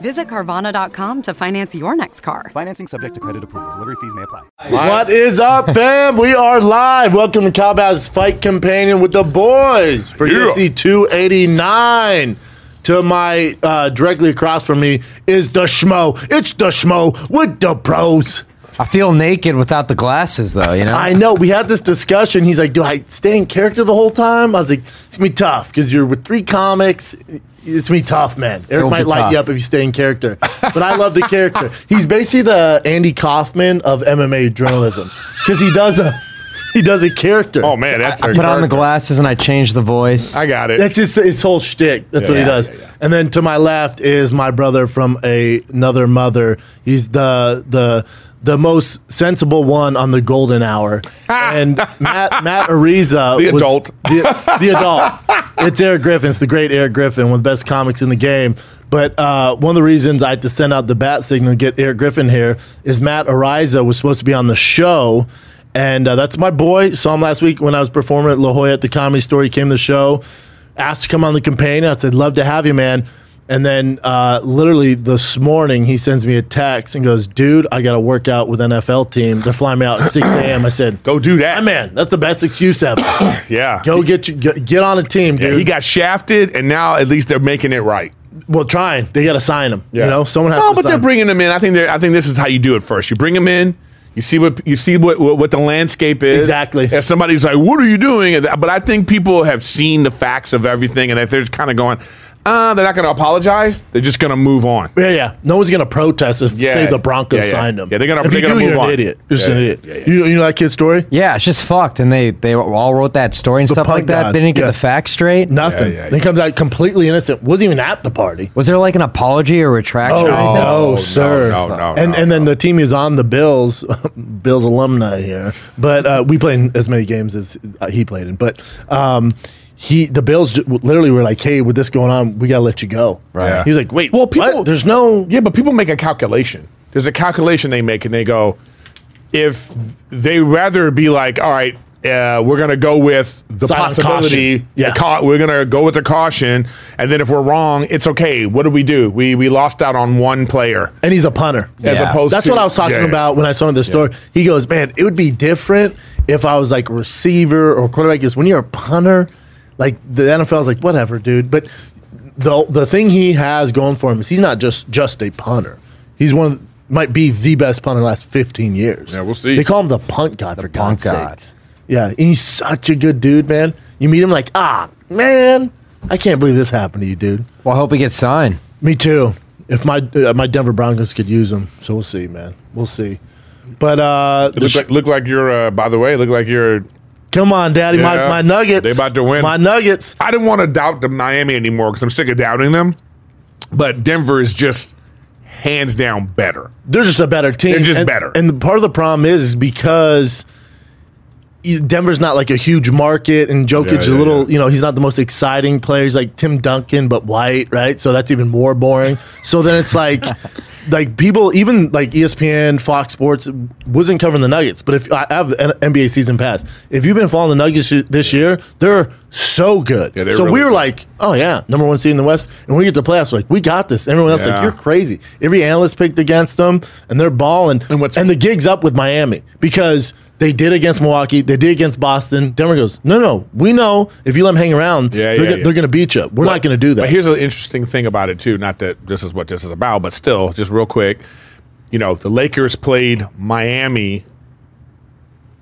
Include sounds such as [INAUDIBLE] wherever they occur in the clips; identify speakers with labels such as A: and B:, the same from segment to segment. A: Visit Carvana.com to finance your next car.
B: Financing subject to credit approval. Delivery fees may apply.
C: What is up, fam? We are live. Welcome to Cowboys Fight Companion with the boys for UFC 289. To my uh, directly across from me is the schmo. It's the schmo with the pros.
D: I feel naked without the glasses, though. You
C: [LAUGHS]
D: know,
C: I know we had this discussion. He's like, "Do I stay in character the whole time?" I was like, "It's gonna be tough because you're with three comics. It's gonna be tough, man. Eric
D: It'll
C: might
D: be
C: light you
D: tough.
C: up if you stay in character." But I love the character. He's basically the Andy Kaufman of MMA journalism because he does a he does a character.
E: Oh man, that's
D: I
E: their
D: put on the
E: card.
D: glasses and I change the voice.
E: I got it.
C: That's his, his whole shtick. That's what he
E: Yeah,
C: does.
E: yeah, yeah.
C: And then to my left is my brother from a, another mother. He's the the the most sensible one on the golden hour.
E: [LAUGHS]
C: and Matt Matt Ariza,
E: The
C: was-
E: adult.
C: the, the adult. It's Eric Griffin. It's the great Eric Griffin, one of the best comics in the game. But uh, one of the reasons I had to send out the bat signal to get Eric Griffin here is Matt Ariza was supposed to be on the show. And uh, that's my boy. Saw him last week when I was performing at La Jolla at the Comedy Store. He came to the show, asked to come on the companion. I said, love to have you, man. And then uh, literally this morning, he sends me a text and goes, dude, I got to work out with NFL team. They're flying me out at 6 a.m. I said,
E: Go do that,
C: "Ah, man, that's the best excuse ever.
E: Yeah,
C: Go get you get, get on a team, dude.
E: yeah. He got shafted, and now at least they're making it right.
C: well trying. They got to sign him. You know, someone has
E: No,
C: to.
E: but
C: sign
E: they're
C: him.
E: bringing him in. I think they're. I think this is how you do it first. You bring him in. You see what you see what what, what the landscape is
C: Exactly.
E: If somebody's like, "What are you doing?" And that- But I think people have seen the facts of everything, and if they're kind of going, "Ah, they're not going to apologize. They're just going to move on."
C: Yeah, yeah. No one's gonna protest if
E: Yeah.
C: say the Broncos
E: Yeah, yeah.
C: signed him.
E: Yeah, they're gonna-
C: If
E: they're
C: you
E: gonna
C: do,
E: move
C: you're an
E: on.
C: idiot. You're just
E: Yeah,
C: an
E: yeah,
C: idiot.
E: yeah, yeah.
C: You, know, you know that kid's story?
D: Yeah, it's just fucked, and they they all wrote that story and
C: The
D: stuff
C: punk
D: like that.
C: guy,
D: They didn't get
C: yeah.
D: the facts straight.
C: Nothing.
E: yeah,
C: Then
E: yeah.
C: comes out completely innocent. Wasn't even at the party. Oh,
D: Was there like an apology or retraction? or anything?
C: no,
E: no,
C: sir.
E: no, no,
C: and
E: no,
C: and then the team is on the Bills, [LAUGHS] Bills alumni here. But uh, we played in as many games as uh, he played in. But um, he, the Bills, ju- literally were like, "Hey, with this going on, we gotta let you go."
D: Right. Yeah.
C: He was like, "Wait,
E: Well,
C: well, people,
E: people-
C: there's no
E: Yeah, but people make a calculation. There's a calculation they make, and they go, if they rather be like, all right, uh, we're going to go with the
C: Silent
E: possibility.
C: caution. Yeah.
E: the cau- we're going to go with the caution, and then if we're wrong, it's okay. What do we do? We we lost out on one player
C: and he's a punter.
E: as
D: Yeah.
E: opposed.
C: That's
E: to,
C: what I was talking
E: Yeah, yeah.
C: about when I saw the story. He goes, man, it would be different if I was like receiver or quarterback. Because when you're a punter, like the NFL's like whatever, dude. But the the thing he has going for him is he's not just just a punter. He's one of, might be the best punter in the last 15 years.
E: Yeah, we'll see.
C: They call him the punt god for
D: punt
C: God's
D: god.
C: sakes. Yeah, and he's such a good dude, man. You meet him like, ah, man, I can't believe this happened to you, dude.
D: Well, I hope he gets signed.
C: Me too. If my uh, my Denver Broncos could use him, so we'll see, man. We'll see. But uh, the
E: Look
C: sh-
E: like, look like you're. Uh, by the way, look like you're.
C: come on, Daddy, my,
E: Yeah.
C: my Nuggets.
E: They about to win.
C: My Nuggets.
E: I didn't want to doubt the Miami anymore because I'm sick of doubting them, but Denver is just hands down better.
C: They're just a better team.
E: They're just
C: And-
E: better.
C: And the, part of the problem is because you- Denver's not like a huge market, and Jokic
E: Yeah,
C: is a
E: yeah,
C: little.
E: yeah.
C: You know, he's not the most exciting player. He's like Tim Duncan, but white, right? So that's even more boring. So then it's
E: [LAUGHS]
C: like. Like people, even like E ESPN, Fox Sports wasn't covering the Nuggets. But if I have an NBA season pass, if you've been following the Nuggets this year, they're so good.
E: Yeah, they're
C: so
E: really
C: we were
E: good.
C: like, oh yeah, number one seed in the West, and we get to playoffs, we're like we got this. Everyone else like
E: Yeah.
C: you're crazy. Every analyst picked against them, and they're balling.
E: And
C: And,
E: what's-
C: the gig's up with Miami because they did against Milwaukee, they did against Boston. Denver goes, no, no, we know if you let them hang around,
E: Yeah,
C: they're,
E: yeah,
C: gonna,
E: yeah.
C: they're going to beat you. We're not going to do that.
E: But here's an interesting thing about it too. Not that this is what this is about, but still, just real quick, you know, the Lakers played Miami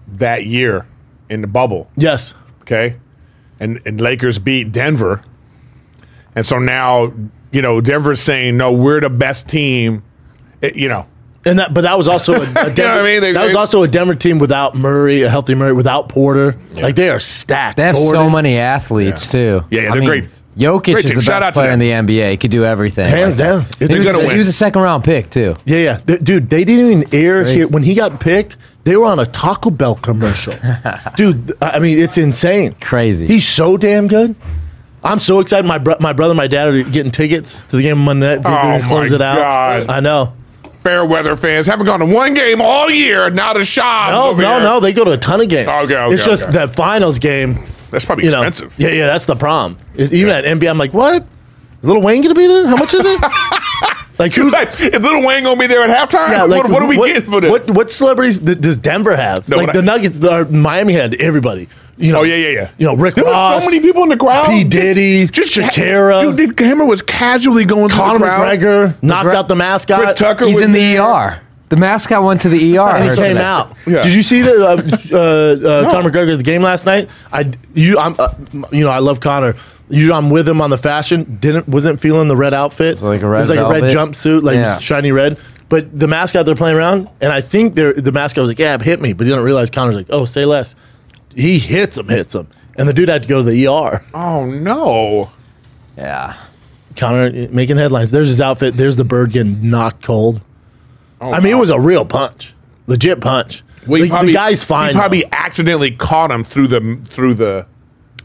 E: that year in the bubble.
C: yes,
E: Okay, and and Lakers beat Denver, and so now you know Denver's saying no, we're the best team. It- you know,
C: and that, but that was also
E: [LAUGHS]
C: a, a Denver,
E: what I mean? They-
C: that was
E: they-
C: also a Denver team without Murray, a healthy Murray, without Porter. Like they are stacked.
D: They have so
C: Gordon,
D: many athletes too.
E: Yeah, yeah,
D: I
E: they're
D: mean,
E: great.
D: Jokic
E: Great
D: is
E: team.
D: the
E: Shout
D: best
E: out to
D: player in
E: them.
D: the NBA. He could do everything.
C: hands
D: Like,
C: down.
D: He
C: They're
D: was,
E: gonna
D: a,
E: win.
D: he was a second round pick too.
C: Yeah, yeah, Th- dude. They didn't even air
D: Crazy.
C: here when he got picked. They were on a Taco Bell
D: [LAUGHS]
C: commercial. Dude, th- I mean, it's insane.
D: Crazy.
C: He's so damn good. I'm so excited. My, bro- my brother and my dad are getting tickets to the game Monday night. They're
E: Oh
C: gonna close
E: my
C: it out.
E: God.
C: I know.
E: Fair weather fans haven't gone to one game all year. Now the shop.
C: No, no, no. They go to a ton of games.
E: Okay, okay,
C: It's just
E: okay.
C: that finals game.
E: That's probably
C: you know,
E: expensive.
C: Yeah, yeah, that's the problem. It- even at NBA, I'm like, what? Is Little Wayne gonna be there? How much is
E: [LAUGHS]
C: it? like who's?
E: Like, is Little Wayne gonna be there at halftime?
C: Yeah, like,
E: what, what are we
C: what,
E: getting for this?
C: What, what celebrities d- does Denver have?
E: No,
C: like
E: but
C: the
E: I-
C: Nuggets, the, or Miami had everybody. You know,
E: Oh, yeah, yeah, yeah.
C: You know, Rick
E: There were so
C: Ross.
E: many people in the crowd.
C: P Diddy,
E: Just
C: Shakira,
E: Dude, the camera was casually going through
C: Conor
E: the crowd.
C: McGregor knocked
D: Gra-
C: out the mascot.
E: Chris Tucker
D: He's
E: was
D: in the
E: there.
D: ER. The mascot went to the ER.
C: And
D: I
C: he
D: heard
C: came
D: that.
C: out.
E: Yeah.
C: Did you see the uh, uh, uh, Conor McGregor's game last night? I you I'm uh, m- you know I love Conor. You I'm with him on the fashion. Didn't wasn't feeling the red outfit.
D: It's like a red
C: it was like a red
D: velvet.
C: jumpsuit, like
D: Yeah.
C: shiny red. But the mascot they're playing around, and I think they're, the mascot was like, "Yeah, hit me," but he didn't realize Conor's like, "Oh, say less." He hits him, hits him, and the dude had to go to the ER.
E: Oh no!
D: Yeah.
C: Connor uh, making headlines. There's his outfit. There's the bird getting knocked cold. I mean, it was a real punch, legit punch.
E: Oh, Well, he
C: the, the guy's fine.
E: He probably accidentally caught him through the through the.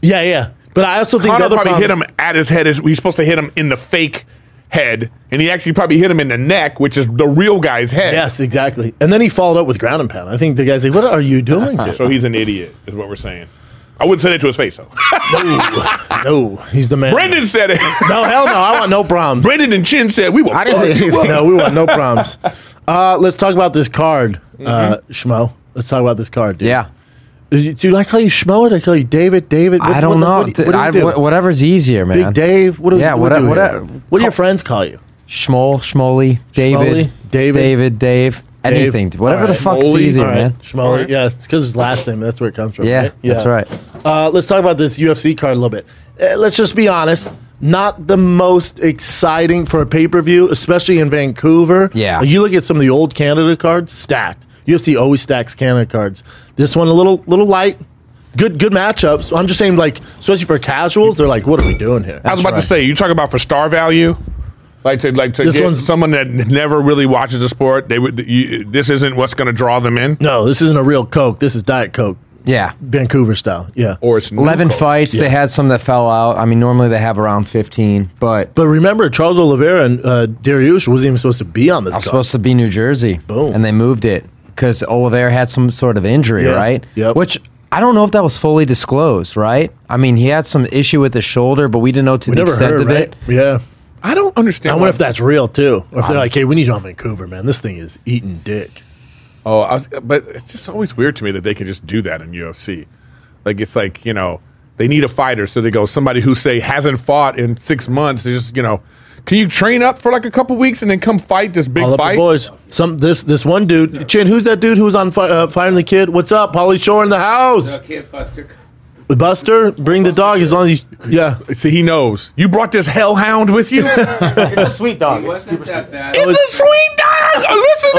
C: though. yeah, yeah. But I also think the
E: Connor
C: other
E: probably hit
C: problem-
E: him at his head. Is he's supposed to hit him in the fake head, and he actually probably hit him in the neck, which is the real guy's head.
C: Yes, exactly. And then he followed up with ground and pound. I think the guy's like, "What are you
E: [LAUGHS]
C: doing?" dude?"
E: So he's an idiot, is what we're saying. I wouldn't say that to his face though. [LAUGHS]
C: no, no, he's the man.
E: Brendan said it.
C: [LAUGHS] No, hell no. I want no problems.
E: Brendan and Chin said we will.
D: I didn't say
E: fuck
D: anything.
E: you up."
C: no, we want no
E: [LAUGHS]
C: problems. Uh, let's talk about this card, uh,
E: Mm-hmm.
C: Schmo. Let's talk about this card, dude.
D: Yeah.
C: Do you- do I call you Schmo? Do I call you David? David? What-
D: I
C: what the-
D: don't know.
C: what do you- what do you
D: I-
C: do?
D: wh- whatever's easier, man.
C: Big Dave. What do,
D: Yeah,
C: what, do we
D: what-
C: do here?
D: what-
C: what do your friends call you?
D: Schmoll, Schmoly,
C: Schmoly,
D: David,
C: David.
D: David, Dave, anything. Whatever
C: All
D: the
C: right.
D: fuck's
E: Schmoly.
D: easier,
C: All right,
D: man.
C: Shmuley, Yeah, it's because his last name. That's where it comes from.
D: Yeah,
C: right?
D: that's right.
C: Uh, let's talk about this UFC card a little bit. Uh, let's just be honest. Not the most exciting for a pay per view, especially in Vancouver.
D: Yeah.
C: Like, you look at some of the old Canada cards, stacked. UFC always stacks Canada cards. This one a little little light. Good good matchups. I'm just saying, like especially for casuals, they're like, what are we doing here?
E: I was about
D: right.
E: to say you talk about for star value, like to like to
C: This
E: get
C: one's-
E: someone that never really watches the sport. They would you, this isn't what's going to draw them in,
C: No, this isn't a real Coke. This is Diet Coke,
D: Yeah.
C: Vancouver style. Yeah.
E: or it's new
D: Eleven
E: code.
D: fights. They had some that fell out. I mean, normally they have around fifteen, but
C: But remember, Charles Oliveira and uh, Dariush wasn't even supposed to be on this.
D: I was
C: card.
D: supposed to be New Jersey.
C: Boom.
D: And they moved it because Oliveira had some sort of injury,
C: Yeah,
D: right?
C: yep.
D: Which I don't know if that was fully disclosed, right? I mean, he had some issue with his shoulder, but we didn't know to the extent of it.
C: Yeah.
E: I don't
C: I
E: understand.
C: wonder
E: why-
C: if that's real too. Or
E: Um,
C: if they're like, hey, we need you on Vancouver, man. This thing is eating dick.
E: Oh, I was, but it's just always weird to me that they can just do that in UFC. Like it's like you know they need a fighter, so they go somebody who say hasn't fought in six months. They just you know, can you train up for like a couple weeks and then come fight this big
C: All up
E: fight?
C: the boys. Some this this one dude, Chin. Who's that dude who's on fi- uh, firing the kid? What's up, Polly Shore in the house? Buster, bring the dog. As long as you, yeah.
E: See, he knows you brought this hellhound with
C: [LAUGHS]
E: you. it's
C: It's a sweet dog.
E: a sweet dog. Listen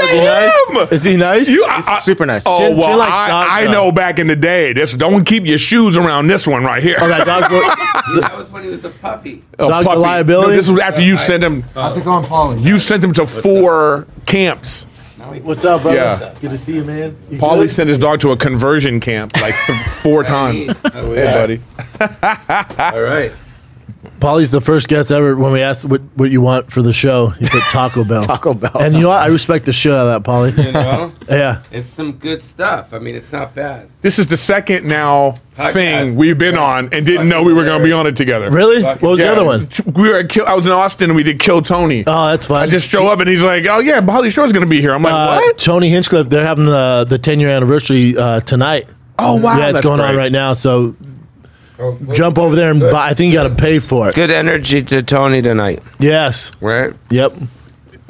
C: Oh,
E: to
C: is he
E: him.
C: Oh, nice? Is he nice?
E: You, I- I-
F: super nice.
E: Oh
C: She- she
E: well,
C: likes
E: I,
C: dogs,
E: I
C: though.
E: know back in the day. This don't keep your shoes around this one right here.
C: oh, that dog. look-
G: That was when he was a puppy.
E: [LAUGHS] A
C: dog's a
E: Oh, puppy.
C: liability?
E: No, this was after you sent him. How's it going, Paulie? You sent him to four camps.
C: What's up, brother?
E: Yeah.
C: Good to see you, man. You
E: Paulie
C: good?
E: sent his dog to a conversion camp like th- four times.
G: Oh,
E: Hey,
G: yeah.
E: buddy.
G: All [LAUGHS] right.
C: Polly's the first guest ever. When we asked what, what you want for the show, he put Taco Bell.
F: Taco Bell.
C: And you know what? I respect the shit out of that, Polly.
G: You know,
C: Yeah.
G: it's some good stuff. I mean, it's not bad.
E: This is the second now
G: Podcast.
E: thing we've been on and didn't know we were going to be on it together.
C: Really? What was the
E: Yeah.
C: other one?
E: We were at Kill, I was in Austin and we did Kill Tony.
C: Oh, that's fine.
E: I just show up and he's like, "Oh yeah, Polly Shore's going to be here." I'm like,
C: Uh,
E: "What?"
C: Tony Hinchcliffe, they're having the the ten year anniversary uh, tonight.
E: Oh, wow,
C: Yeah, it's
E: that's
C: going on
E: great.
C: right now. So
G: Oh, good.
C: jump over there and buy. I think you got to pay for it.
G: Good energy to Tony tonight,
C: Yes.
G: right?
C: Yep.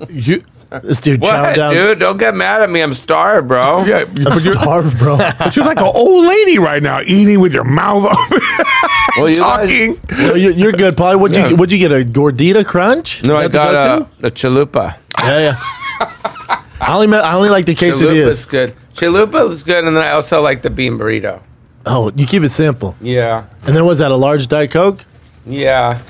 E: You,
C: This dude chowed
G: What,
C: down. [LAUGHS]
G: dude? Don't get mad at me. I'm starved, bro.
E: yeah, but you're,
C: Starved, bro.
E: but you're like an old lady right now, eating with your mouth [LAUGHS] open,
G: Well, you guys-
E: talking.
C: No, you're, you're good, Polly. What'd you
G: Yeah.
C: What'd you get? A gordita crunch?
G: no,
C: Is
G: I
C: that the
G: got
C: go-to?
G: a, a chalupa.
C: Yeah, yeah. I only met, I only like the
G: Chalupa's
C: quesadillas.
G: good. Chalupa was good, and then I also like the bean burrito.
C: Oh, you keep it simple.
G: Yeah,
C: And then was that a large diet coke?
G: yeah.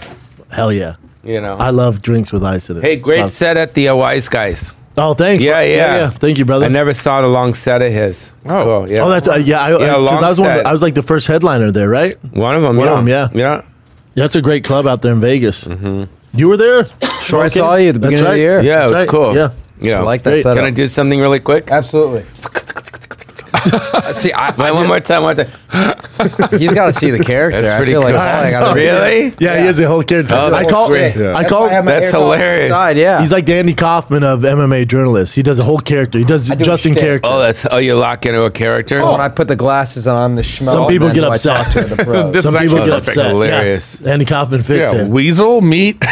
C: Hell yeah.
G: You know.
C: I love drinks with ice in it.
G: hey, great
C: So-
G: set at the uh, Wise Guys.
C: Oh, thanks.
G: Yeah,
C: bro.
G: yeah.
C: Thank you, brother.
G: I never saw the long set of his. It's
E: Oh.
G: cool, yeah.
C: Oh, that's uh, yeah. I,
G: Yeah,
C: I, 'cause
G: long
C: I was one. Of
G: set.
C: the, I was like the first headliner there, right?
G: one of them.
C: One
G: yeah.
C: of 'em, yeah.
G: yeah.
C: That's a great club out there in Vegas. You were there? Sure,
D: I saw you at the beginning of the year.
G: Yeah, it Mm-hmm. was
C: That's right,
G: cool.
C: yeah.
G: You know,
D: I like that
G: Can
D: setup.
G: I do something really
C: [LAUGHS]
G: quick?
D: Absolutely. see, I,
G: Wait, one more time. One more time.
D: he's got to see the character.
G: That's
D: I
G: pretty
D: feel
G: cool.
D: like, oh,
G: [LAUGHS]
D: I gotta
G: really?
C: Yeah, he is a whole kid.
G: Oh,
C: I
G: that's
C: call.
G: great.
E: Yeah.
C: I
D: That's
C: call.
D: why I have my
G: That's
D: ear phone
G: hilarious.
D: Inside, yeah.
C: He's like the Andy Kaufman of MMA journalists. He does a whole character. He does
D: do
C: just in
D: shit.
C: character.
G: Oh, that's oh, you lock into a character.
D: So when I put the glasses on, I'm the schmo.
C: "Oh." Some people
D: and
C: get
D: then who I
C: upset.
D: talk
C: [LAUGHS]
D: to are the pros.
E: This
C: Some
E: is
C: people
E: actually
C: get
E: perfect.
C: upset.
G: Hilarious.
C: Yeah. Andy Kaufman fits
E: Yeah,
C: in. [LAUGHS]
E: weasel meat.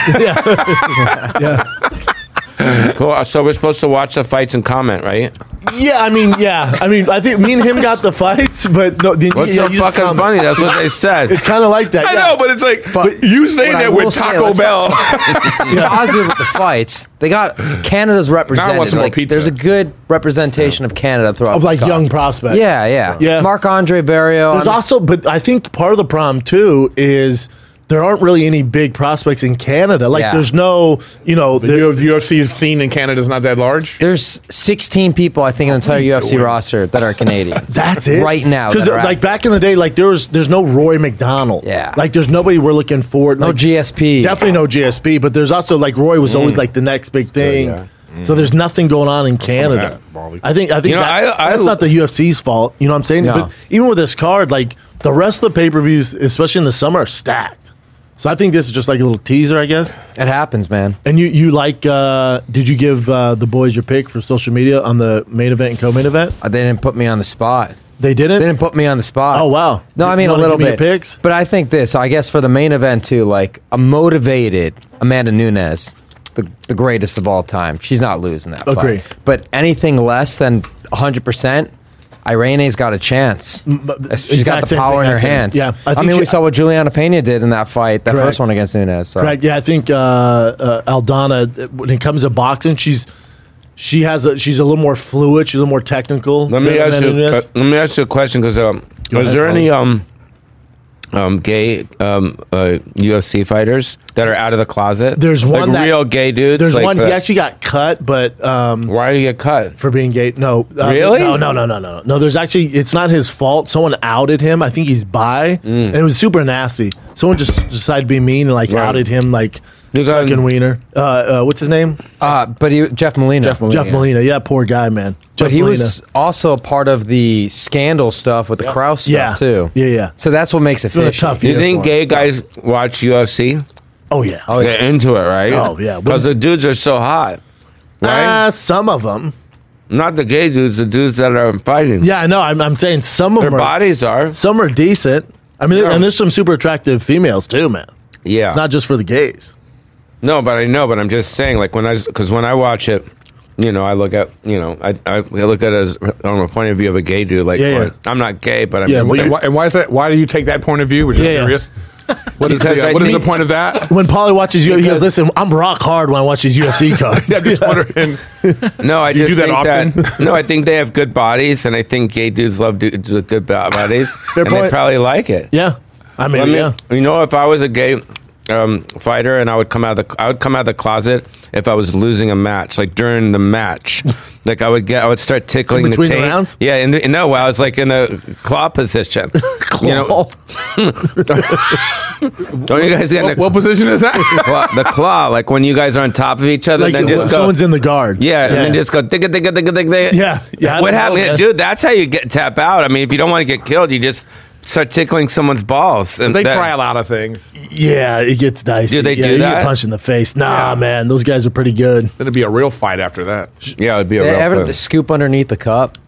G: Cool. So we're supposed to watch the fights and comment, right?
C: yeah, I mean, yeah, I mean, I think me and him got the fights, but no, the,
G: What's
C: yeah,
G: so
C: you just
G: fucking
C: comment.
G: funny? That's what they
C: [LAUGHS]
G: said.
C: It's kind of like that.
E: [LAUGHS] I
C: yeah.
E: know, but it's like
D: But-
E: you saying
D: What I
E: that
D: will
E: with
D: say,
E: Taco
D: let's-
E: Bell. [LAUGHS]
D: positive with the fights. They got Canada's represented.
E: some more
D: Like,
E: pizza.
D: There's a good representation of Canada throughout.
C: of
D: this
C: like
D: con.
C: young prospects.
D: Yeah, yeah,
C: Yeah.
D: Mark Andre Barrio.
C: There's
D: I'm-
C: also, but I think part of the problem too is there aren't really any big prospects in Canada. Like,
D: Yeah.
C: there's no, you know,
E: The
C: there-
E: U- the UFC scene in Canada is not that large.
D: there's 16 people I think in the entire UFC roster that are
C: [LAUGHS]
D: Canadians.
C: That's it
D: right now.
C: Because
D: that are
C: like
D: active.
C: back in the day, like there was there's no Roy McDonald.
D: Yeah.
C: like there's nobody we're looking for.
D: no
C: like,
D: GSP.
C: Definitely no GSP. But there's also like Roy was
G: Mm.
C: always like the next big thing. So there's nothing going on in Canada.
E: that, Bali.
C: I think I think
G: You know,
C: that-
G: I- I-
C: that's not the UFC's fault. You know what I'm saying?
D: No.
C: But even with this card, like the rest of the pay per views, especially in the summer, are stacked. So I think this is just like a little teaser, I guess.
D: It happens, man.
C: And you you like? uh Did you give uh the boys your pick for social media on the main event and co-main event?
D: Uh, They didn't put me on the spot.
C: They didn't.
D: They didn't put me on the spot.
C: Oh, wow.
D: No,
C: You
D: I mean a
C: wanna
D: little
C: give me
D: bit.
C: your picks?
D: But I think this. I guess for the main event too, like a motivated Amanda Nunes, the the greatest of all time. She's not losing that. fight.
C: Agree.
D: But anything less than 100. percent Irene's got a chance.
C: Mm, but-
D: She's got
C: exact
D: the
C: same thing
D: power in
C: I
D: her
C: said.
D: hands.
C: Yeah, I
D: I,
C: think
D: mean,
C: she-
D: we saw what Juliana Pena did in that fight, that
C: Correct.
D: first one against Nunes. So.
C: Right. Yeah, I think uh, uh, Aldana, uh, when it comes to boxing, she's she has a she's a little more fluid. She's a little more technical.
G: Let me
C: than
G: ask you.
C: Amanda Nunes.
G: let me ask you a question because um,
C: Go
G: is
C: ahead,
G: there any
C: Ollie.
G: um, um, gay um, uh, UFC fighters that are out of the closet?
C: There's one
G: like
C: that-
G: real gay dudes.
C: There's
G: like uh,
C: one.
G: the-
C: He actually got cut, but um,
G: Why do you get cut?
C: for being gay. No. uh,
G: Really?
C: No. No. No. No. No. No. There's actually it's not his fault. Someone outed him. I think he's bi, and it was super nasty. Someone just decided to be mean and like
G: Mm. Right.
C: outed him like
G: You got-
C: sucking wiener. Uh, uh, what's his name?
D: Uh, but he, Jeff Molina. Jeff
C: Jeff Molina. Yeah, poor guy, man. Jeff
D: but he
C: Molina.
D: was also a part of the scandal stuff with the Kraus stuff
C: Yeah.
D: too.
C: Yeah, yeah.
D: So that's what makes it
C: been a
D: fishy.
C: tough
G: Do you
C: Yeah,
G: think
C: for
G: gay guys watch UFC?
C: Oh yeah.
D: Oh, yeah.
G: They're into it, right?
C: Oh, yeah.
G: Because the dudes are so hot, right?
C: Uh, some of them.
G: Not the gay dudes, the dudes that are fighting.
C: Yeah, I know. I'm, I'm saying some of
G: Their
C: them are,
G: bodies are.
C: some are decent. I mean,
G: Yeah.
C: and there's some super attractive females too, man.
G: Yeah.
C: It's not just for the gays.
G: No, but I know, but I'm just saying, like when I, because when I watch it, you know, I look at, you know, I, I I look at it as from a point of view of a gay dude. Like,
C: Yeah, yeah.
G: or- I'm not gay, but I'm.
C: Yeah, well,
E: And why, and why is that? Why do you take that point of view? Which is
C: Yeah, yeah.
E: curious. What is
G: Because
E: the,
G: I
E: uh, what is
G: think-
E: the point
C: [LAUGHS]
E: of that?
C: When Paulie watches you, he goes,
E: Because-
C: "Listen, I'm rock hard when I watch these
G: [LAUGHS]
C: UFC cards."
E: I'm just wondering.
G: no, I
E: Do you
G: just
E: do that
G: think that. [LAUGHS] No, I think they have good bodies, and I think gay dudes love dudes with good bo- bodies,
C: Fair
G: and they
C: point.
G: probably like
C: [LAUGHS]
G: it.
C: yeah, I mean,
G: I mean,
C: yeah,
G: you know, if I was a gay um, fighter and I would come out of the, I would come out of the closet if I was losing a match, like during
C: [LAUGHS]
G: the match, like I would get, I would start tickling
C: In between
G: the
C: the
G: tape.
C: rounds?
G: Yeah, and no, I was like in a
C: [LAUGHS]
G: claw position. You know, don't you guys get in a,
E: what, what position is that?
G: [LAUGHS] claw, the claw? Like when you guys are on top of each other,
C: like
G: and then just go.
C: someone's in the guard.
G: Yeah, and then just go digga digga digga digga. digga.
C: Yeah, yeah, I
G: What
C: don't know,
G: happened,
C: man.
G: dude? That's how you get tap out. I mean, if you don't want to get killed, you just start tickling someone's balls. And
E: they
G: that-
E: try a lot of things.
C: yeah, it gets dicey.
G: Do they
C: yeah,
G: do
C: you
G: that?
C: get punched in the face. Nah, man, those guys are pretty good.
E: Then it'd be a real fight after that.
G: Yeah, it'd be a
D: They
G: real
D: ever
G: fun.
D: the scoop underneath the cup,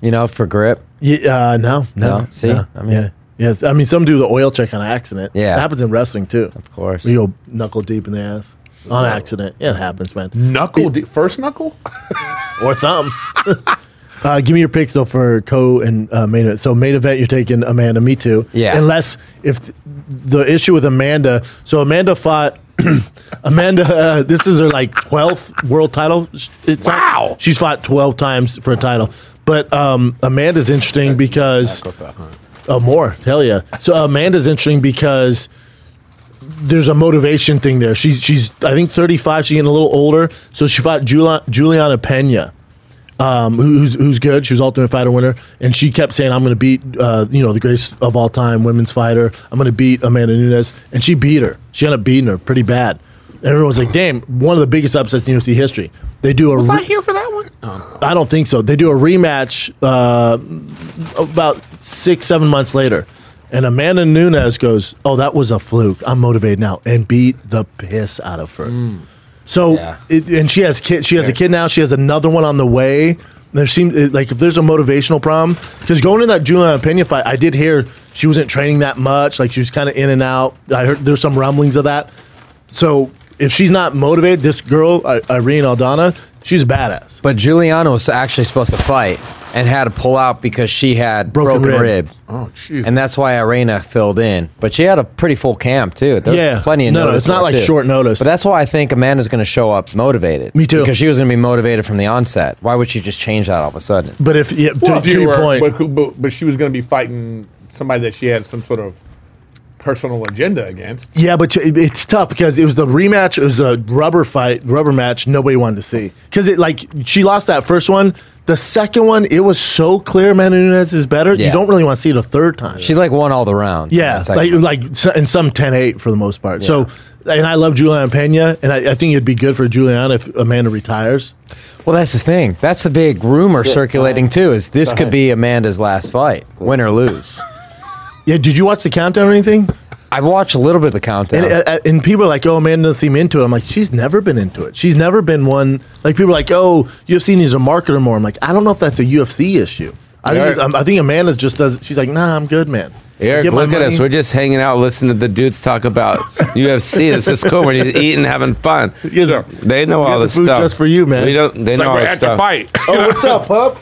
D: you know, for grip.
C: Yeah, uh, no, no,
D: No, see?
C: I
D: I
C: mean,
D: mean-
C: yeah. Yes, I mean some do the oil check on accident.
D: Yeah.
C: it happens in wrestling too. Of
D: course.
C: we go knuckle deep in the ass on accident. Yeah, it happens, man.
E: Knuckle di- first knuckle.
C: or thumb. [LAUGHS] uh, give me your picks though for co and uh, main event. So main event, you're taking Amanda. Me too.
D: Yeah.
C: Unless if th- the issue with Amanda, so Amanda fought. [CLEARS THROAT] Amanda, uh, this is her like twelfth world title. sh- It's wow, she's fought twelve times for a title. But um, Amanda's interesting uh, because, oh, more hell yeah. So Amanda's interesting because there's a motivation thing there. She's she's I think 35. She's getting a little older, so she fought Juli- Juliana Pena, um, who- who's who's good. She was Ultimate Fighter winner, and she kept saying, "I'm going to beat uh, you know the greatest of all time women's fighter. I'm going to beat Amanda Nunes," and she beat her. She ended up beating her pretty bad. And everyone's like, "Damn, one of the biggest upsets in UFC history." They do a
E: Was I
C: re-
E: here for that one?
C: I don't think so. They do a rematch uh, about six, seven months later. And Amanda Nunes goes, Oh, that was a fluke. I'm motivated now. And beat the piss out of her. So, it, and she has kid. She has a kid now. She has another one on the way. There seems like if there's a motivational problem, because going into that Juliana Pena fight, I did hear she wasn't training that much. Like she was kind of in and out. I heard there's some rumblings of that. So if she's not motivated, this girl I- Irene Aldana, she's a badass.
D: But Juliana was actually supposed to fight and had to pull out because she had
C: Broken
D: broken,
C: rib.
D: rib.
E: Oh, jeez.
D: And that's why Irena filled in. But she had a pretty full camp, too. There was
C: Yeah.
D: plenty of
C: No, no,
D: notice
C: it's not
D: for
C: like
D: her, too.
C: short notice.
D: But that's why I think Amanda's going to show up motivated.
C: Me too.
D: Because she was going to be motivated from the onset. Why would she just change that all of a sudden?
C: But if yeah, to,
E: Well, if
C: to
E: you
C: your
E: were-
C: point,
E: But, who- but, but she was going to be fighting somebody that she had some sort of personal agenda against.
C: yeah, but it- it's tough because it was the rematch. It was a rubber fight, rubber match. Nobody wanted to see because it like she lost that first one. The second one, it was so clear. Amanda Nunes is better. You
D: Yeah.
C: don't really want to see it a third time.
D: She like won all the rounds. in
C: yeah,
D: the
C: like
D: second round.
C: like so- and some 10-8 for the most part. So, and I love Juliana Pena, and I, I think it'd be good for Juliana if Amanda retires.
D: well, that's the thing. That's the big rumor circulating too. Is this could be Amanda's last fight, win or lose?
C: Yeah, did you watch the countdown or anything?
D: I watched a little bit of the countdown.
C: And, uh, and people are like, oh, Amanda doesn't seem into it. I'm like, she's never been into it. She's never been one. Like, people are like, oh, UFC needs a marketer more. I'm like, I don't know if that's a UFC issue. I think,
G: Eric-
C: it's- I think Amanda just does. She's like, nah, I'm good, man.
G: Eric,
C: Get my
G: look at us.
C: money.
G: We're just hanging out, listening to the dudes talk about UFC. This is cool. We're just eating,
C: [LAUGHS]
G: having fun.
C: Yes, sir.
G: They know
C: We got
G: all
C: the
G: this
C: food
G: stuff.
C: just for you, man.
G: We don't. They
E: It's like
G: know all
E: we're
G: this
E: at the
G: stuff.
E: fight.
C: oh, what's up, pup?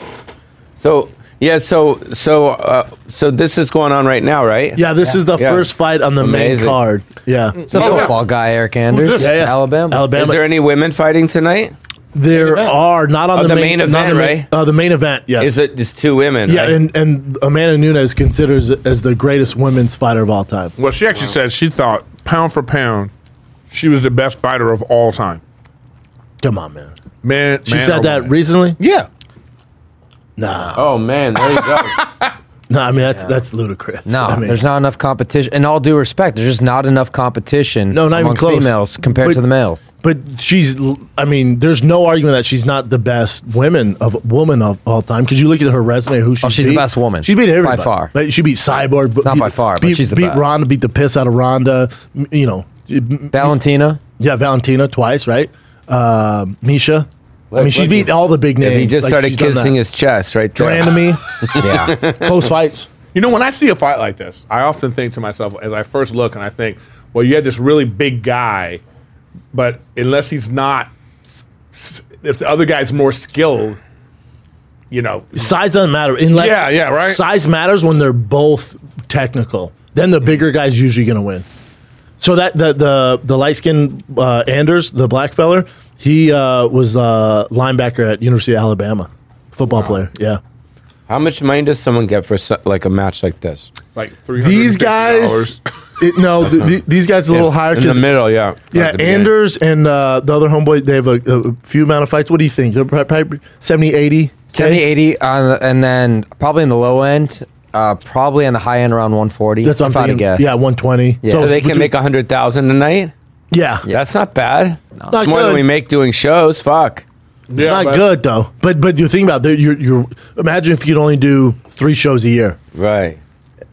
G: So yeah. So so uh, so this is going on right now, right?
C: Yeah, this is the
G: Yeah.
C: first fight on the main
G: Amazing.
C: card. Yeah.
D: It's a football guy, Eric Anders,
C: Yeah, yeah.
D: Alabama.
C: Alabama.
G: Is there any women fighting tonight?
C: there are not on
G: Oh,
C: the,
G: the
C: main,
G: main
C: not on
G: event,
C: the main-
G: right?
C: Uh, the main event, yes.
G: Is it just two women?
C: yeah,
G: right?
C: and, and Amanda Nunes considers as the greatest women's fighter of all time.
E: [LAUGHS] Well, she actually said she thought pound for pound, she was the best fighter of all time.
C: Come on, man.
E: Man,
C: She
E: man or
C: said that
E: woman.
C: recently?
E: Yeah.
C: Nah.
G: oh man, there you go.
C: No, I mean that's that's ludicrous.
D: No,
C: I mean,
D: there's not enough competition. In all due respect, there's just not enough competition.
C: No, not even
D: among
C: close.
D: Females compared
C: But-
D: to the males.
C: But she's, l- I mean, there's no argument that she's not the best women of woman of all time. Because you look at her resume, who she
D: Oh, she's the
C: beat,
D: best woman,
C: She beat
D: by
C: everybody
D: far.
C: Like, she beat Cyborg, but
D: Not
C: beat,
D: by far, but
C: beat,
D: she's the
C: beat
D: best.
C: Ronda, beat the piss out of Ronda. m- You know, m- [LAUGHS]
D: Valentina.
C: yeah, Valentina twice, right? Uh, Misha. I
G: Look,
C: mean, she's
G: look,
C: beat all the big [LAUGHS] names.
G: If he just
C: Like,
G: started
C: she's done
G: kissing
C: that.
G: his chest right there.
C: her
D: [LAUGHS]
C: enemy,
D: Yeah.
C: close fights.
E: You know, when I see a fight like this, I often think to myself as I first look and I think, well, you had this really big guy, but unless he's not, if the other guy's more skilled, you know,
C: Size doesn't matter unless
E: Yeah, yeah, right.
C: Size matters when they're both technical. Then the bigger guy's usually going to win. So that the the the light skinned uh, Anders, the black feller, he uh, was uh, linebacker at University of Alabama, football player. Yeah,
G: How much money does someone get for so- like a match like this?
E: like three.
C: these guys. It, no,
G: [LAUGHS]
C: th- th- these guys a little higher
G: in the
C: 'cause-
G: middle, yeah.
C: Yeah,
G: At the beginning.
C: Anders and uh, the other homeboy, they have a, a few amount of fights. What do you think? They're probably 70, 80?
D: 70, 80, on the, uh, and then probably in the low end, uh, probably on the high end around 140.
C: That's what I'm
D: if I had to
C: thinking.
D: guess.
C: Yeah, 120.
D: Yeah.
G: So they
C: between-
G: can make a hundred thousand a night.
C: Yeah.
G: That's not bad. It's
C: Not
G: more
C: good.
G: than we make doing shows. Fuck.
C: It's not good though. But but you think about it, you're you're imagine if you could only do three shows a year.
G: Right.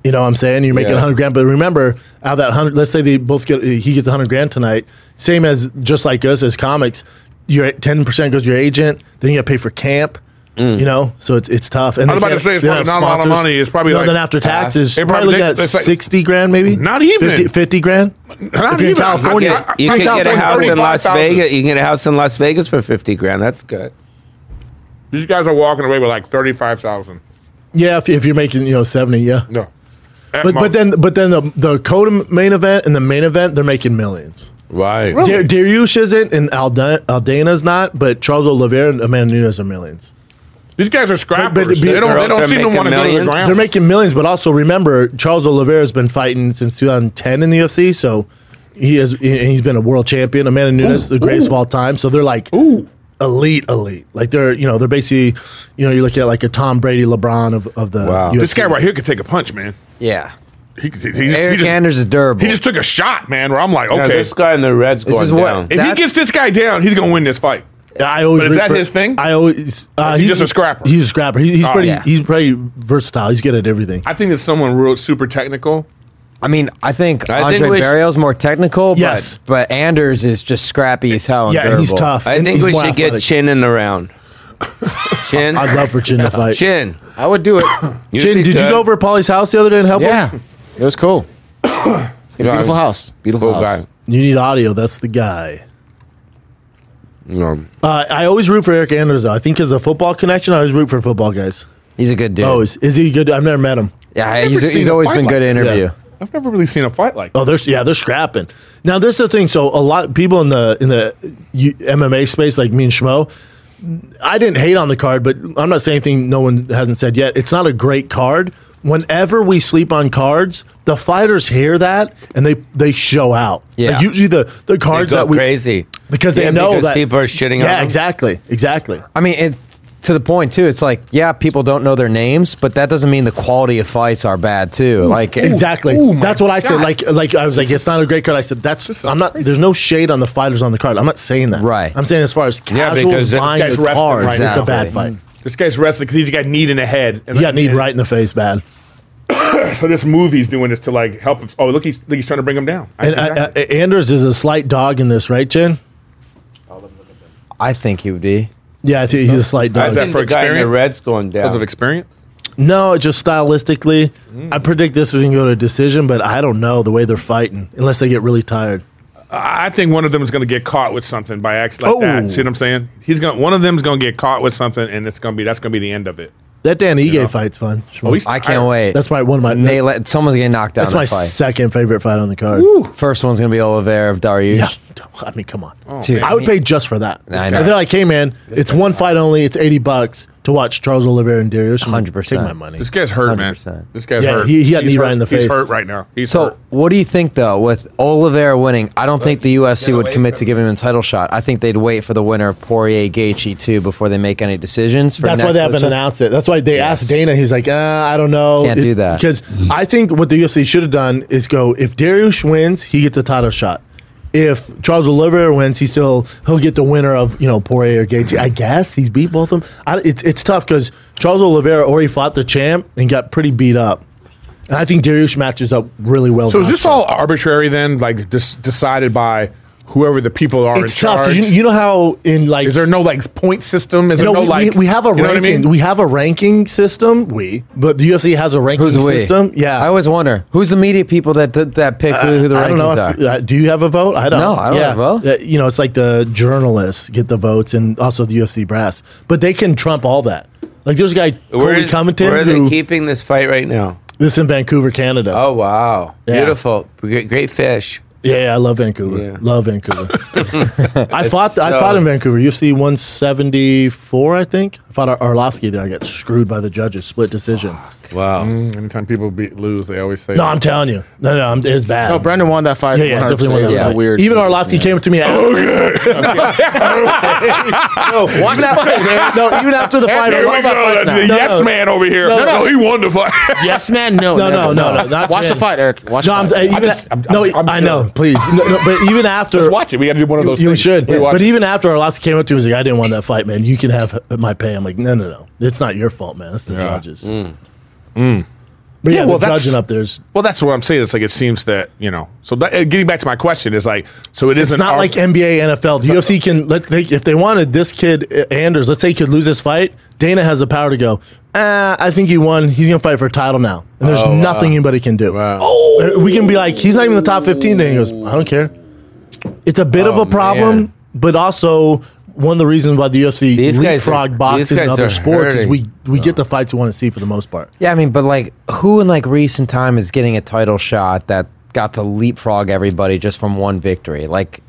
C: You know what I'm saying? You're making
G: Yeah.
C: a hundred grand, but remember out of that hundred. Let's say they both get he gets a hundred grand tonight. Same as just like us as comics, your ten percent goes to your agent. Then you got to pay for camp. You know, so it's it's tough. And
E: I was
C: they
E: Mm. about to
C: can't-
E: say, it's
C: they don't
E: probably
C: have
E: not a lot of
C: sponsors.
E: money. It's probably
C: no.
E: like
C: then after
E: half.
C: taxes,
E: They
C: you're
E: probably
C: probably looking at
E: get- it's like-
C: sixty grand, maybe
E: Not even.
C: 50, 50 grand.
E: Not
C: If you're in
E: even.
C: California,
E: I- I-
G: You
E: I
G: can
E: count
G: get
E: for
G: a house in Las
E: 35,000.
G: Vegas. You can get a house in Las Vegas for fifty grand. That's good.
E: These guys are walking away with like thirty-five thousand.
C: Yeah, if, if you're making you know seventy, yeah.
E: No,
C: But but then but then the the co main event and the main event they're making millions.
G: Right.
C: Dar- Dariush isn't, and Alda- Aldena's not, but Charles Oliveira and Amanda Nunes are millions.
E: these guys are
C: But-
E: scrappers.
C: but-
E: they don't. They
G: They're
E: don't
G: also
E: seem to
G: making
E: want to go to the
G: millions.
E: ground.
C: They're making millions, but also remember, Charles Oliveira's been fighting since 2010 in the UFC, so He is, and he's been a world champion. Amanda Nunes, the greatest of all time. So they're like elite, elite. Like they're, you know, they're basically, you know, you look at like a Tom Brady, LeBron of, of the.
D: Wow.
E: This
C: UFC.
E: guy right here could take a punch, man.
D: Yeah.
E: He, could- he, he just, he
D: Eric
E: just-
D: Anders is durable.
E: he just took a shot, man. Where I'm like,
G: Now,
E: okay,
G: this guy in the red's
D: This
G: going
D: is what-
G: down.
E: if he
D: that-
E: gets this guy down, he's gonna win this fight.
C: I always
E: But is
C: root
E: that his thing?
C: I always. Uh,
E: Or he's just a scrapper?
C: He's a scrapper. He, he's
E: Oh,
C: pretty.
D: yeah.
C: He's pretty versatile. He's good at everything.
E: I think that someone wrote super technical.
D: I mean, I think
G: I think
D: Andre
G: we should-
D: Barrio's more technical,
C: Yes.
D: but but Anders is just scrappy as hell. And
C: yeah, and he's
D: durable.
C: tough.
G: I
C: and
G: think
C: he's
G: we
C: more
G: should get
C: athletic.
G: Chin in the round.
C: [LAUGHS]
G: Chin,
C: I'd love for Chin
E: [LAUGHS]
C: to fight. Chin,
G: Chin.
D: I would do it.
G: You'd be
C: did you
G: good.
C: go over to Polly's house the other day and help him?
F: Yeah, it was
G: [COUGHS]
F: cool. Beautiful house. Beautiful
G: Cool
F: house.
G: guy.
C: You need audio. That's the guy.
G: No.
C: Uh, I always root for Eric Anders though. I think because of the football connection, I always root for football guys.
D: He's a good dude.
C: Always. Is he good? I've never met him.
D: yeah,
E: I've
D: he's,
E: never seen
D: he's
E: a
D: always
E: fight
D: been
E: like
D: good to
E: that.
D: interview.
E: I've never really seen a fight like that.
C: Oh, they're yeah, they're scrapping. Now this is the thing. So a lot of people in the in the U- MMA space, like me and Schmo, I didn't hate on the card, but I'm not saying anything no one hasn't said yet. It's not a great card. Whenever we sleep on cards, the fighters hear that and they they show out.
D: Yeah.
C: Like usually the the cards
G: go
C: that we
G: crazy.
C: because they
G: Yeah,
C: know
G: because
C: that
G: people are shitting on
C: Yeah,
G: them.
C: exactly, exactly.
D: I mean, it, to the point too. It's like, yeah, people don't know their names, but that doesn't mean the quality of fights are bad too. Like
C: Exactly.
E: Ooh, oh my
C: that's what I said.
E: God.
C: Like, like I was like, it's not a great card. I said that's. I'm not. There's no shade on the fighters on the card. I'm not saying that.
D: Right.
C: I'm saying as far as
G: Yeah, because
C: casuals
G: this
C: buying
E: guy's
C: the
E: wrestling
C: cards,
E: right
C: it's
D: now.
C: a bad fight.
E: This guy's wrestling because he's got need in the head. And
C: You got need right in the face, bad.
E: [CLEARS THROAT] So this movie's doing this to like help. Him. Oh, look, he's look, he's trying to bring him down. I
C: And
E: think
C: uh,
E: that-
C: uh, Anders is a slight dog in this, right, Chin?
D: I think he would be.
C: Yeah, I think he's a slight
E: How's
C: dog.
E: that
G: The
E: for
G: guy in the
E: experience?
G: red's going down.
E: because of experience.
C: No, just stylistically, I predict this is going to go to a decision, but I don't know the way they're fighting unless they get really tired.
E: I I think one of them is going to get caught with something by accident like
C: Oh.
E: that. See what I'm saying? He's going. to One of them's going to get caught with something, and it's going to be that's going to be the end of it.
C: That Dan Ige
E: know.
C: fight's fun.
E: Oh, he's-
D: I can't wait.
C: that's my one of my.
D: They let someone's getting knocked down.
C: that's my
D: that fight.
C: second favorite fight on the card.
D: First one's gonna be Oliveira of Dariush.
C: Yeah, [LAUGHS] I mean, come on.
D: Dude,
C: I would pay just for that.
D: I
C: If
D: know.
C: They're like, hey man, it's one fight only. It's eighty bucks to watch Charles Oliveira and Darius. I'm like,
D: 100%.
C: Take my money.
E: This guy's hurt, man.
D: 100%.
E: This guy's
C: Yeah,
E: hurt.
C: he- he got
E: He's
C: knee
E: hurt.
C: right in the face.
E: He's hurt right now. He's
D: So,
E: hurt.
D: what do you think though? With Oliveira winning, I don't think the UFC would
G: away
D: commit to
G: from-
D: giving him a title shot. I think they'd wait for the winner of Poirier Gaethje too before they make any decisions. For
C: That's why
D: next
C: they haven't
D: episode.
C: announced it. That's why they asked Dana. He's like, uh, I don't know.
D: Can't
C: It-
D: do that.
C: Because I think what the UFC should have done is go, if Darius wins, he gets a title shot. If Charles Oliveira wins, he still he'll get the winner of you know Poirier or Gaethje. I guess he's beat both of them. I, it's it's tough because Charles Oliveira already fought the champ and got pretty beat up, and I think Darius matches up really well.
E: So is this
C: boxing.
E: all arbitrary then? Like dis- decided by whoever the people are
C: it's
E: in
C: tough
E: charge?
C: because you, you know how in like
E: is there no like point system? Is
C: you know,
E: there no
C: we,
E: like
C: we, we have a
E: you know what I
C: ranking
E: mean?
C: we have a ranking system we but the UFC has a ranking
D: Who's we?
C: system yeah
D: I always wonder who's the media people that that, that pick who, who the
C: I don't know.
D: rankings
C: If,
D: are.
C: uh, do you have a vote? I don't.
D: No, I don't have a vote.
C: Uh, you know, it's like the journalists get the votes, and also the UFC brass, but they can trump all that. Like there's a guy Corey
G: where, is, where are
C: Covington
G: they
C: who
G: keeping this fight right now?
C: this in Vancouver, Canada.
G: Oh wow,
C: Yeah.
G: beautiful, great, great fish.
C: Yeah, yeah, I love Vancouver.
G: Yeah.
C: Love
E: [LAUGHS]
C: Vancouver. I fought. I
G: so-
C: fought in Vancouver. UFC 174, I think. I fought Ar- Arlovsky there. I got screwed by the judges. Split decision.
G: Wow,
E: Anytime people beat, lose, they always say
C: No, I'm telling you. No, no, I'm, it's bad.
F: No, Brendan won that fight.
C: Yeah, yeah, definitely one of
F: 100%.
C: those.
F: It's a
C: Yeah.
F: weird.
C: Even Arlovsky came up to me. Okay.
F: Oh, Watch that
C: [LAUGHS] no, even after the fight, I was
E: Here
C: like,
E: we
F: about
E: go,
F: fights
E: the
F: now.
C: No,
E: yes
C: no.
E: man over here.
C: No,
E: No,
C: no.
E: he won the fight. [LAUGHS]
F: Yes, man. No,
D: Oh,
C: No, no,
F: never.
C: no, no, not
F: Watch
C: Jen.
F: the fight, Eric. Watch the
C: No, I'm,
F: fight.
C: uh, even
E: just- I'm-
C: no,
E: I'm- I'm
C: I
E: sure.
C: know. Please, no, no, but even after,
E: Let's watch it. We got to do one of those.
C: you
E: things.
C: should.
E: We watch
C: But
E: it.
C: even after Arlovsky came up to me, he was like, "I didn't want that fight, man. You can have my pay." I'm like, "No, no, no. It's not your fault, man. It's the judges." But yeah,
E: Yeah, well,
C: the
E: that's-
C: judging up there's.
E: well, that's what I'm saying. It's like it seems that you know. So that, uh, getting back to my question is like, so it
C: It's
E: isn't
C: not
E: ar-
C: like NBA, NFL. The UFC can let they, if they wanted this kid uh, Anders. Let's say he could lose this fight. Dana has the power to go. Ah, I think he won. He's gonna fight for a title now, and
G: Oh,
C: there's nothing anybody can do. Oh, we can be like, he's not even in the top 15. And he goes, I don't care. It's a bit of a problem,
G: Oh, man.
C: but also one of the reasons why the UFC
G: These guys are-
C: leapfrog
G: these
C: boxing and
G: guys
C: other
G: are
C: sports is
G: hurting.
C: we we get the fights we want to see for the most part.
D: Yeah, I mean, but like, who in like recent time is getting a title shot that got to leapfrog everybody just from one victory? Like,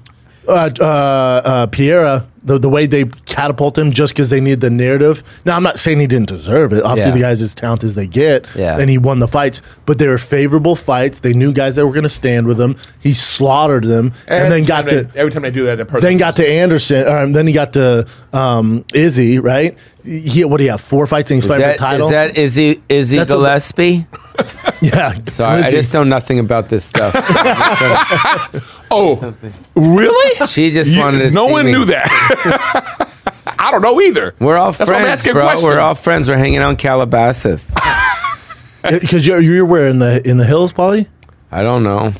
C: Uh, uh, uh, Piera the, the way they catapult him just because they need the narrative. Now, I'm not saying he didn't deserve it. Obviously,
D: Yeah.
C: the guy's as talented as they get,
D: Yeah.
C: and he won the fights, but they were favorable fights. They knew guys that were going to stand with him. He slaughtered them and, then
E: Every
C: got
E: time
C: to.
E: they- every time they do that, that person
C: Then got to Anderson. Um, then he got to um, Izzy, right? He what do you have? Four fights and he's
G: Is
C: fighting for the
G: that,
C: title.
G: is that Izzy, Izzy
C: That's a-
G: Gillespie?
C: yeah.
G: Sorry, I
C: Izzy.
G: just know nothing about this stuff.
E: Oh, really?
G: [LAUGHS] She just
E: You-
G: wanted to
E: no
G: see
E: one
G: me.
E: knew that. [LAUGHS] I don't know either.
G: We're all
E: That's why I'm
G: friends,
E: asking
G: bro. We're all
E: questions.
G: friends. We're hanging out in Calabasas.
C: because Uh, you're you're where in the in the hills, Polly.
G: I don't know.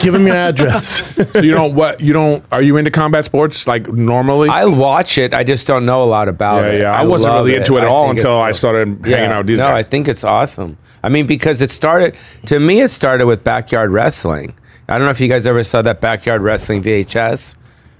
C: Give
G: [LAUGHS]
C: him your address.
E: so you don't what you don't are you into combat sports like normally?
G: I watch it. I just don't know a lot about
E: Yeah,
G: it.
E: yeah. I wasn't
G: love
E: really into it at all
G: think it's
E: until I
G: dope.
E: started hanging out with these
G: no,
E: guys.
G: I think it's awesome. I mean, because it started to me, it started with backyard wrestling. I don't know if you guys ever saw that backyard wrestling VHS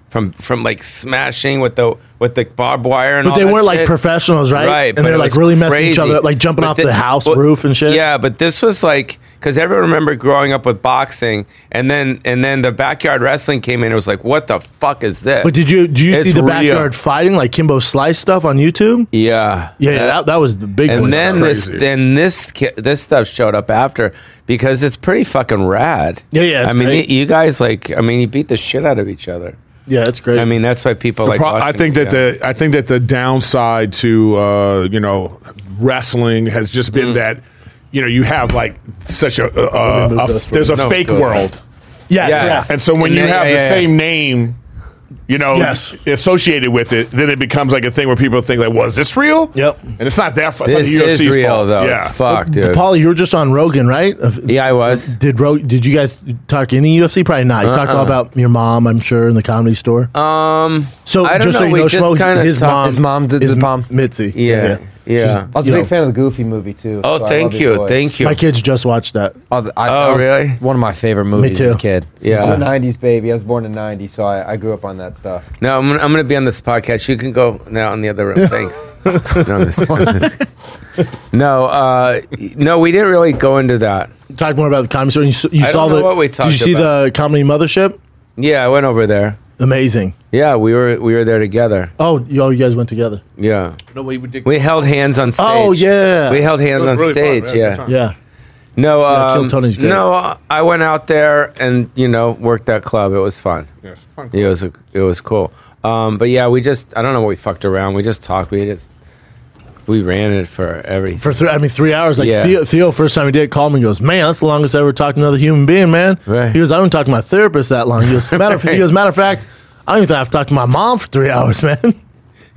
G: from from like smashing with the with the barbed wire and
C: But
G: all
C: they
G: that
C: weren't, like,
G: shit.
C: professionals, right? And
G: but
C: they're,
G: it
C: like,
G: was
C: really messing each
G: crazy.
C: other up, like, jumping off the house roof and shit?
G: Yeah, yeah, but this was like because everyone remember growing up with boxing, and then and then the backyard wrestling came in. It was like, what the fuck is this?
C: But did you do you
G: It's
C: see the
G: real.
C: backyard fighting like Kimbo Slice stuff on YouTube?
G: Yeah,
C: Yeah, that, that was the big one.
G: and then this,
E: crazy.
G: then this, ki- this stuff showed up after because it's pretty fucking rad.
C: Yeah, yeah, it's
G: I mean,
C: great.
G: y- you guys like, I mean, you beat the shit out of each other.
C: yeah, it's great.
G: I mean, that's why people like.
E: Pro- I
G: watching
E: think
G: it,
E: that
G: yeah.
E: the I think that the downside to uh, you know wrestling has just been
G: Mm.
E: that you know you have like such a,
C: Let
E: a,
C: me
E: a,
C: move
E: a
C: this
E: there's a
C: for a
E: fake
G: go ahead.
E: world,
C: yeah,
G: yes.
C: yeah.
E: and so when
G: And
E: you
G: then-
E: have
G: yeah,
E: the
G: yeah, yeah.
E: same name, you know,
C: Yes.
E: associated with it, then it becomes like a thing where people think like, was this real?
C: Yep.
E: and it's not that. Fu-
G: this
E: it's
G: is
E: not the UFC's
G: real
E: fault.
G: though.
E: Yeah.
G: It's fuck, dude.
C: Oh, Paul, you were just on Rogan, right? Of-
G: yeah, I was.
C: Did Ro- did you guys talk any UFC? Probably not. You talked
G: Uh-uh.
C: all about your mom, I'm sure, in the comedy store.
G: Um,
C: so
G: I don't
C: just
G: know.
C: so you
G: we
C: know,
G: just
C: Schmo,
G: kinda
C: his,
G: talked-
C: mom,
D: his mom did
C: is
D: the mom.
C: Mitzi.
G: Yeah, yeah.
C: She's-
D: I was a
C: you
D: big
C: know,
D: fan of the Goofy movie too.
G: Oh,
D: so I
G: thank
D: love
G: you,
D: your voice.
G: thank you.
C: My kids just watched that.
D: Oh, th- I,
G: Oh,
D: that was
G: really?
D: One of my favorite movies as
C: too.
D: a kid.
G: Yeah.
D: I'm a '90s baby. I was born in '90, so I, I grew up on that stuff.
G: No, I'm, gonna- I'm going to be on this podcast. You can go now in the other room.
C: [LAUGHS]
G: Thanks. no, I'm just- I'm just- no, uh, no, we didn't really go into that.
C: Talk more about the comedy store. And you s- you
G: I don't
C: saw
G: know
C: the.
G: what we
C: did
G: talked
C: you see the comedy mothership?
G: Yeah, I went over there.
C: Amazing.
G: Yeah, we were we were there together.
C: Oh, yo, you guys went together.
G: Yeah,
E: No, we would dig-
G: we held hands on stage.
C: Oh, yeah.
G: we held hands
E: was
G: on
E: really fun.
G: stage.
E: We had a good
G: yeah.
E: time.
C: Yeah.
G: no,
C: Yeah, Kill
G: um,
C: Tony's great.
G: no, I went out there and you know worked that club. It was fun. It was it was cool. Um, but yeah, we just I don't know what we fucked around. We just talked. We just we ran it for every.
C: for three, I mean, three hours. Like
G: Yeah.
C: Theo, Theo, first time he did, called me and goes, "Man, that's the longest I ever talked to another human being, man."
G: Right.
C: He goes, "I don't talk to my therapist that long." He
G: [LAUGHS]
C: goes, "Matter, of
G: Right.
C: he goes, matter of fact, I don't even think I've talked to my mom for three [LAUGHS] hours, man."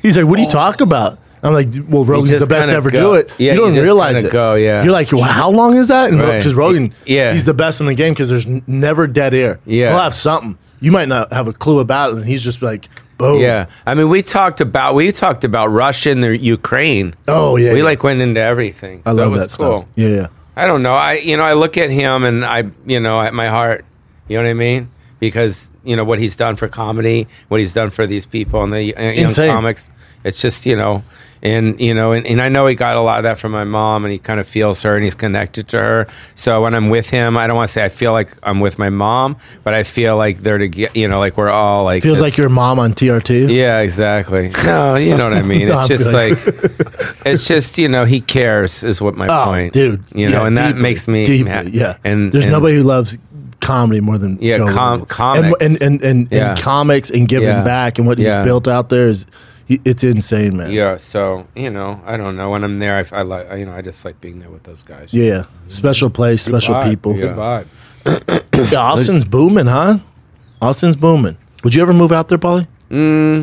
C: He's like, "What do you talk about?" I'm like, "Well, Rogan's
G: Oh. just
C: the best to
G: kinda
C: ever
G: go.
C: do it.
G: Yeah,
C: you
G: you
C: don't
G: just
C: realize
G: kinda
C: it.
G: go, yeah.
C: You're like, well, how long is that?" And
G: Right.
C: because Rogan,
G: Yeah.
C: he's the best in the game because there's n- never dead air.
G: Yeah.
C: he'll have something. You might not have a clue about it, and he's just like, "Boom."
G: Yeah, I mean we talked about we talked about Russia and the Ukraine.
C: Oh, yeah,
G: we
C: yeah.
G: like went into everything.
C: I
G: so
C: love
G: it was
C: that
G: cool.
C: stuff. Yeah, yeah.
G: I don't know. I you know I look at him and I you know at my heart, you know what I mean? Because you know what he's done for comedy, what he's done for these people and the uh, young
C: Insane.
G: comics. It's just you know, and you know, and, and I know he got a lot of that from my mom, and he kind of feels her and he's connected to her. So when I'm with him, I don't want to say I feel like I'm with my mom, but I feel like they're to get you know like we're all like
C: Feels
G: this-
C: like your mom on TRT.
G: yeah, exactly. No, you know what I
C: [LAUGHS]
G: mean.
C: No,
G: It's
C: I'm
G: just
C: good.
G: like,
C: [LAUGHS]
G: it's just you know he cares is what my
C: Oh,
G: point,
C: dude.
G: You know,
C: Yeah,
G: and that
C: deeply,
G: makes me
C: deeply,
G: ha-
C: yeah.
G: And
C: there's
G: and-
C: nobody who loves comedy more than
G: Yeah,
C: Joe
G: com-
C: Rogan.
G: comics.
C: and and and, and,
G: Yeah.
C: and comics and giving
G: Yeah.
C: back and what he's
G: Yeah.
C: built out there is he- it's insane, man.
G: Yeah, so you know, I don't know. When I'm there, I, I like you know, I just like being there with those guys.
C: Yeah. special place, special people.
G: yeah.
E: vibe.
C: Yeah, Austin's booming, huh? Austin's booming. Would you ever move out there, Paulie?
G: Mm.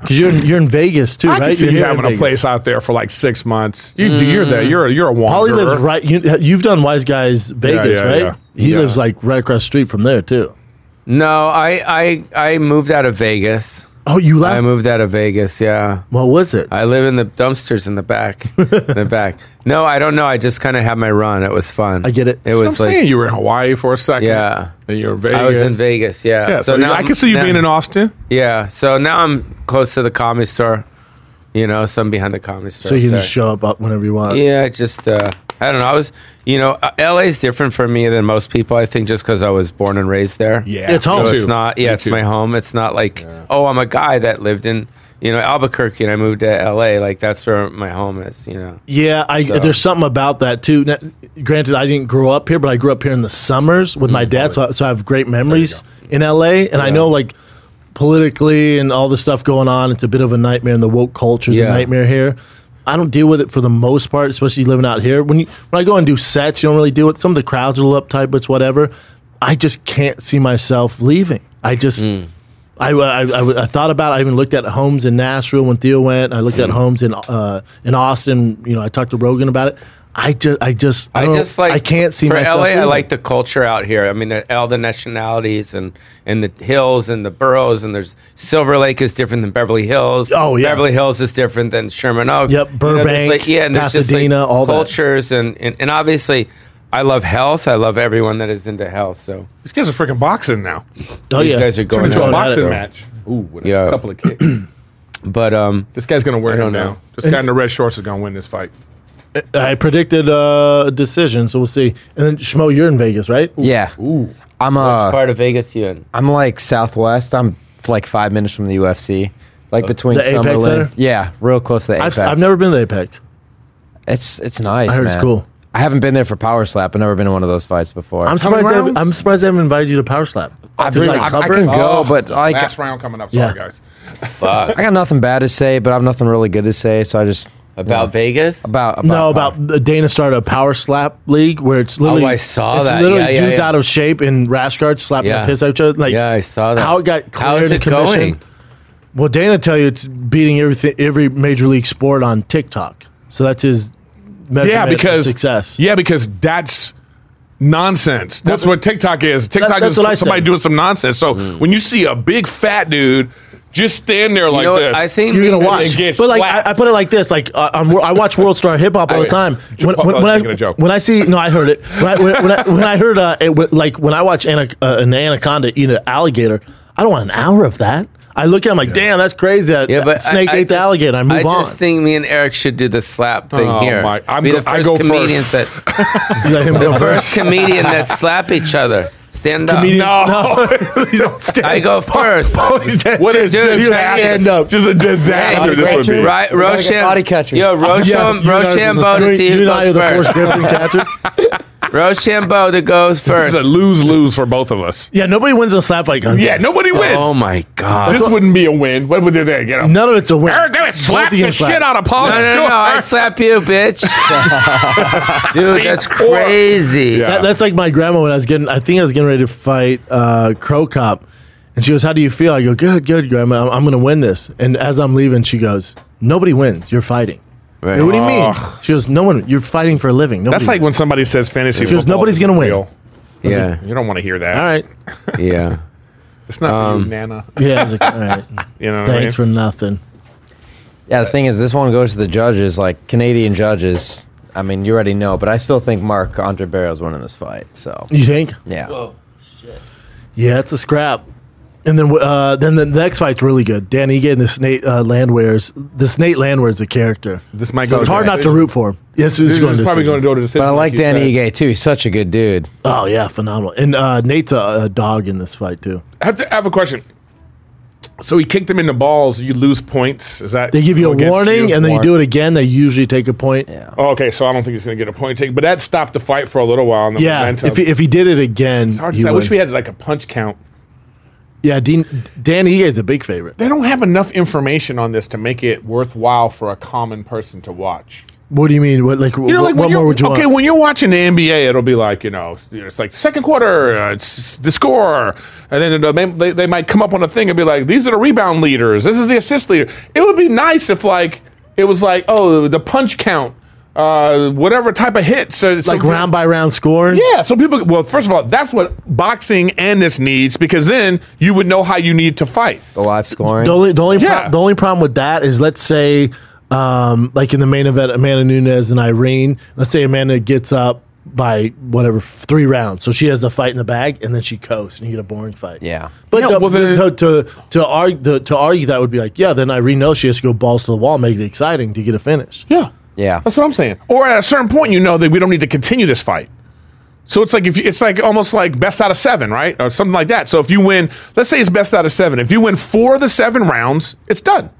C: Because you're in, you're in Vegas too,
E: I
C: right?
E: can see
C: You're
E: you
C: here in
E: having a
C: Vegas.
E: place out there for like six months. You, You're there.
G: Mm-hmm.
E: You're a, you're a wanderer.
C: Paulie lives right. You, you've done Wise Guys Vegas,
E: yeah,
C: right?
E: yeah.
C: He
E: Yeah.
C: lives like right across the street from there too.
G: No, I I I moved out of Vegas.
C: Oh, you
G: I
C: left.
G: moved out of Vegas. Yeah.
C: what was it?
G: I live in the dumpsters in
C: [LAUGHS]
G: the back. in the back. No, I don't know. I just kind of had my run. It was fun.
C: I get it.
G: It
C: That's
E: That's what
G: was
E: I'm
G: like
E: saying you were in Hawaii for a second.
G: Yeah.
E: and you're in Vegas.
G: I was in Vegas. Yeah.
E: Yeah, so,
G: now
E: I
G: I'm-
E: can see you
G: now-
E: being in Austin.
G: Yeah. So now I'm close to the comedy store. You know, so I'm behind the comedy store.
C: so you
G: up
C: can
G: there.
C: just show up whenever you want.
G: Yeah, just uh, I don't know. I was, you know, uh, LA's different for me than most people. I think just because I was born and raised there.
E: Yeah,
C: It's home.
G: So
C: Me
G: it's
E: too.
G: not. Yeah,
E: Me
G: it's
E: too.
G: my home. It's not like oh, I'm a guy that lived in you know Albuquerque and I moved to LA. Like that's where my home is. You know.
C: Yeah, I,
G: So-
C: there's something about that too. Now, granted, I didn't grow up here, but I grew up here in the summers with
G: Mm.
C: my dad, so, I- so I have great memories in LA. And I know like politically and all the stuff going on, it's a bit of a nightmare, and the woke culture's
G: Yeah.
C: a nightmare here. I don't deal with it for the most part, especially living out here. When you when I go and do sets, you don't really deal with some of the crowds are a little uptight, but it's whatever. I just can't see myself leaving. I just.
G: Mm.
C: I, I, I, I thought about. It. I even looked at homes in Nashville when Theo went. I looked at
G: Mm-hmm.
C: homes in uh, in Austin. You know, I talked to Rogan about it. I just, I just, I,
G: I
C: don't-
G: just like
C: I can't see
G: for
C: myself.
G: LA. I
C: leaving.
G: like the culture out here. I mean, the, all the nationalities and and the hills and the boroughs and there's Silver Lake is different than Beverly Hills.
C: Oh, yeah.
G: Beverly Hills is different than Sherman Oaks.
C: Yep,
G: there's
C: Burbank,
G: like, yeah, and there's
C: Pasadena,
G: just like
C: all that.
G: cultures and, and and obviously, I love health. I love everyone that is into health. So
E: These guys are freaking boxing now.
C: Oh
G: these
C: yeah,
G: guys are going
E: Into
G: out.
E: a
C: Going at
E: boxing
C: it.
E: match. Ooh, with
G: Yeah.
E: a couple of kicks.
G: But um,
E: this guy's gonna
G: I
E: wear
G: don't
E: him
G: know.
E: down. This guy in the red shorts is gonna win this fight.
C: I predicted uh, a decision, so we'll see. And then Shmo, you're in Vegas, right?
D: Yeah. I'm
G: which
D: uh,
G: part of Vegas you in?
D: I'm like Southwest. I'm f- like five minutes from the UFC. Like between
C: Uh, The Apex
D: Summerlin.
C: Center?
D: Yeah, real close to the Apex.
C: I've, I've never been to Apex.
D: It's it's nice.
C: I heard it's
D: man.
C: cool.
D: I haven't been there for Power Slap. I've never been to one of those fights before.
C: I'm
E: How many
C: surprised. They haven't,
E: rounds?
C: I'm surprised they haven't invited you to Power Slap.
D: I
C: To,
D: mean,
C: like,
D: I- I
C: cover?
D: can go. Oh, but I-
E: last round coming up.
C: Yeah.
E: Sorry, guys.
C: [LAUGHS]
D: I got nothing bad to say, but I have nothing really good to say. So I just
G: About Vegas?
D: about, about
C: No, about the Dana started a power slap league where it's literally
G: Oh, I saw
C: it's
G: that.
C: literally
G: Yeah, yeah,
C: dudes
G: yeah.
C: out of shape in rash guards slapping
G: Yeah.
C: the piss out of each other. Like
G: Yeah, I saw that.
C: How it got cleared
G: How is
C: and
G: it going?
C: commissioned. Well, Dana tell you it's beating everything every major league sport on TikTok. So that's his measurement
E: yeah,
C: of
E: because
C: success.
E: Yeah, because that's nonsense. That's what TikTok is. TikTok
C: that's
E: is
C: what I
E: somebody
C: said. Mm.
E: doing some nonsense. So when you see a big fat dude just stand there like
G: you know,
E: this,
G: I think
C: You're gonna
E: It
C: watch,
E: gets
C: but like
E: slapped.
C: I, I put it like this: like uh, I'm, I watch World Star Hip Hop all the
E: Hey,
C: time.
E: Joe
C: When,
E: Papa
C: when,
E: was
C: when
E: making
C: I,
E: a joke.
C: when I see, no, I heard it. When I when, when I, when I heard uh, it, w- like when I watch ana- uh, an anaconda eat an alligator, I don't want an hour of that. I look at him like, damn, that's crazy. That
G: Yeah, but
C: snake
G: I, I
C: ate the
G: just-
C: alligator. I move
G: I
C: on.
G: just think me and Eric should do the slap thing
E: Oh,
G: here.
E: my- I'm
G: Be
E: go-
G: the first
E: I go first.
G: comedians that
C: [LAUGHS]
E: [LAUGHS]
C: Let him go
G: first comedian that slap each other. Stand up.
C: Comedian-
G: No,
C: [LAUGHS]
E: [LAUGHS]
C: no. He's on stage.
G: [LAUGHS] I go first.
E: what
G: Dude,
E: is
G: dude,
E: this?
G: you
C: stand up.
E: uh, Just a disaster.
G: Hey,
E: this would be.
G: Right,
D: gotta get
G: Roshan.
D: body catchers. [LAUGHS]
G: Yo, Roshan,
C: you
G: Rochambeau
C: guys-
G: to see
C: you
G: who
C: and I are
G: goes
C: the force
G: first.
C: gripping
G: [LAUGHS]
C: catchers.
G: Rochambeau that goes
E: This
G: first.
E: is a lose lose for both of us.
C: Yeah, nobody wins a slap like
E: Yeah, nobody wins.
G: Oh my god.
E: This wouldn't be a win. What would they there? Get up.
C: None of it's a win.
E: Eric, damn it,
C: Both
E: slap
C: of you
E: the
C: slap.
E: shit out of Paul.
G: No, no, no,
E: Oh, Sure.
G: no, I slap
E: [LAUGHS]
G: you, bitch. Dude, that's crazy.
E: Yeah.
C: That, that's like my grandma when I was getting. I think I was getting ready to fight uh, Crow Cop, and she goes, "How do you feel?" I go, "Good, good, grandma. I'm, I'm going to win this." And as I'm leaving, she goes, "Nobody wins. You're fighting." I go, what do you mean? She goes, "No one. You're fighting for a living." Nobody
E: That's like when
C: wins."
E: somebody says fantasy.
C: Because
E: football
C: nobody's gonna
E: isn't
C: win.
E: real.
G: Yeah.
E: You don't want to hear that.
C: All right.
G: Yeah.
E: It's not
G: Um,
E: for you, Nana.
C: Yeah. I was like, All right.
E: [LAUGHS] You know what
C: Thanks
E: I
C: for nothing.
D: Yeah, the thing is, this one goes to the judges, like Canadian judges. I mean, you already know, but I still think Mark Andre Barrow's winning this fight. So
C: You think?
D: yeah,
C: Yeah, it's a scrap. And then uh, then the next fight's really good. Danny Egan, this Nate uh, Landwehr's this Nate Landwehr's a character.
E: This might
C: so
E: go
C: it's
E: to
C: hard not to
E: decision.
C: root for him. Yes,
E: This
C: it's
E: is
C: going to
E: probably
C: decision.
E: going to go to decision.
D: but I like
E: you
D: Danny Ige
E: said.
D: too. He's such a good dude.
C: Oh yeah, phenomenal. And uh, Nate's a, a dog in this fight too.
E: I have, to, I have a question. So he kicked him in the balls. You lose points. Is that
C: They give you a
E: Oh, against
C: warning,
E: you?
C: and then you do it again. They usually take a point. Yeah,
E: Oh, okay, so I don't think he's going to get a point take, but that stopped the fight for a little while. And the momentum.
C: If he, if he did it again,
E: it's hard to
C: he
E: say. I wish
C: would.
E: we had like a punch count.
C: yeah, Dean, Danny Egan's a big favorite.
E: They don't have enough information on this to make it worthwhile for a common person to watch.
C: What do you mean? What like?
E: You know,
C: what,
E: like
C: what
E: when
C: more
E: you're-
C: would you
E: okay,
C: want?
E: when you're watching the NBA, it'll be like you know, it's like second quarter, uh, it's the score, and then it'll- they, they, they might come up on a thing and be like, these are the rebound leaders, this is the assist leader. It would be nice if like it was like oh the punch count, uh, whatever type of hit. So it's
C: like round by round scoring.
E: Yeah, so people. Well, first of all, that's what boxing and this needs because then you would know how you need to fight.
D: The live scoring.
C: The only the only,
E: Yeah.
C: pro- the only problem with that is let's say um, like in the main event, Amanda Nunes and Irene. Let's say Amanda gets up by whatever f- three rounds, so she has the fight in the bag, and then she coasts, and you get a boring fight.
D: Yeah.
C: but
E: Yeah,
C: the-
E: well, then-
C: to, to to argue to, to argue that would be like yeah, then Irene knows she has to go balls to the wall, make it exciting to get a finish.
E: Yeah.
D: Yeah.
E: That's what I'm saying. Or at a certain point, you know that we don't need to continue this fight. So it's like if you, it's like almost like best out of seven, right, or something like that. So if you win, let's say it's best out of seven. If you win four of the seven rounds, it's done.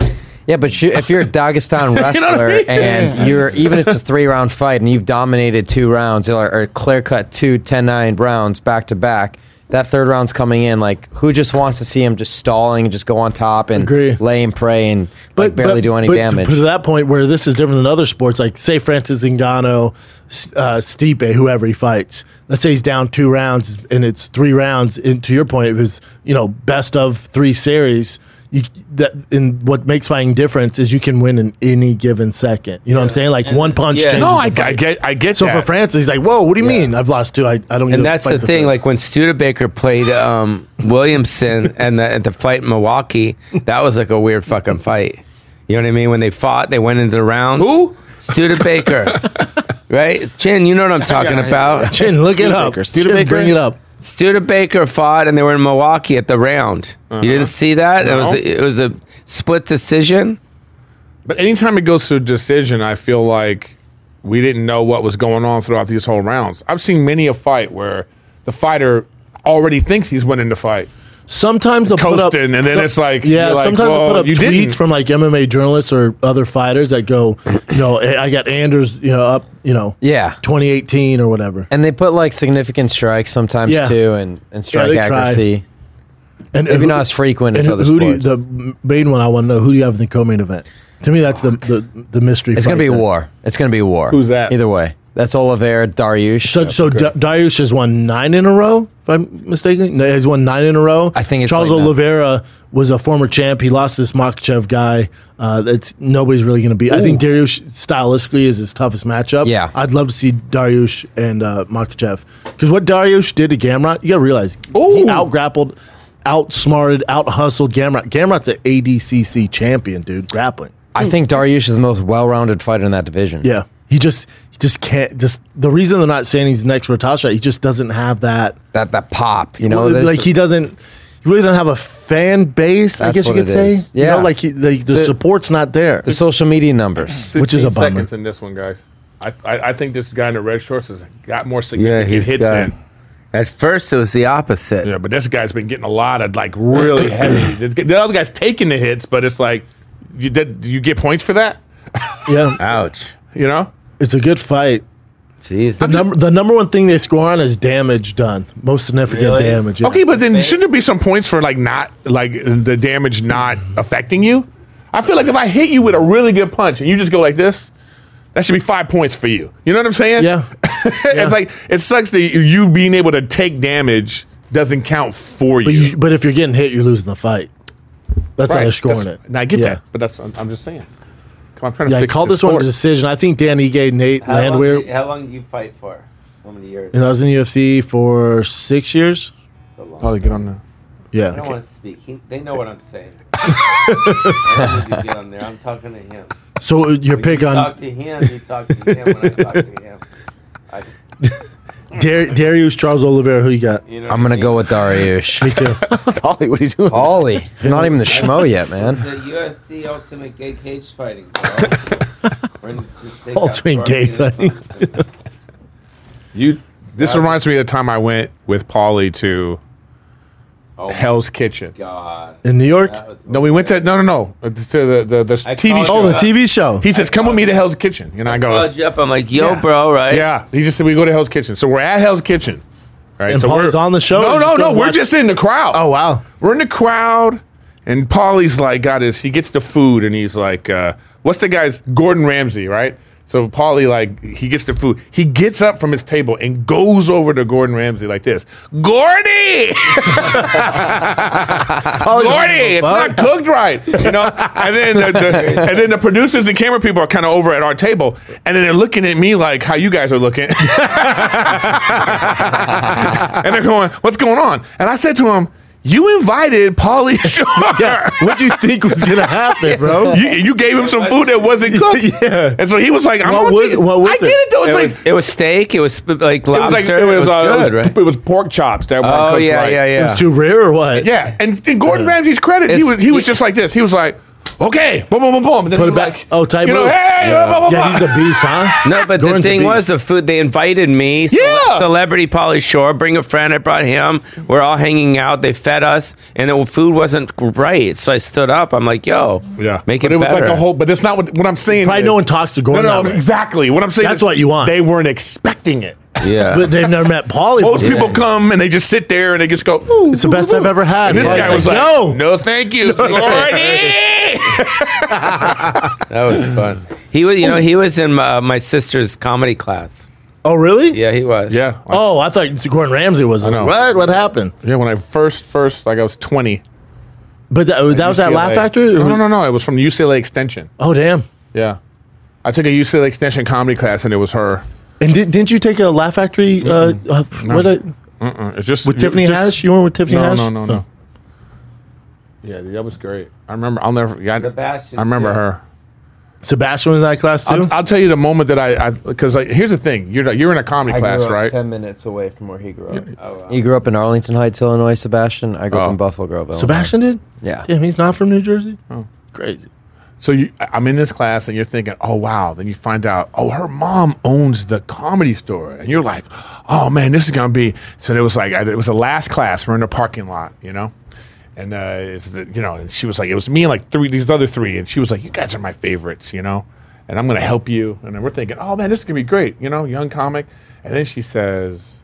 D: Yeah, but you, if you're a
C: [LAUGHS]
D: Dagestan wrestler
E: what I mean?
D: and you're even if it's a three round fight and you've dominated two rounds or, or clear cut two 10 9 rounds back to back, that third round's coming in. Like, who just wants to see him just stalling and just go on top and
C: Agree.
D: lay and pray and like, barely do any
C: but to-
D: damage?
C: To, that point where this is different than other sports, like say Francis Ngannou, S- uh, Stipe, whoever he fights. Let's say he's down two rounds and it's three rounds. And to your point, it was you know best of three series. You, that and what makes fighting difference is you can win in any given second. You know what I'm saying? Like one punch
G: yeah.
C: changes.
E: No,
C: the
E: I, I
C: fight.
E: get, I get.
C: So
E: that.
C: for Francis, he's like, "Whoa, what do you mean? I've lost two. I, I don't." need to
G: and that's
C: fight
G: the thing.
C: third."
G: Like when Studebaker played um, Williamson and the, at the fight in Milwaukee, that was like a weird fucking fight. You know what I mean? When they fought, they went into the rounds.
E: Who?
G: Studebaker, right? Chin, you know what I'm talking
F: Yeah, yeah,
G: about.
C: Chin, look it up.
F: Studebaker,
C: Chin,
F: Studebaker.
C: bring it up.
G: Studebaker fought, and they were in Milwaukee at the round. You didn't see that? It was it was a split decision.
E: But anytime it goes to a decision, I feel like we didn't know what was going on throughout these whole rounds. I've seen many a fight where the fighter already thinks he's winning the fight.
C: Sometimes they'll put up,
E: Coasting, and then it's like-
C: yeah.
E: you're like,
C: sometimes
E: well,
C: they'll put up
E: you
C: tweets
E: didn't.
C: from like MMA journalists or other fighters that go, you know, "Hey, I got Anders, you know, up, you know,
D: Yeah.
C: 2018 or whatever,
D: and they put like significant strikes sometimes
C: Yeah.
D: too and, and strike
C: they try.
D: accuracy.
C: and
D: Maybe
C: who-
D: not as frequent
C: And
D: as
C: who,
D: other
C: who do you,
D: sports.
C: the main one I want to know who do you have in the co-main event? To me, that's the, the the mystery.
D: it's going
C: fight
D: to be a
C: then.
D: war. It's going to be a war.
E: Who's that?
D: Either way. That's Oliveira, Dariush.
C: So, so Da- Darius has won nine in a row, if I'm mistaken. No, He's won nine in a row.
D: I think it's
C: Charles
D: like that.
C: Oliveira was a former champ. He lost this Makhachev guy. Uh, that's nobody's really going to beat. I think Darius stylistically is his toughest matchup.
D: Yeah.
C: I'd love to see Darius and uh, Makhachev because what Darius did to Gamrot, you got to realize he out grappled, outsmarted, out hustled Gamrot. Gamrot's an ADCC champion, dude. Grappling.
D: I think Dariush is the most well-rounded fighter in that division.
C: Yeah, he just he just can't. Just the reason they're not saying he's the next Ratasha, he just doesn't have that.
D: that that pop, you know,
C: Well,
D: there's-
C: like he doesn't he really doesn't have a fan base i
D: That's
C: guess you
D: what
C: could
D: it
C: say
D: is.
C: you
D: Yeah.
C: know like he, the, the,
D: The-
C: support's not there
D: the social media numbers.
C: Which is a
E: 15
C: bummer.
E: seconds in this one, guys. I, I, I think this guy in the red shorts has got more significant
G: he's
E: hits
G: got-
E: in.
G: At first, it was the opposite.
E: Yeah, but this guy's been getting a lot of like really
C: [CLEARS THROAT]
E: heavy. This guy- The other guy's taking the hits, but it's like, you, did, do you get points for that?
C: yeah
G: Ouch!
E: You know?
C: it's a good fight
G: Jeez.
C: the number, the number one thing they score on is damage done most significant damage yeah.
E: Okay, but then shouldn't there be some points for like not like the damage not affecting you? I feel like if I hit you with a really good punch and you just go like this, that should be five points for you. You know what I'm saying?
C: Yeah. Yeah.
E: [LAUGHS] it's like it sucks that you being able to take damage doesn't count for
C: but,
E: you.
C: you, but if you're getting hit you're losing the fight that's how
E: Right.
C: they're scoring
E: That's-
C: it
E: And I get
C: Yeah.
E: that, but that's I'm, I'm just saying. Come on, I'm trying to
C: yeah, I
E: fix
C: called this one a decision. I think Dan Ige, Nate Landwehr, you
G: how long did you fight for? How many years?
C: know, I was in the UFC for six years.
E: Oh,
F: Probably get on the.
C: Yeah,
G: want to speak. they know what
E: [LAUGHS]
G: I'm saying. I'm talking to him.
C: so uh, your pick on
G: to him. You talk to him when I talk to him. I,
C: Dar- Darius Charles Oliveira, who you got?
G: you know
D: I'm gonna go with Dariush.
C: [LAUGHS] Me
E: [LAUGHS]
C: too.
F: Polly, what are you doing?
D: Ollie, you're not even the schmo yet, man.
G: UFC Ultimate Gay Cage Fighting.
E: [LAUGHS]
C: Ultimate out Gay Barbie
E: You. This reminds me of the time I went with Polly to Hell's Kitchen.
G: Oh God.
C: In New York?
E: No, we went to no, no, no uh, to the the, the
G: I
E: TV
G: called
E: show.
C: Oh, the
G: Uh,
C: TV show.
E: He says, "Come with me to Hell's Kitchen," and I go,
G: Called you up. I'm like, yo, bro, right?
E: "Yeah." He just said, "We go to Hell's Kitchen," so we're at Hell's Kitchen. Right,
C: And
E: so
C: Paul's on the show?
E: No,
C: Or
E: no,
C: you
E: no.
C: go
E: We're
C: watch-
E: just in the crowd.
C: Oh [LAUGHS] wow!
E: we're in the crowd, and Paulie's like, got his, he gets the food, and he's like, uh, what's the guy's, Gordon Ramsay, right? So Paulie, like, he gets the food. He gets up from his table and goes over to Gordon Ramsay like this Gordy! Gordy, it's not cooked right, you know. And then the, the, and then the producers and camera people are kind of over at our table, and then they're looking at me like how you guys are looking, [LAUGHS] and they're going, "What's going on?" And I said to him, "You invited Paulie Shore.
C: What do you think was gonna happen, [LAUGHS] bro?
E: You, you gave him some food that wasn't cooked,
C: [LAUGHS] Yeah.
E: And so he was like, "I'm
C: What
E: gonna
C: was-
E: take
C: what was
E: I
C: it?
E: get it though. It's
G: It
E: like."
G: was, it was steak. It was sp- like
E: it was
G: lobster.
E: like it was, uh, it was,
G: good, right?
E: it was pork chops that weren't
G: Oh
E: cooked
G: yeah,
E: right.
G: yeah,
C: It
G: yeah,
C: was too rare or what? Uh,
E: Yeah, and, and Gordon Ramsay's credit, he
G: It's-
E: was he was just like this. He was like, okay, boom, boom, boom, boom. And then
C: Put it
E: you're
C: back.
E: like,
C: oh, type
E: You know, hey, blah, blah, blah,
C: yeah,
E: blah.
C: he's a beast, huh?
G: [LAUGHS] No, but the
C: Gorin's a
G: thing
C: beast.
G: was the food. They invited me, ce-
E: Yeah.
G: celebrity Polly Shore, bring a friend. I brought him. We're all hanging out. They fed us, and the food wasn't right. So I stood up. I'm like, "Yo,
E: Yeah,
G: make
E: but
G: it,
E: was
G: better."
E: like a whole. But that's not what, what I'm saying.
C: Probably
E: is-
C: no one talks to
E: No,
C: Gordon
E: no,
C: that way.
E: exactly. What I'm saying.
C: That's
E: is
C: what you want.
E: They weren't expecting it.
G: [LAUGHS] yeah,
C: But they've never met Polly.
E: Most
C: before.
E: people come and they just sit there and they just go. Ooh,
C: It's the best I've ever had.
E: and this
C: Polly's
E: guy was like,
C: no.
E: no,
C: [LAUGHS]
E: thank you, Gordy."
G: that was fun. He was, you know, he was in my, my sister's comedy class.
C: Oh, really?
G: Yeah, he was.
E: Yeah, I-
C: Oh, I thought Gordon Ramsay was.
E: know.
C: What? What happened?
E: yeah. When I first, first, like I was 20.
C: But that, that was at Laugh
E: UCLA.
C: Factory?
E: No, no, no, no. It was from UCLA Extension.
C: Oh, damn.
E: Yeah, I took a UCLA Extension comedy class and it was her.
C: And did, didn't you take a Laugh Factory? Uh, uh, what a,
E: Uh, It's just
C: with Tiffany
E: just,
C: Haddish? You went with Tiffany
E: no,
C: Haddish? Oh.
E: no, no, no. Yeah, that was great. I remember. I'll never. Yeah, I,
G: Sebastian,
E: I remember
G: yeah.
E: her.
C: Sebastian was in that class too.
E: I'll, I'll tell you the moment that I because like, here's the thing you're not- you're in a comedy class right
G: minutes away from where he grew up. Oh,
D: You grew up in Arlington Heights, Illinois, Sebastian. I grew
E: Oh.
D: up in Buffalo Grove. Illinois.
C: Sebastian did.
D: Yeah.
C: Damn, he's not from New Jersey. Oh, crazy. [LAUGHS]
E: so you I- I'm in this class and you're thinking oh wow then you find out oh her mom owns the comedy store and you're like oh man this is gonna be so it was like I- it was the last class we're in the parking lot you know and uh it's the- you know and she was like it was me and like three these other three and she was like you guys are my favorites you know and I'm gonna help you and then we're thinking oh man this is gonna be great you know young comic and then she says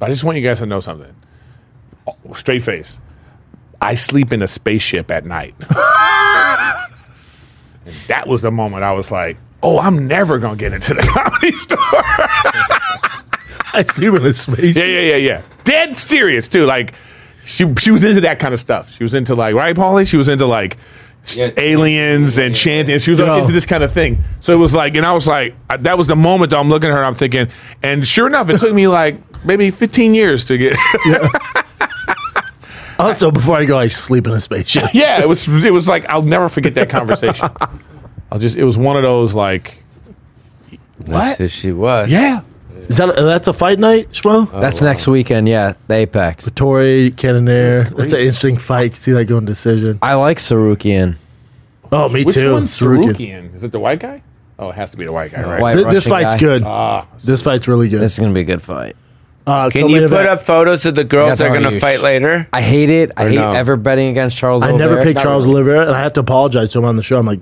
E: but I just want you guys to know something Oh, straight face I sleep in a spaceship at night that was the moment I was like, oh, I'm never gonna get into the [LAUGHS] comedy store.
C: I see him in his face.
E: yeah, yeah, yeah, yeah. Dead serious too. Like she she was into that kind of stuff. She was into like right, Polly. She was into like s-
G: Yeah.
E: aliens and chanting. She was
C: Yo.
E: into this kind of thing. So it was like, and I was like, I- that was the moment that I'm looking at her. I'm thinking, and sure enough, it took me like maybe 15 years to get. [LAUGHS]
C: Also, before I go, I sleep in a spaceship.
E: yeah, it was it was like I'll never forget that conversation. I'll just it was one of those like
G: That's who she was.
E: yeah.
C: Is that uh, that's a fight night, Schmo?
D: That's
G: Oh,
D: next weekend. Yeah, the Apex.
C: Tori Cannonair. That's an interesting fight. See that going decision.
D: I like Sarukian.
C: Oh, me
E: Which
C: too.
E: one's
C: Sorokin.
E: Sarukian? Is it the white guy? Oh, it has to be the white guy, Oh, right? Ah,
D: White
C: Th- this
D: Russian
C: fight's
D: guy.
C: good. this fight's really good.
D: This is gonna be a good fight.
C: Uh,
G: Can
C: co-main
G: you put
C: event.
G: up photos of the girls
D: That's
G: that are
D: how
G: going
D: you
G: to
D: sh-
G: fight later?
D: I hate it. I
G: Or
D: hate
G: no?
D: ever betting against Charles.
C: I never
D: Oliveira.
C: picked Charles Oliveira, and I had to apologize to him on the show. I'm like,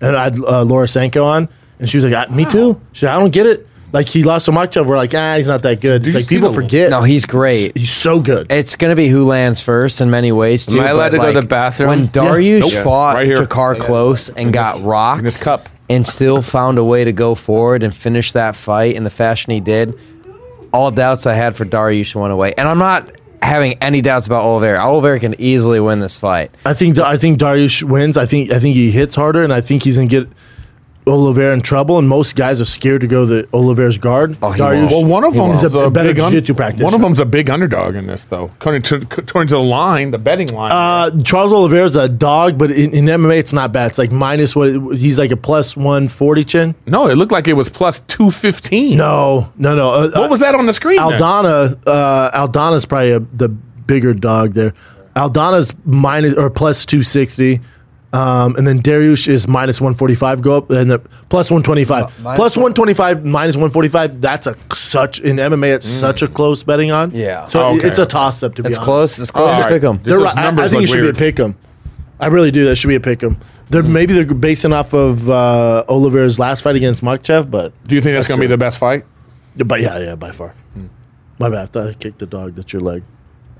C: and I had uh, Laura Sanko on, and she was like, I, "Me too." She said, "I don't get it." Like he lost to Makhachev. We're like, ah, he's not that good.
E: Did
C: It's
E: you
C: like
E: see
C: people
E: the-
C: forget.
D: No, he's great.
C: he's so good.
D: It's gonna be who lands first in many ways. Too,
G: Am I
D: but,
G: allowed to go to
D: like,
G: the bathroom?
D: When Darius
E: Nope. Yeah.
D: fought
E: Right here.
D: Jakar close and got rocked
E: in this cup.
D: and still found a way to go forward and finish that fight in the fashion he did, all doubts I had for Darius went away. And I'm not having any doubts about Oliveira. Oliveira can easily win this fight.
C: I think I think Darius wins. I think I think he hits harder, and I think he's gonna get Oliveira in trouble. And most guys are scared to go the Oliveira's guard.
E: Oh,
D: he
C: Dariush-
E: Well, one of
C: He
E: them's
C: won't.
E: a,
C: a better
E: big un-
C: jiu-jitsu practitioner.
E: One of them's a big underdog in this, though. According to, according to the line, the betting line.
C: Uh, Charles Oliveira's a dog, but in, in MMA it's not bad. It's like minus what it, he's like a plus one forty chin.
E: no, it looked like it was plus two fifteen.
C: No, no, no. Uh,
E: what was that on the screen? there?
C: Aldana, uh, Aldana's probably a, the bigger dog there. Aldana's minus or plus 260. Um, and then Dariush is minus 145 go up and the plus 125.
D: minus
C: plus 125 minus 145 that's a such in MMA it's such a close betting on.
D: Mm. Yeah.
C: So
E: Oh,
C: it-
E: okay.
C: it's a toss up to be
D: It's
C: honest.
D: close. It's close
E: All
D: to
E: right.
D: pick him.
E: Just
C: They're
E: those
C: right. I, I
E: numbers
C: think it
E: look
C: should
E: weird.
C: be a pick 'em. I really do. That should be a pick 'em. They're,
D: Mm.
C: Maybe they're basing off of uh, Oliver's last fight against Makhachev, but
E: Do you think that's, going to be the best fight?
C: but yeah, yeah, by far.
E: Hmm.
C: My bad. I thought I kicked the dog. That's your leg.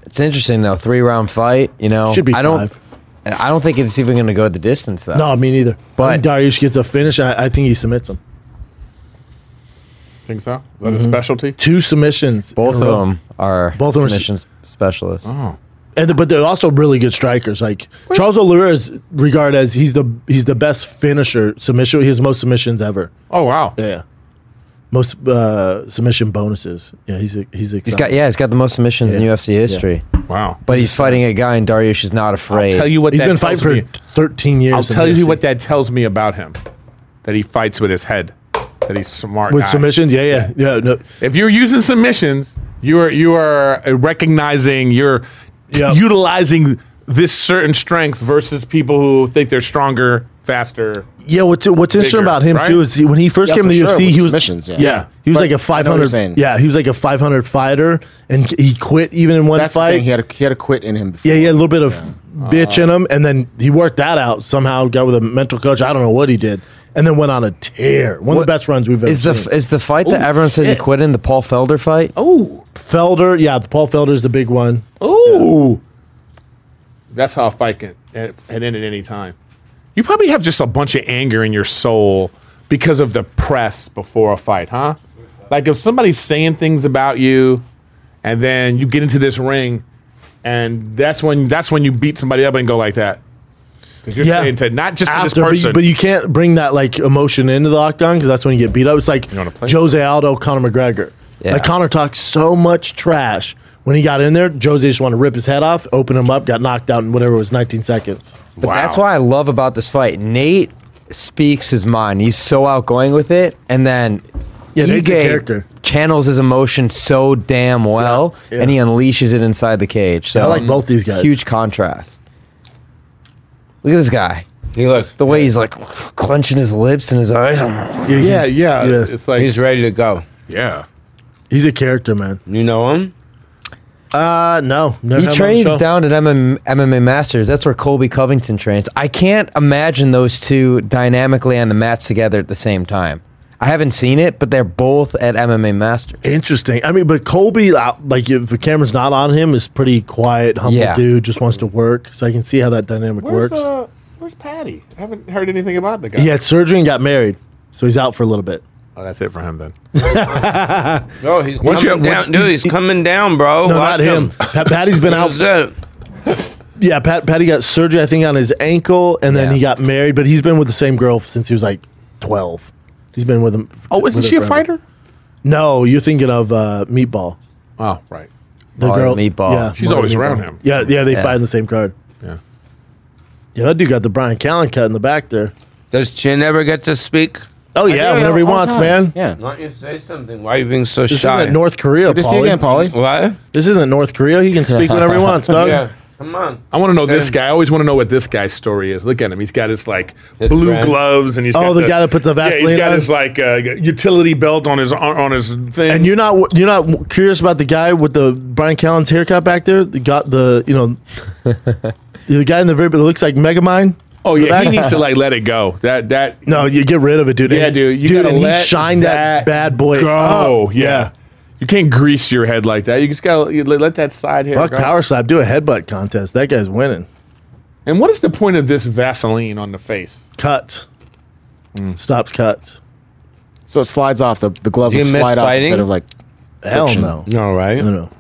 D: It's interesting though. Three round fight. You know,
C: Should be
D: I don't.
C: five.
D: I don't think it's even going to go the distance though.
C: No, me neither. But I think
D: But-
C: Darius gets a finish. I, I think he submits him.
E: Think so? Is that
C: Mm-hmm.
E: a specialty?
C: Two submissions.
D: both
C: in a row.
D: of them are
C: Both of 'em are s-
D: submissions specialists.
C: And, but they're also really good strikers. Like Charles Oliveira is regarded as he's the he's the best finisher submission. He has most submissions ever.
E: Oh wow!
C: Yeah. Most uh, submission bonuses. Yeah, he's a, he's a
D: He's got yeah, he's got the most submissions in
C: Yeah.
D: UFC history.
E: Wow!
D: But he's fighting a guy, and Dariush is not afraid.
E: tell you what
C: he's
E: that
C: been
E: tells
C: fighting for
E: me.
C: 13 years.
E: I'll
C: in
E: tell
C: the
E: you
C: UFC.
E: what that tells me about him. That he fights with his head. That he's a smart.
C: with
E: guy.
C: submissions. Yeah, yeah, yeah. no.
E: If you're using submissions, you are you are uh, recognizing you're t-
C: Yep.
E: utilizing this certain strength versus people who think they're stronger, faster.
C: Yeah, what's what's interesting
E: Bigger,
C: about him
E: right?
C: too is he, when he first
F: Yeah,
C: came to
F: for
C: the
F: sure,
C: UFC,
F: with
C: he was
F: submissions, yeah.
C: he was
F: But
C: like a
F: I
C: five
F: know what you're
C: hundred.
F: saying.
C: Yeah, he was like a five hundred fighter, and he quit even in one
F: That's the
C: fight.
F: thing. He had a, he had a quit in him. Before.
C: yeah, he had a little bit of bitch in him, and then he worked that out somehow. Got with a mental coach. I don't know what he did, and then went on a tear. One of
D: What-
C: the best runs we've ever
D: Is the
C: seen.
D: is the fight that everyone says he
C: shit.
D: quit in the Paul Felder fight?
C: oh Felder, yeah, Paul Felder's the big one.
E: Ooh. That's how a fight can had ended any time. You probably have just a bunch of anger in your soul because of the press before a fight, huh? Like if somebody's saying things about you and then you get into this ring and that's when that's when you beat somebody up and go like that. Because you're
C: Yeah.
E: saying to not just to this
C: After, but,
E: person.
C: you, but you can't bring that like emotion into the octagon because that's when you get beat up. It's like
E: You wanna play?
C: Jose Aldo, Conor McGregor.
D: Yeah.
C: Like Conor talked so much trash when he got in there. Jose just wanted to rip his head off, open him up, got knocked out in whatever was 19 seconds.
D: But
E: Wow.
D: that's why I love about this fight. Nate speaks his mind. He's so outgoing with it, and then
C: Yeah, E Nate's a
D: Ige
C: character.
D: channels his emotion so damn well,
C: Yeah, yeah.
D: and he unleashes it inside the cage. So
C: I like both these guys.
D: Huge contrast. Look at this guy.
G: He looks.
D: The way he's like clenching his lips and his eyes.
G: Yeah, yeah.
C: Yeah.
G: It's like he's ready to go.
E: yeah.
C: He's a character, man.
G: You know him?
C: Uh, no, never had him
D: He
C: on the
D: trains
C: show.
D: down at MM, MMA Masters. That's where Colby Covington trains. I can't imagine those two dynamically on the mats together at the same time. I haven't seen it, but they're both at MMA Masters.
C: Interesting. I mean, but Colby, uh, like, if the camera's not on him, is pretty quiet, humble
D: Yeah.
C: dude, just wants to work. So I can see how that dynamic
E: Where's,
C: works.
E: uh, where's Patty? I haven't heard anything about the guy.
C: he had surgery and got married, so he's out for a little bit.
E: Oh, that's it for
C: [LAUGHS]
E: him then.
G: No, he's
E: Once you-
G: coming
E: once-
G: down, dude. He's coming down, bro.
C: No, not
G: Watch
C: him. [LAUGHS] Pat- Patty's
G: [LAUGHS]
C: been out.
G: What's up?
C: Yeah, Pat, Patty got surgery, I think, on his ankle, and then
D: Yeah.
C: he got married. But he's been with the same girl since he was like twelve. He's been with him.
E: Oh, isn't
C: with her
E: she a
C: forever.
E: fighter?
C: No, you're thinking of uh, Meatball.
E: Oh, right.
C: The
D: Oh,
C: girl
D: Meatball.
C: Yeah,
E: She's
C: Molly
E: always around
C: Meatball.
E: him.
C: Yeah, yeah, they
D: Yeah.
C: fight in the same card.
E: Yeah.
C: Yeah, that dude got the Brian Callen cut in the back there.
G: Does Chin ever get to speak?
C: Oh yeah, whenever he
F: All the
C: wants,
F: time.
C: man.
F: Yeah.
G: Why don't you say something? Why are you being so
C: This
G: shy?
C: isn't North Korea,
F: Good to see you again,
C: Paulie.
F: Polly.
G: What?
C: This isn't North Korea. He can speak whenever he wants, dog.
G: Yeah. Come on.
E: I want to know this guy. I always want to know what this guy's story is. Look at him. He's got his like
G: His
E: blue
G: friend.
E: gloves, and he's
C: Oh,
E: got
C: the guy that put the
E: Yeah,
C: Vaseline
E: he's got
C: on?
E: his like uh, utility belt on his ar- on his thing.
C: And you're not you're not curious about the guy with the Brian Callen's haircut back there? The got the you know the guy in the very that looks like Megamind.
E: oh yeah, he needs to like let it go. That that
C: No, you get rid of it, dude.
E: yeah,
C: And-
E: dude. You gotta
C: and
E: let
C: he shined that, bad boy.
E: go.
C: up.
E: yeah. you can't grease your head like that. You just gotta you let let that side hair
C: Fuck
E: go.
C: power slap. Do a headbutt contest. That guy's winning.
E: And what is the point of this Vaseline on the face?
C: Cuts. Stops cuts.
F: So it slides off. The, the glove
G: Do
F: will
G: you miss
F: slide off
G: fighting?
F: instead of like.
C: Hell
F: Friction.
C: no.
G: No, right?
C: No, no.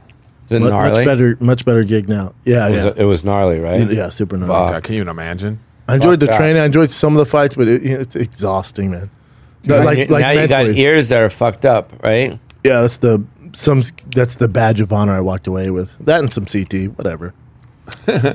G: Is it
C: Mu-
G: gnarly?
C: Much better much better gig now. Yeah,
G: It was,
C: yeah.
G: it was gnarly, right?
C: yeah, super nice.
E: God, Uh, can you imagine?
C: I enjoyed the
G: fuck that.
C: training. I enjoyed some of the fights, but it, it's exhausting, man. But
G: now you- now you got
C: mentally.
G: ears that are fucked up, right?
C: Yeah, that's the some that's the badge of honor I walked away with. That and some CT, whatever.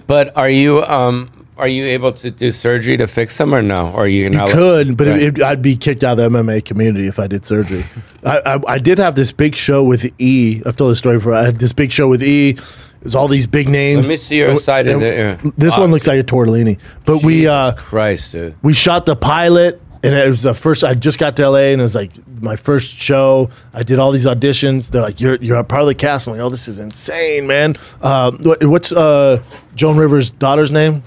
G: But are you um are you able to do surgery to fix them or no? Or are you,
C: You
G: not-
C: could, but
G: Right.
C: it, it, I'd be kicked out of the MMA community if I did surgery. I, I, I did have this big show with E. I've told this story before. I had this big show with E. It was all these big names.
G: Let me see your side of the. ear.
C: This
G: Ah,
C: one looks like a tortellini, but we uh,
G: Christ, dude.
C: we shot the pilot and it was the first i just got to la and it was like my first show i did all these auditions they're like you're, you're a part of the cast i'm like oh this is insane man uh, what, what's uh, joan rivers daughter's name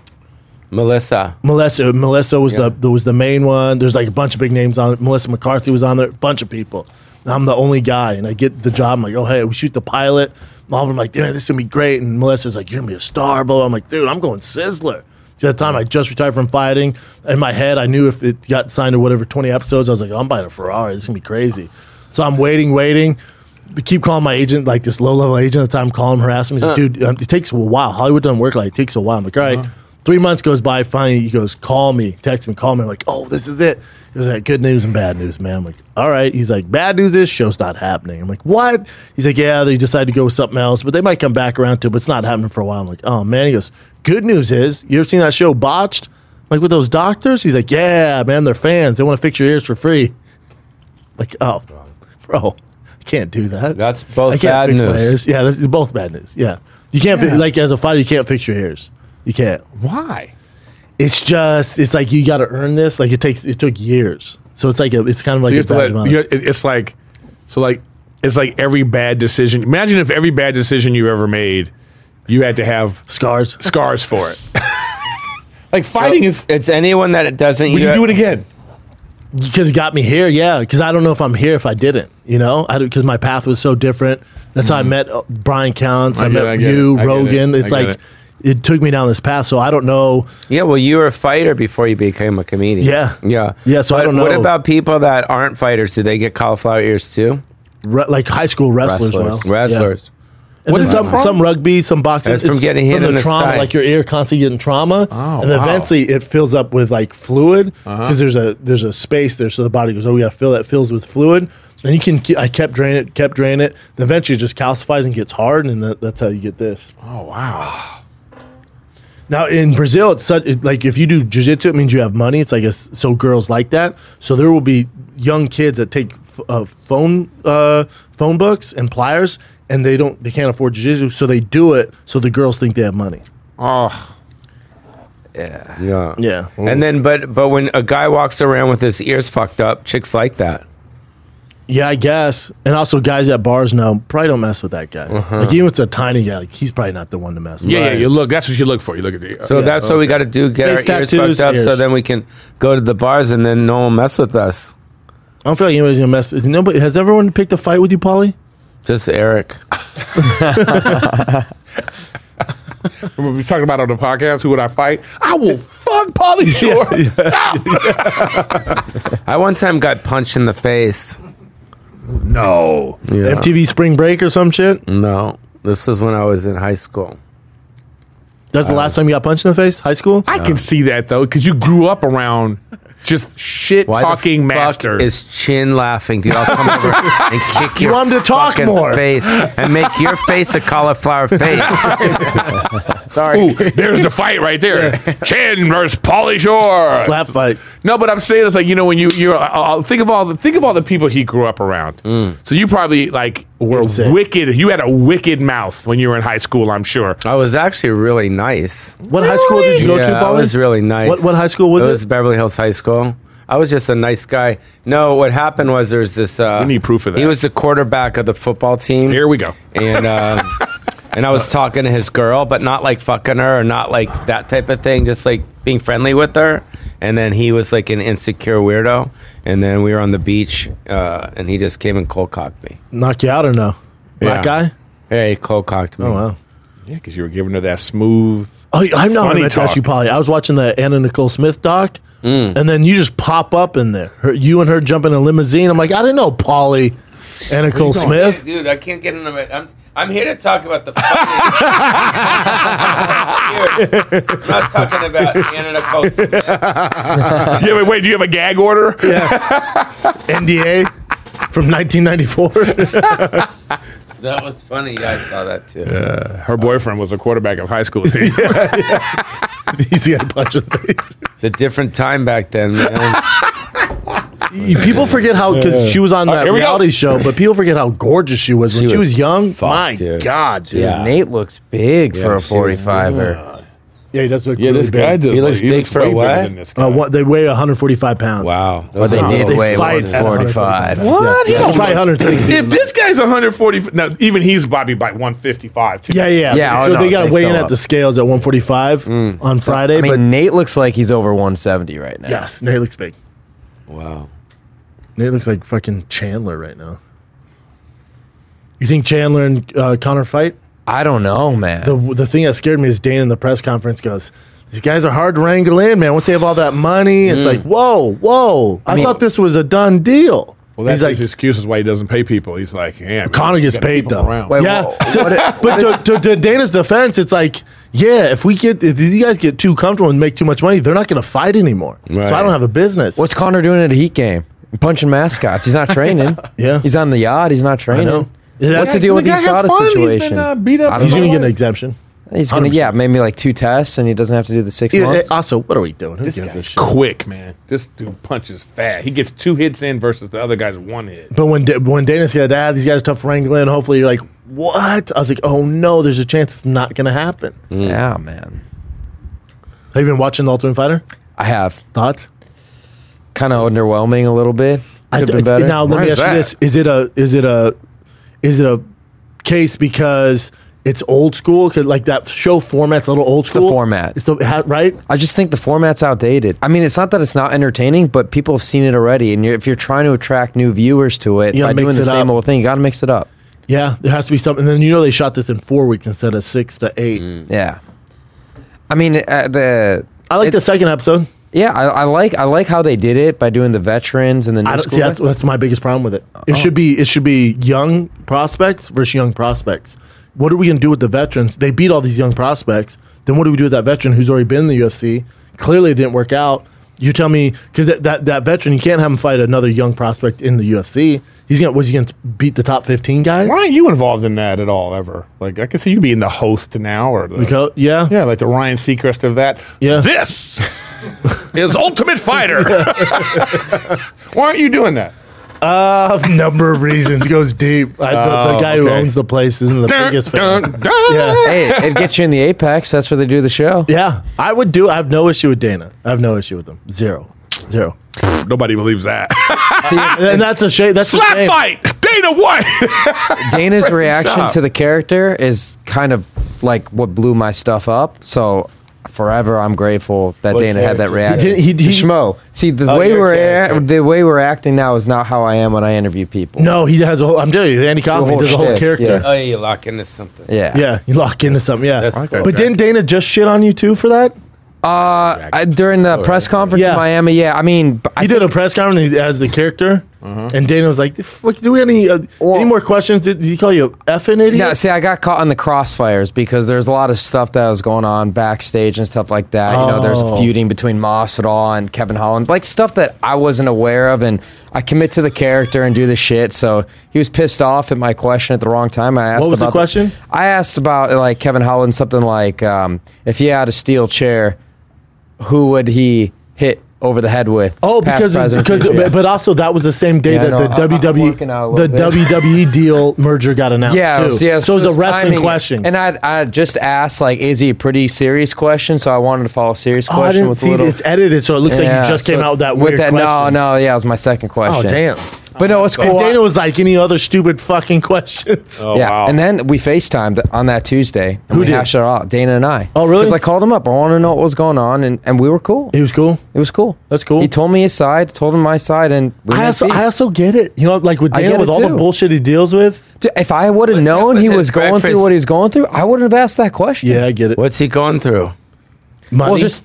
G: Melissa.
C: melissa melissa was
G: Yeah.
C: the, the was the main one there's like a bunch of big names on it melissa mccarthy was on there a bunch of people And i'm the only guy and i get the job i'm like oh hey we shoot the pilot And all of them are like dude this is gonna be great and melissa's like you're gonna be a star blah blah. i'm like dude i'm going sizzler at the time, I just retired from fighting. In my head, I knew if it got signed to whatever 20 episodes, I was like, "Oh, I'm buying a Ferrari. This is going to be crazy. So I'm waiting, waiting. We keep calling my agent, like this low level agent at the time, calling him, harassing me. He's like, dude, um, it takes a while. Hollywood doesn't work like it takes a while. I'm like, all right. Three months goes by. Finally, he goes, call me, text me, call me. I'm like, oh, this is it. He was like, good news and bad news, man. I'm like, all right. He's like, bad news is show's not happening. I'm like, what? He's like, yeah, they decided to go with something else, but they might come back around to it, but it's not happening for a while. I'm like, oh, man. He goes, good news is, you ever seen that show Botched? Like with those doctors? He's like, yeah, man, they're fans. They want to fix your ears for free. Like, oh, bro, I can't do that.
G: That's both
C: I can't
G: bad
C: fix my
G: news.
C: ears. Yeah, that's both bad news. Yeah, you can't fi- like as a fighter, you can't fix your ears. You can't.
E: Why?
C: It's just it's like you got to earn this. Like it takes it took years. So it's like a it's kind of like
E: you
C: a
E: have to
C: badge of
E: let,
C: honor.
E: you, it- it's like so like it's like every bad decision imagine if every bad decision you ever made you had to have
G: [LAUGHS]
C: Scars.
E: scars for it [LAUGHS] like
G: So
E: fighting is
G: it's anyone that doesn't.
E: would you do it again
C: because it got me here. Yeah, because I don't know if I'm here if I didn't. You know, I because my path was so different. That's how I met uh, Brian Counts. I,
E: Mm-hmm. I get it, I
C: met
E: get
C: you,
E: it, I get
C: Rogan.
E: it,
C: It's
E: I get
C: like it. took me down this path. So I don't know.
G: Yeah, well, you were a fighter before you became a comedian.
C: Yeah.
G: yeah,
C: Yeah, so I
G: But
C: don't
G: What
C: know.
G: about people that aren't fighters? Do they get cauliflower ears too?
C: Re- like high school wrestlers,
D: Wrestlers.
C: well.
G: Wrestlers.
C: Yeah. And
E: What
C: then
E: is that
C: some,
E: from?
C: some rugby, some boxing.
G: That's from
C: It's
G: getting hit
C: from the
G: in the
C: trauma,
G: side.
C: like your ear constantly getting trauma, and
E: Oh,
C: then
E: wow. Uh-huh.
C: eventually it fills up with like fluid because there's a there's a space there, so the body goes, oh, we got to fill that fills with fluid. And you can, ke- I kept draining it, kept draining it. And eventually, it just calcifies and gets hard, and that, that's how you get this.
E: oh wow
C: Now in Brazil, it's such it, like if you do jujitsu, it means you have money. It's like a, s- so girls like that. So there will be young kids that take f- uh, phone uh, phone books and pliers, and they don't they can't afford jujitsu, so they do it so the girls think they have money.
G: Oh, yeah,
C: Yeah,
G: And then, but but when a guy walks around with his ears fucked up, chicks like that.
C: yeah, I guess. And also, guys at bars now probably don't mess with that guy. Like even if it's a tiny guy, like he's probably not the one to mess. with.
E: Uh-huh. yeah yeah you look that's what you look for you look at the uh,
G: So that's what we got to do: get
C: Face
G: our ears
C: tattoos,
G: fucked up, so
C: ears.
G: then we can go to the bars, and then no one mess with us.
C: I don't feel like anybody's gonna mess. With, nobody has everyone picked a fight with you, Polly.
G: Just Eric.
E: we were talking about on the podcast who would I fight I
G: [LAUGHS]
E: will fuck Polly Shore
G: I one time got punched in the face.
E: no
G: Yeah.
C: MTV Spring Break or some shit.
G: No, this was when I was in high school.
C: That's the last time you got punched in the face. High school.
E: I can see that though because you grew up around just shit
G: Why
E: talking
G: the fuck
E: masters
G: is chin laughing? Dude, I'll
C: [LAUGHS]
G: come over and kick
C: You
G: your
C: want him to talk
G: fucking
C: more.
G: face and make your face a
C: [LAUGHS]
G: cauliflower face. Sorry. [LAUGHS]
E: Ooh, there's the fight right there. Chin versus Polly Shore.
C: Slap fight.
E: No, but I'm saying it's like you know when you you're uh, think of all the think of all the people he grew up around. So you probably like were
C: Insane.
E: wicked. You had a wicked mouth when you were in high school. I'm sure.
G: I was actually really nice.
C: What high school did you go
G: yeah,
C: to?
G: I
C: Polly?
G: was really nice.
C: What, what high school was
G: it
C: it?
G: was Beverly Hills High School. I was just a nice guy. No, what happened was there was this. Uh,
E: We need proof of that.
G: He was the quarterback of the football team.
E: Here we go.
G: and uh, and I was talking to his girl, but not like fucking her or not like that type of thing, just like being friendly with her. And then he was like an insecure weirdo. And then we were on the beach, uh, and he just came and cold cocked me.
C: Knock you out or no? Black
G: Yeah.
C: guy?
G: Hey, he cold cocked me.
C: Oh wow.
E: Yeah, because you were giving her that smooth.
C: Oh, I'm not
E: Funny
C: meant to ask
E: talk.
C: you, Polly. I was watching the Anna Nicole Smith doc,
G: Mm.
C: and then you just pop up in there. Her, you and her jump in a limousine. I'm like, I didn't know Polly, Anna Nicole Smith.
G: dude, I can't get into it. I'm, I'm here to talk about the
D: [LAUGHS]
G: I'm not talking about Anna
E: yeah, wait, wait. Do you have a gag order?
C: NDA from [LAUGHS] 1994.
G: That was funny. I saw that
E: [LAUGHS]
G: too.
E: Her boyfriend was a quarterback of high school. team.
C: He's got a punch in the face.
G: It's a different time back then, man.
C: You- People forget how because she was on that
E: here we go.
C: reality show, but people forget how gorgeous she was when
G: She
C: she was,
G: was
C: young.
G: fucked,
C: My
G: dude.
C: God, dude.
G: Yeah.
D: Nate looks big for a
G: she was
D: 45er.
C: yeah, he does look really big.
E: does.
G: He looks big for a
E: way bigger
G: what?
E: than this guy.
C: Uh, what, they weigh 145 pounds.
G: [LAUGHS] Wow.
D: But they did
C: They
D: weigh
C: fight at
D: 145.
C: 145. What?
E: He
C: Yeah,
E: don't
C: he's probably
E: look-
C: 160.
E: If this guy's 140, now even he's Bobby by 155. too.
C: Yeah, yeah,
D: Yeah, oh,
C: So
D: no,
C: they got to
D: they
C: weigh in
D: fill
C: at
D: up. Mm.
C: the scales at 145 on Friday.
D: I mean,
C: but
D: Nate looks like he's over 170 right now.
C: yes, Nate looks big.
G: Wow.
C: Nate looks like fucking Chandler right now. You think Chandler and uh, Connor fight?
D: I don't know, man.
C: The the thing that scared me is Dane in the press conference goes. These guys are hard to wrangle in, man. Once they have all that money, it's like, whoa, whoa. I,
D: Mm. mean-
C: thought this was a done deal.
E: Well, that's
C: He's like,
E: his excuse is why he doesn't pay people. He's like, yeah, man,
C: Connor
E: you
C: gets
E: gotta
C: paid
E: keep him
C: though.
E: around.
D: Wait,
C: yeah.
D: what-
C: So- but to, to, to Dana's defense, it's like, yeah, if we get if these guys get too comfortable and make too much money, they're not going to fight anymore.
G: Right.
C: So I don't have a business.
D: What's Connor doing at a Heat game? Punching mascots. He's not training.
C: Yeah.
D: He's on the yacht. He's not
C: I
D: training.
C: know. Yeah,
D: What's
C: that's-
D: the deal with the
E: guy had
D: Exada
E: fun. He's been,
D: situation?
E: uh, beat up
D: I don't
C: He's going to
D: know.
C: get an exemption.
D: He's gonna,
C: 100%.
D: yeah, maybe like two tests, and he doesn't have to do the six
C: Yeah,
D: months.
C: also, what are we doing? Who
E: This
C: gives a
E: guy's
C: shit?
E: quick, man. This dude punches fat. He gets two hits in versus the other guy's one hit.
C: But when Da- when Dana said, "Ah, these guys are tough wrangling," hopefully
D: Mm.
C: you're like, "What?" I was like, "Oh no, there's a chance it's not going to happen."
D: yeah, man.
C: Have you been watching The Ultimate Fighter?
D: I have
C: Thoughts?
D: kind of underwhelming a little bit.
C: I
D: Could have
C: th-
D: been better.
C: Now let
E: Why
C: me
E: is
C: ask you this: Is it a is it a is it a case because it's old school? 'Cause, like that show format's a little old
D: the
C: school.
D: format.
C: It's the ha- right.
D: I just think the format's outdated. I mean, it's not that it's not entertaining, but people have seen it already. And you're, if you're trying to attract new viewers to it
C: You
D: by
C: gotta
D: doing
C: mix
D: the
C: it
D: same
C: up.
D: old thing, you got to mix it up.
C: Yeah, there has to be something. then you know they shot this in four weeks instead of six to eight.
D: Yeah. I mean, uh, the
C: I like
D: it-
C: the second episode.
D: Yeah, I, I like I like how they did it by doing the veterans and the new
C: I don't
D: school
C: see that's,
D: guys.
C: that's my biggest problem with it. It
E: Oh.
C: should be it should be young prospects versus young prospects. What are we going to do with the veterans? They beat all these young prospects. Then what do we do with that veteran who's already been in the UFC? Clearly, it didn't work out. You tell me because that, that that veteran you can't have him fight another young prospect in the UFC. He's gonna was he gonna beat the top fifteen guys?
E: Why aren't you involved in that at all ever? Like I can see you being the host now or the,
C: The co- yeah,
E: yeah, like the Ryan Seacrest of that.
C: Yeah.
E: This is Ultimate Fighter. Why aren't you doing that?
C: Uh, a [LAUGHS] number of reasons. It goes deep. I, the, the
E: Oh,
C: guy who
E: okay.
C: owns the place isn't the
E: Dun,
C: biggest fan.
E: dun, dun.
C: Yeah.
D: Hey, it gets you in the apex. That's where they do the show.
C: Yeah, I would do. I have no issue with Dana. I have no issue with him. Zero, zero. Ah!
E: Nobody believes that.
C: And that's a shame. That's a
E: Slap
C: shame.
E: fight, Dana White.
D: Dana's reaction
E: up.
D: to the character is kind of like what blew my stuff up. So forever, I'm grateful that Dana had that reaction.
C: He did- Oh, he- he-
D: Schmo. See the way
G: your
D: we're
G: character.
D: the way we're acting now is not how I am when I interview people.
C: No, he has a whole. I'm telling you, Andy Kaufman
D: whole
C: does a whole
D: shtick,
C: character.
G: Oh, you lock into something.
D: Yeah.
C: Yeah. you lock into something. Yeah,
G: That's cool.
C: but didn't Dana just shit on you too for that?
D: Uh, I, during the press conference
C: Yeah.
D: in Miami, yeah. I mean, b- I
C: He did a press conference as the character, and Dana was like, "Fuck, do we have any uh, any more questions? Did, did he call you a effing idiot?"
D: No, see, I got caught in the crossfires because there's a lot of stuff that was going on backstage and stuff like that. You know, there's
C: Oh.
D: feuding between Masvidal and Kevin Holland, like stuff that I wasn't aware of, and I commit to the character and do the shit. So he was pissed off at my question at the wrong time. I asked
C: What was the
D: about
C: question?
D: I asked about like Kevin Holland something like um, if he had a steel chair, who would he hit over the head with?
C: Oh,
D: Past,
C: because it's-
D: present,
C: because
D: future.
C: but- but also that was the same day
D: Yeah, I
C: that the
D: know. I- I'm working out
C: WWE the
D: a little bit.
C: WWE deal merger got announced.
D: Yeah,
C: too.
D: it was- yeah,
C: so it was a
D: it's
C: wrestling
D: timing.
C: question.
D: And I, I just asked, like, is he a pretty serious question? So I wanted to follow a serious
C: oh, I
D: question
C: didn't
D: with a
C: see
D: little.
C: it. It's edited, so it looks like
D: Yeah,
C: you just
D: so
C: came out with that
D: with
C: weird question. Oh,
D: No, no, yeah, it was my second question. But no, it's cool.
C: And Dana was like, any other stupid fucking [LAUGHS] questions?
G: Oh,
D: yeah, and then we FaceTimed on that Tuesday, and
C: Who
D: we
C: did?
D: hashed it out, Dana and I.
C: Oh, really?
D: Because I called him up. I wanted to know what was going on, and, and we were cool.
C: He was cool.
D: It was cool.
C: That's cool.
D: He told me his side, told him my side, and we
C: I
D: had
C: also,
D: peace.
C: I also get it. You know, like with
D: I
C: Dana,
D: get
C: with
D: it
C: all the
D: too.
C: bullshit he deals with.
D: Dude, if I would have known
G: with
D: he
G: his
D: was going
G: breakfast?
D: through what he's going through, I wouldn't have asked that question.
C: Yeah, I get it.
G: What's he going through?
C: Money.
D: Well, just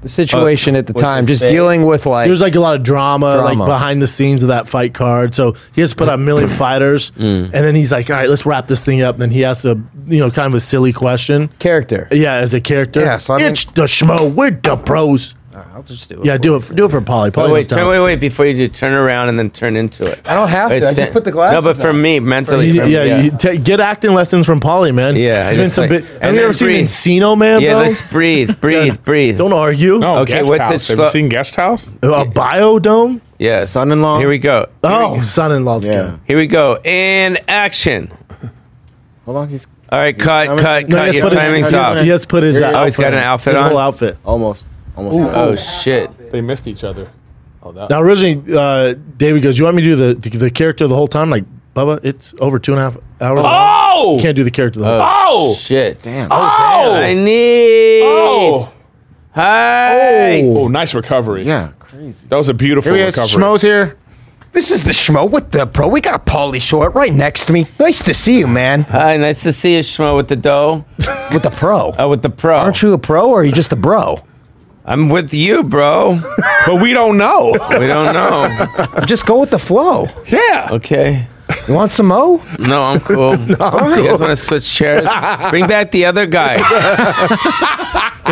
D: the situation at the
G: Oh. what's
D: time,
G: his
D: just
G: face?
D: dealing with like
C: There's like a lot of drama, like
D: Drama.
C: behind the scenes of that fight card. So he has to put out a
D: [CLEARS THROAT]
C: million fighters,
D: Mm.
C: and then he's like, "All right, let's wrap this thing up." And then he has to, you know, kind of a silly question.
D: character.
C: Yeah, as a character.
D: Yeah, so I mean-
C: it's the schmo. We're the pros.
D: I'll just do it.
C: Yeah, do it. For, do it for Polly. Polly
G: Oh,
C: was
G: wait, turn,
C: down.
G: wait, wait! Before you do, turn around and then turn into it. I
D: don't have to. I just put the glasses
G: No, but for
D: on.
G: me, mentally,
C: You-
G: for me,
C: yeah, you ta- get acting lessons from Polly, man.
G: Yeah,
C: There's
G: and
C: been
G: it's
C: some
G: like-
C: bit.
G: and
C: Have you
G: then
C: ever seen
G: breathe.
C: Encino Man?
G: Yeah,
C: though?
G: let's breathe, breathe, breathe.
C: Don't argue.
E: No,
G: Okay,
E: guest
G: what's
E: house.
G: it
E: Have
G: slow-
E: you seen Guest House?
C: A biodome?
G: Yes.
F: Son-in-law?
G: Here we go.
C: Oh, son in law's
F: Yeah.
C: good.
G: Here we go. In action.
F: Hold on, he's
G: All right, cut,
F: timing?
G: cut,
C: No,
G: cut.
C: he has
G: Your
C: put his-
G: timing's
C: he has-
G: off.
C: He has put his.
F: Here it
C: uh,
G: is. Oh, he's got an outfit
C: his
G: on?
C: whole outfit.
F: almost, almost. there.
G: Oh shit!
E: They missed each other. Oh, that.
C: Now, originally, uh, David goes, "You want me to do the, the the character the whole time?" Like, Bubba, it's over two and a half hours. long.
E: Oh!
C: You can't do the character the whole. time.
E: Oh!
G: Shit!
F: Damn.
E: Oh!
G: I need.
E: Oh!
G: Hey!
E: Oh, nice recovery.
F: yeah, crazy.
E: That was a beautiful
F: Here he is.
E: recovery.
F: Schmo's here.
D: This is the schmo with the pro. We got Paulie Short right next to me. Nice to see you,
G: [LAUGHS]
D: man.
G: Hi, nice to see you, Schmo, with the dough.
D: With the pro.
G: Uh, with the pro.
D: Aren't you a pro or are you just a bro?
G: I'm with you, bro.
E: but we
C: [LAUGHS]
E: don't know.
G: we don't know.
D: Just go with the flow.
E: [LAUGHS] yeah.
G: Okay.
D: You want some mo?
G: No, I'm cool. you guys want to switch chairs? Bring back the other guy.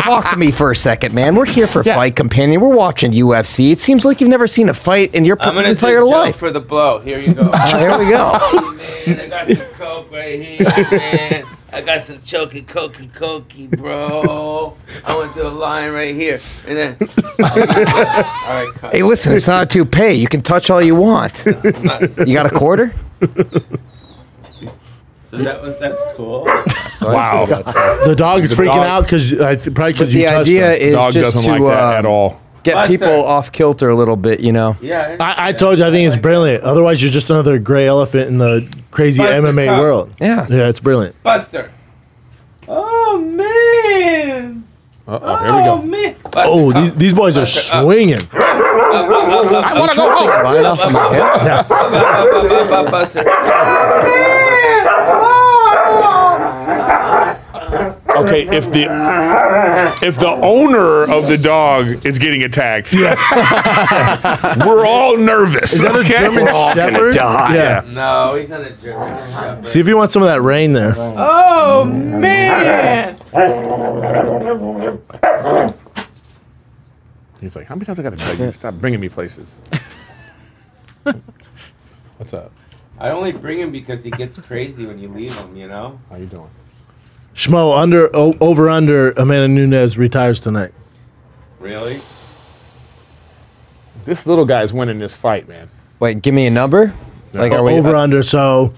D: Talk to me for a second, man. We're here for Fight Companion. We're watching UFC. It seems like you've never seen a fight in your
G: I'm
D: p-
G: gonna
D: entire
G: do Joe
D: life.
G: for the blow. Here you go.
D: Oh, here we
G: [LAUGHS]
D: go.
G: man, I got some coke right here, man. I got some choky cokey cokey, bro. I went to a line right here, and then. [LAUGHS] All right, cut.
D: hey, listen, it's not a toupee.
G: [LAUGHS]
D: You can touch all you want. You
G: I'm not-
D: got a quarter?
G: So that was that's cool.
E: Wow.
C: The dog is
E: The
C: freaking
E: dog-
C: out because th- probably
D: But
C: because you
D: the
C: touched
D: idea
C: him.
D: is
E: Dog
D: just
E: doesn't
D: to
E: like
C: um,
E: that
D: uh,
E: at all.
D: Get
G: Buster.
D: people off kilter a little bit, you know.
G: Yeah.
C: I, I told you, I think it's brilliant. Otherwise, you're just another gray elephant in the crazy
G: Buster
C: MMA
G: Cup.
C: world.
D: Yeah.
C: yeah, it's brilliant.
G: Buster. Oh man.
E: Oh, here we go.
G: man.
C: Oh, these, these boys are swinging.
E: I want to go home.
D: Right off of my hip.
E: Okay, if the if the owner of the dog is getting attacked, [LAUGHS] we're all nervous. Is
C: that a German
E: we're all gonna
C: Shepherd?
E: die.
C: Yeah.
G: [LAUGHS] No, he's not a German
C: See if you want some of that rain there.
G: Oh man.
E: He's like, how many times I got to tell you? Stop bringing
C: [LAUGHS]
E: me places. What's up?
G: I only bring him because he gets crazy when you leave him. You know.
E: How you doing?
C: Schmo, under o- over under Amanda Nunes retires tonight.
G: Really?
E: This little guy's winning this fight, man.
D: Wait, give me a number. Like, are we uh,
C: over under, so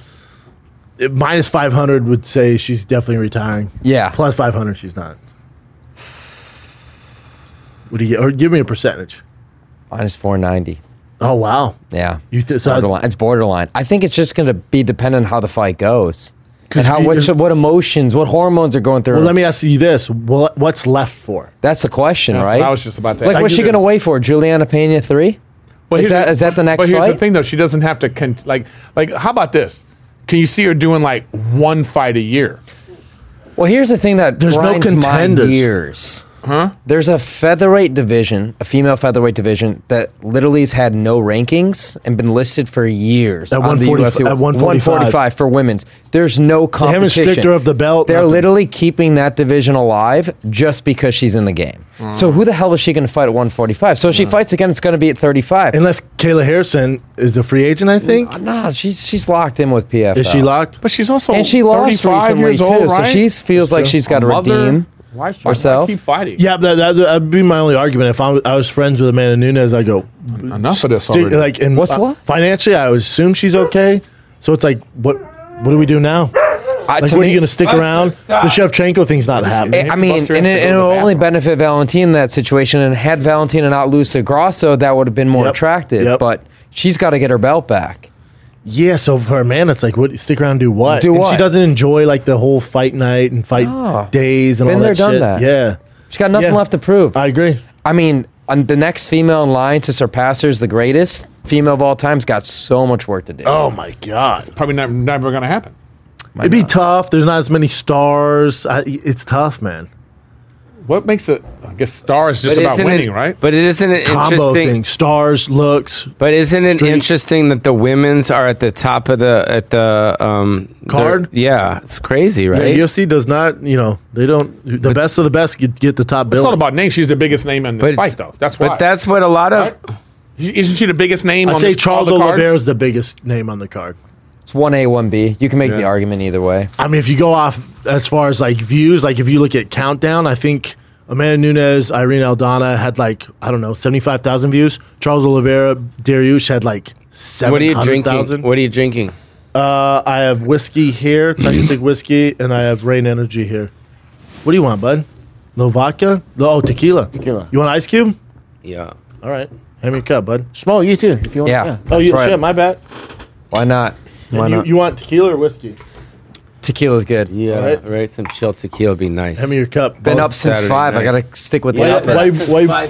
C: it, minus five hundred would say she's definitely retiring.
D: Yeah.
C: plus five hundred, she's not. What do you get? Or give me a percentage.
D: minus four ninety?
C: Oh wow,
D: Yeah.
C: You th- so-
D: borderline. It's borderline. I think it's just going to be dependent on how the fight goes and how
C: you-
D: what, what emotions, what hormones are going through.
C: Well,
D: her.
C: let me ask you this: What what's left for?
D: That's the question,
E: That's what
D: right?
E: I was just about to
D: Like,
E: ask.
D: what's she
E: Like,
D: going to wait for? Juliana Pena three?
E: But
D: is
E: here's
D: that is that the next
E: But here's
D: fight?
E: the thing, though. She doesn't have to con- like like. How about this? Can you see her doing like one fight a year?
D: Well, here's the thing that
C: There's no
D: grinds
C: contenders.
D: my gears. Huh? There's a featherweight division, a female featherweight division that literally has had no rankings and been listed for years
C: At
D: on the
C: 145
D: UFC.
C: at 145.
D: 145 for women's. There's no competition.
C: haven't stripped her of the belt,
D: They're
C: nothing.
D: literally keeping that division alive just because she's in the game.
C: Mm.
D: So who the hell is she going to fight at 145? So if she fights again, it's going to be at 35.
C: Unless Kayla Harrison is a free agent, I think.
D: Nah, she's she's locked in with PFL.
C: Is she locked?
E: But she's also
D: And she lost
E: 35
D: recently
E: years
D: too,
E: old,
D: so
E: right?
D: she feels like she's got to
E: Mother-
D: redeem
E: why, why
D: herself.
E: Keep fighting.
C: Yeah, that, that that'd be my only argument. If I was, I was friends with Amanda Nunes, I go
E: Enough of this
C: stick-
E: already.
C: like and
D: What's left?
C: financially. I would assume she's okay. So it's like, what what do we do now?
D: I,
C: Like,
D: to
C: what are
D: me-
C: you going to stick
G: Buster,
C: around?
G: stop.
C: The Shevchenko thing's not happening.
D: I
E: Maybe
D: mean,
E: Buster
D: and
E: has
D: it, and it
E: to go to the
D: will only
E: bathroom.
D: benefit Valentina in that situation. And had Valentina not lose to Grosso, that would have been more
C: Yep.
D: attractive.
C: Yep.
D: But she's got to get her belt back.
C: Yeah, so for a man, it's like, what? Stick around, and do what?
D: Do
C: And
D: what?
C: She doesn't enjoy like the whole fight night and fight
D: No.
C: days and
D: Been
C: all
D: there,
C: that
D: done
C: shit.
D: that.
C: Yeah,
D: She's got nothing
C: Yeah.
D: left to prove.
C: I
D: I,
C: agree.
D: mean, on the next female in line to surpass her is the greatest female of all time's got so much work to do.
C: Oh my god,
E: Probably not, never going to happen.
C: it'd be tough. There's not as many stars. I, it's tough, man.
E: What makes it? I guess star is just
G: But
E: about
G: isn't it-
E: winning, right?
G: But it isn't it
C: Combo
G: interesting.
C: thing, stars, looks.
G: But isn't it
C: Streaks.
G: interesting that the women's are at the top of the at the um
C: Card?
G: their- Yeah, it's crazy,
C: Yeah,
G: right?
C: UFC does not. You know, they don't. The best of the best get, get the top
E: it's
C: billing.
E: not about name. She's the biggest name in
G: but
E: this
G: it's-
E: fight, though. That's why.
G: but that's what a lot of.
E: Right? Isn't she the biggest name?
C: I'd
E: on
C: say
E: this, all
C: Charles
E: the cards?
C: Oliveira is the biggest name on the card.
D: It's one A, one B. You can make the
E: Yeah.
D: argument either way.
C: I mean, if you go off as far as like views, like if you look at countdown, I think Amanda Nunes, Irene Aldana had like I don't know seventy five thousand views. Charles Oliveira, Dariush had like
G: What are
C: seven
G: you
C: hundred
G: drinking?
C: thousand.
G: What are you drinking?
C: Uh, I have whiskey here, Tecate whiskey, and I have Rain Energy here. What do you want, bud? Little vodka? No, Oh, tequila.
F: Tequila.
C: You want ice cube?
G: Yeah.
C: All right. Hand me a cup, bud.
F: Schmo, you too, if you want.
D: Yeah.
C: Oh, you,
D: That's right.
C: shit, my bad.
D: Why not? Why
C: And you,
D: not?
C: you want tequila or whiskey?
D: Tequila's good.
G: Yeah. Right.
C: Alright.
G: Some chill tequila would be nice.
C: Hand me your cup.
D: Been
C: bud.
D: up since
G: Saturday
D: five. I
G: night.
D: gotta stick with the
C: Why,
D: upper.
C: why, why,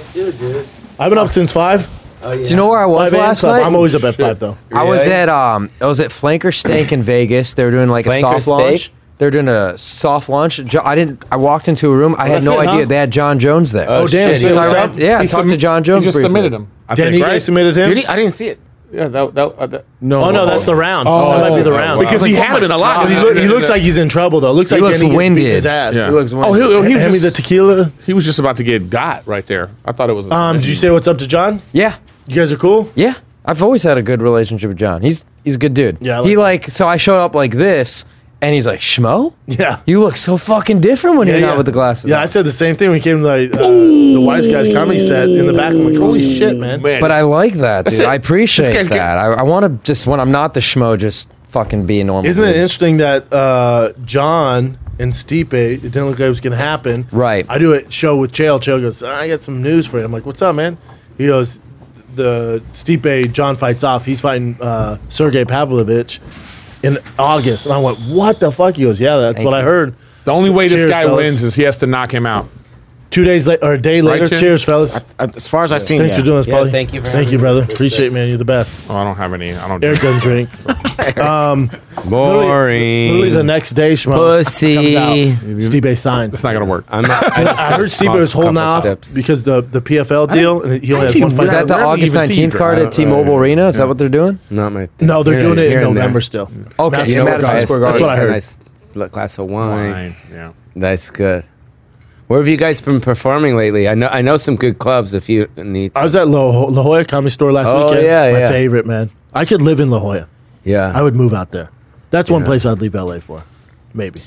C: I've been up since five.
G: Oh,
D: Do you know where I was
C: Five a.m.
D: last
C: club.
D: night?
C: I'm always up at five though.
D: I was
G: Really?
D: at um, I was at Flanker Steak in Vegas. They were doing like
G: Flanker
D: a soft launch.
G: Steak?
D: They were doing a soft launch. Jo- I didn't. I walked into a room. I had
E: that's
D: no
E: it, huh?
D: idea they had John Jones there.
G: Oh, damn,
D: So
G: so
D: I
C: what's
D: read-
C: up?
D: yeah, I
E: He
D: talked
E: sub-
D: to John Jones.
E: He just
D: briefly.
E: submitted him. I
C: Danny
E: think,
C: Gray
E: right?
C: submitted him.
F: Did he? I didn't see it.
E: Yeah, that, that, uh, that,
D: No,
C: Oh no, that's the round.
E: Oh,
C: Oh, that might be the
E: oh,
C: round.
E: wow. Because
C: I was
E: he
C: like,
E: had him in a lot.
C: He, look- he looks like he's in trouble though. Looks
D: He
C: like
D: looks
C: Danny
D: winded.
C: His ass.
E: Yeah.
C: He looks
E: Oh,
C: winded.
E: he, he,
C: Hand me
E: was
C: the
E: just,
C: tequila.
E: he was just about to get got right there. I thought it was. A
C: Um, did you say what's up to John?
D: Yeah,
C: You guys are cool.
D: yeah. I've always had a good relationship with John. He's he's a good dude.
C: Yeah, I like
D: he
C: him.
D: like so I showed up like this, and he's like Schmo.
C: Yeah.
D: You look so fucking different when you're not with the glasses.
C: Yeah,
D: on."
C: I said the same thing when we came to like, uh, the wise guys comedy set in the back. I'm like, holy shit, man.
E: man,
D: But I like that, dude.
E: it.
D: I
E: This
D: appreciate
E: guy's
D: that.
E: got-
D: I, I want to just when I'm not the schmo, just fucking be a normal.
C: Isn't it
D: dude.
C: interesting that uh, John and Stipe, it didn't look like it was going to happen.
D: Right.
C: I do a show with Chael. Chael goes, "Ah, I got some news for you. I'm like, what's up, man? He goes, the Stipe, John fights off. He's fighting uh, Sergey Pavlovich in August. And I went, what the fuck? He goes, yeah, that's
D: Thank
C: what I
D: you.
C: heard.
E: The only
C: So
E: way this
C: cheers,
E: guy
C: fellas.
E: wins is he has to knock him out.
C: two days later or a day later.
E: Tim?
C: cheers, fellas.
F: As far as I've seen,
C: Thanks
F: yeah.
C: for doing this,
G: Yeah,
C: Paulie.
G: thank you for
C: thank
G: having
C: you,
G: me.
C: brother. Appreciate, man. You're the best.
E: Oh, I don't have any. I don't.
C: Eric doesn't drink.
G: Boring.
C: Literally, literally the next day, Shmo
G: Pussy.
C: comes out. Stipe signed.
E: It's not gonna work.
G: I'm not, I,
C: [LAUGHS]
G: just
C: I heard Stipe was holding off because the the PFL deal, and he only has
E: I
C: one
E: didn't
C: fight.
D: Is that the
E: Where do we
D: August
E: even see you
D: nineteenth card
E: draw?
D: at T-Mobile
E: Uh,
D: Arena? Is that what they're doing?
G: Not my.
C: no, they're
G: Here-
C: doing it
G: here
C: in
G: and there.
C: November still.
D: Okay,
C: Madison
D: you know,
C: Madison
D: guys,
C: Square Garden. That's what I heard.
G: Nice l- glass of wine.
E: Fine. Yeah.
G: That's good. Where have you guys been performing lately? I know I know some good clubs. If you need,
C: I was at La, La Jolla Comedy Store last
G: Oh,
C: weekend.
G: yeah,
C: My
G: yeah.
C: favorite, man. I could live in La Jolla.
G: yeah.
C: I would move out there. That's one place I'd leave LA for. Maybe.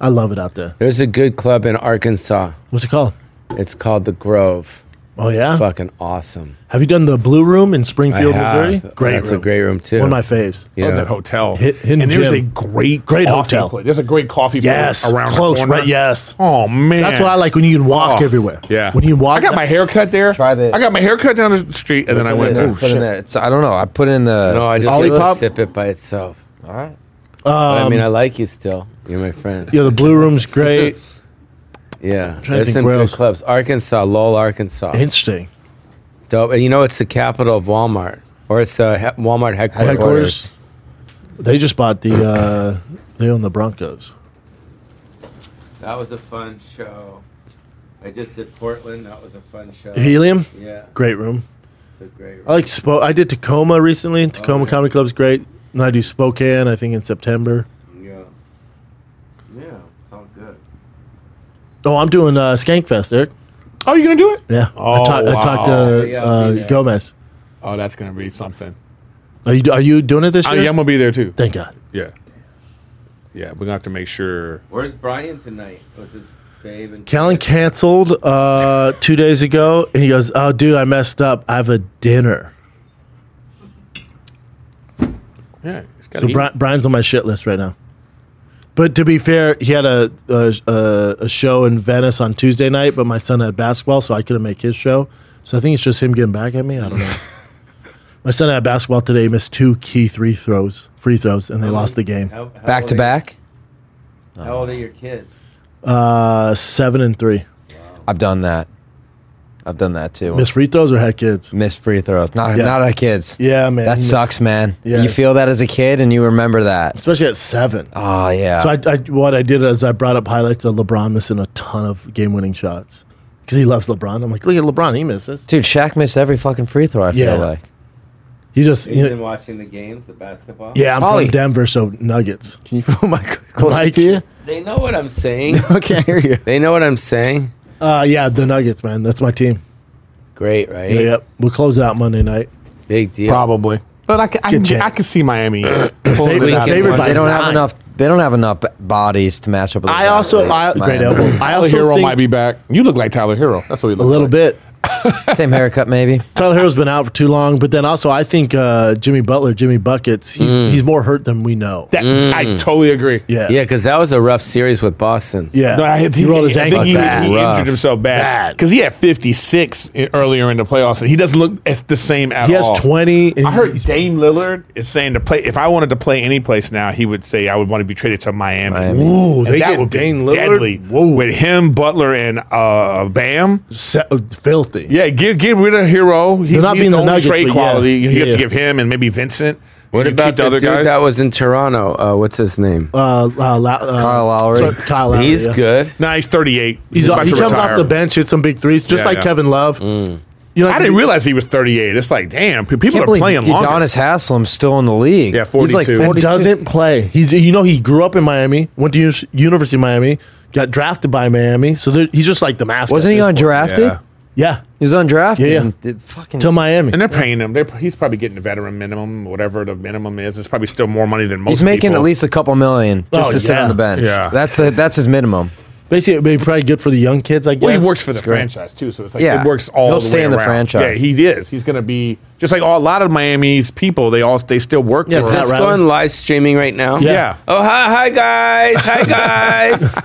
C: I love it out there.
G: There's a good club in Arkansas.
C: What's it called?
G: It's called the Grove.
C: Oh yeah.
G: It's fucking awesome.
C: Have you done the Blue Room in Springfield,
G: I have.
C: Missouri? Great.
G: That's
C: room.
G: a great room too.
C: One of my faves.
G: Yeah.
E: Oh, that hotel.
C: Hi- hidden
E: and there's
C: gem.
E: a great,
C: Great
E: coffee
C: hotel.
E: Place. There's a great coffee
C: Yes.
E: place around the
C: Close.
E: corner.
C: Right. Yes.
E: Oh man,
C: That's what I like when you can walk
E: Oh,
C: everywhere.
E: Yeah,
C: When you can walk.
E: I got my hair cut there.
D: Try this.
E: I got my hair cut down the street, and then I
D: Put it in
E: went.
D: there,
E: Oh,
D: put it in
E: shit.
D: there. It's, I don't know. I put it in
C: Uh,
D: the.
G: no, I just
C: Olipop?
G: sip it by itself.
D: All right.
G: But I mean, I like you still. You're my friend.
C: Um, Yeah, the Blue Room's great.
G: Yeah.
C: to think
G: There's some
C: where
G: good
C: else.
G: clubs. Arkansas, Lowell, Arkansas.
C: Interesting.
G: Dope. And you know, it's the capital of Walmart, or it's the he- Walmart headquarters.
C: Headquarters. They just bought the. Uh, they own the Broncos.
G: That was a fun show. I just did Portland. That was a fun show.
C: Helium.
G: Yeah.
C: Great room.
G: It's a great.
C: I like Spo- I did Tacoma recently. Tacoma
E: Oh,
C: Comedy Club's great, and I do Spokane. I think in September.
G: Yeah. Yeah. It's all good.
C: Oh, I'm doing uh, Skankfest, Eric.
E: Oh, you gonna do it?
C: Yeah,
E: Oh,
C: I, talk, I
E: wow.
C: talked to
G: Yeah,
C: uh,
G: I'll be there.
C: Gomez.
E: Oh, that's gonna be something.
C: Are you are you doing it this
E: I,
C: year?
E: Uh, yeah, I'm gonna be there too.
C: Thank God.
E: Yeah, yeah. We're gonna have to make sure.
G: Where's Brian tonight with his babe and
C: Callan canceled uh, [LAUGHS] two days ago, and he goes, "Oh, dude, I messed up. I have a dinner."
E: Yeah, it's gotta
C: So
E: eat.
C: Bri- Brian's on my shit list right now. But to be fair, he had a a, a a show in Venice on Tuesday night, but my son had basketball, so I couldn't make his show. So I think it's just him getting back at me. I don't
E: [LAUGHS]
C: know. my son had basketball today, he missed two key three throws, free throws, and they lost the game.
G: How- how
D: Back
G: old
D: to
G: are-
D: back.
G: How old are your kids?
C: Uh, seven and three.
D: I've done that. I've done that too.
C: Missed free throws or had kids.
D: Missed free throws. Not
C: Yeah.
D: not our kids.
C: Yeah, man.
D: That
C: He missed-
D: sucks, man.
C: Yeah.
D: You feel that as a kid, and you remember that.
C: especially at seven.
D: Oh yeah.
C: So I, I, what I did is I brought up highlights of LeBron missing a ton of game-winning shots because he loves LeBron. I'm like, look at LeBron, he misses.
D: Dude, Shaq missed every fucking free throw. I
C: Yeah.
D: feel like.
C: He just,
G: You've
C: you
G: been
C: know,
G: watching the games, the basketball.
C: yeah. I'm
D: Ollie.
C: from Denver, so Nuggets.
F: Can you pull my closer
C: Like-
F: to you? [LAUGHS]
G: They know what
C: [LAUGHS]
G: I'm saying.
F: Okay, I hear you.
G: they know what I'm saying.
C: Uh, yeah, the Nuggets, man. That's my team.
G: Great, right?
C: Yeah, yep. We'll close it out Monday night.
G: Big deal.
E: probably. But I, ca- I,
C: Good
E: can-
C: chance.
E: I can see [CLEARS THROAT] Miami. pulling
C: [LAUGHS] Favorite-
E: it out.
C: favorite by
D: They don't have
C: nine.
D: enough. They don't have enough b- bodies to match up with.
C: I
D: those
C: also, I,
D: athletes,
C: great
D: man.
C: elbow. I
E: Tyler
C: also
E: Hero
C: think
E: might be back. You look like Tyler Hero. That's what
C: a
E: you look
C: little
E: like.
C: bit.
D: Same haircut, maybe.
C: Tyler Hero's been out for too long, but then also I think uh, Jimmy Butler, Jimmy buckets, he's
F: Mm.
C: he's more hurt than we know.
E: That, I totally agree.
C: yeah,
G: Yeah, because that was a rough series with Boston.
C: yeah.
E: No, I, think,
C: he rolled his
E: I
C: ankle.
E: think he,
C: bad.
E: he
G: Rough.
E: injured himself bad
C: Bad.
E: because he had 56 i- earlier in the playoffs, and he doesn't look as the same at all.
C: He has 20 and
E: Oh. I heard
C: he's-
E: Dame Lillard is saying to play. If I wanted to play any place now, he would say I would want to be traded to Miami.
D: Miami.
C: Ooh,
E: And
C: they
E: that
C: get
E: would
C: Dane
E: be
C: Lillard.
E: deadly
C: Whoa.
E: with him, Butler, and uh, Bam.
C: Se- uh, filthy.
E: Yeah, give give rid of Hero. He's,
C: not
E: he's
C: being
E: the
C: the
E: only
C: Nuggets,
E: trade
C: but yeah.
E: quality. You
C: Yeah,
E: have
C: yeah.
E: to give him and maybe Vincent.
G: What
E: You
G: about
E: keep
G: the, dude that was in Toronto? Uh, what's his name?
C: Uh, uh, La- uh,
D: Kyle Lowry.
C: so- Kyle Lowry.
G: He's
C: yeah.
G: good.
E: Nah, he's 38.
C: He's
E: about
C: he
E: to
C: comes
E: retire.
C: off the bench, hits some big threes, just
E: Yeah,
C: like
E: yeah.
C: Kevin
D: Mm.
C: Love. You know,
E: I didn't realize he was 38. It's like, damn, pe- people are playing longer.
D: Udonis Haslam's still in the league.
E: Yeah,
D: He's like
E: 42. And
C: And
D: 42.
C: doesn't play. He, you know, he grew up in Miami, went to Uni- University of Miami, got drafted by Miami. So there- he's just like the mascot.
D: Wasn't he
C: at this point.
D: undrafted?
E: Yeah.
C: Yeah,
D: He was undrafted.
C: Yeah, yeah.
D: and did fucking
C: to Miami.
E: And they're paying him. They're, he's probably getting the veteran minimum, whatever the minimum is. It's probably still more money than most.
D: He's making
E: people.
D: at least a couple million just
C: Oh,
D: to sit
C: yeah.
D: on the bench.
E: Yeah.
D: That's the that's his minimum.
C: Basically, it'd be probably good for the young kids, I guess.
E: Well, he works for the
D: great.
E: franchise too, so it's like
D: Yeah.
E: it works all.
D: He'll
E: the
D: stay
E: way
D: in the
E: around.
D: franchise.
E: Yeah, he is. He's going to be Just like all, a lot of Miami's people, they all they still work.
C: Yes,
E: for
C: that
E: him.
G: Let's
C: right?
G: go on live streaming right now.
C: Yeah.
E: yeah.
G: Oh hi hi
C: [LAUGHS]
G: guys hi guys.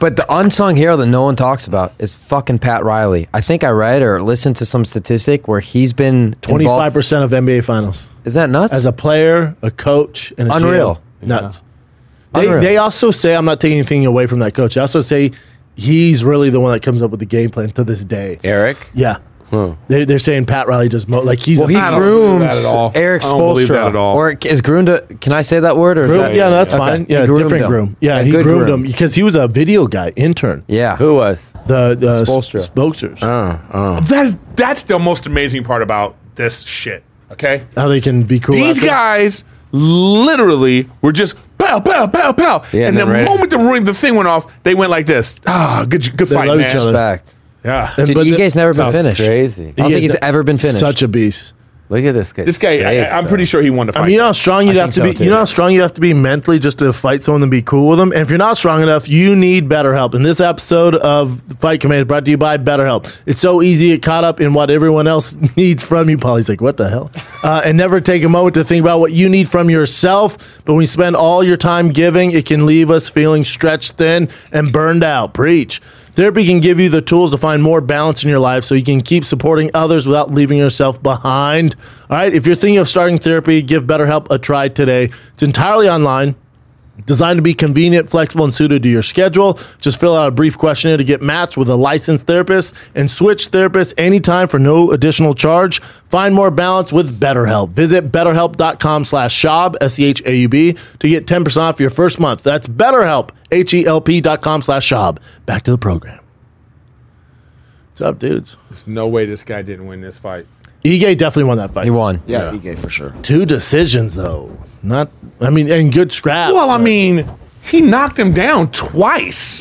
D: But the unsung hero that no one talks about is fucking Pat Riley. I think I read or listened to some statistic where he's been
C: Twenty five
D: involved-
C: percent of NBA finals
D: Is that nuts?
C: as a player, a coach, and a GM.
D: Unreal.
C: nuts. They,
D: Unreal.
C: they also say I'm not taking anything away from that coach. They also say he's really the one that comes up with the game plan to this day.
G: Eric.
C: Yeah, they're, they're saying Pat Riley does mo- like he's
D: well, he
C: I don't
E: believe
D: groomed
E: that at all.
D: Eric
E: I don't believe
D: Spoelstra.
E: that at all.
D: Or is groomed? A, can I say that word? Or is
C: Groom,
D: that,
C: yeah, that's
D: Okay.
C: fine.
D: He
C: Yeah,
D: groomed
C: different
D: him.
C: groom. Yeah,
D: A
C: he
D: good
C: groomed him because he was a video guy intern.
D: Yeah.
G: Who was?
C: The the s-
D: Spoelstra.
C: Spokesters.
D: Ah.
E: That that's the most amazing part about this shit. Okay,
C: How they can be cool.
E: these
C: after-
E: guys literally were just pow pow pow pow, and
G: Yeah, and
E: the
G: then right-
E: moment the ring the thing went off, they went like this. Ah, good good
C: They
E: fight,
C: love
E: man.
C: each other.
D: Respect.
E: Yeah.
C: And-
D: Dude,
C: but the-
D: Ige's never been
G: That's
D: finished.
G: crazy.
D: I
F: E
D: don't
C: he
D: think
C: is
D: he's
C: a-
D: ever been finished.
C: Such a beast.
G: Look at this guy.
E: This guy, I,
G: Face,
E: I, am
G: though.
E: pretty sure he won the fight.
C: I mean, you know how strong you'd
D: I
C: have to
D: think
C: be.
D: so, too.
C: You know how strong you have to be mentally just to fight someone and be cool with them. And if you're not strong enough, you need better help. And this episode of Fight Command is brought to you by BetterHelp. It's so easy to get caught up in what everyone else [LAUGHS] needs from you. Polly's like, "What the hell?" Uh, and never take a moment to think about what you need from yourself. But when you spend all your time giving, it can leave us feeling stretched thin and burned out. Preach. Therapy can give you the tools to find more balance in your life so you can keep supporting others without leaving yourself behind. All right, if you're thinking of starting therapy, give BetterHelp a try today. It's entirely online designed to be convenient, flexible, and suited to your schedule. Just fill out a brief questionnaire to get matched with a licensed therapist and switch therapists anytime for no additional charge. Find more balance with BetterHelp. Visit betterhelp.com slash shab, E S-E-H-A-U-B, to get 10% off your first month. That's betterhelp, H-E-L-P dot com slash shab. Back to the program. What's up, dudes?
E: There's no way this guy didn't win this fight.
C: Ige definitely won that fight.
D: He won.
F: Yeah, Ige for sure.
C: Two decisions, though. Not, I mean, and good scrap.
E: Well, I mean, he knocked him down twice.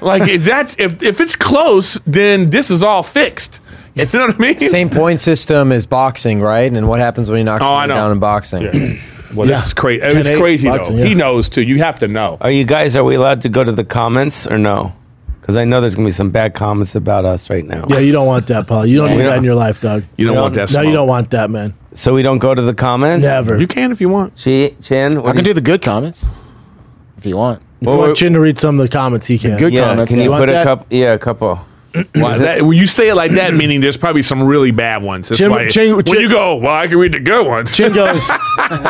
C: [LAUGHS]
E: like if that's if if it's close, then this is all fixed. You know what I mean?
D: Same point system as boxing, right? And what happens when he knocks
E: Oh, I
D: someone
E: know.
D: down in boxing?
E: Well,
C: Yeah.
E: this is crazy. It's
C: 10-8
E: crazy
C: boxing,
E: though.
C: yeah.
E: He knows too. You have to know.
G: Are you guys? Are we allowed to go to the comments or no? Because I know there's gonna be some bad comments about us right now.
C: Yeah, you don't want that, Paul. You don't need that in your life, dog.
E: You don't want that.
C: No,
E: Smoke.
C: you don't want that, man.
G: So we don't go to the comments.
C: Never.
E: You can if you want.
G: Chi- Chin,
F: I
G: what
F: can
G: do
F: do
G: you,
F: the good comments if you want.
C: If you
G: Well,
C: want
G: we-
C: Chin to read some of the comments, he can.
F: good-
G: yeah,
F: comments,
G: Can
F: yeah.
G: you
C: Want
G: put a
C: that?
G: couple? Yeah, a couple.
E: Why, that, when you say it like that, [CLEARS THROAT] meaning there's probably some really bad ones. That's
C: Jim-
E: why-
C: Jim-
E: when
C: Jim-
E: you go, well, I can read the good ones.
C: Chin goes.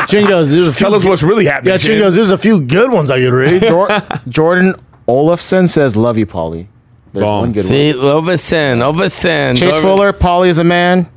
C: Chin goes. There's a few.
E: Tell us what's really happening.
C: yeah, Chin goes. There's a few good ones I could read.
F: [LAUGHS] Jor- Jordan Olafson says, "Love you, Polly." There's
E: Boom.
F: one good one.
G: See, Lovison, Lovison,
F: Chase Fuller, Polly is a man.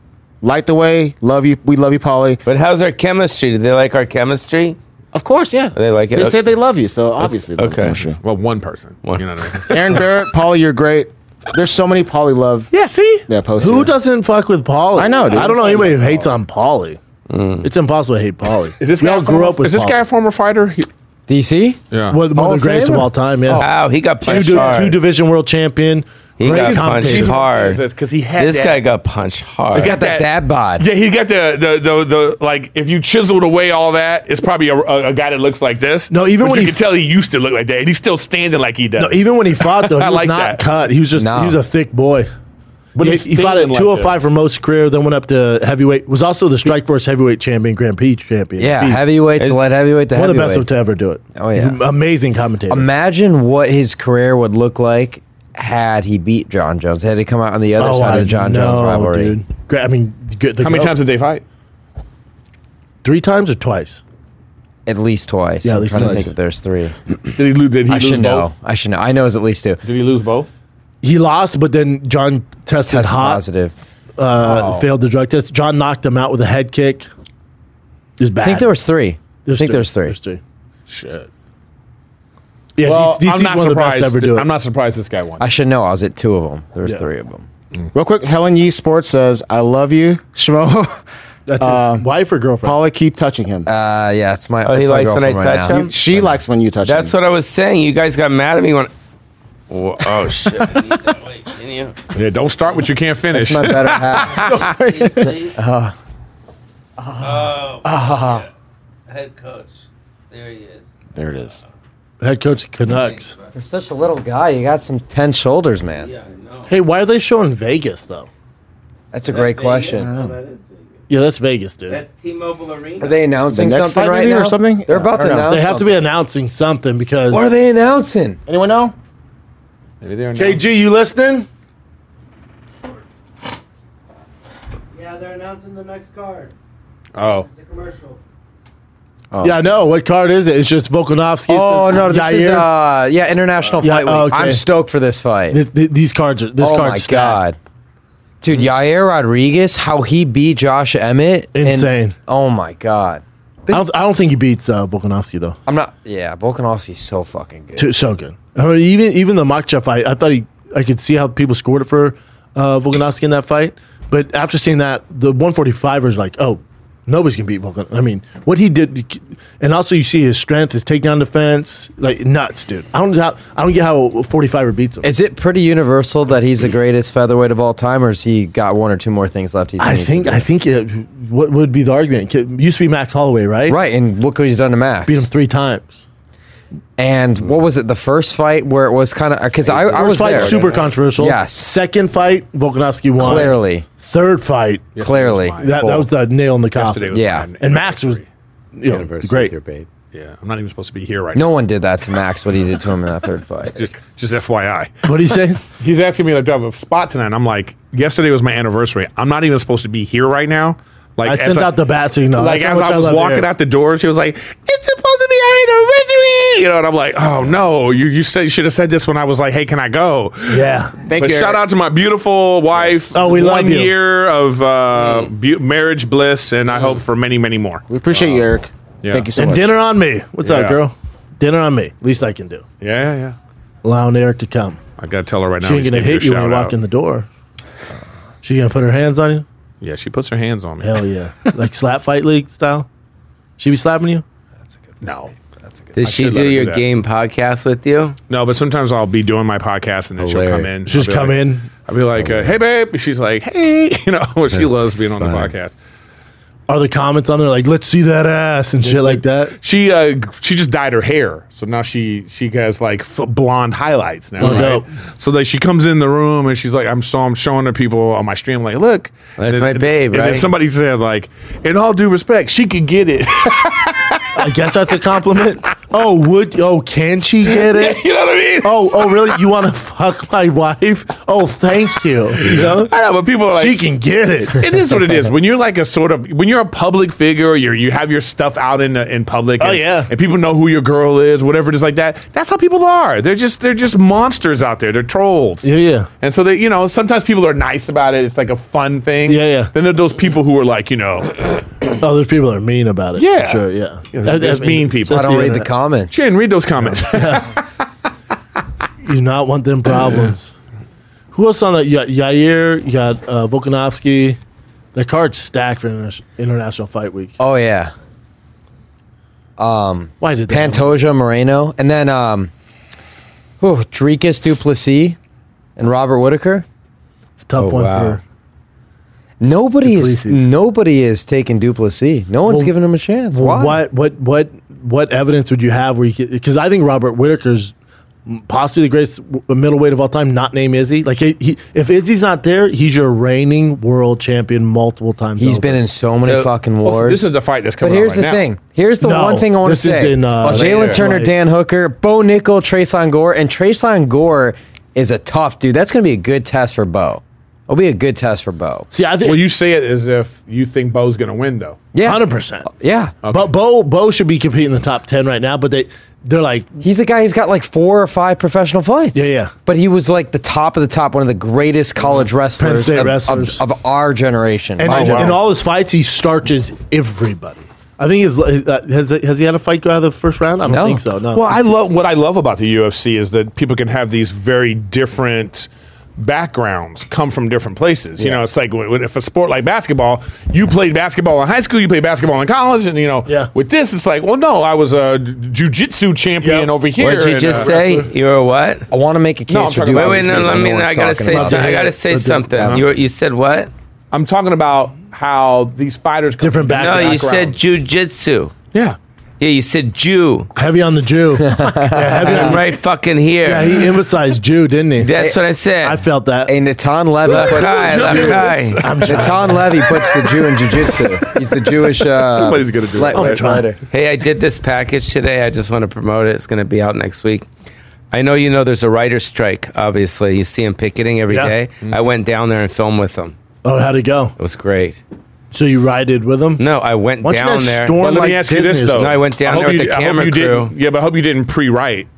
F: Light the way. Love you. We love you, Polly.
G: But how's our chemistry? Do they like our chemistry?
F: Of course, yeah.
G: They like it?
F: They say they love you, so obviously. they love
G: Okay.
F: the chemistry.
E: Well, one person.
G: One.
E: You know what I
C: [LAUGHS]
E: mean?
F: Aaron Barrett, [LAUGHS] Polly, you're great. There's so many Polly love.
E: yeah. See.
F: Yeah, posts.
C: Who
F: here.
C: doesn't fuck with Polly?
F: I know, dude.
C: I don't know anybody who hates on Polly. It's impossible to hate Polly.
E: Mm. Is this
C: we
E: guy
C: all
E: a
C: grew
E: former-
C: up with
E: Is this
C: Pauly.
E: guy a former fighter? He-
D: DC?
E: yeah.
C: One of the
F: Hall
C: mother
F: of
C: greats of
F: Famer?
C: all time.
E: Oh,
C: Yeah,
F: Ah,
G: Wow, he got
C: two,
G: punched
C: di-
G: hard.
C: two division world champion.
G: he
C: great
G: got punched
C: competitor.
G: hard
E: Because he had
G: This
E: that-
G: guy got punched hard.
E: He's
D: Got that dad bod.
E: Yeah, he got the, the the the like. If you chiseled away all that, it's probably a, a, a guy that looks like this.
C: No, even
E: But
C: when
E: you
C: he-
E: can tell he used to look like that, and he's still standing like he does.
C: No, even when he fought
E: [LAUGHS]
C: though, he
E: I
C: was
E: like
C: not
E: that.
C: cut. He was just
D: No.
C: he was a thick boy. But he,
E: he's
C: he fought at
E: standing like
C: 205 for most of his career, then went up to heavyweight. Was also the Strikeforce heavyweight champion, Grand Prix champion.
D: Yeah,
C: Beast.
D: heavyweight to
G: It's-
D: light heavyweight to
C: One of the
D: heavyweight.
C: best to ever do it.
D: Oh, yeah.
C: amazing commentator.
D: Imagine what his career would look like had he beat John Jones. Had he come out on the other
C: Oh,
D: side of the
C: I
D: John Jones
C: know,
D: rivalry.
C: dude. Gra- I mean, good, the
E: How many
C: goat.
E: times did they fight?
C: Three times or twice?
D: At least twice.
C: Yeah, at
D: I'm
C: least
D: trying
C: twice.
D: to think if there's three.
E: Did he lose? Did he
D: I
E: lose
D: should
E: both?
D: know. I should know. I know it's at least two.
E: Did he lose both?
C: He lost, but then John tested
D: Test
C: hot,
D: positive. Oh.
C: uh, failed the drug test. John knocked him out with a head kick. It was bad.
D: I think there was three. I think there's three.
C: There's three.
E: Shit.
C: Yeah,
E: Well,
C: DC's
E: I'm not
C: one of the
E: surprised.
C: best to ever do it.
E: I'm not surprised this guy won.
D: I should know. I was at two of them. There was
C: Yeah.
D: three of them.
F: Real quick, Helen Yee Sports says, "I love you, Shmo."
C: That's his wife or girlfriend?
F: Polly, keep touching him.
D: Uh, yeah, it's my.
G: Oh,
D: it's
G: he
D: my
G: likes when I
D: girlfriend right
G: touch
D: now. [LAUGHS]
G: him?
F: she likes when you touch
G: That's
F: him.
G: what I was saying. You guys got mad at me when. Whoa,
E: [LAUGHS]
G: oh shit! I need that light. Can you-
E: yeah, don't start what you can't finish.
F: That's my better half.
G: please, please? Oh, shit. head coach. There he is.
F: there it is.
C: Head coach Canucks.
D: You're such a little guy. You got some ten shoulders, man.
G: I know.
C: Hey, why are they showing Vegas though?
D: That's a great question.
G: That is
C: Yeah, that's Vegas, dude.
G: T-Mobile Arena.
D: Are they announcing
F: The next
D: something
F: fight
D: right
F: maybe
D: now
F: or something?
D: They're
F: Yeah,
D: about
F: I
D: to
F: don't know.
D: announce.
C: they have to be announcing something because
D: What are they announcing?
F: Anyone know?
G: Maybe they're
C: KG, you listening?
H: Yeah, they're announcing the next card.
E: Oh,
H: It's a commercial.
C: Yeah, I know. What card is it? It's just Volkanovski.
D: Oh
C: it's
D: no, this is
C: Yair.
D: uh yeah international
C: Yeah,
D: fight week.
C: oh, okay.
D: I'm stoked for this fight.
C: This- th- these cards are this
D: oh
C: card's
D: my
C: stacked.
D: god, dude, Yair Rodriguez, how he beat Josh Emmett, and-
C: Insane.
D: oh my god,
C: I don't, I don't think he beats uh, Volkanovski though.
D: I'm not. Yeah, Volkanovski's so fucking good.
C: Too, so good. I mean, even even the Makhachev fight, I thought he I could see how people scored it for uh, Volkanovski in that fight, but after seeing that, the 145ers like, oh, nobody's gonna beat Volkan. I mean, what he did, and also you see his strength, his takedown defense, like nuts, dude. I don't how, I don't get how a 45er beats him.
D: Is it pretty universal that he's the greatest featherweight of all time, or has he got one or two more things left? He's
C: I think I think it, what would be the argument? It used to be Max Holloway, right?
D: right, and look what he's done to Max.
C: beat him three times.
D: And what was it? The first fight where it was kind of because I, I
C: First
D: was
C: fight
D: there.
C: super controversial.
D: Yes.
C: Second fight, Volkanovski won.
D: Clearly,
C: Third fight,
D: clearly.
C: that, that was the nail in the coffin.
E: yesterday was
D: Yeah.
E: my
C: And Max was you know,
G: Universe
C: great.
G: With your babe.
E: Yeah, I'm not even supposed to be here right
D: No
E: now.
D: one did that to Max. What he did to him in that third fight.
E: Just, just FYI.
C: What
F: [LAUGHS]
C: do you say?
E: He's asking me like, do I have a spot tonight? I'm like, yesterday was my anniversary. I'm not even supposed to be here right now. Like,
C: I
E: as
C: sent
E: I-
C: out the bat signal.
E: like
C: That's how
E: as
C: much
E: I was
C: love
E: walking
C: Eric.
E: out the door, she was like, "It's supposed to be our anniversary," you know, and I'm like, "Oh no, you you said you should have said this when I was like, hey, can I go?"
C: Yeah.
F: Thank
E: but
F: you,
E: shout
F: Eric.
E: out to my beautiful wife.
C: Oh, we love
E: One
C: you.
E: year of uh,
F: Mm.
E: beau- marriage bliss, and I hope for many, many more.
F: We appreciate you, Eric.
E: Yeah.
F: Thank Mm. you so
C: And
F: much.
C: dinner on me. What's up,
E: Yeah.
C: girl? Dinner on me. Least I can do.
E: Yeah, yeah, yeah.
C: Allowing Eric to come.
E: I gotta tell her right now.
C: She ain't
E: just
C: gonna
E: give her
C: hit
E: a
C: you when you
E: shout
C: walk
E: out.
C: in the door. She gonna put her hands on you?
E: Yeah, she puts her hands on me.
C: Hell
E: [LAUGHS]
C: yeah. like slap fight league style? She be slapping you?
E: No,
G: Did
E: I
G: she
E: should let
G: do
E: her
G: your
E: do that.
G: game podcast with you?
E: no, but sometimes I'll be doing my podcast, and then she'll come
G: Hilarious.
E: in.
C: She'll just
E: I'll be
C: come
E: like-
C: in.
E: I'll be like, uh, "Hey, babe," and she's like, "Hey," [LAUGHS] you know, she loves being on the
G: funny.
E: podcast.
C: Are the comments on there like, let's see that ass and shit like that?
E: She uh, g- she just dyed her hair, so now she she has like f- blonde highlights now.
C: Oh,
E: right?
C: dope.
E: So like she comes in the room and she's like, "I'm so I'm showing the people on my stream like, look,
G: That's
E: And
G: my babe,
E: And
G: right?
E: then somebody said like, "In all due respect, she could get it."
C: I guess that's a compliment.
E: [LAUGHS]
C: Oh, would oh can she get it?
E: you know what I mean?
C: Oh, oh, really? You want to fuck my wife? Oh, thank you. You know,
E: I know, but people are like,
C: she can get it.
E: it is what it is. When you're like a sort of when you're a public figure, or you're you have your stuff out in the, in public.
C: Oh,
E: and,
C: yeah.
E: and people know who your girl is, whatever it is like that. That's how people are. They're just they're just monsters out there. They're trolls.
C: Yeah, yeah.
E: And so they you know sometimes people are nice about it. It's like a fun thing.
C: Yeah, yeah.
E: Then there are those people who are like
C: [CLEARS THROAT]
E: you know
C: Oh, there's people that are mean about it. for
E: Yeah.
C: sure. Yeah,
E: there's mean people.
D: I
C: that's
D: don't read the
C: internet.
D: comments.
E: Jen, read those
C: [LAUGHS]
E: comments.
C: You do not want them problems. Who else on that? You got Yair. You got uh, Volkanovski. The card's stacked for interna- international fight week.
D: Oh yeah.
C: Why did that?
D: Pantoja Moreno, and then um, whew, Dricus Duplessis and Robert Whitaker.
C: It's a tough
G: Oh,
C: one
G: wow.
C: for.
D: Nobody
C: Duplessis.
D: is nobody is taking Duplessis. No one's
C: Well,
D: giving him a chance.
C: Well,
D: Why?
C: What what what what evidence would you have where you could? Because I think Robert Whitaker's possibly the greatest w- middleweight of all time. Not named Izzy. Like he, he, if Izzy's not there, he's your reigning world champion multiple times.
D: He's
C: over.
D: been in so many
G: So-
D: fucking
E: Well,
D: wars.
E: oh, this is the fight that's
D: But
E: coming.
D: here's the
E: on right now.
D: thing. Here's the
C: No,
D: one thing I want
C: this
D: to say.
C: is in, uh,
D: Oh, Jalen
C: later.
D: Turner,
C: Like-
D: Dan Hooker, Bo Nickel, Traceon Gore, and Traceon Gore is a tough dude. That's going to be a good test for Bo. It'll be a good test for Bo.
C: See, I think
E: Well, you say it as if you think Bo's going to win though.
D: Yeah,
C: hundred percent.
D: Yeah,
C: But Bo Bo should be competing in the top ten right now. But they they're like
D: he's a guy who's got like four or five professional fights.
C: Yeah, yeah.
D: But he was like the top of the top, one of the greatest college wrestlers,
C: State
D: of, of-
C: wrestlers.
D: of our generation.
C: and
D: my
C: in,
E: wow.
D: generation.
C: all his fights he starches everybody. I think his uh, has has he had a fight go out of the first round? I don't
D: No.
C: think so. No.
E: Well, I love what I love about the UFC is that people can have these very different backgrounds come from different places. You know, it's like when, when- if a sport like basketball, you played basketball in high school, you played basketball in college, and you know,
C: Yeah.
E: with this, it's like, well, no, I was a jujitsu champion
C: Yep.
E: over here.
G: What did you
E: and, uh,
G: just say? You were what?
D: I want to make a case
E: No, I'm
D: for Duplessis.
E: talking about-
G: Wait, wait, no, let
D: but
G: me.
D: one's
G: I gotta
D: talking
G: say.
D: about
G: Some,
C: it.
G: I gotta say
C: Let's do it.
G: something.
C: Uh-huh.
G: You were, you said what?
E: I'm talking about how these fighters come
C: Different
E: from
C: backgrounds.
G: No, Oh, you said
E: backgrounds.
G: jujitsu.
E: yeah.
G: Yeah, you said Jew.
C: Heavy on the Jew. yeah, heavy on,
G: I'm right fucking here.
C: yeah, he emphasized Jew, didn't he?
G: That's what I said.
C: I felt that.
D: Hey, Natan Levy. put-
G: Lachai, Lachai.
D: Natan Levy puts the Jew in jujitsu. He's the Jewish. Uh,
E: Somebody's gonna do it.
D: lightweight
E: I'm trying.
D: fighter.
G: Hey, I did this package today. I just want to promote it. It's going to be out next week. I know you know there's a writer's strike, obviously. You see them picketing every
C: Yeah. Mm-hmm.
G: day. I went down there and filmed with them.
C: Oh, how'd it go?
G: It was great.
C: So you rided with him?
G: No, I went
C: Why don't you
G: down
C: guys
G: there.
C: storm
E: But let
C: like
E: me ask you
C: Disney
E: this
C: or
E: though.
G: No, I went down
E: hope
G: there with the
E: I hope
G: camera
E: you
G: crew.
E: Didn't, yeah, but I hope you didn't pre-write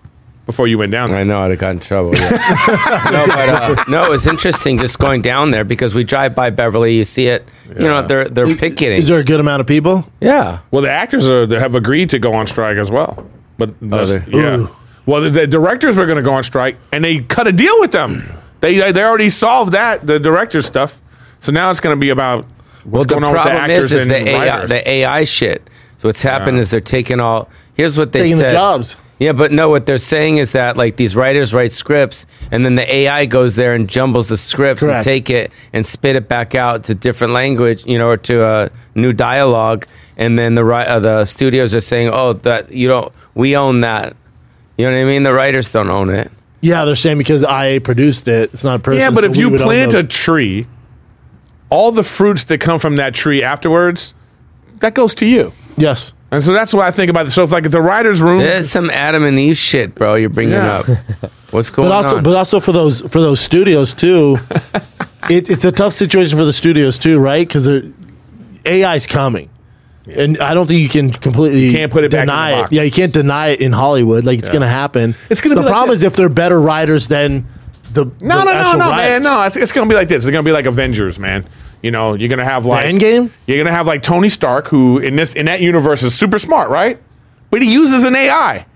E: before you went down.
G: I
E: there.
G: know I'd have got in trouble. yeah. [LAUGHS] no, but uh, no, it was interesting just going down there because we drive by Beverly, you see it. You know, they're they're picketing.
C: Is there a good amount of people?
G: yeah,
E: Well, the actors are, they have agreed to go on strike as well. But the,
G: Oh, they-
E: yeah, well, the, the directors were going to go on strike, and they cut a deal with them. They they already solved that the director stuff. So now it's going to be about
G: Well,
E: what's
G: the
E: going on with the
G: problem
E: actors
G: is, is
E: and
G: the AI,
E: writers.
G: the AI shit. So what's happened is they're taking all. Here's what they
C: Taking the
G: said.
C: jobs.
G: Yeah, but no, what they're saying is that like these writers write scripts, and then the AI goes there and jumbles the scripts
C: Correct.
G: and take it and spit it back out to different language, you know, or to a new dialogue, and then the ri- uh, the studios are saying, oh, that you don't, we own that. You know what I mean? The writers don't own it.
C: Yeah, they're saying because IA produced it, it's not a person.
E: yeah, but
C: so
E: if
C: we
E: you
C: would all
E: plant
C: know.
E: a tree, all the fruits that come from that tree afterwards, that goes to you.
C: yes,
E: And so that's what I think about it. So if like if the writers' room,
G: There's some Adam and Eve shit, bro. You're bringing
E: Yeah.
G: up. What's going
C: but also
G: on?
C: but also for those for those studios
E: [LAUGHS]
C: too, it, it's a tough situation for the studios too, right? Because AI's coming, and I don't think you can completely
E: You can't put it back in the
C: deny
E: box.
C: it. Yeah, you can't deny it in Hollywood. Like it's going to happen.
E: It's gonna
C: The
E: be like
C: problem
E: this.
C: is if they're better writers than the
E: No,
C: the
E: no, no,
C: actual
E: no,
C: writers.
E: man. No, it's, it's going to be like this. It's going to be like Avengers, man. You know, you're going to have like
C: Endgame?
E: You're going to have like Tony Stark, who in this in that universe is super smart, right? But he uses an AI.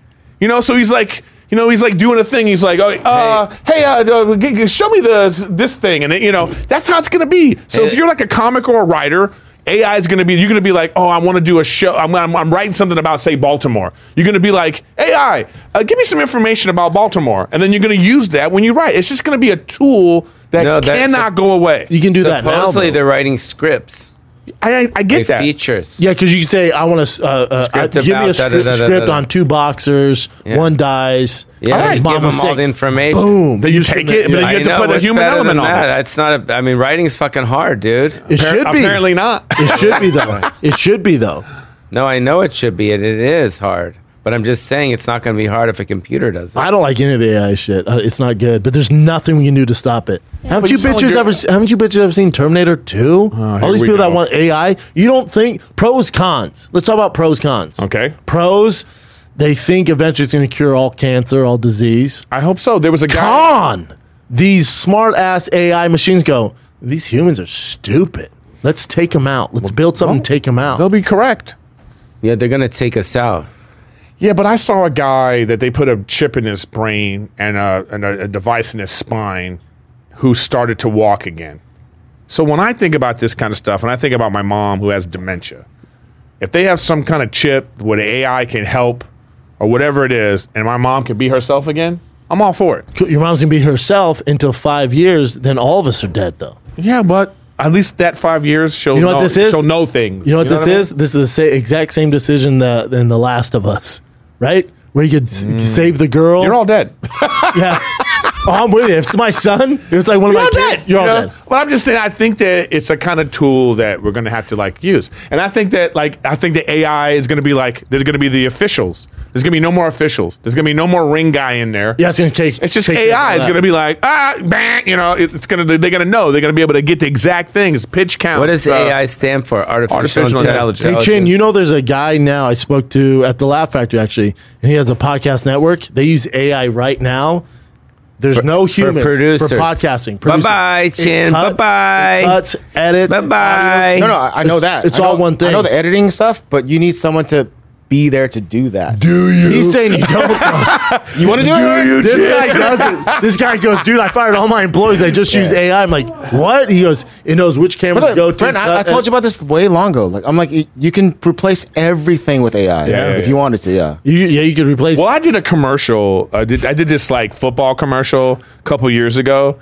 E: You know, so he's like, you know, he's like doing a thing. He's like, oh, uh, hey, uh, d- g- g- show me the this thing, and then, you know, that's how it's going to be. So if
G: Hey.
E: you're like a comic or a writer. AI is going to be, you're going to be like, oh, I want to do a show. I'm, I'm, I'm writing something about, say, Baltimore. You're going to be like, AI, uh, give me some information about Baltimore. And then you're going to use that when you write. It's just going to be a tool that
G: No, that's-
E: cannot go away.
C: You can do that now.
G: Supposedly
C: though.
G: they're writing scripts.
E: I, I, I
G: They
E: get that.
G: features.
C: Yeah, because you can say, I want to uh, uh, I-
G: Script
C: give me a
G: about da- da-
C: scri-
G: da- da-
C: script
G: da-
C: on two boxers, one dies,
G: Yeah,
C: his
G: give
C: mom
G: them
C: was
G: all
C: sick.
G: the information.
C: Boom.
E: Then you
C: Just
E: take
C: in the-
E: it, but then
C: yeah.
E: you have to put a
G: what's
E: human
G: better
E: element
G: than
E: on
G: that.
E: it.
G: That's not. A, I mean, writing's fucking hard, dude.
C: it should be.
E: Apparently not.
C: It should be
E: [LAUGHS]
C: though. It should be though.
G: No, I know it should be, and it is hard. But I'm just saying, it's not going to be hard if a computer does it.
C: I don't like any of the AI shit. Uh, It's not good. But there's nothing we can do to stop it. haven't
E: but
C: you
E: you sound
C: bitches
E: like
C: ever?
E: you're-
C: Haven't you bitches ever seen Terminator Two? All
E: here
C: these
E: we
C: people that
E: go.
C: want AI. You don't think pros cons? Let's talk about pros cons.
E: Okay.
C: Pros, they think eventually it's going to cure all cancer, all disease.
E: I hope so. There was a guy.
C: Con. These smart ass AI machines go. These humans are stupid. Let's take them out. Let's build something. and take them out.
E: They'll be correct.
G: yeah, they're going to take us out.
E: Yeah, but I saw a guy that they put a chip in his brain and a, and a, a device in his spine who started to walk again. So when I think about this kind of stuff, and I think about my mom who has dementia, if they have some kind of chip where the AI can help or whatever it is, and my mom can be herself again, I'm all for it.
C: Your mom's gonna be herself until five years. Then all of us are dead, though.
E: Yeah, but at least that five years she'll
C: You know what
E: know-
C: this is?
E: she'll know things.
C: You know what this
E: I mean?
C: is? This is the sa- exact same decision that in The Last of Us, right? Where you could s- save the girl.
E: Mm. You're all dead. [LAUGHS]
C: yeah. oh, I'm with you. If it's my son, if it's like one
E: You're
C: of
E: all
C: my
E: dead.
C: kids, you're all
E: you know?
C: dead.
E: But I'm just saying, I think that it's a kind of tool that we're going to have to like use, and I think that like I think the AI is going to be like there's going to be the officials. There's going to be no more officials. There's going to be no more ring guy in there.
C: Yeah, it's gonna take.
E: It's just AI is going to be like ah bang. You know, it- it's going to they're going to know they're going to be able to get the exact things, pitch count. Uh,
G: What does AI stand for? Artificial,
E: artificial
G: intelligence.
E: intelligence.
C: Hey Chin, you know there's a guy now I spoke to at the Laugh Factory actually, and he has a podcast network. They use AI right now. There's no humans
G: producers.
C: for podcasting.
G: Bye
C: producing.
G: bye,
C: It
G: Chin. Bye
C: cuts, it
G: bye.
C: Cuts, edits,
G: Bye bye.
F: No, no, I, I know
C: It's-
F: that.
C: it's
F: I know-
C: all one thing.
F: I know the editing stuff, but you need someone to be there to do that.
C: Do you? He's saying you don't.
F: you want to do, it?
C: Dude, this guy doesn't. This guy goes, dude, I fired all my employees. I just use AI. I'm like, what? He goes, it knows which cameras to
F: Brother,
C: go to.
F: friend, I, I
C: cut,
F: told you about this way long ago. Like, I'm like, y- you can replace everything with AI
E: Yeah,
F: if
E: yeah,
F: you
E: yeah.
F: wanted to. Yeah.
C: You, yeah, you could replace.
E: Well, I did a commercial. I did I did this like football commercial a couple years ago,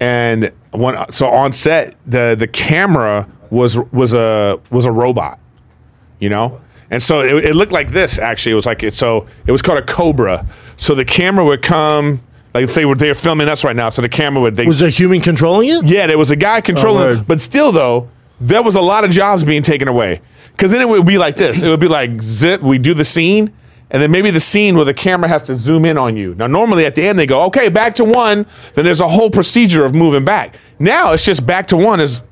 E: and one so on set the the camera was was a was a robot, you know. And so it, it looked like this. Actually, it was like it. So it was called a cobra. So the camera would come. Like say we're- they're filming us right now, so the camera would they
C: Was a human controlling it?
E: yeah, there was a guy controlling,
C: word.
E: but still though, there was a lot of jobs being taken away. Because then it would be like this: it would be like zip, we do the scene, and then maybe the scene where the camera has to zoom in on you. Now, normally at the end they go, "Okay, back to one." Then there's a whole procedure of moving back. Now it's just back to one is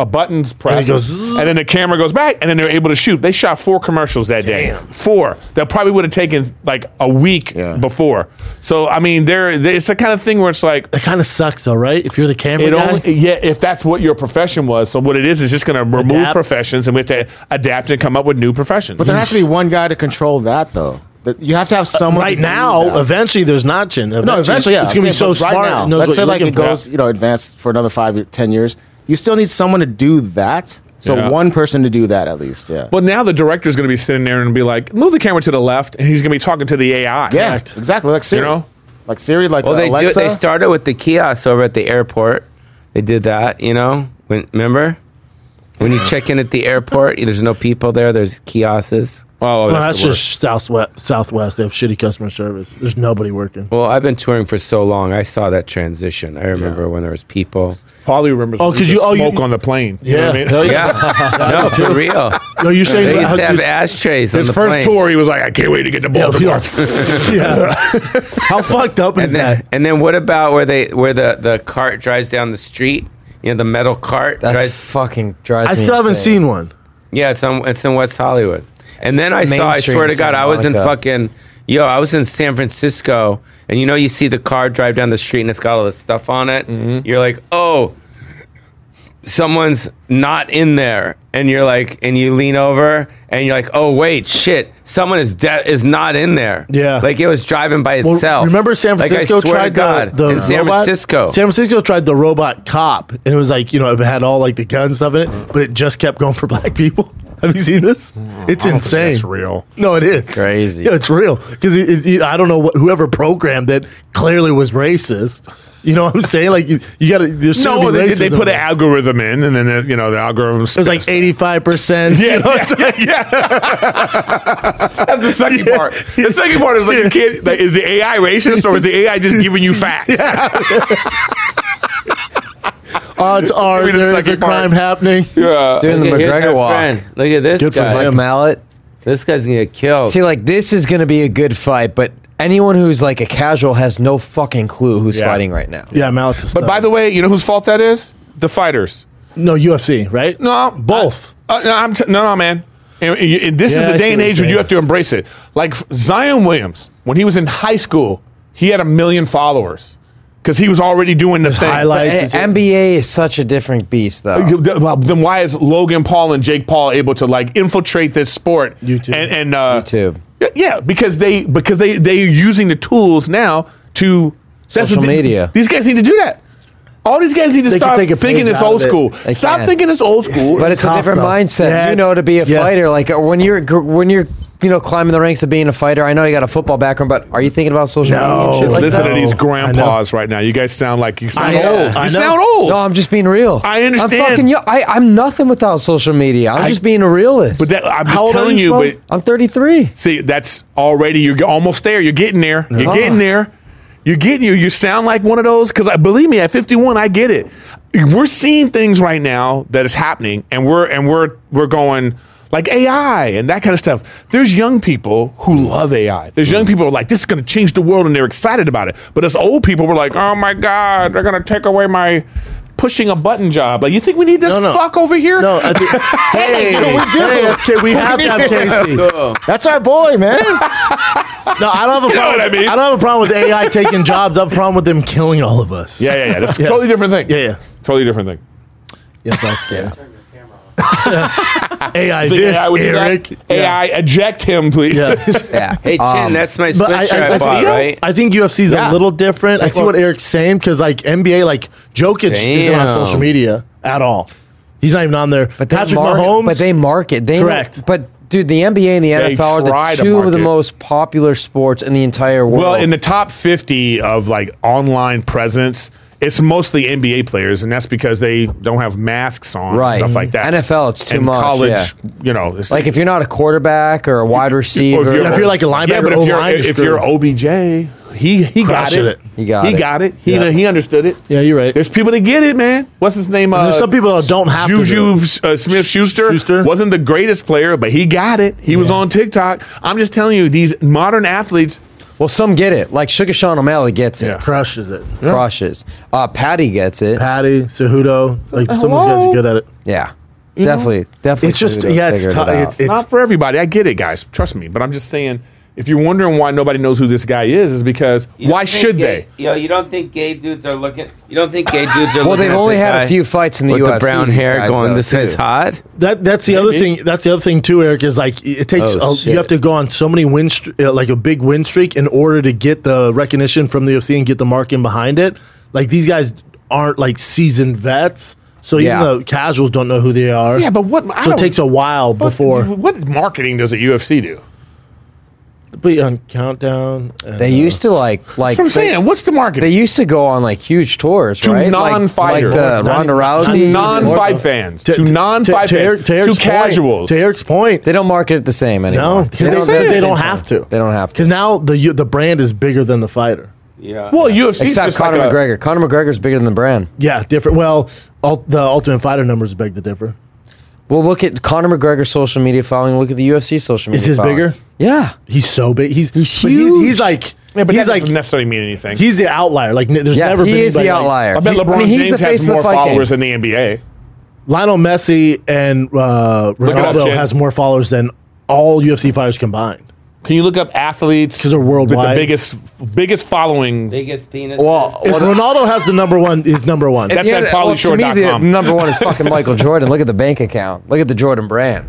E: a button's pressed, and,
C: goes zzz.
E: then the camera goes back, and then they're able to shoot. They shot four commercials that day. Four that probably would have taken like a week
F: Yeah.
E: before. So I mean, there it's the kind of thing where it's like
C: That kind of sucks, though, right? If you're the camera
E: it
C: guy,
E: only yeah if that's what your profession was so what it is is just going to remove
C: Adapt.
E: professions and we have to adapt and come up with new professions
F: But there has to be one guy to control that, though. That you have to have someone
C: Uh, right
F: to do
C: now,
F: that.
C: Oh, eventually there's not Chin.
F: No, eventually, yeah.
C: It's gonna
F: I'm
C: be so
F: saying, but right
C: smart.
F: now,
C: it knows
F: let's
C: what
F: say
C: you're
F: like
C: looking
F: it
C: for.
F: goes, you know, advanced for another five, or ten years. You still need someone to do that. So
E: Yeah.
F: one person to do that at least. Yeah.
E: but now the director's going to be sitting there and be like move the camera to the left and he's going to be talking to the ai
F: yeah, exactly. Like Siri.
E: know?
F: Like Siri. Like
G: Well,
F: uh,
G: they
F: Alexa.
G: do. They started with the kiosks over at the airport. They did that, you know. When remember when you check in at the airport, there's no people there. There's kiosks.
E: oh
C: No, that's
E: that's, the worst.
C: just Southwest. Southwest. They have shitty customer service. There's nobody working.
G: Well, I've been touring for so long. I saw that transition. I remember when there was people.
E: probably remembers
C: Oh, 'cause you-
E: the
C: oh, you-
E: smoke on the plane you know
C: Yeah.
E: what
C: [LAUGHS]
E: I mean?
C: hell
G: Yeah, no, for real.
C: No, you're saying
G: They used
C: how-
G: to have
C: you-
G: ashtrays on
E: his
G: the
E: first
G: plane.
E: tour he was like i can't wait to get to
C: yeah,
E: baltimore
C: [LAUGHS] yeah. How fucked up is
G: And then,
C: that?
G: and then what about where they where the the cart drives down the street? You know, the metal cart
D: That's
G: drives
D: fucking drives
C: I
D: me
C: still haven't
D: insane.
C: seen one.
G: Yeah, it's on, it's in West Hollywood. And then I
D: Main
G: saw. I
D: Street
G: swear
D: in
G: to God,
D: Santa
G: I was in
D: Monica.
G: fucking yo. I was in San Francisco, and you know, you see the car drive down the street, and it's got all this stuff on it.
C: Mm-hmm.
G: You're like, oh, someone's not in there, and you're like, and you lean over, and you're like, oh wait, shit, someone is de- is not in there.
C: Yeah.
G: like it was driving by
C: Well,
G: itself.
C: remember San
G: Like, I
C: Francisco
G: swear to
C: tried
G: God,
C: the, the
G: in San
C: robot?
G: Francisco.
C: San Francisco tried the robot cop, and it was like you know it had all like the gun stuff in it, but it just kept going for [LAUGHS] black people. Have you seen this? It's insane.
E: that's real.
C: No, it is
D: Crazy.
C: Yeah, it's real because it, it, it- I don't know what whoever programmed it clearly was racist. You know what I'm saying? Like you, you got to. There's so
E: no
C: many
E: they, they
C: racism
E: put an
C: there.
E: algorithm in and then uh, you know the algorithm
C: It was like 85 percent.
E: Yeah, yeah, [LAUGHS] That's the second part. The second part is like, you can't, like, is the AI racist or is the AI just giving [LAUGHS] you facts?
C: [LAUGHS] odds are
E: Give me the
C: there is a
E: second part.
C: crime happening.
E: Yeah.
D: Doing
G: Look
D: the
G: at- Uh, here's
D: McGregor
G: our
D: walk.
G: friend. Look at this
C: Good for
G: guy.
D: Like a mallet.
G: This guy's gonna get
E: Oh.
G: killed.
D: See, like this is gonna be a good fight, but anyone who's like a casual has no fucking clue who's
E: Yeah.
D: fighting right now.
C: Yeah, Malik. is
E: But by
C: tough.
E: the way, you know whose fault that is? The fighters.
C: no UFC, right?
E: No,
C: both.
E: I, uh, no, I'm t- no, no, man. And- and you- and this
C: Yeah,
E: is
C: I
E: the
C: see
E: day and
C: what you're
E: age when you
C: saying.
E: have to embrace it. Like Zion Williams, when he was in high school, he had a million followers because he was already doing the thing.
C: highlights.
D: Eh,
C: and shit.
D: NBA is such a different beast, though.
E: Uh, You- th- well, Then why is Logan Paul and Jake Paul able to like infiltrate this sport?
C: YouTube.
E: and, and uh,
D: YouTube.
E: Yeah, Yeah, because they because they they're using the tools now to that's
D: Social
E: what they-
D: media.
E: These guys need to do that. All these guys need to
C: They can
E: stop
C: take a
E: thinking
C: page
E: this
C: out of
E: old
C: it.
E: school.
D: They
E: Stop
D: can.
E: thinking this old school.
D: but it's, a
C: tough,
D: different
C: though.
D: mindset.
C: Yeah,
D: you know,
C: it's-
D: to be a
C: yeah.
D: fighter, like uh, when you're gr- when you're you know climbing the ranks of being a fighter. I know you got a football background, but are you thinking about social media?
C: No.
D: And shit like
E: Listen
D: that?
E: to
C: No,
E: these
C: I know.
E: grandpas right now. You guys sound like you sound
C: I know,
E: old.
C: I
E: you
C: know.
E: sound old.
D: No, I'm just being real.
E: I understand.
D: I'm fucking. Yo- I, I'm nothing without social media. I'm
E: I-
D: just being a realist.
E: but that, I'm
C: How
E: just
C: old are
E: telling
C: you,
E: you.
C: Flo?
E: But
D: I'm
E: [LAUGHS]
D: 33.
E: See, that's already you're almost there. You're getting there. You're
C: Uh-huh.
D: Ah.
E: getting there. You're getting you. You sound like one of those because I believe me. At 51, I get it. We're seeing things right now that is happening, and we're and we're we're going like AI and that kind of stuff. There's young people who love AI. There's
C: Mm.
E: young people who are like this is going to change the world, and they're excited about it. But us old people, we're like, oh my god, they're going to take away my pushing a button job. Like you think we need this
C: No, no.
E: fuck over here?
C: No, I think, [LAUGHS] hey, hey, that's K- we have [LAUGHS] to have Casey. No,
F: That's our boy,
C: [LAUGHS]
F: man.
C: I don't have a problem.
E: You know what I
C: with-
E: mean?
C: I don't have a problem with AI taking jobs. I have a problem with them killing all of us.
E: Yeah, yeah, yeah. That's a totally different thing.
C: [LAUGHS] Yeah, yeah.
E: Totally different thing.
C: Yeah, that's scary. [LAUGHS] AI
E: think
C: this,
E: AI would do that?
C: Eric.
E: [LAUGHS] AI, eject him, please.
C: Yeah.
E: [LAUGHS]
D: Yeah.
G: hey, Chin,
D: Um,
G: that's my
C: But I,
G: switch I,
C: I, I,
G: bought,
C: think,
G: right?
C: I think UFC is
F: Yeah.
C: a little different. I see what Eric's saying because like NBA, like Jokic isn't on
G: Damn.
C: social media at all. He's not even on there. But
D: they
C: Patrick
D: mar-
C: Mahomes,
D: But they market. They
C: Correct.
D: But dude, the NBA and the NFL
E: try
D: are
E: to
D: the two of the
E: market.
D: most popular sports in the entire world.
E: Well, in the top 50 of like online presence, it's mostly NBA players, and that's because they don't have masks on, and
D: Right.
E: Stuff like that.
D: NFL, it's too
E: And
D: much,
E: College,
D: yeah.
E: you know, it's
D: Like if you're not a quarterback or a wide receiver,
C: you're- if you're like a
E: yeah, but
C: linebacker,
E: if you're,
C: O-line,
E: if
C: you're
E: you're OBJ, he he got
C: Crushing
E: it.
C: it.
D: He got
E: he
D: it.
E: got it. He
C: Yeah.
E: he understood it.
C: Yeah, you're right.
E: There's people that get it, man. What's his name? uh,
C: And there's some people that don't have to do
E: Juju uh, Smith Schuster
C: Schuster.
E: wasn't the greatest player, but he got it. He was on TikTok. I'm just telling you, these modern athletes.
D: well, some get it. Like Sugar Sean O'Malley gets it,
E: Yeah.
C: crushes it.
D: crushes. Uh, Patty gets it.
C: Patty, Cejudo, like some of those guys are good at it.
D: yeah, definitely, definitely.
C: It's just
D: Cejudo
C: yeah, it's
D: figured
C: tough.
D: it out.
C: It's, it's
E: not for everybody. I get it, guys. Trust me. But I'm just saying, if you're wondering why nobody knows who this guy is, is because
G: You don't
E: why
G: think
E: should
G: gay,
E: they?
G: Yo, you don't think gay dudes are looking? You don't think gay dudes are?
D: well,
G: looking
D: they've
G: at
D: only
G: this
D: had
G: guy
D: a few fights in the
G: with
D: UFC.
G: the brown
D: these
G: hair
D: guys,
G: going.
D: though,
G: this guy's
D: too.
G: hot.
C: That that's the other thing. That's the other thing too, Eric. Is like it takes
G: Oh,
C: a,
G: shit.
C: you have to go on so many win str- uh, like a big win streak in order to get the recognition from the UFC and get the marketing behind it. Like these guys aren't like seasoned vets, so
D: Yeah.
C: even the casuals don't know who they are.
E: Yeah, but what- I
C: so
E: don't-
C: it takes a while
E: What-
C: before.
E: What marketing does a UFC do?
C: But on countdown, and,
D: They
C: uh,
D: used to like like.
E: That's what I'm
D: they-
E: saying. What's the marketing?
D: They used to go on like huge tours,
E: To
D: right? Like-
E: non-fighters.
D: like, the uh, Ronda
E: to
D: Rousey.
E: non-fight fans, to, non-fight fans, to,
C: Eric's point-
E: casuals.
C: to Eric's point,
D: They don't market it the same
C: no,
D: anymore.
C: because they,
D: don't-
C: they,
D: don't-
C: don't have to.
D: They don't have to.
C: because now the you- the brand is bigger than the fighter.
G: Yeah.
E: well, UFC is
D: Except
E: just
D: Conor
E: like a-
D: McGregor. Conor McGregor's bigger than the brand.
C: Yeah, different. Well, ul- the Ultimate Fighter numbers beg to differ.
D: Well, look at Conor McGregor's social media following. Look at the UFC social media.
C: his
D: following.
C: bigger?
D: Yeah.
C: He's so big. He's
D: He's
C: but He's,
D: huge.
C: like
E: Yeah, but
C: he's
E: that
C: like
E: doesn't necessarily mean anything.
C: he's the outlier. Like n- there's
D: Yeah,
C: never
D: he
C: been
D: is the
C: anybody like-
D: outlier.
E: I bet
D: He- I
E: LeBron
D: mean, he's
E: James
D: the face
E: has
D: of the
E: more
D: fight game.
E: followers in the NBA.
C: Lionel Messi and uh,
E: Look it up,
C: Ronaldo
E: Jim.
C: has more followers than all UFC fighters combined.
E: Can you look up athletes
C: 'Cause they're worldwide.
E: with the biggest biggest following?
G: biggest penis.
D: Well,
C: If Ronaldo has the number one. Is number one.
E: That's at
D: to me, the
E: paulyshore.com.
D: number one is
E: [LAUGHS]
D: fucking Michael Jordan. Look at the bank account. Look at the Jordan brand.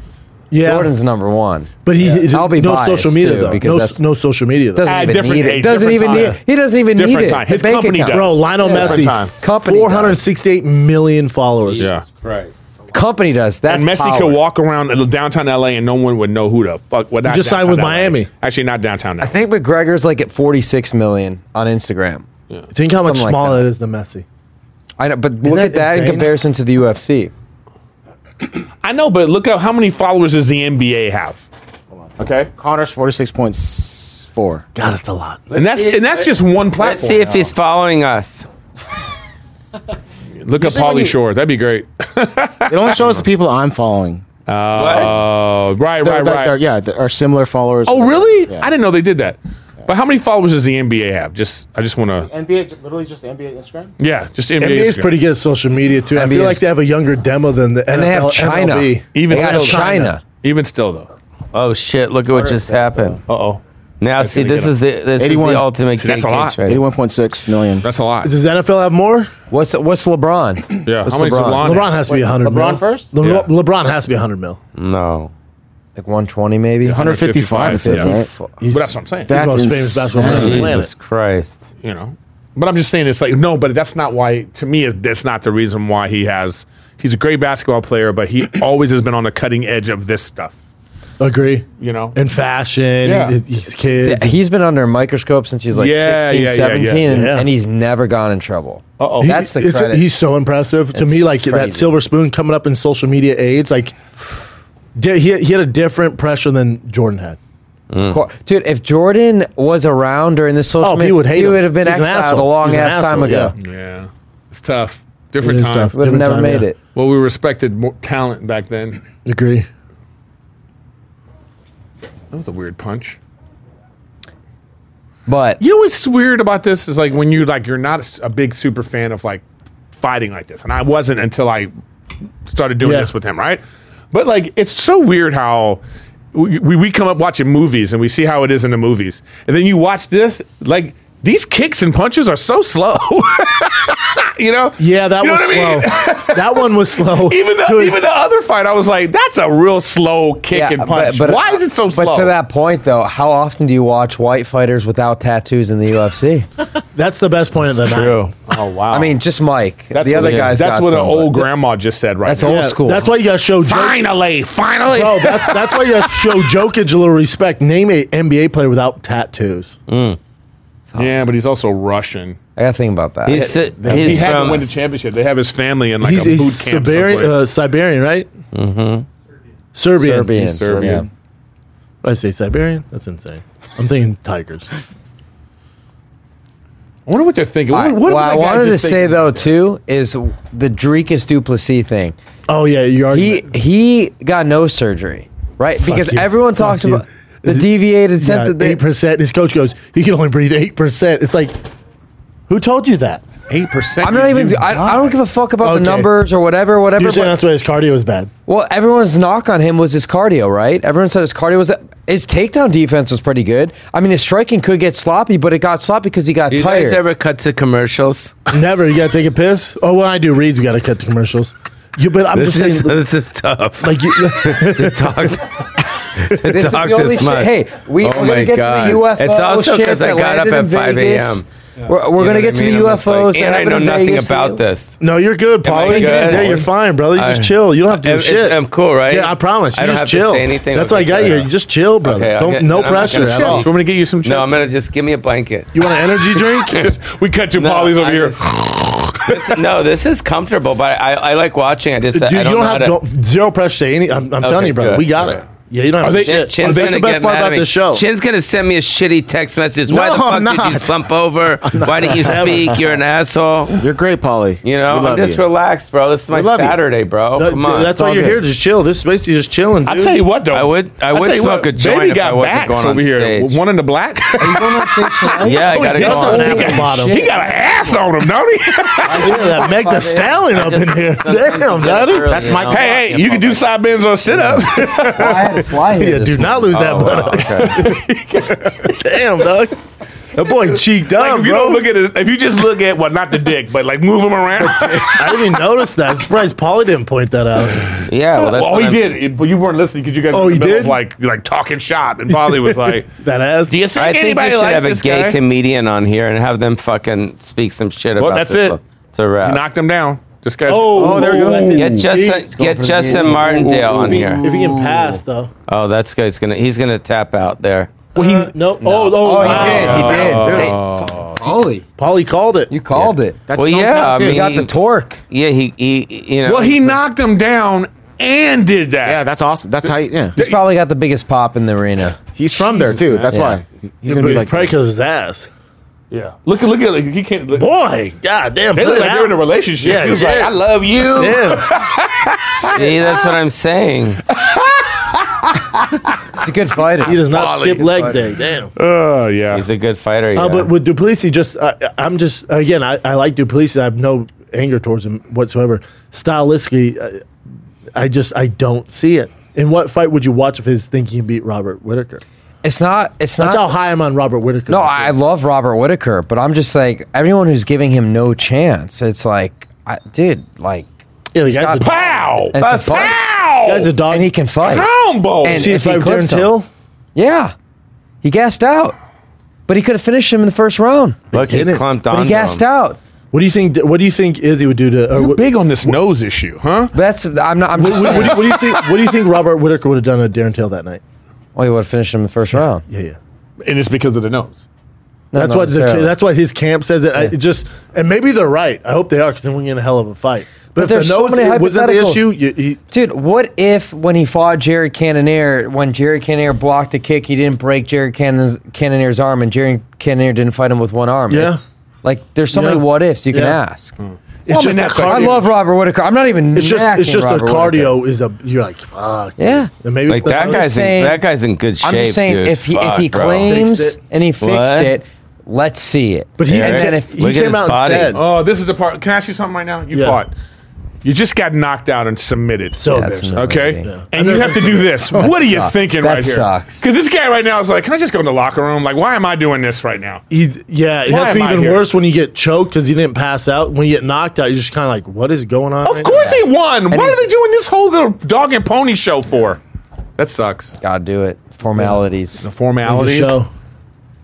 C: yeah,
D: Jordan's number one.
C: but he
D: I'll be
C: no
D: biased,
C: social media
D: too,
C: though.
D: because
C: No,
D: that's-
C: no social media though.
D: Doesn't
E: Ah,
D: even
E: different
D: need
E: age,
D: it. Doesn't even
E: different
D: need.
E: time.
D: He doesn't even
E: Different
D: need it.
E: time.
D: The
E: His
D: bank
E: company
D: account.
E: does.
C: Bro, Lionel
E: Yeah.
C: Messi,
E: Different time.
D: Company does.
C: 468 million followers.
E: Yeah.
G: Christ.
D: Company does. That's
E: and Messi
D: power.
E: could walk around in downtown LA and no one would know who the fuck. Well, not
C: just signed with
E: downtown LA.
C: Miami.
E: Actually, not downtown.
D: I
E: LA.
D: think McGregor's like at 46 million on Instagram.
C: Think how much
D: Something like
C: smaller
D: that.
C: it is than Messi.
D: I know, but look
C: that
D: at that in
C: insane?
D: comparison to the UFC.
E: I know, but look up how many followers does the NBA have? Okay,
F: Connor's forty six point four.
C: God, that's a lot.
E: and that's and that's just one platform.
G: Let's see if he's following us.
E: Look up
F: Usually when
E: Polly
F: you-
E: Shore. That'd be great.
F: [LAUGHS] It only shows the people I'm following.
E: Oh, right,
F: They're-
E: right,
F: they're-
E: right.
F: they're- yeah, they are similar followers.
E: Oh, really?
F: Yeah.
E: I didn't know they did that. But how many followers does the NBA have? Just I just want to.
F: NBA, literally just NBA Instagram.
E: Yeah, just NBA.
C: NBA is
E: Instagram.
C: pretty good at social media too. I
D: NBA
C: feel
D: 's-
C: like they have a younger demo than the NFL,
D: And they have China.
C: MLB.
E: Even
D: they got
E: still,
D: China.
E: Even still though.
G: Oh shit! Look at what just happened.
E: Uh oh.
G: Now, see,
E: gonna
G: this
E: get
G: is the this is
F: 81.
G: the ultimate.
E: See, that's a
G: gay
E: lot.
G: case right
F: Eighty
G: here.
F: one point six million.
E: That's a lot.
C: Does NFL have more?
D: What's what's LeBron?
E: [CLEARS THROAT] Yeah.
D: What's
E: How many does
D: LeBron?
E: LeBron?
C: LeBron has to be 100 mil.
F: LeBron first?
C: Le-
E: Yeah.
C: LeBron has to be 100 mil.
G: No.
D: Like 120 maybe.
F: One hundred fifty five.
E: 155, yeah.
C: He's
E: But that's what I'm saying.
F: That's
C: the most famous
F: insane.
C: basketball player on the planet.
G: Jesus Christ.
E: you know. But I'm just saying it's like no, but that's not why. To me, is that's not the reason why he has. He's a great basketball player, but he always has been on the cutting edge of this stuff.
C: Agree.
E: You know.
C: In fashion,
E: Yeah.
C: his, his kids.
D: Yeah, he's been under a microscope since he was like
E: Yeah,
D: 16,
E: yeah, yeah,
D: 17, And,
C: yeah.
D: and he's never gone in trouble.
E: Uh-oh.
D: oh, That's the
C: He- it's-
D: credit.
C: He's so impressive to
D: It's
C: me. Like
D: crazy.
C: that silver spoon coming up in social media age. Like di- he, he had a different pressure than Jordan had.
D: Of course. Dude, if Jordan was around during this social
C: Oh,
D: media,
C: he would hate him.
D: have been
C: He's an
D: exiled a
C: asshole.
D: long
C: He's an
D: ass
C: asshole,
D: time ago.
C: yeah.
E: yeah, it's tough. Different
C: It is
E: time.
C: tough.
D: Would have
C: Different
D: never
C: time,
D: made
C: yeah.
D: it.
E: Well, we respected more talent back then.
C: Agree.
E: That was a weird punch.
D: But
E: You know what's weird about this is like when you like you're not a big super fan of like fighting like this, and I wasn't until I started doing
C: Yeah.
E: this with him, right? But like it's so weird how we, we we come up watching movies and we see how it is in the movies, and then you watch this like these kicks and punches are so slow, [LAUGHS] you know?
C: Yeah, that
E: You know
C: was
E: what I
C: slow.
E: mean?
C: that one was slow.
E: [LAUGHS] Even the,
C: To his-
E: even the other fight, I was like, "That's a real slow kick and punch. Why is it so slow?"
D: But to that point, though, how often do you watch white fighters without tattoos in the UFC?
C: that's the best point of the night.
E: Oh wow!
D: I mean, just Mike. the other guys.
E: That's
D: got
E: what an
D: some,
E: old
D: but-
E: grandma just said, right?
D: That's
E: now.
D: old school.
C: That's why you got to show. Joe-
E: Finally, finally.
C: Bro, that's that's why you show Jokic a little respect. Name a NBA player without tattoos.
E: Yeah, but he's also Russian.
D: I gotta think about that.
G: He's, uh,
E: he
G: he's
E: had
G: from
E: to win the championship. They have his family in like
C: he's
E: a boot
C: he's
E: camp.
C: Siberian,
E: someplace.
C: uh, Siberian, right? Mm-hmm. Serbian.
D: Serbian.
C: He's-
E: Serbian.
D: Yeah.
C: Did I say Siberian? That's insane. I'm thinking tigers.
E: I wonder what they're thinking. What,
D: well,
E: what did
D: I
E: that guy
D: wanted to
E: just
D: say
E: think?
D: though too is the Dreekus Duplessis thing.
C: Oh yeah, you are.
D: He he got nose surgery, right? because
C: you.
D: everyone
C: Fuck
D: talks
C: you.
D: about the
C: Is it-
D: deviated septum.
C: eight percent. His coach goes, he can only breathe eight percent. It's like, who told you that?
E: Eight percent.
D: I'm not even. I, I don't give a fuck about
C: Okay.
D: the numbers or whatever, whatever.
C: You're saying
D: but-
C: that's why his cardio is bad.
D: Well, everyone's knock on him was his cardio, right? Everyone said his cardio was that his takedown defense was pretty good. I mean, his striking could get sloppy, but it got sloppy because he got
G: Do you
D: tired.
G: guys ever cut to commercials?
C: Never. You gotta take a piss. Oh, when I do reads, we gotta cut the commercials. You, but I'm
G: [LAUGHS] This
C: just
G: is
C: saying,
G: this is tough.
C: like you.
D: [LAUGHS]
G: to talk [LAUGHS] to
D: This is
G: talk
D: the only
G: this
D: shit-
G: much.
D: Hey, we,
G: Oh
D: we're
G: my
D: gonna get to the
G: God.
D: UFO.
G: It's also
D: because
G: I got up at 5 a.m.
D: We're, we're
G: You know
D: gonna
G: what
D: get
G: I
D: to
G: mean?
D: the
G: I'm just like,
D: UFOs. that
G: and I
D: happened
G: know
D: in
G: nothing
D: Vegas.
G: about this.
C: No, you're good,
G: Am I
C: Paulie.
G: good?
C: Yeah, you're fine, brother. You just
G: I-
C: chill. You don't have to do
G: It's-
C: shit.
G: I'm cool, right?
C: Yeah, I promise. You
G: I don't
C: just
G: have to
C: chill.
G: say anything.
C: That's why I
G: Okay,
C: got
G: good.
C: you. You just chill, brother.
G: Okay, I'll
C: don't
G: get-
C: no
G: I'm not
C: pressure
G: gonna
C: at
G: chill.
C: all.
E: Do you want me to get you some? Chips?
G: No, I'm gonna just give me a blanket.
C: You want an energy drink?
E: Just, we cut to
G: No,
E: Polly's over
G: I
E: here.
G: just- this, no, this is comfortable, but I, I like watching it. It's
C: Dude,
G: that I
C: you
G: don't,
C: don't
G: know how
C: have
G: to,
C: don't, zero pressure. Say any. I'm, I'm telling
G: Okay,
C: you, brother.
G: good.
C: We got it. Yeah, you don't have
E: Are
C: to
E: they-
C: do shit.
G: Chin's
C: That's
G: gonna
C: the best
G: get
C: part
G: mad
C: about
G: at me.
C: this show.
G: Chin's gonna send me a shitty text message. Why
C: No,
G: the fuck
C: I'm
G: did you
C: not.
G: slump over?
C: [LAUGHS]
G: Why didn't you speak? You're an asshole.
F: You're great, Polly.
G: You know,
F: we
G: I'm
F: love
G: just
F: you.
G: relaxed, bro. This is my
F: We love you.
G: Saturday, bro.
C: That-
G: Come on.
C: That's why
F: all
C: you're
F: good.
C: here. Just chill. This is basically just chilling.
E: I'll
C: dude.
E: tell you what, though.
G: I would- I
E: I'll
G: would
E: tell you
G: smoke a joint
E: Baby
G: if
E: got
G: I wasn't
E: backs
G: going on
E: over here.
G: stage.
E: One in the black. he
G: yeah, I
C: Oh,
G: gotta
C: he
G: go
C: does have
G: on.
C: an apple bottom.
D: Shit.
E: got an ass on him, don't
C: [LAUGHS]
E: he?
C: Yeah, that Meg the Stallion up in here. Damn, daddy.
G: That's my.
E: hey, hey, you can do side bends on sit [LAUGHS] ups.
D: I had to fly here.
C: Yeah,
D: this
C: do not lose
G: Oh,
C: that butt. Damn, dog. That boy cheeked up,
E: if you
C: bro.
E: don't look at it, if you just look at well, not the dick, but like move him around.
C: I didn't even notice that. I'm surprised Paulie didn't point that out.
G: Yeah, well, that's
E: well,
G: what
E: he
G: I'm-
E: did, it- but you weren't listening because you guys
C: Oh,
E: were in
C: he
E: the middle
C: did?
E: of like like talking shop, and Polly
C: [LAUGHS]
E: was like,
C: That ass.
E: "Do you think
G: I think we
E: anybody
G: should
E: likes
G: have a
E: this
G: gay
E: guy?"
G: comedian on here and have them fucking speak some shit
E: Well,
G: about
E: that's
G: this.
E: it.
G: It's a
E: He
G: wrap.
E: knocked him down. This guy's
C: Oh,
E: Oh,
C: there you go. That's
G: Get Justin,
C: He's
G: get
D: for the
G: Justin
D: knees.
G: Martindale on here.
C: If he can pass, though.
G: Oh, that's guy's gonna. He's gonna tap out there.
C: Well, he, nope. Oh, oh,
D: Oh, he
C: wow.
D: did. He did. They- Holy,
C: Paulie called it.
D: you called it.
F: That's
G: Well,
F: his
G: Oh. yeah,
F: hometown,
G: I
F: too.
G: mean-
D: You got the torque.
G: Yeah, he, he you know.
E: well, he knocked him down and did that.
F: yeah, that's awesome. That's how. You, yeah,
D: He's probably got the biggest pop in the arena.
F: he's from there too. That's
D: Yeah.
F: why he's gonna be like.
C: probably because of his ass.
E: yeah. Look at look at like, he can't. Look,
C: Boy, god damn.
E: they
C: put
E: look
C: it
E: like they're in a
C: out.
E: relationship.
C: Yeah,
E: he was like,
C: yeah.
E: "I love you."
C: Damn.
G: [LAUGHS] see, that's what I'm saying.
D: He's a good fighter.
C: He does not
E: Paulie.
C: skip leg day. Damn.
E: Oh yeah.
G: He's a good fighter. Yeah.
C: Uh, but with Duplessis, just uh, I'm just again, I, I like Duplessis. I have no anger towards him whatsoever. Stylistically, uh, I just I don't see it. In what fight would you watch if his thing he can beat Robert Whitaker?
D: It's not. It's
C: That's
D: not.
C: how high I'm on Robert Whitaker.
D: No, I love Robert Whitaker, but I'm just like everyone who's giving him no chance. It's like, I, dude, like
C: yeah, the
D: he's
C: guy's a,
D: got-
E: Pow!
D: it's a fight.
E: Pow!
C: guy's a dog.
D: and he can fight.
E: combo.
D: And-
C: see his
D: if he
C: fight with
D: clips
C: Darren
D: him.
C: Till.
D: Yeah, he gassed out, but he could have finished him in the first round.
G: Look, he
C: didn't.
G: clumped
D: But
G: on.
D: he gassed out.
C: What do you think? What do you think Izzy would do to? Or
E: You're
C: what,
E: big on this nose issue, huh?
D: But that's I'm not. I'm
C: what,
D: just.
C: what,
D: saying.
C: do you,
D: [LAUGHS]
C: what do you think? What do you think Robert Whitaker would have done to Darren Till that night?
D: oh, he would have finished him in the first round.
C: Yeah, yeah.
E: And it's because of the nose.
D: No,
C: That's
D: not
C: what the,
D: necessarily.
C: that's what his camp says. It, I, it just and maybe they're right. I hope they are because then we get in a hell of a fight. But, if
D: there's
C: the
D: so
C: nose
D: many
C: it wasn't the
D: hypotheticals.
C: issue, you, he,
D: Dude, what if when he fought Jared Cannonier, when Jared Cannonier blocked a kick, he didn't break Jared Cannon's, Cannonier's arm, and Jared Cannonier didn't fight him with one arm?
C: Yeah.
D: like there's so many
C: Yeah.
D: what ifs you can
C: Yeah.
D: ask. Oh,
C: it's
E: Well, I
C: just
E: mean,
C: that
E: that's like-
C: cardio.
D: I love Robert Whitaker. I'm not even.
C: It's just it's
D: knacking
C: just the
D: Robert
C: cardio
D: Whittaker.
C: is a you're like fuck.
D: Yeah.
C: And maybe
G: Like
C: it's the
G: that
C: nose.
G: guy's
D: saying-
G: in, that guy's in good shape.
D: I'm just saying,
G: dude.
D: if he if
G: Fuck,
D: he
G: bro.
C: Fixed
D: claims
C: it.
D: and he fixed
G: What?
D: it, let's see it.
C: But he
G: Eric,
C: and then if he
G: look at
C: came
G: his
C: out
G: body.
C: and said
E: Oh, this is the part. Can I ask you something right now? You
C: Yeah.
E: fought. You just got knocked out and submitted.
C: so
D: That's
C: embarrassing.
D: not-
E: okay,
D: Yeah.
E: and you have to do this. What are you
D: sucks.
E: thinking
D: That
E: right
D: sucks.
E: here? Because this guy right now is like, can I just go in the locker room? Like, why am I doing this right now?
C: He's, yeah, it
E: Why
C: has to be
E: am I
C: even
E: here?
C: worse when you get choked because you didn't pass out. When you get knocked out, you're just kind of like, what is going on?
E: Of
C: right
E: course he won.
D: he-
E: what are they doing this whole little dog and pony show for? That sucks.
D: Gotta do it. Formalities,
C: now? Like a
E: Formalities.
C: show.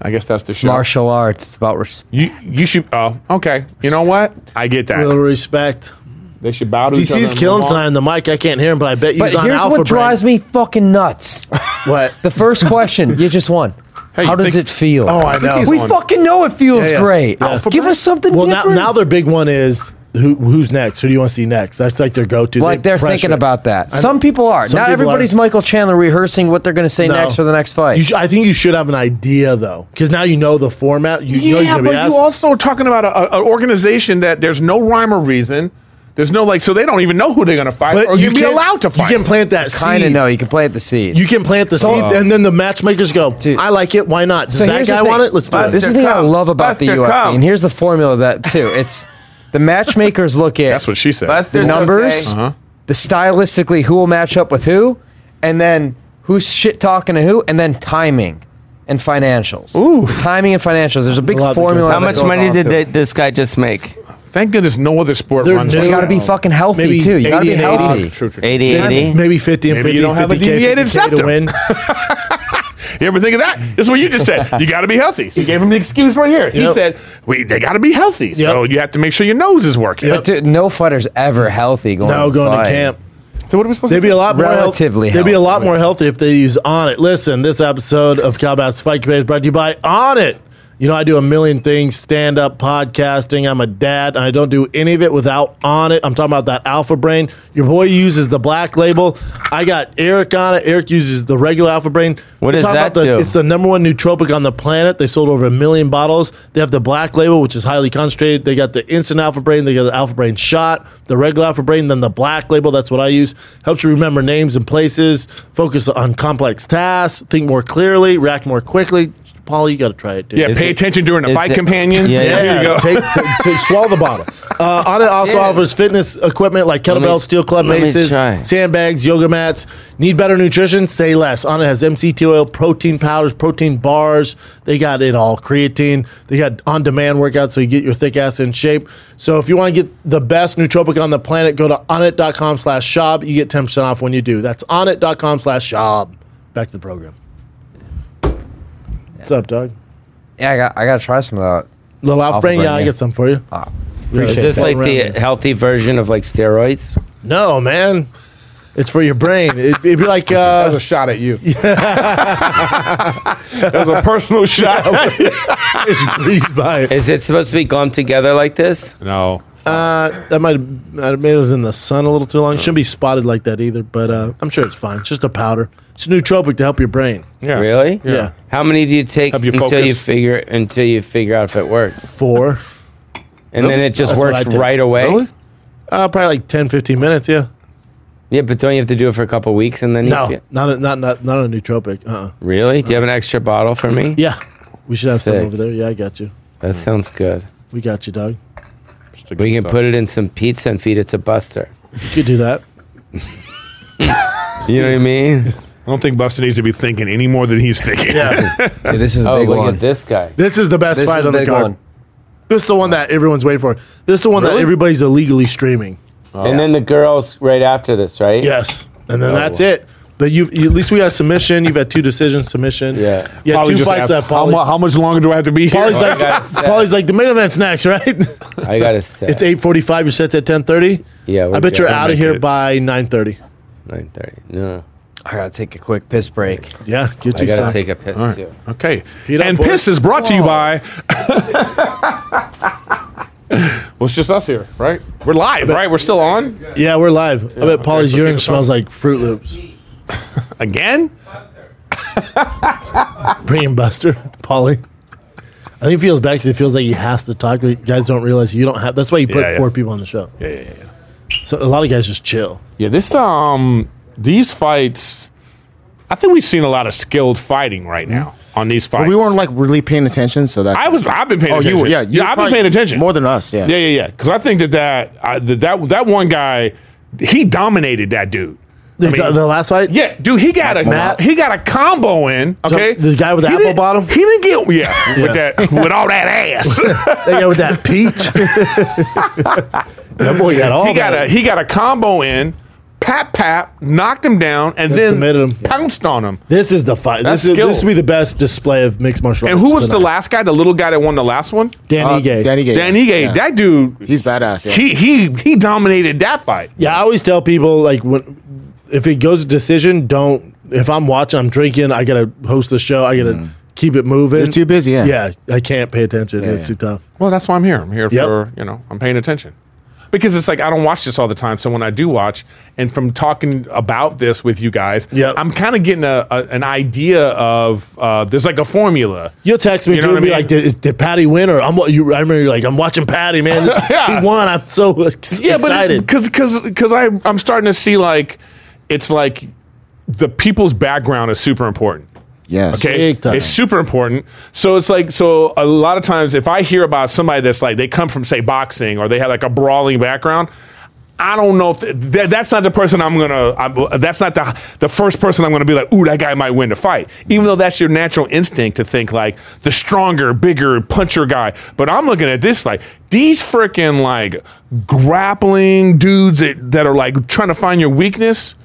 E: I guess that's the show.
D: martial arts. It's about res-
E: You you should. Oh, okay. You know what? I get that.
C: Real respect.
E: They should bow to each other.
C: DC's
E: and
C: killing
E: move on.
C: tonight on the mic. I can't hear him, but I bet you
D: But
C: was on
D: here's
C: Alpha
D: what drives me fucking nuts.
C: What?
D: The first question, you just won.
E: Hey,
D: How
E: you
D: does
E: think-
D: it feel?
E: Oh, I know.
D: We
E: on-
D: fucking know it feels
C: Yeah, yeah.
D: great.
C: Yeah.
D: Give us something
C: Well, now,
D: different.
C: now their big one is who who's next? Who do you want to see next? That's like their go to.
D: like they're thinking about that.
C: I know.
D: Some people are.
C: Some
D: Not
C: people
D: everybody's
C: are.
D: Michael Chandler rehearsing what they're going to say next for the next fight.
C: You sh- I think you should have an idea though, because now you know the format. You know you're
E: Yeah,
C: gonna be
E: but
C: asked.
E: you also are talking about a- a- an organization that there's no rhyme or reason. There's no like, so they don't even know who they're going to fight,
C: but
E: or
C: you
E: you'd be
C: can't-
E: allowed to fight.
C: You can plant that
D: kind of
C: seed.
D: know. You can play at the seed.
C: You can plant the seed, and then the matchmakers go.
D: Dude.
C: I like it. Why not? Does that
D: here's the
C: guy
D: thing.
C: want it? Let's do it.
D: This is the thing I
E: Come.
D: love about the
G: Buster,
D: UFC,
G: come.
D: and here's the formula of that too. It's the matchmakers look at
E: That's what she said.
G: Buster's
D: the
G: okay.
D: numbers,
C: Uh-huh.
D: the stylistically who will match up with who, and then who's shit talking to who, and then timing and financials. Ooh, timing and financials. There's a big
C: I love it.
D: formula.
G: How
D: that
G: much
D: goes
G: money
D: on
G: did
D: to
G: they,
D: it.
G: this guy just make?
E: Thank goodness no other sport
C: They're
E: runs.
C: new.
E: like
D: You got to be
C: Wow.
D: fucking healthy
C: Maybe
D: too. You got to be
C: 80, 80.
D: healthy.
C: True,
G: 80 80?
C: Maybe 50 and
E: Maybe
C: 50,
E: you don't have a
C: 50K,
E: deviated
C: 50K to
D: [LAUGHS]
E: septum.
C: win.
E: that. You ever think of that? This is what you just said. You got to be healthy. He gave him the excuse right here. He
C: Yep.
E: said, "We they got to be healthy, so you have to make sure your nose is working."
D: But dude, no fighter's ever healthy going.
C: Now
D: to
C: going
D: fight.
C: to camp.
E: So what are we supposed
C: They'd be a lot more
D: Relatively
C: Health, they'd be a
D: healthy.
C: lot more healthy if they use on it. Listen, this episode of Combat's Fight Committee is brought to you by on it. You know, I do a million things: stand up, podcasting. I'm a dad, and I don't do any of it without on it. I'm talking about that Alpha Brain. Your boy uses the black label. I got Eric on it. Eric uses the regular Alpha Brain.
G: What
C: We're
G: does
C: talking
G: that
C: about the-
G: do?
C: It's the number one nootropic on the planet. They sold over a million bottles. They have the black label, which is highly concentrated. They got the instant alpha brain. They got the alpha brain shot, the regular alpha brain, then the black label. That's what I use. Helps you remember names and places, focus on complex tasks, think more clearly, react more quickly. Paul, you got to try it, dude.
E: yeah,
G: Is
E: pay
G: it-
E: attention during the
G: is
E: fight,
G: it-
E: companion.
G: Yeah, yeah.
E: there you go.
C: Take, t- t- swallow the bottle. Uh, on it also offers fitness equipment like
G: me-
C: kettlebells, steel club
G: let me
C: bases,
G: try.
C: sandbags, yoga mats. Need better nutrition? Say less. On it has MCT oil, protein powders, protein bars. They got it all. Creatine. They got on-demand workouts so you get your thick ass in shape. So if you want to get the best nootropic on the planet, go to onit.com slash shop. You get 10% off when you do. That's onit.com slash shop. Back to the program. What's up, Doug?
D: Yeah, I got. I got to try some of that.
C: Little Alpha
D: Alpha
C: Brain,
D: Brain,
C: yeah, I
D: yeah.
C: get some for you.
G: Is this like the healthy version of like steroids?
C: No, man. It's for your brain. It, it'd be like,
E: [LAUGHS]
C: [LAUGHS]
E: That was
C: uh,
E: a shot at you. that was a personal shot.
C: [LAUGHS] it's breezed by it.
G: Is it supposed to be glumped together like this?
E: no.
C: Uh, that might have, maybe it was in the sun a little too long. Shouldn't be spotted like that either, but uh, I'm sure it's fine. It's just a powder. It's a nootropic to help your brain.
E: Yeah.
G: Really?
C: Yeah.
G: How many do you take
E: Help you
G: until
E: focus.
G: you figure until you figure out if it works?
C: Four.
G: And then it just
C: That's what I
G: works
C: did.
G: right away.
C: Really? Uh, probably like 10, 15 minutes, yeah.
G: Yeah, but don't you have to do it for a couple weeks and then you
C: No,
G: feel,
C: not a, not, not, not a nootropic. Uh-uh.
G: Really? Do you have an extra bottle for me?
C: Yeah. We should have some
G: Sick.
C: over there. Yeah, I got you.
G: That sounds good.
C: We got you, dog.
G: We can put it in some pizza and feed it to Buster.
C: You could do that.
G: You know what I
C: [LAUGHS]
G: mean?
E: I don't think Buster needs to be thinking any more than he's thinking. [LAUGHS]
D: Dude, this is a
G: Oh,
D: big
G: look
D: one.
G: at this guy.
C: [LAUGHS] This is the best
D: This is
C: fight
D: a
C: on the
D: big
C: card.
D: one.
C: This is the one that everyone's waiting for. This is the one that everybody's illegally streaming.
G: And then the girls right after this, right?
C: Oh, Yes, and then that's it. But you've you, at least we got submission. You've had two decisions, submission.
G: Yeah.
C: yeah,
E: Probably
C: two
E: just
C: fights
E: asked,
C: at
E: how,
C: Polly.
E: mu- how much longer do I have to be here?
C: Polly's like,
G: gotta say.
C: Polly's like, the main event's next, [LAUGHS] right? [LAUGHS]
G: I gotta say,
C: it's eight forty-five. Your set's at ten thirty.
G: Yeah, we're
C: I bet
G: good.
C: you're
G: We'll
C: out of
E: make
C: here
E: it.
C: by nine thirty.
G: nine thirty. No,
D: I gotta take a quick piss break.
C: Yeah, get
G: I
C: you
G: gotta
C: some.
G: take a piss too.
E: okay.
C: Feet up,
E: and
C: boy.
E: piss is brought to you by.
F: [LAUGHS]
E: well, it's just us here, right? We're live, right? We're still on
C: Yeah, we're live. I bet Polly's
E: so
C: urine
E: people-
C: smells like Fruit Loops.
E: again.
C: Brain Buster, [LAUGHS] Polly. I think he feels bad because it feels like he has to talk. But you guys don't realize you don't have. That's why you put
E: Yeah, yeah.
C: four people on the show.
E: Yeah, yeah, yeah.
C: So a lot of guys just chill.
E: Yeah, this um, these fights. I think we've seen a lot of skilled fighting right now on these fights.
F: But Hmm. we weren't like really paying attention, so that
E: I was. I've been paying
F: Oh,
E: attention.
F: you were. Yeah, you were
E: I've been
F: probably
E: paying attention
F: more than us. Yeah.
E: Yeah, yeah, yeah. Because I think that that, I, that that that one guy, he dominated that dude. I
C: The,
E: mean-
C: the last fight.
E: Yeah, dude, he got a
C: Matt.
E: he got a combo in. Okay,
C: the guy with the
E: He
C: apple
E: didn't-
C: bottom?
E: He didn't get yeah, with
C: [LAUGHS] Yeah.
E: that with all that ass.
C: They got with
E: [LAUGHS]
C: that peach. that boy got [LAUGHS] all
E: he got
C: that.
E: a he got a combo in. Pat pat knocked him down and
C: Then
E: then
C: submitted him.
E: pounced on him.
C: This is the fight.
E: That's
C: This is,
E: skill.
C: this will be the best display of mixed martial
E: And
C: arts.
E: who was the
C: tonight.
E: last guy? The little guy that won the last one?
C: Danny
F: Uh,
C: Gay.
F: Danny Gay.
E: Dan Ige.
F: Yeah.
E: That dude,
F: He's badass. Yeah.
E: he he he dominated that fight.
C: Yeah, I always tell people like
E: Mm.
C: when if it goes to decision, don't. If I'm watching, I'm drinking. I gotta host the show. I gotta keep it moving.
F: You're too busy, yeah.
C: yeah, I can't pay attention.
F: Yeah, yeah.
C: it's too tough.
E: Well, that's why I'm here. I'm here
C: Yep.
E: for, you know, I'm paying attention. Because it's like I don't watch this all the time. So when I do watch, and from talking about this with you guys,
C: Yep.
E: I'm kind of getting a, a an idea of uh, there's like a formula.
C: You'll text me
E: You
C: you
E: know
C: dude,
E: what I
C: and be
E: mean?
C: like, did, is- did Patty win? Or I'm what you? I remember you're like, I'm watching Patty,
E: [LAUGHS]
C: man. This-
E: Yeah.
C: He won. I'm so ex-
E: yeah,
C: excited.
E: because because because I I'm starting to see like it's like the people's background is super important.
F: Yes.
E: Okay,
C: Big time.
E: it's super important. So it's like so a lot of times if I hear about somebody that's like they come from say boxing or they have like a brawling background. I don't know if that, that's not the person I'm gonna. I'm, that's not the the first person I'm gonna be like, ooh, that guy might win the fight. Even though that's your natural instinct to think like the stronger, bigger puncher guy. But I'm looking at this like these freaking like grappling dudes that, that are like trying to find your weakness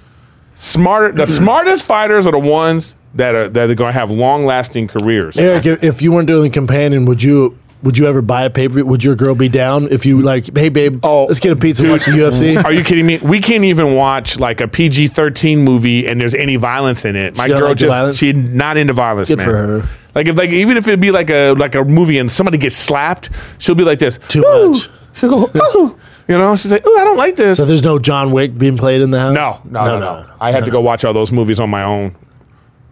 E: smarter
C: Mm-hmm.
E: the smartest fighters are the ones that are that are going to have long lasting careers.
C: Eric, if, if you weren't doing companion, would you? Would you ever buy a pay per view? Would your girl be down if you like? Hey, babe,
E: Oh,
C: let's get a pizza and watch the UFC.
E: Are you kidding me? We can't even watch like a PG thirteen movie and there's any violence in it. My
C: She don't
E: girl
C: like the
E: just
C: violence?
E: she's not into violence.
C: Good
E: man.
C: for her.
E: Like if like even if it'd be like a like a movie and somebody gets slapped, she'll be like this.
C: Too
E: "Ooh."
C: much.
E: She'll go, oh, you know, she's like, oh, I don't like this.
C: So there's no John Wick being played in the house.
E: no, no, no, no, I had to go watch all those movies on my own.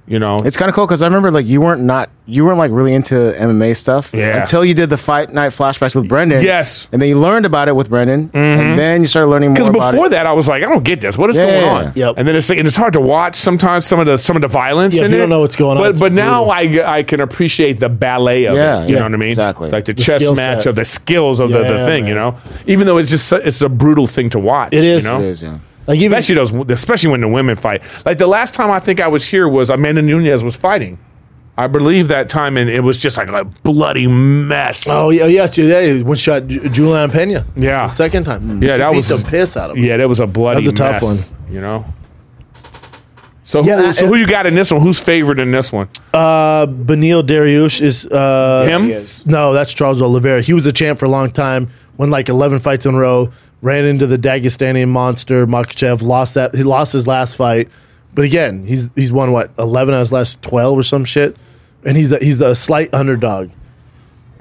E: You know,
F: It's kind of cool because I remember like you weren't not you weren't like really into MMA stuff
E: Yeah.
F: until you did the fight night flashbacks with Brendan.
E: Yes.
F: and then you learned about it with Brendan, and then you started learning more
E: Because
F: about
E: before
F: it.
E: that, I was like, I don't get this. What is
F: Yeah,
E: going
F: yeah,
E: on?
C: yeah. Yep.
E: And then it's like, and it's hard to watch sometimes some of the some of the violence.
C: Yeah, if
E: in
C: you
E: it.
C: don't know what's going on,
E: But
C: it's
E: but now I I can appreciate the ballet of
F: Yeah,
E: it. You
F: yeah,
E: know what I mean?
F: exactly.
E: Like the,
C: The
E: chess
C: skill
E: match
C: set.
E: of the skills of the, the
C: Yeah,
E: thing. You
C: man.
E: know, even though it's just su- it's a brutal thing to watch.
C: It is.
E: You know?
F: It is, yeah.
C: Like even
E: Especially those, especially when the women fight. Like the last time I think I was here was Amanda Nunez was fighting. I believe that time, and it was just like a bloody mess.
C: oh yeah, yes, yeah, yeah. One shot, Ju- Julian Pena.
E: Yeah.
C: the second time.
E: Yeah,
C: She
E: that
C: beat
E: was
C: the piss out of him.
E: Yeah, that was a bloody.
C: That was a tough
E: mess, You know. So who,
C: Yeah, that-
E: so who you got in this one? Who's favored in this one?
C: Uh, Benil Dariush is uh,
E: Him? He is.
C: No, that's Charles Oliveira. He was the champ for a long time. Won like eleven fights in a row. Ran into the Dagestani monster Makachev. Lost that. He lost his last fight. But again, he's he's won what eleven out of his last twelve or some shit. And he's a, he's a slight underdog.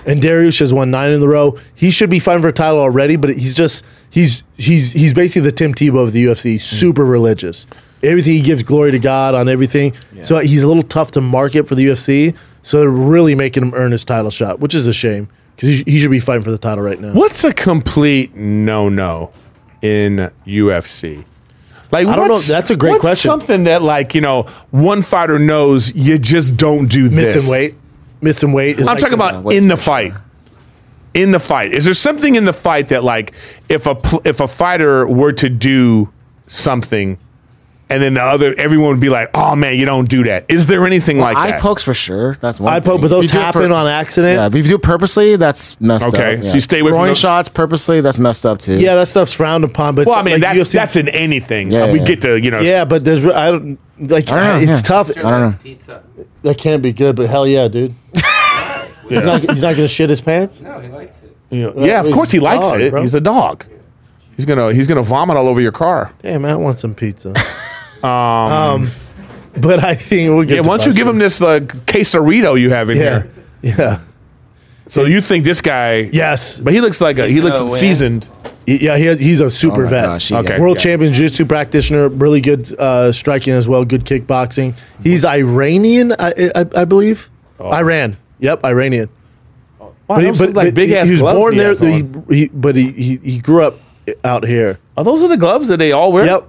C: And Dariush has won nine in a row. He should be fighting for a title already, but he's just he's he's he's basically the Tim Tebow of the UFC. Super religious. Everything he gives glory to God on everything. So he's a little tough to market for the UFC. So they're really making him earn his title shot, which is a shame because he, sh- he should be fighting for the title right now.
E: What's a complete no-no in UFC? Like,
C: I don't know.
E: what's-
C: That's a great
E: what's
C: question.
E: Something that, like, you know, one fighter knows you just don't do this.
C: Missing weight, missing weight. Is
E: I'm
C: like-
E: talking
F: uh,
E: about
F: what's
E: in the
F: for
E: fight. In the fight, is there something in the fight that like if a pl- if a fighter were to do something, and then the other everyone would be like, "Oh man, you don't do that." Is there anything like
F: eye
E: that?
F: pokes for sure. That's one.
C: Eye
F: thing.
C: poke, but
F: If you
C: those
F: do it
C: happen
F: for-
C: on accident.
F: Yeah,
C: Yeah.
F: but if you do it purposely, that's messed up.
E: Okay, so
F: yeah.
E: you stay away from
F: Throwing
E: those-
F: shots purposely. That's messed up too.
C: that stuff's frowned upon. But
E: well, I
C: it's
E: mean
C: like
E: that's
C: UFC
E: that's in anything.
F: Yeah,
E: we
F: yeah.
E: get to you know.
C: yeah, but there's I don't like
F: I don't know,
C: it's
F: yeah.
C: tough.
F: I don't know.
G: Pizza.
C: That can't be good, but hell yeah,
G: [LAUGHS]
C: dude. He's not. He's not gonna shit his pants.
G: No, he likes it.
E: yeah, yeah, of
C: he's
E: course he
C: a
E: likes
C: dog,
E: it.
C: bro.
E: He's a dog. He's gonna he's gonna vomit all over your car.
C: Damn, I want some
E: [LAUGHS]
C: pizza. um, but I think we'll get.
E: Yeah,
C: to
E: once you give
C: Boston.
E: him this like quesarito you have in here,
C: Yeah, yeah,
E: so you think this guy?
C: yes,
E: but he looks like a he looks
G: gonna win.
E: seasoned.
C: Y- yeah. He has, he's a super
F: Oh my
C: vet.
F: gosh, yeah,
E: Okay.
C: world
E: yeah.
C: champion jiu-jitsu practitioner, really good uh, striking as well, good kickboxing. He's Iranian, I, I, I believe.
E: Oh.
C: Iran. Yep, Iranian.
E: Wow, those look like big
C: he,
E: ass
C: he was
E: gloves
C: born
E: he
C: there,
E: has
C: he,
E: on.
C: he, but he, he he grew up out here.
E: Are those are the gloves that they all wear?
C: Yep.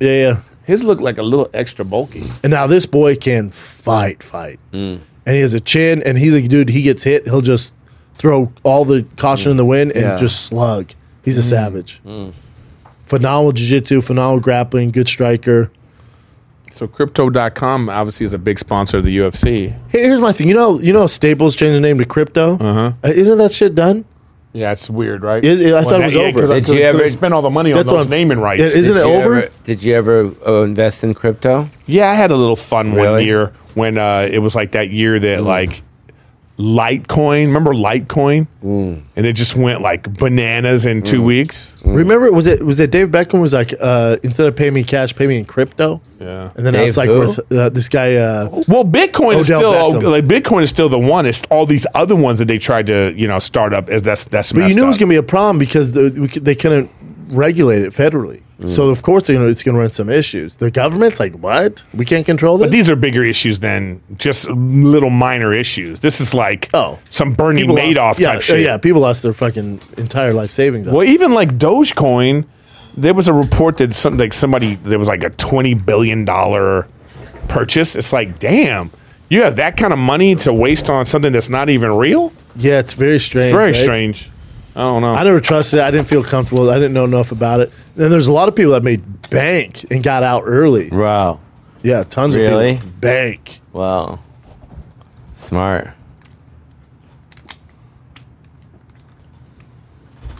C: Yeah, yeah.
E: His look like a little extra bulky.
C: And now this boy can fight, fight.
E: Mm.
C: And he has a chin, and he's like, dude, he gets hit, he'll just throw all the caution in the wind and
F: Yeah.
C: just slug. He's a
E: Mm.
C: savage. Phenomenal jiu-jitsu, phenomenal grappling, good striker.
E: So crypto.com obviously is a big sponsor of the UFC.
C: Hey, here's my thing. You know, you know, Staples changed the name to Crypto. Uh-huh. Isn't that shit done?
E: Yeah, it's weird, right?
C: Is it- I thought it was over.
G: Did you ever-
E: spend all the money
C: That's what I'm- Yeah,
E: Did
C: isn't it
E: you
C: over?
E: ever-
G: Did you ever uh, invest in crypto?
E: yeah, I had a little fun one
G: Really?
C: Mm.
E: year when uh, it was like that year that like Litecoin. Remember Litecoin?
C: Mm.
E: And it just went like bananas in two weeks.
C: Remember, was it was it Dave Beckham was like uh, instead of pay me cash, pay me in crypto.
E: Yeah.
C: and then
G: Dave
C: it's like
G: who?
C: worth, uh, this guy. Uh,
E: Well, Bitcoin is
C: Odell
E: still
C: Beckham.
E: like Bitcoin is still the one. It's all these other ones that they tried to you know start up as that's that's.
C: but you knew it was gonna be a problem because the, we, could- they couldn't regulate it federally.
E: Mm.
C: So of course, you know it's gonna run some issues. The government's like, what? We can't control this.
E: But these are bigger issues than just little minor issues. This is like
C: Oh.
E: some Bernie
C: People lost-
E: Madoff type
C: yeah,
E: shit.
C: Yeah, people lost their fucking entire life savings. on
E: Well, even like Dogecoin, there was a report that some like somebody there was like a twenty billion dollar purchase. It's like, damn, you have that kind of money to waste on something that's not even real.
C: it. Yeah, it's very strange.
E: Very
C: right?
E: strange. I don't know.
C: I never trusted it. I didn't feel comfortable. I didn't know enough about it. And there's a lot of people that made bank and got out early.
G: Wow.
C: Yeah, tons
G: Really?
C: of people. Bank.
G: Wow. Smart.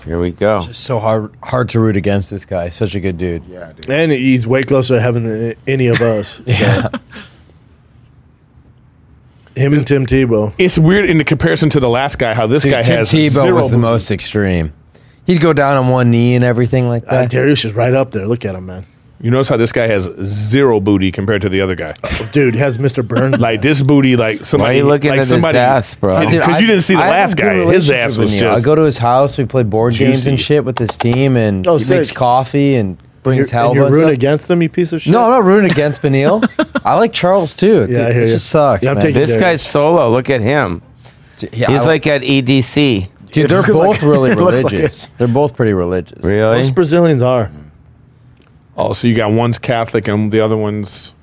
G: Here we go.
D: So hard, hard to root against this guy. Such a good dude. Yeah.
C: And he's way closer to heaven than any of us.
E: [LAUGHS]
C: yeah. Him and Tim Tebow.
E: it's weird in the comparison to the last guy how this
D: Dude,
E: guy
D: Tim
E: has
D: Tebow
E: zero.
D: was the most extreme. He'd go down on one knee and everything like
C: Uh,
D: that.
C: Darius is right up there. Look at him, man.
E: you notice how this guy has zero booty compared to the other guy.
C: Dude has Mr. Burns.
E: [LAUGHS] Like this booty, like
G: Why are
E: somebody
G: you looking
E: like
G: at
E: somebody,
G: his ass, bro?
E: Dude, 'cause you didn't see the
D: have a
E: last
D: good
E: guy. His
D: relationship
E: ass
D: with
E: was
D: Neil. I
E: just
D: go to his house. We play board games and
E: juicy.
D: shit with his team, and
C: Oh,
D: he makes
C: sick.
D: coffee and brings
C: you're, and
D: help.
C: you're rooting against him, you piece of shit.
D: No, I'm not rooting against Benil.
C: [LAUGHS]
D: I like Charles too. Dude,
C: I hear
D: it
C: you.
D: just sucks.
C: Yeah, I'm
D: man.
C: taking-
G: This guy's solo. Look at him.
D: Dude, yeah,
G: He's
D: I-
G: like at E EDC.
D: dude. They're
C: It looks like-
D: both really
C: it looks like
D: religious. they're both pretty religious.
G: Really?
C: Most Brazilians are.
E: Mm. Oh, so you got one's Catholic and the other one's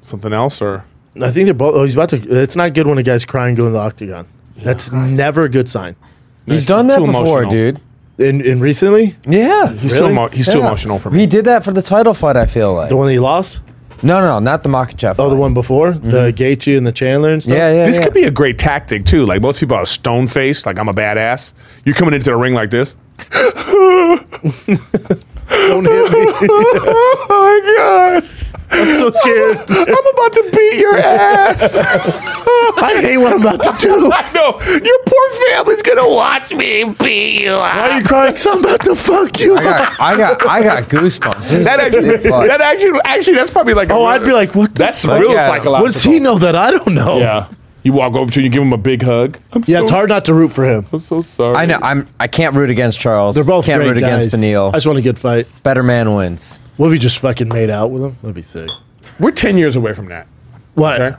E: something else, or
C: I think they're both. Oh, he's about to. It's not good when a guy's crying going to the octagon. That's never a good sign.
D: He's
E: It's
D: done
E: just
D: that
E: too
D: before,
E: emotional.
D: dude.
C: And, and recently,
D: Yeah,
E: He's too emo- he's too emotional for me.
D: He did that for the title fight. I feel like
C: the one he lost.
D: no, no, no, not the Makachev.
C: Oh, the
D: fight.
C: one before the
E: Mm-hmm.
C: Gaethje and the Chandler and stuff.
D: Yeah, yeah.
E: this
D: yeah.
E: could be a great tactic too. Like most people are stone faced, like I'm a badass. You're coming into the ring like this. [LAUGHS]
C: Don't hit
E: [LAUGHS]
C: me.
E: Oh my god!
C: I'm so scared.
E: [LAUGHS] I'm about to beat your ass.
C: [LAUGHS] I hate what I'm about to do.
E: [LAUGHS] I know your poor family's gonna watch me beat you.
C: Why are
E: Up.
C: you crying? 'Cause I'm about to fuck you.
D: I got, I got, I got goosebumps. This is
E: That actually,
D: big fuck.
E: that actually, actually, that's probably like. a
C: Oh,
E: real-
C: I'd be like, what? The
E: that's
C: fuck?
E: real
G: yeah.
E: psychological.
C: What does he know that I don't know?
E: Yeah, you walk over to him, you give him a big hug. I'm
C: Yeah,
E: so,
C: it's hard not to root for him.
E: I'm so sorry.
D: I know. I'm. I can't root against Charles.
C: They're both
D: can't
C: great
D: root
C: guys.
D: against
C: I
D: Benil.
C: just want a good fight.
D: Better man wins.
C: What if he just fucking made out with him? That'd be sick.
E: We're ten years away from that.
C: What?
E: Okay.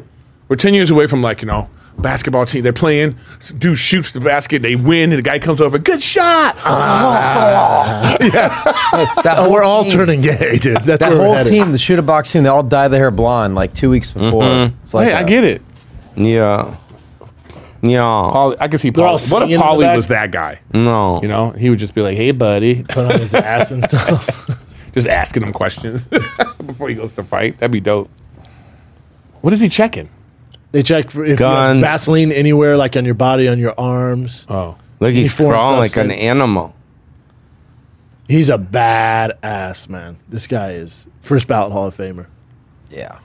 E: We're 10 years away from like, you know, basketball team. They're playing. Dude shoots the basket. They win. And the guy comes over. Good shot.
D: That
C: Oh,
D: whole
C: we're all
D: team-
C: turning gay, dude. That's
D: That
C: where we're
D: whole
C: headed.
D: team, the shoot a box team, they all dye their hair blonde like two weeks before. It's like
E: hey, I
D: a-
E: get it.
G: Yeah. Yeah.
E: Polly, I can see
C: They're all
E: Polly. What
C: singing in
E: if
C: the
E: Polly
C: back?
E: was that guy?
G: No.
E: Oh. You know, he would just be like, hey, buddy. [LAUGHS]
C: Put on his ass and
D: [LAUGHS]
C: stuff.
E: Just asking him questions [LAUGHS] before he goes to fight. That'd be dope. What is he checking?
C: They check for if
G: Guns.
C: you have Vaseline anywhere, like on your body, on your arms.
E: Oh.
G: Look, he's
C: foreign
G: crawling like an
C: substance.
G: animal.
C: He's a bad ass, man. This guy is first ballot Hall of Famer.
D: Yeah.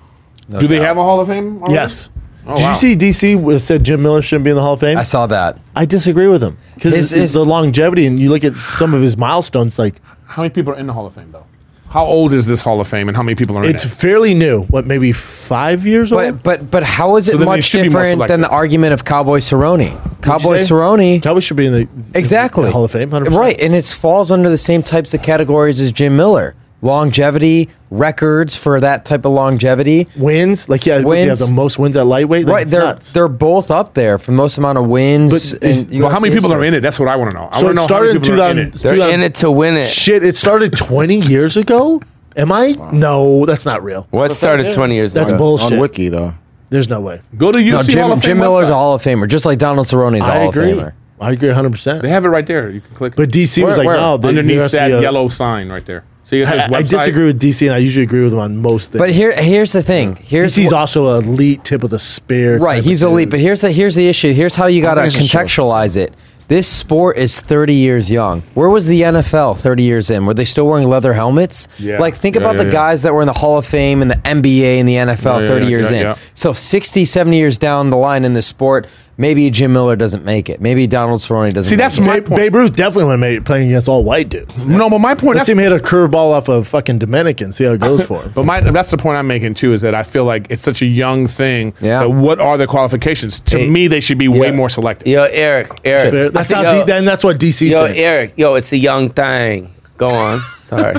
D: No
E: Do they
D: doubt.
E: have a Hall of Fame? already?
C: Yes.
E: Oh,
C: Did
E: wow.
C: you see DC w- said Jim Miller shouldn't be in the Hall of Fame?
D: I
C: I,
D: saw that.
C: disagree with him
D: Is-
C: because
D: is-
C: the longevity and you look at some of his milestones. Like
E: How many people are in the Hall of Fame, though? How old is this Hall of Fame and how many people are in
C: it's
E: it?
C: fairly new. What maybe five years
D: But
C: old?
D: but but how is it
E: then they
D: much
E: should be more
D: different than the
E: selective.
D: argument of Cowboy Cerrone? Cowboy
C: say?
D: Cerrone.
C: Cowboys should be in the
D: Exactly.
C: the Hall of Fame. 100%.
D: Right, and it falls under the same types of categories as Jim Miller. Longevity, records for that type of longevity.
C: wins. Like yeah, wins. he has
D: Wins.
C: the most wins at lightweight. Like,
D: right,
C: it's
D: they're
C: nuts.
D: they're both up there for most amount of wins.
C: But is-
D: you
E: well,
D: got
E: how many people are
D: history.
E: in it? That's what I want to know. I
C: so it
E: want to know how
C: started
E: many
C: in
E: people are in
C: 2000.
E: it.
G: They're in it to win it.
C: Shit, it started 20 years ago. Am I? No, that's not real.
G: What started 20 years
C: That's
G: ago?
C: bullshit.
F: On Wiki though.
C: There's no way.
E: Go to UFC
D: No,
E: Hall
D: Jim,
E: of Fame
D: Jim Miller's
E: website.
D: a Hall of Famer, just like Donald Cerrone's a
C: I
D: Hall
C: agree.
D: of Famer.
C: I agree 100%.
E: They have it right there. You can click.
C: But DC was like, no, they- there
E: underneath
C: has to
E: that
C: be a-
E: yellow sign right there. So it says
C: I,
E: website.
C: I disagree with DC, and I usually agree with him on most things.
D: But here, here's the thing. Here's
C: DC's
D: wh-
C: also an elite tip of the spear.
D: right.
C: type
D: He's
C: of
D: elite,
C: dude.
D: but here's the here's the issue. Here's how you gotta
F: think it's a short
D: contextualize it. This sport is 30 years young. Where was the NFL 30 years in? Were they still wearing leather helmets?
E: Yeah.
D: Like think
E: Yeah,
D: about
E: yeah,
D: the
E: yeah.
D: guys that were in the Hall of Fame and the NBA and the NFL
E: Yeah, yeah,
D: 30
E: yeah,
D: years
E: yeah,
D: in.
E: yeah.
D: So 60, 70 years down the line in this sport, maybe Jim Miller doesn't make it. Maybe Donald Cerrone doesn't.
E: See,
D: make
E: that's
D: it.
E: my
C: Babe,
E: point.
C: Babe Ruth definitely would have made it playing against all white dudes.
E: No, but my point.
C: Let's
E: That's,
C: see him hit a curveball off a fucking Dominican. See how it
E: [LAUGHS]
C: goes for him.
E: but my that's the point I'm making too is that I feel like it's such a young thing.
D: Yeah.
E: that what are the qualifications? To
G: Hey,
E: me, they should be way
G: yeah.
E: more selective.
G: Yo, Eric, Eric.
C: Fair. That's how.
G: Yo,
C: D, and that's what DC
G: Yo,
C: said.
G: Eric. Yo, it's a young thing. Go on.
C: [LAUGHS]
G: Sorry.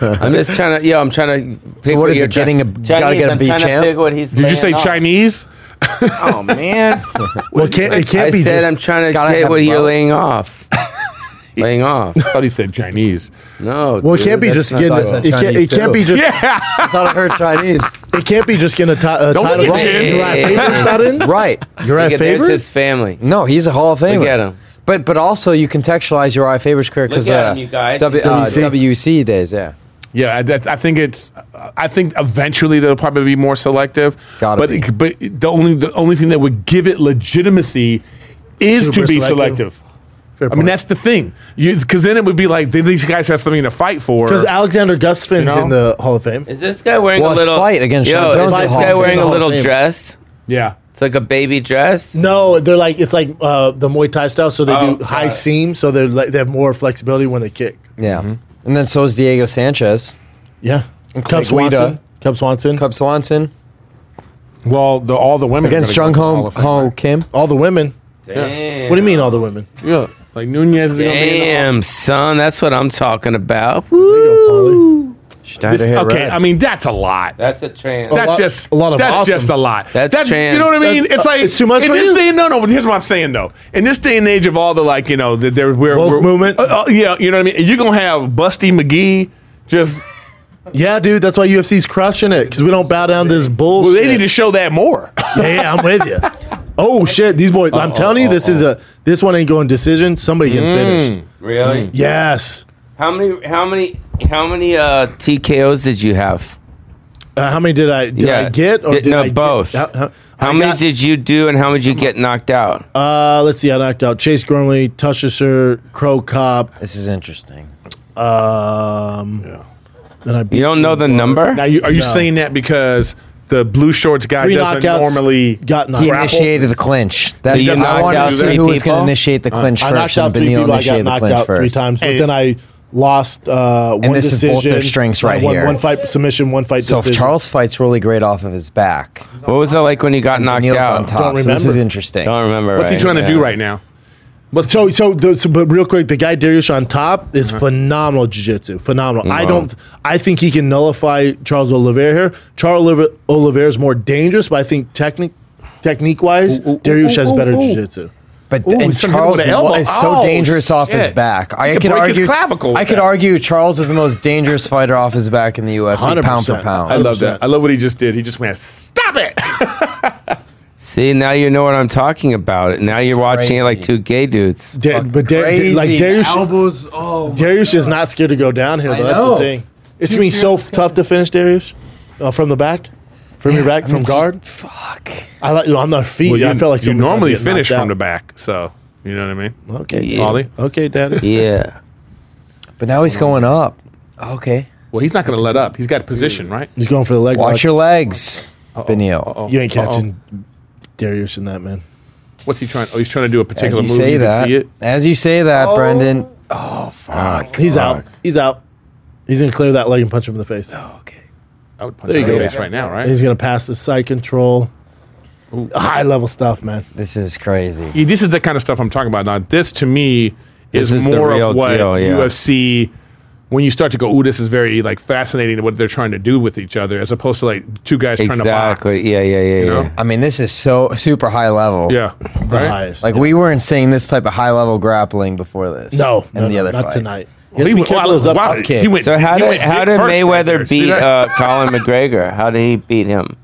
G: I'm just trying to. Yo, I'm trying to.
D: So
G: pick
D: what
G: what
D: is
G: you're
D: it, getting a-
G: trying-
D: gotta
G: Chinese,
D: get a
G: I'm
D: B
G: trying to
D: champ?
G: pick what he's
E: Did you
G: laying
E: say
G: on.
E: Chinese?
G: Oh man.
C: well, it can't, it can't
G: I
C: be
G: said
C: just-
G: I'm trying to
D: Gotta
G: get
D: have
G: what you're
D: both.
E: [LAUGHS]
G: laying off. laying off.
E: I thought he said Chinese.
G: No.
C: Well, it
G: dude,
C: can't be
G: that's
C: just
G: not
C: getting.
D: that's not
C: It can't, it
D: Chinese
C: can't be
D: too.
C: just. [LAUGHS]
D: I thought I heard Chinese.
C: It can't be just getting a ti- a
E: Don't
C: title.
E: look at Jim.
C: Uriah Faber's not in.
D: right.
E: [LAUGHS]
D: You're
C: Uriah
G: Look at- There's
C: Faber?
G: his family.
D: No, he's a Hall of Famer.
G: Look at him.
D: But but also you contextualize your I Faber's career because
G: Look at
D: uh,
G: him, you guys.
D: W, uh,
C: WC.
D: WC days, yeah.
E: Yeah, I, that, I think it's. I think eventually they'll probably be more selective.
D: Gotta
E: but
D: be.
E: it- but the only the only thing that would give it legitimacy is
C: Super
E: to be
C: selective.
E: selective.
C: Fair
E: I mean,
C: point.
E: that's the thing. Because then it would be like th- these guys have something to fight for.
C: Because Alexander Gustafson's
E: You know?
C: in the Hall of Fame.
G: Is this guy wearing
D: Well,
G: a
D: his
G: little
D: fight against
G: Yo,
D: Sean Jones
G: is
D: is
G: this
D: Hall
G: guy
D: of
G: wearing
C: Fame.
G: a little
C: Hall of Fame.
G: dress?
E: yeah.
G: It's like a baby dress.
C: No, they're like it's like uh, the Muay Thai style, so they
G: Oh,
C: do high
G: sorry.
C: seam, so they're like, they have more flexibility when they kick.
D: Yeah.
E: Mm-hmm.
D: And then so is Diego Sanchez,
C: Yeah, and
D: Clay
C: Cub
D: Guida.
C: Swanson, Cub Swanson,
D: Cub Swanson
E: Well, the, all the women are
D: against
E: gonna
D: Jung
E: go
D: Ho,
E: to the Hall
D: Ho
E: of Famer.
D: Kim.
C: all the women.
G: Damn.
C: What do you mean, all the women?
E: Yeah, like Nunez is going to be. In the
G: Damn, son, that's what I'm talking about.
C: There
G: Woo.
C: you go, Paulie.
D: She died
E: This,
D: to hit
E: okay,
D: red.
E: I mean that's a lot.
G: That's a trans.
E: that's
C: lot-
E: just
C: a lot of
E: That's
C: awesome.
E: just a lot.
G: That's
E: you know what I
C: trans.
E: mean.
C: That's- uh,
E: it's like
C: it's too much
E: in
C: for
E: this
C: you?
E: day. No, no. But here's what I'm saying though. In this day and age of all the like, you know, the, there we're,
C: Woke
E: we're
C: movement?
E: Uh, uh, yeah, you know what I mean. You're gonna have Busty McGee. Just
C: Yeah, dude, that's why UFC's crushing it because we don't bow down to this bullshit.
E: well, they need to show that more.
C: yeah, yeah, I'm with you. Oh shit, these boys! I'm telling you, this is a this one ain't going decision. Somebody getting
G: Mm.
C: finished.
G: really?
C: Yes.
G: How many? How many? How many uh, TKOs did you have?
C: Uh, how many did I did I
G: Yeah.
C: get?
G: Did-
C: did
G: no,
C: I get-
G: both.
C: how how-
G: How
C: I
G: many
C: got-
G: did you do, and how many did you get knocked out?
C: Uh, let's see. I knocked out Chase Gormley, Tushisher, Crow Cop.
D: this is interesting.
C: Um, Then I beat
G: You don't know
C: uh,
G: the number?
E: now, you, are you
C: No.
E: saying that because the blue shorts guy
C: Three
E: doesn't
C: knockouts,
E: normally
C: got knocked
D: He
C: grapple?
D: initiated the clinch. That's
G: you
D: just, I
G: knocked
D: wanted
G: out
D: to
G: three
D: see who was going to
G: people?
D: initiate the clinch
C: I knocked
D: first, and
C: out three
D: Benil
C: people. I got
D: initiated the
C: knocked
D: clinch
C: out
D: first.
C: three times, but
E: Hey.
C: then I lost uh, one
D: this is
C: decision.
D: both their strengths
C: I
D: right
C: won
D: here.
C: One fight submission, one fight
D: So if
C: decision.
D: Charles fights really great off of his back,
G: What was it like when you got knocked
D: Benil's on
G: out?
D: top.
C: Don't
D: so this is
C: remember.
D: interesting.
G: Don't remember.
E: What's he
G: right?
E: trying to do
G: Yeah.
E: right now?
C: So, so, the, so, but real quick, the guy Darius on top is phenomenal jiu-jitsu. Phenomenal. I don't. I think he can nullify Charles Oliveira here. Charles Oliver, Oliveira is more dangerous, but I think technique, technique wise,
E: Ooh, ooh,
C: Darius
E: ooh,
C: has
E: oow,
C: better
E: oow.
C: jiu-jitsu.
D: But
E: Ooh,
D: and
E: he's gonna hit him
D: Charles
E: with
D: is,
E: an elbow.
D: is so
E: Oh,
D: dangerous off his
E: shit.
D: back. I
E: He
D: could,
E: could break his
D: argue.
E: clavicle with
D: I could
E: that.
D: argue Charles is the most dangerous fighter off his back in the UFC, pound for
C: 100%.
D: pound.
E: I love that.
C: 100%.
E: I love what he just did. He just went stop it.
G: See, now you know what I'm talking about. Now you're watching it like
D: crazy.
G: two gay dudes.
C: Da- but Dar-
D: crazy.
C: like Darius,
H: Elbows. Oh. my
C: Darius is not scared to go down here.
D: I
C: Though. That's the
D: know.
C: thing. It's gonna be so tough to finish Darius uh, from the back, from your back, from guard.
D: Fuck.
C: I like on their feet.
E: Well, you,
C: I felt like
E: you
C: someone was gonna
E: normally
C: get knocked
E: finish
C: out.
E: from the back, so you know what I mean.
C: Okay,
G: Yeah.
E: Ollie?
C: Okay, Dad.
G: Yeah.
D: But now he's going up. Okay.
E: Well, he's not going to let up. He's got position, right?
C: He's going for the leg
D: Watch
C: lock.
D: your legs, Benio.
C: You ain't catching Darius in that man.
E: What's he trying? Oh, he's trying to do a
D: As
E: particular
D: you
E: move.
D: say
E: You can see
D: that,
E: it.
D: as you say that,
C: Oh.
D: Brendan. Ah,
C: He's out. He's out. He's gonna clear that leg and punch him in the face.
D: Okay.
E: I would punch
C: There
E: him in
C: you
E: the
C: go.
E: face right now, right?
C: He's gonna pass the side control. High level stuff, man.
D: This is crazy.
E: Yeah, this is the kind of stuff I'm talking about. Now, this to me is,
G: This is the
E: more
G: real
E: of what
G: deal, yeah.
E: UFC. When you start to go, ooh, this is very like fascinating what they're trying to do with each other, as opposed to like two guys trying to box.
G: Exactly. Yeah, yeah, yeah,
E: know?
G: yeah.
D: I mean, this is so super high level.
E: Yeah.
C: The
E: Right?
C: highest.
D: Like we weren't seeing this type of high level grappling before this.
C: no,
D: and
C: no,
D: the
C: no,
D: other
C: not
D: fights.
C: tonight.
E: Well,
C: Yes, be
E: he went-
C: careful
E: wow,
C: of those up-
E: wow,
C: up
E: he
C: kicks.
E: went-
G: So how
E: he
G: did
E: went
G: how
E: dick
G: did
E: first right
G: Mayweather
E: there. See
G: beat
E: that?
G: uh, Colin McGregor? How did he beat him?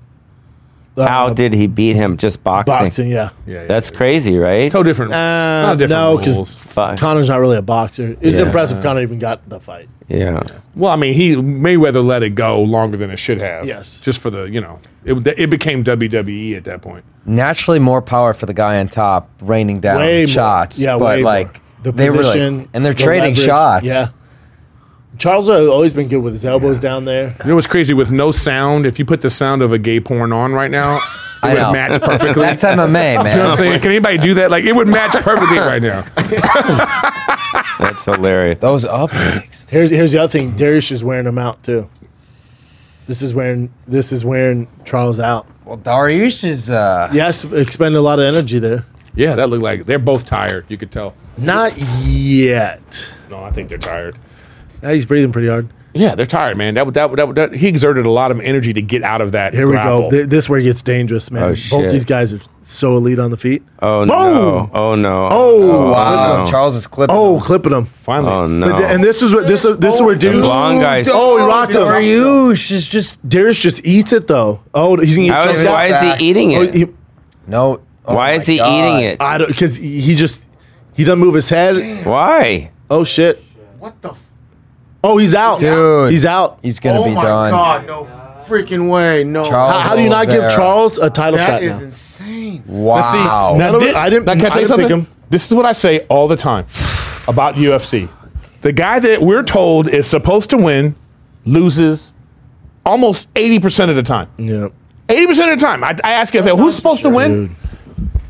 C: Uh,
G: How did he beat him? Just boxing.
C: boxing? Yeah.
E: Yeah, yeah.
G: That's crazy, right?
E: so different.
C: Uh,
E: not different
C: no, 'cause-
E: rules.
G: Fuck.
C: Connor's not really a boxer. It's
G: Yeah.
C: impressive Connor even got the fight.
G: yeah.
E: Well, I mean, he Mayweather let it go longer than it should have.
C: Yes.
E: just for the you know, it, it became WWE at that point.
D: naturally more power for the guy on top raining down
C: Way more.
D: shots.
C: Yeah,
D: but
C: way more.
D: like
C: the
D: they were, like-
C: position
D: and they're
C: the
D: trading
C: leverage.
D: shots.
C: Yeah. Charles has always been good with his elbows down there.
E: You know what's crazy with no sound? If you put the sound of a gay porn on right now, It would
D: [LAUGHS]
E: match perfectly.
D: That's
E: [LAUGHS]
D: MMA,
E: You know what I'm
D: man.
E: saying? Can anybody do that? Like it would match perfectly right now.
G: That's hilarious.
D: Those up kicks.
C: Here's here's the other thing. Darius is wearing him out too. This is wearing this is wearing Charles out.
D: Well, Darius is. uh
C: Yes, expending a lot of energy there.
E: Yeah, that looked like they're both tired. You could tell.
C: Not yet.
E: No, I think they're tired.
C: Now he's breathing pretty hard.
E: Yeah, they're tired, man. That that that, that he exerted a lot of energy to get out of that.
C: Here we go.
E: grapple.
C: Th- this where it gets dangerous, man.
G: Oh,
C: Both
G: shit.
C: these guys are so elite on the feet.
G: Oh
C: Boom!
G: no! Oh no!
C: Oh,
G: no.
D: Wow, Charles is clipping.
C: Oh, clipping them.
E: Finally,
G: Oh no!
C: But th- and this is what this is this is where dudes.
G: blonde guy-
C: Oh, he rocked him.
D: Darius is just
C: Darius just eats it though. Oh, he's gonna eat
G: How is,
C: Charles out.
G: why is
D: back.
G: he eating
C: Oh,
G: it?
C: he-
D: no. oh
G: why
D: my
G: is he
D: God.
G: eating it?
C: I don't because he just he doesn't move his head.
G: Why?
C: Oh shit.
F: What the? F-
C: Oh, he's out.
D: Dude.
C: he's out.
D: He's gonna
F: oh
D: be
F: my
D: done.
F: god! No freaking way! No.
D: Charles-
C: How, how do you not give
D: There.
C: Charles a title shot?
F: that is
C: now?
F: insane.
E: Let's see.
D: Wow.
E: Now,
C: None of
E: thi-
C: it- I didn't-
E: now, can I tell
C: I
E: you
C: didn't pick
E: something?
C: him.
E: This is what I say all the time about UFC. The guy that we're told is supposed to win loses almost 80% of the time.
C: Yeah.
E: 80% of the time. I, I ask you, I say, who's supposed to win?
C: Dude.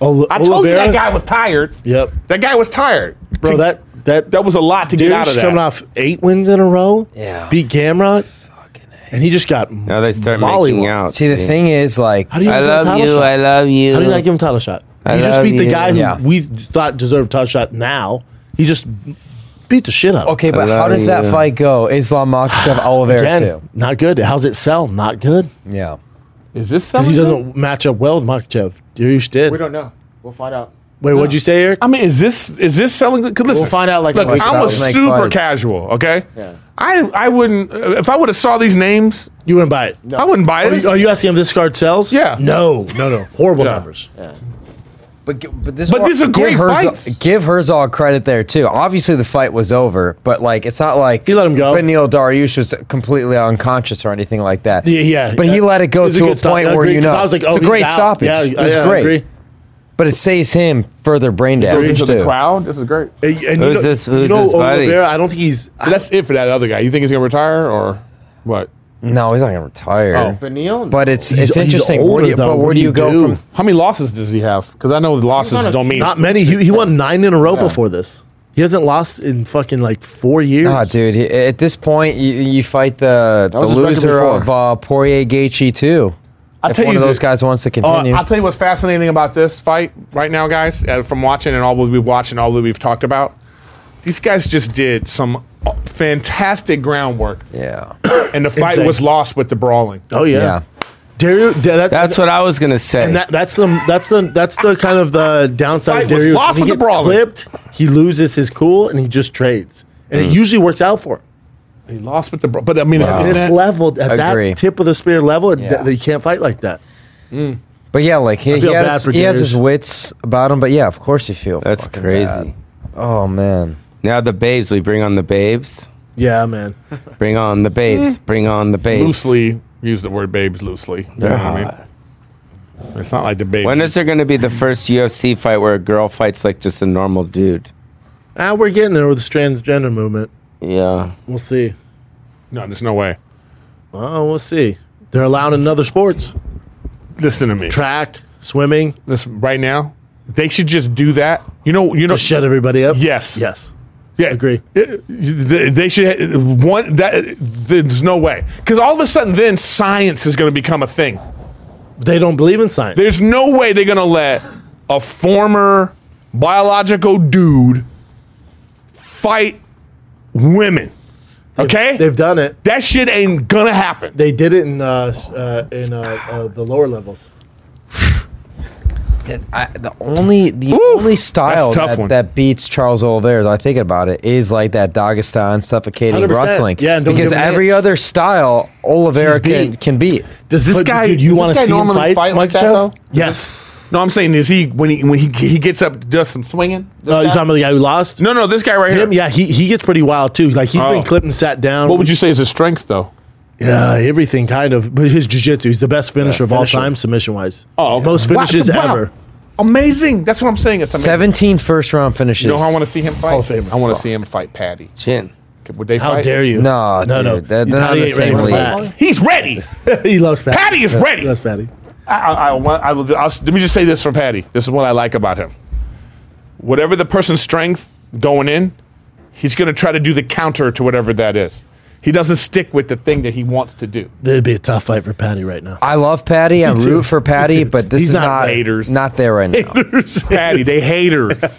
C: Ol-
E: I told you
C: Oliveira?
E: that guy was tired.
C: Oh, Yep.
E: That guy was tired.
C: Bro,
E: To-
C: that that
E: that was a lot to get out
C: Darius
E: of that.
C: coming off eight wins in a row.
D: Yeah.
C: Beat Gamrot. And he just got
G: Now they start
C: mollywopped.
G: making out.
D: See, the thing is, like,
C: How do you
G: I
C: give him a
G: love
C: title
G: you.
C: shot?
G: I love you.
C: How do you not give him a title shot?
G: I
C: he just
G: love
C: beat the
G: you.
C: guy who
D: Yeah.
C: we thought deserved a title shot. Now he just beat the shit out. of him.
D: okay, but how
G: love
D: does that
G: you.
D: fight go?
C: [SIGHS]
D: Islam Makhachev, Oliveira,
C: Again, not good. How's it sell? Not good
D: too. Yeah.
E: Is this
C: because
E: something?
C: he doesn't match up well with Makhachev. Darius did.
F: We don't know. We'll find out.
C: Wait, what'd you say, Eric?
E: I mean, is this is this selling? good? Listen,
F: find out, like, in
E: look,
F: weeks
E: I
F: and
E: was
D: hours.
E: super
D: Make fights.
E: casual. Okay,
F: Yeah.
E: I I wouldn't if I would have saw these names.
C: You wouldn't buy it.
E: I wouldn't buy
C: Are
E: this.
C: you, are you asking if this card sells?
E: Yeah.
C: No, no, no. Horrible
E: Yeah.
C: numbers.
D: But, g- but this
E: But
D: wa-
E: these are
D: give
E: great
D: Herzog,
E: fights.
D: Give Herzog credit there too. Obviously, the fight was over, but like it's not like
C: He let him go.
D: Benil Dariush was completely unconscious or anything like that.
C: Yeah, yeah.
D: But he let it go
C: was
D: to a,
C: good stop.
D: point
C: I
D: where
C: agree,
D: you
C: 'cause
D: know
C: I was like, oh,
D: it's a
C: he's
D: great
C: out.
D: stoppage.
C: Yeah,
D: it was
C: yeah, I
D: great.
C: agree.
D: But it saves him further brain
E: Goes
D: damage
E: into the
D: too.
E: crowd. This is great.
C: And, and you
G: Who's
C: know,
G: this-
C: you
G: who's
C: know
G: this buddy?
C: Oliveira, I don't think he's.
E: So that's it for that other guy. You think he's gonna retire or what?
D: No, he's not gonna retire.
F: Oh, Benil.
D: But it's
C: He's-
D: it's
C: he's
D: interesting. where
C: older,
D: do you,
C: though.
D: but where
C: What do
D: do you
C: you
D: go
C: do?
D: from?
E: How many losses does he have? Because I know losses
F: not a-
E: don't mean
C: Not many. He, he won nine in a row before this. He hasn't lost in fucking like four years.
D: Ah, dude. he- At this point, you, you fight the, the
F: was his record
D: loser
F: before.
D: of uh, Poirier Gaethje too.
E: I
D: if one of those guys
F: Oh,
D: wants to continue,
E: Uh, I'll tell you what's fascinating about this fight right now, guys. Uh, from watching and all we've been watching, all that we've talked about, these guys just did some uh, fantastic groundwork,
C: [COUGHS]
D: yeah.
E: and the fight
C: Insane.
E: was lost with the brawling.
C: oh yeah.
D: Yeah.
C: Dario, that,
G: That's what I was gonna say.
C: and that, that's the that's the that's the kind of the downside of
E: Fight was
C: Darius.
E: lost
C: When he
E: with the
C: gets
E: brawling.
C: clipped, he loses his cool and he just trades, and
E: Mm.
C: it usually works out for him.
E: He lost with the brawl, but I mean, it's,
C: This
E: it's
C: level, at
D: Agree.
C: that tip of the spear level, th-
D: Yeah.
C: they can't fight like that.
D: But yeah, like he, he,
C: feel bad
D: has,
C: for
D: he has
C: Darius.
D: his wits about him. But yeah, of course you feel.
G: That's
D: fucking
G: crazy.
D: bad. Oh man,
G: Now the babes. We bring on the babes.
C: Yeah, man.
G: Bring on the babes.
C: Mm.
G: Bring on the babes.
E: loosely use the word babes loosely. You know what I mean? It's not like the babes.
G: When is there going to be the first UFC fight where a girl fights like just a normal dude?
C: Ah, we're getting there with the transgender movement.
G: Yeah.
C: We'll see.
E: no, there's no way.
C: Oh, we'll see. They're allowed in other sports:
E: Listen to me.
C: track, swimming,
E: Listen, right now, they should just do that. You know, you know,
C: to shut everybody up.
E: Yes.
C: yes.
E: Yeah,
C: Agree.
E: It- they they should one that. There's no way because all of a sudden, then science is going to become a thing.
C: They don't believe in science.
E: There's no way they're going to let a former biological dude fight women. Okay,
C: They've done it.
E: that shit ain't gonna happen.
C: They did it in uh, s- uh, in uh, uh, the lower levels.
D: It- I, the only the
E: Woo!
D: only style
E: That's a tough
D: that,
E: one.
D: that beats Charles Oliveira, as I think about it, is like that Dagestan suffocating
C: 100%.
D: wrestling.
C: Yeah, and don't
D: because
C: give him an
D: every
C: inch.
D: other style Oliveira
C: He's
D: can,
C: beat.
D: can beat.
C: Does
E: this guy-
C: Dude, you
E: does
C: want
E: this
C: to
E: guy
C: see him fight,
E: normally fight like that,
C: Makachev?
E: though?
C: Yes.
E: No, I'm saying is he when he when he he gets up does some swinging?
C: No, you talking about the guy who lost?
E: No, no, this guy right
C: Him,
E: here.
C: yeah, he, he gets pretty wild too. Like he's
E: Oh.
C: been clipped and sat down.
E: What would you say is his strength though?
C: Yeah, everything kind of. But his jiu-jitsu, he's the best finisher of all
E: finisher.
C: time, submission wise.
E: Oh, okay.
C: most
E: Wow,
C: finishes
E: wow.
C: ever.
E: Amazing. That's what I'm saying. It's amazing.
D: 17 first round finishes.
E: You know how I want to see him fight?
C: Hall of Famer.
E: I want to see him fight Patty.
G: Chin.
E: Would they
C: How
E: fight?
C: dare you?
D: No, dude, they're- they're
C: Patty
D: not in the
C: ain't ready
D: same
C: for
D: league.
C: that.
E: He's ready.
C: he loves Patty. [LAUGHS]
E: Patty is
C: Yeah,
E: ready.
C: He loves Patty.
E: I, I, I, want- I will, do- I'll, s- let me just say this for Patty. This is what I like about him. Whatever the person's strength going in, he's going to try to do the counter to whatever that is. He doesn't stick with the thing that he wants to do.
C: It'd be a tough fight for Patty right now.
D: I love
E: [LAUGHS]
D: Patty. I
C: Me too.
D: root for
C: Me
D: Patty,
C: too.
D: but this
C: He's
D: is
C: not
D: not not,
E: haters.
D: there right now.
C: [LAUGHS]
E: Patty, they haters.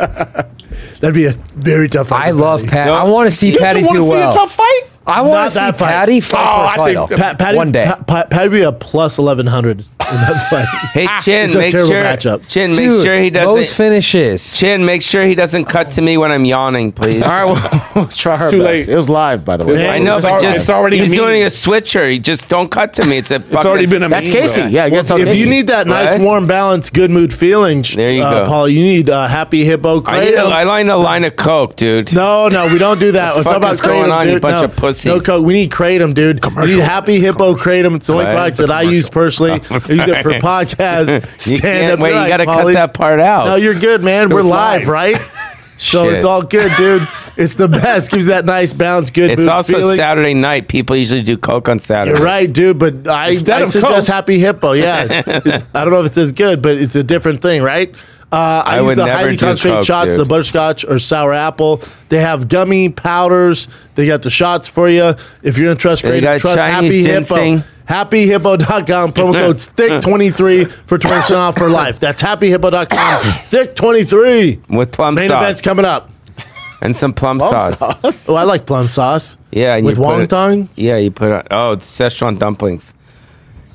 C: That'd be a very tough fight.
D: I
C: for
D: love Patty. I want to see
E: You
D: Patty
E: don't wanna
D: do
E: see
D: well.
E: a tough fight?
D: I
C: Not
D: want to see
C: that fight.
D: Patty fight
E: Oh, I
D: for a
E: think-
D: title.
C: Pa- Patty,
D: one day.
C: Pa- Pa- Patty'd be a plus 1100 in
D: [LAUGHS]
C: that fight.
G: Hey Chin,
C: Ah, It's a
G: make
C: terrible
G: sure
C: matchup.
G: Chin, make
D: Dude,
G: sure he
D: those
G: doesn't.
D: finishes.
G: Chin, make sure he doesn't cut to me when I'm yawning, please.
F: All right, well,
G: [LAUGHS]
F: we'll try our
E: Too
F: best.
E: late.
F: It was live, by the way.
E: Yeah,
G: I know,
E: It's
G: but
E: already-
G: just
E: it's already a
G: he's
E: meme.
G: doing a switcher. He just don't cut to me. It's a.
E: It's already been a
F: That's
E: meme,
F: Casey.
E: though.
F: Yeah, I guess that's
C: if
F: Casey.
C: you need that nice,
G: Right?
C: warm, balanced, good mood feeling, sh-
G: There you
C: uh,
G: go.
C: Paul, you need uh, happy hippo.
G: I need a,
C: Kratom.
G: I line a line of coke, dude. [LAUGHS]
C: No, no, we don't do that.
G: The
C: We're
G: fuck
C: talking about
G: is going
C: Kratom,
G: on, you
C: dude.
G: bunch
C: no,
G: of pussies?
C: No, co- we need kratom, dude. We need Happy Hippo Kratom. It's the only
G: Right,
C: product
G: it's a
C: that I use
G: [LAUGHS]
C: personally. I use it for
G: sorry.
C: podcasts.
G: [LAUGHS] You
C: Stand
G: can't-
C: up.
G: wait,
C: You're
G: you
C: right,
G: gotta cut
C: Paulie.
G: that part out.
C: No, you're good, man. We're
G: was
C: live,
G: live. [LAUGHS]
C: right? so
G: Shit.
C: it's all good, dude. It's the best. Gives that nice, balanced, good
G: It's
C: mood
G: also
C: feeling.
G: Saturday night. People usually do coke on Saturday.
C: You're right, dude. But I, I
E: Instead of
C: suggest
E: Coke.
C: Happy Hippo.
G: [LAUGHS]
C: Yeah, I don't know if it's as good, but it's a different thing, right? Uh, I,
G: I
C: use
G: would
C: the
G: never
C: highly
G: do
C: concentrated
G: Coke,
C: shots,
G: dude.
C: the butterscotch or sour apple. They have gummy powders. They got the shots for you. If you're gonna trust
G: They
C: great,
G: got
C: trust Happy
G: Chinese ginseng.
C: Hippo. HappyHippo.com
G: [LAUGHS]
C: promo code thick 23 for 20% off for life. That's
G: [COUGHS]
C: HappyHippo.com thick 23.
G: With plum
C: Main
G: sauce
C: event's coming up.
G: and some plum, sauce.
C: Oh, I like plum sauce.
G: Yeah, and
C: with
G: you put it-
C: wonton.
G: Yeah, you put on. Oh, it's Szechuan dumplings.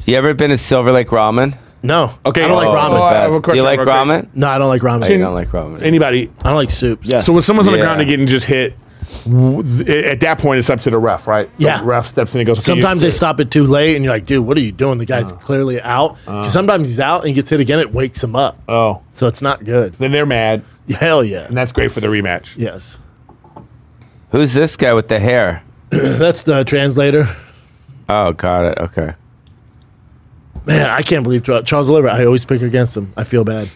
G: You ever been to Silver Lake Ramen?
C: No,
E: Okay.
C: I don't like
E: Oh,
C: ramen.
E: oh, I have a
G: Best. Do
E: question
G: you like
E: real quick.
G: ramen?
C: no, I don't like ramen.
G: You don't like ramen.
E: Anybody,
C: I don't like soups.
F: Yes.
E: So when someone's on the
G: Yeah.
E: ground and getting just hit, w- th- at that point it's up to the ref, right?
C: Yeah.
E: The ref steps in and goes. "Okay,
C: Sometimes
E: you- Uh-huh.
C: they stop it too late, and you're like, dude, what are you doing? The guy's clearly out. 'Cause sometimes he's out and he gets hit again, it wakes him up.
E: Oh,
C: so it's not good. [LAUGHS]
E: then they're mad,
C: Hell yeah.
E: and that's great for the rematch.
C: Yes. [CLEARS THROAT]
G: Who's this guy with the hair?
C: That's the translator.
G: Oh, got it. Okay.
C: Man, I can't believe Charles Charles Oliver. I always pick against him. I feel bad.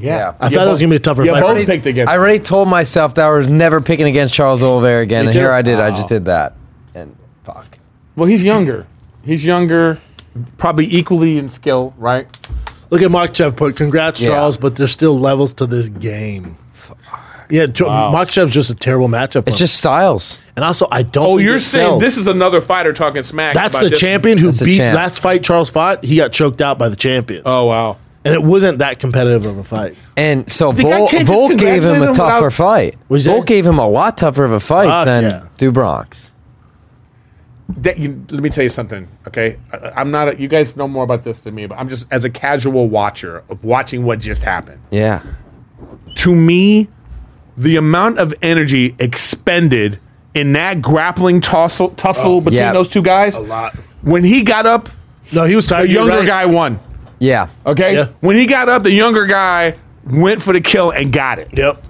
D: Yeah.
C: I thought that was going to be a tougher
E: You
C: fight.
E: both picked against.
D: I already told myself that I was never picking against Charles Oliver again,
C: You
D: and
C: did?
D: here I did. I just did that, and fuck.
E: well, he's younger. He's younger, probably equally in skill, right?
C: Look at Mark Chev put, congrats,
D: Yeah.
C: Charles, but there's still levels to this game. Yeah, Ch- Mark Chev's just a terrible matchup.
D: It's just styles.
C: and also, I don't.
E: Oh,
C: think
E: you're
C: it
E: saying
C: sells.
E: this is another fighter talking smack?
C: That's
E: about
C: the
E: this-
C: champion who
D: That's the
C: beat
D: champ.
C: last fight Charles fought. He got choked out by the champion,
E: Oh wow.
C: and it wasn't that competitive of a fight.
D: And so
E: think I
D: Volk,
E: can't just
D: Volk gave
E: congratulate
D: him a
E: him
D: tougher
E: without-
D: fight.
C: Was
D: Volk
C: it?
D: gave him a lot tougher of a fight
C: Fuck
D: than
C: yeah.
D: Dubronx.
E: That, you, let me tell you something, okay? I, am not. A, you guys know more about this than me, but I'm just as a casual watcher of watching what just happened.
D: Yeah.
E: to me, the amount of energy expended in that grappling tussle, tussle between
D: yeah.
E: those two guys, a lot. When he got up,
C: No, he was
E: the
C: tired. You're
E: younger
C: right.
E: guy won.
D: Yeah.
E: Okay,
C: Yeah.
E: when he got up, the younger guy went for the kill and got it.
C: Yep.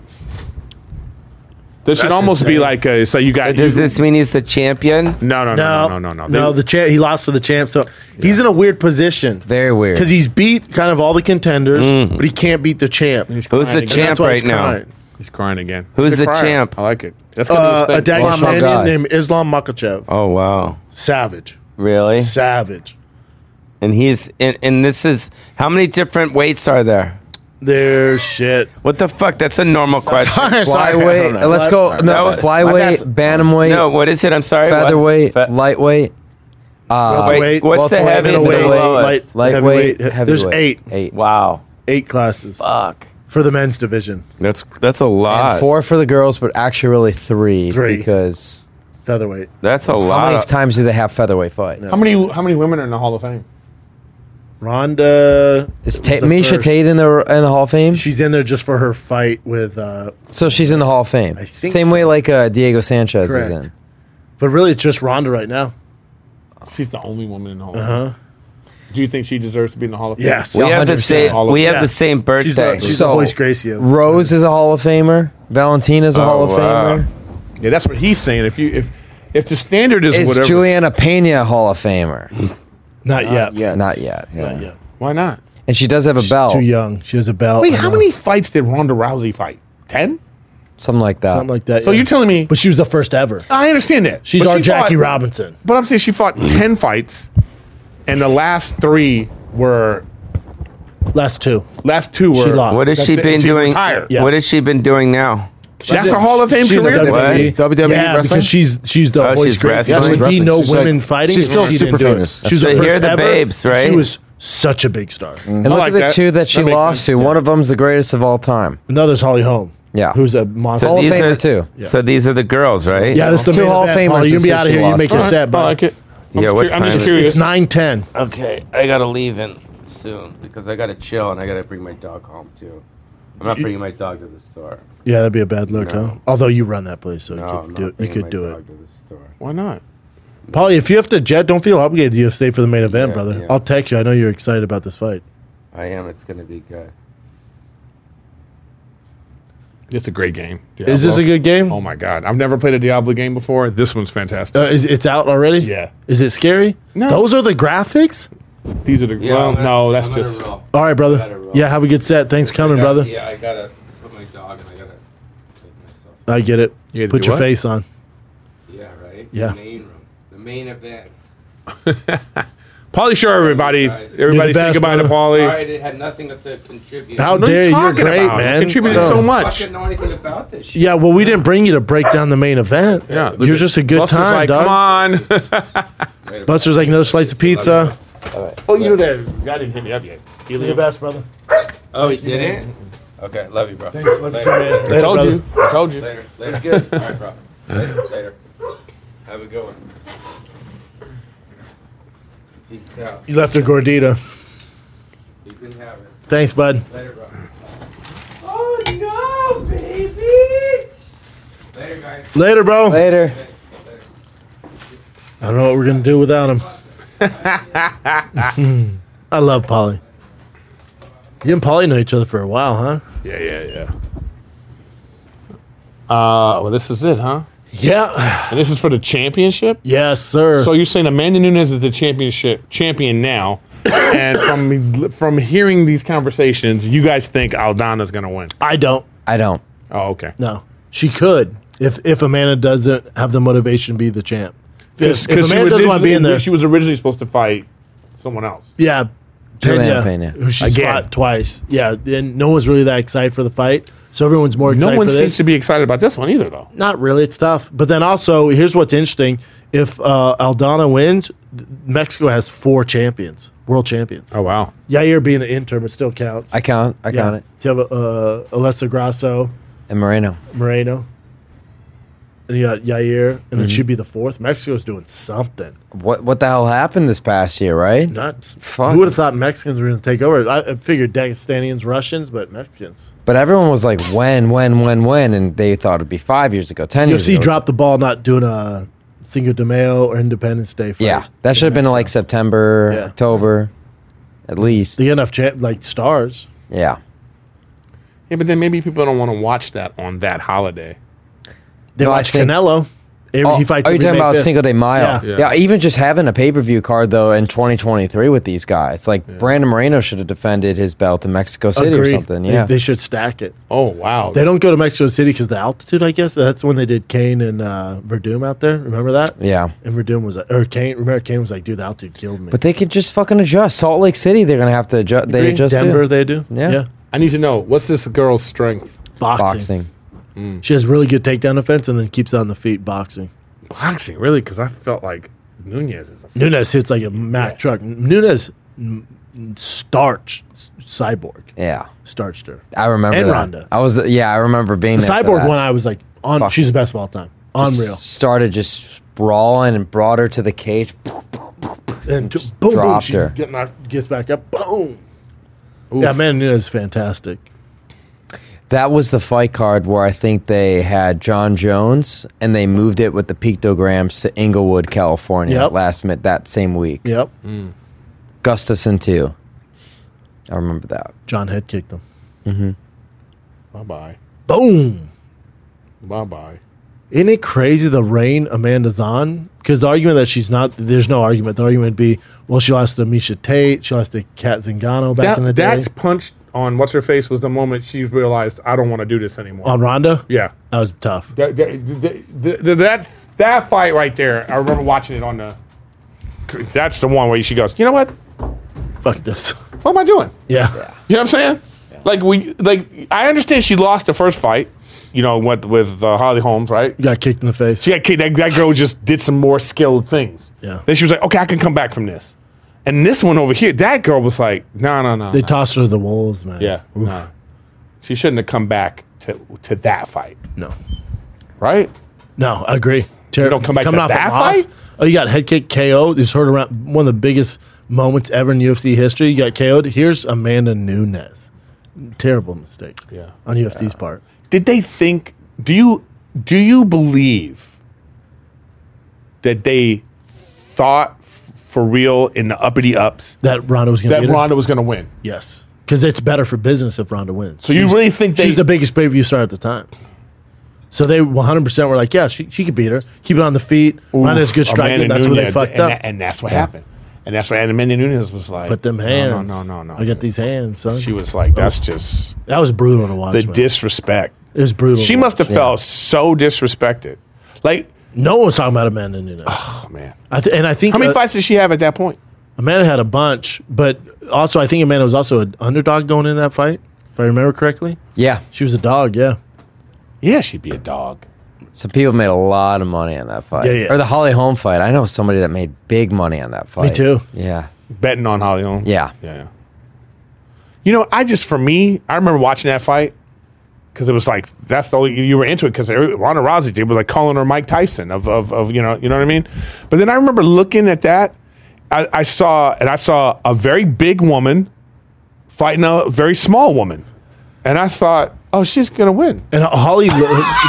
E: This should almost be like a, so you got
G: Does
E: you-
G: this mean he's the champion?
E: No, no,
C: No,
E: no, no, no, no.
C: no.
E: They-
C: The champ, he lost to the champ, so he's in a weird position.
D: Very weird. Mm.
C: because he's beat kind of all the contenders, but he can't beat the champ. And
G: Who's the
E: crying again.
G: champ
C: that's why he's
G: right now?
C: crying.
E: He's crying again.
G: Who's
E: He's a
G: the
E: crier.
G: champ?
E: I like it. That's gonna
C: Uh,
E: be
C: a
E: his thing.
D: Islam
C: Dagestanian
D: guy.
C: named Islam Makachev.
G: Oh wow,
C: Savage,
G: really?
C: savage.
G: And he's and, and this is how many different weights are there?
C: There's shit.
G: What the fuck? That's a normal
C: [LAUGHS]
G: question.
F: Sorry, I don't
D: Flyweight.
F: know.
D: Let's go. No,
G: That was-
D: flyweight, bantamweight,
G: no, what is it? I'm sorry. what?
D: featherweight,
G: Fe- Uh,
D: lightweight,
G: wait,
C: Welterweight,
G: what's the
D: welterweight,
G: heaviest? and the
C: middleweight,
G: lowest?
C: light- Heavyweight.
D: lightweight, heavyweight.
C: There's eight.
D: Eight.
G: Wow,
C: Eight classes
G: fuck.
C: for the men's division.
G: That's that's a
D: And
G: lot.
D: four for the girls, but actually really three,
C: Three.
D: because
C: Featherweight.
G: That's a
D: how
G: lot.
D: many
G: of-
D: times do they have featherweight fights?
E: How many? How many women are in the Hall of Fame?
C: Ronda. was
D: Is Ta-
C: the
D: Misha
C: first.
D: Tate in the in the Hall of Fame?
C: She's in there just for her fight with, uh,
D: so she's in the Hall of Fame.
C: think
D: Same
C: so.
D: way like uh, Diego Sanchez
C: Correct.
D: is in.
C: but really it's just Ronda right now.
E: She's the only woman in the Hall. Of Fame. Do you think she deserves to be in the Hall of Fame?
C: Yes.
G: We have the
D: 100%.
G: same. We have
C: Yeah.
G: the same
C: She's the,
G: birthday.
C: she's
D: So-
C: the voice Gracio.
D: Rose is a Hall of Famer. Valentina's a
G: Oh,
D: Hall of
G: wow.
D: Famer.
E: Yeah, that's what he's saying. If you if if the standard is,
D: Is
E: whatever,
D: Juliana Pena a Hall of Famer?
C: Not yet.
F: Yeah,
D: Not yet.
C: Not yet.
E: why not?
D: And she does have a
C: She's
D: belt.
C: Too young. She has a belt.
E: Wait,
C: I
E: how
C: know.
E: many fights did Ronda Rousey fight? Ten.
D: Something like that.
C: Something like that.
E: So
C: yeah.
E: you're telling me?
C: But she was the first ever.
E: I understand that
C: She's
E: But
C: our
E: she
C: Jackie
E: fought-
C: Robinson.
E: But I'm saying she fought ten fights, and the last three were
C: Last two.
E: Last two were.
C: She lost.
G: What has
E: That's
G: she
E: it.
G: been
E: She
G: doing?
E: retired.
G: What has she been doing now?
E: That's
C: it.
E: a Hall of Fame
C: She's
E: career?
C: a WWE,
F: What? WWE
C: yeah,
F: wrestling?
C: because she's she's the
G: Oh,
C: Holy
G: she's
C: Grail.
G: wrestling?
C: There would
F: She's
C: be no
F: wrestling.
C: women
F: She's like-
C: fighting.
F: she's
C: if
F: still
C: she didn't
F: super
C: do it.
F: famous.
C: She was
G: So
C: the
G: here
C: first
G: are the
C: ever.
G: babes, right?
C: She was such a big star.
D: And look
E: like
D: at the
E: that.
D: two that she
E: That makes
D: lost
E: sense,
D: to.
E: yeah.
D: One of them's the greatest of all time.
C: Another's Holly Holm.
D: Yeah.
C: who's a monster.
D: Hall of
G: these
D: Famer
G: are
D: too.
G: So these are the girls, right?
C: yeah, that's the
D: Two
C: main
D: Hall of
C: event, Paul.
D: Famers
C: You can
D: is
C: be
D: who
C: out
D: she
C: of here. You
D: lost.
C: make your
D: Alright,
C: set,
E: I
C: bud.
E: like it. I'm,
G: Yeah,
E: just
G: what
E: curi- I'm
G: time
E: just
G: is it?
E: curious.
C: It's nine ten.
G: Okay, I gotta leave in soon because I gotta chill and I gotta bring my dog home too. I'm not bringing my dog to the store.
C: Yeah, that'd be a bad look,
G: No.
C: huh? Although you run that place, so
G: No,
C: you
G: I'm
C: could
G: not
C: do it. You
G: bringing
C: could
G: my
C: do
G: dog
C: it,
G: to the store.
E: Why not?
C: Polly. If you have to jet, don't feel obligated. You have to stay for the main event,
G: Yeah,
C: brother.
G: yeah.
C: I'll text you. I know you're excited about this fight.
G: I am. It's gonna be good.
E: It's a great game.
C: Is this a
E: Diablo.
C: good game?
E: Oh my god! I've never played a Diablo game before. This one's fantastic.
C: Uh, is it's out already?
E: Yeah.
C: Is it scary?
E: No.
C: Those are the graphics.
E: These are the.
G: Yeah,
E: well,
G: I'm gonna-
E: no, that's
G: I'm gonna
E: just.
G: roll.
C: All right,
G: I gotta
C: brother.
G: roll.
C: Yeah, have a good set. Thanks for coming,
G: I gotta-
C: brother.
G: Yeah, I gotta put my dog and I gotta take myself.
C: I get it.
E: You had to
C: Put
E: do
C: your
E: what?
C: face on.
G: Yeah, right.
C: Yeah.
G: The main room, the main event.
E: Polly Shore, everybody.
G: Guys.
E: Everybody
C: You're the
E: say
C: best,
E: goodbye to
C: brother.
E: Polly.
G: Sorry, I had nothing to contribute.
C: How
E: What are
C: dare you? You're
E: talking
C: great,
E: about?
C: man.
E: You contributed
C: No.
E: so
G: I
E: much.
G: fucking know anything about this shit.
C: Yeah, well, we didn't bring you to break down the main event.
E: Yeah, look
C: you're
E: at-
C: just a good
E: Buster's
C: time,
E: like,
C: dog.
E: Come on.
C: Buster's like another slice of pizza.
E: [LAUGHS] oh, you
G: [LAUGHS]
E: there? I didn't hit me up yet.
C: You're the best, brother.
G: Oh, he did it? Okay, love you, bro.
C: love you
G: Later.
C: too, man.
G: Later.
C: Later, brother.
E: I told you.
G: Later. Later. That's good. All right, bro. Later. Later. Have a good one. Peace out.
C: You left a gordita.
G: You can have it.
C: Thanks, bud.
G: Later, bro. Oh, no, baby. Later, guys.
C: Later, bro.
D: Later.
C: I don't know what we're gonna do without him. [LAUGHS] I love Polly. You and Polly know each other for a while, huh?
E: Yeah, yeah, yeah. Uh, well, this is it, huh?
C: Yeah.
E: And this is for the championship.
C: Yes, sir.
E: So you're saying Amanda Nunes is the championship champion now, and from from hearing these conversations, you guys think Aldana's going to win?
C: I don't.
D: I don't.
E: Oh, okay.
C: No, she could if if Amanda doesn't have the motivation to be the champ. If, if
E: she
C: Amanda doesn't
E: originally-
C: want to be in there,
E: She was originally supposed to fight someone else.
C: yeah.
D: Juliana
C: Pena,
D: Pena.
C: who she's
E: Again.
C: fought twice. Yeah, and no one's really that excited for the fight, so everyone's more excited.
E: No one
C: for this.
E: seems to be excited about this one either, though.
C: Not really. It's tough. But then also, here's what's interesting: if uh, Aldana wins, Mexico has four champions, world champions.
E: Oh wow.
C: Yair being an interim, it still counts.
D: I count. I count it.
C: So you have uh, Alessa Grasso,
D: And Moreno.
C: Moreno, and you got Yair, and
D: Mm-hmm.
C: then she'd be the fourth. Mexico's doing something
D: What what the hell happened this past year, right?
C: nuts.
D: Fuck.
C: Who would have thought Mexicans were going to take over? I, I figured Dagestanians, Russians, but Mexicans.
D: But everyone was like, when, when, when, when, and they thought it'd be five years ago, ten years
C: UFC
D: ago.
C: dropped the ball not doing a Cinco de Mayo or Independence Day. Fight.
D: Yeah, that should have been like September,
C: Yeah.
D: October, at least.
C: the enough cha- like stars.
D: Yeah.
E: Yeah, but then maybe people don't want to watch that on that holiday.
C: They
D: No, I
C: watch
D: think-
C: Canelo. Every-
D: Oh,
C: he fights.
D: are you
C: every
D: talking
C: May
D: about
C: 5th.
D: Cinco de Mayo?
C: Yeah.
D: Yeah. even just having a pay per view card though in 2023 with these guys, like Brandon Moreno should have defended his belt in Mexico City or
C: Agreed.
D: something.
C: They-
D: Yeah,
C: they, should stack it.
E: Oh wow.
C: They don't go to Mexico City because the altitude. I guess that's when they did Kane and uh, Verdum out there. Remember that?
D: yeah.
C: And Verdum was like, or Kane. Remember Kane was like, "Dude, the altitude killed me."
D: But they could just fucking adjust. Salt Lake City, they're gonna have to adjust. They
C: Agree?
D: adjust too.
C: Denver, they do.
D: Yeah.
E: I need to know what's this girl's strength?
C: Boxing.
D: boxing.
C: She has really good takedown defense and then keeps it on the feet boxing.
E: Boxing, really? Because I felt like Nunez is a
C: Nunes hits like a Mack truck. Nunes mm, starched Cyborg.
D: Yeah,
C: Starched her.
D: I remember
C: And
D: that.
C: Ronda.
D: I was yeah, I remember being
C: The
D: there for
C: Cyborg
D: that.
C: one, I was like, on.
D: Fuck.
C: She's the best of all time. Unreal.
D: started just sprawling and brought her to the cage.
C: And t- boom, boom,
D: dropped
C: she
D: her.
C: get knocked, gets back up. Boom. Yeah, man, Nunes is fantastic.
D: That was the fight card where I think they had John Jones and they moved it with the pictograms to Inglewood, California
C: Yep.
D: last minute that same week.
C: Yep.
D: Gustafson too. I remember that.
C: John head kicked him.
E: Bye bye.
C: Boom.
E: Bye bye.
C: Isn't it crazy the reign Amanda's on? Because the argument that she's not, there's no argument. The argument would be, well, she lost to Misha Tate. She lost to Kat Zingano back
E: That,
C: in the day.
E: that punch on what's her face was the moment she realized I don't want to do this anymore.
C: On Ronda?
E: yeah.
C: That was tough.
E: That, that, that, that- that, that fight right there, I remember watching it on the. That's the one where she goes, you know what?
C: Fuck this. [LAUGHS]
E: What am I doing?
C: Yeah.
E: You know what I'm saying? Like we like I understand she lost the first fight, you know, what with uh, Holly Holmes, right?
C: You got kicked in the face.
E: She got kicked. That, that girl just did some more skilled things.
C: Yeah.
E: Then she was like, okay, I can come back from this. And this one over here, that girl was like, no, no, no.
C: They
E: no.
C: tossed her to the wolves, man.
E: yeah. No. She shouldn't have come back to to that fight,
C: No.
E: right?
C: No, I agree. Terry,
E: don't come back to that fight?
C: Oh, you got head kick KO. This heard around one of the biggest moments ever in UFC history. You got KO'd. Here's Amanda Nunes. Terrible mistake.
E: Yeah.
C: On UFC's part.
E: Did they think? Do you do you believe that they thought f- for real in the uppity ups
C: That Ronda was going to
E: that
C: get her?
E: Ronda was going to win?
C: Yes. Because it's better for business if Ronda wins.
E: So you really think they-
C: she's the biggest pay per view star at the time? So they 100 percent were like, yeah, she, she could beat her. Keep it on the feet. Ronda's
E: Oof,
C: good striking.
E: Amanda
C: That's where they
E: Nunes,
C: fucked
E: and
C: up.
E: that- and that's what happened. And that's what Amanda Nunes was like.
C: but them
E: "No,
C: hands.
E: No, no, no, no.
C: I got these hands, son.
E: She was like, that's just
C: that was brutal to watch.
E: the
C: man.
E: disrespect.
C: It was brutal.
E: She
C: to
E: must
C: watch.
E: have felt so disrespected. Like,
C: No one was talking about Amanda Nunes.
E: oh man,
C: I th- and I think
E: how many
C: uh,
E: fights did she have at that point?
C: Amanda had a bunch, but also I think Amanda was also an underdog going in that fight, if I remember correctly.
D: Yeah.
C: She was a dog, yeah.
E: Yeah, she'd be a dog.
D: Some people made a lot of money on that fight.
C: Yeah, yeah.
D: Or the Holly Holm fight. I know somebody that made big money on that fight.
C: too.
D: Yeah.
E: Betting on Holly Holm.
D: Yeah.
E: Yeah. yeah. You know, I just for me, I remember watching that fight because it was like that's the only you- you were into it because Ronda Rousey did was like calling her Mike Tyson of, of of you know you know what I mean. But then I remember looking at that, I, I saw and I saw a very big woman fighting a very small woman, and I thought, oh, she's gonna win.
C: And Holly,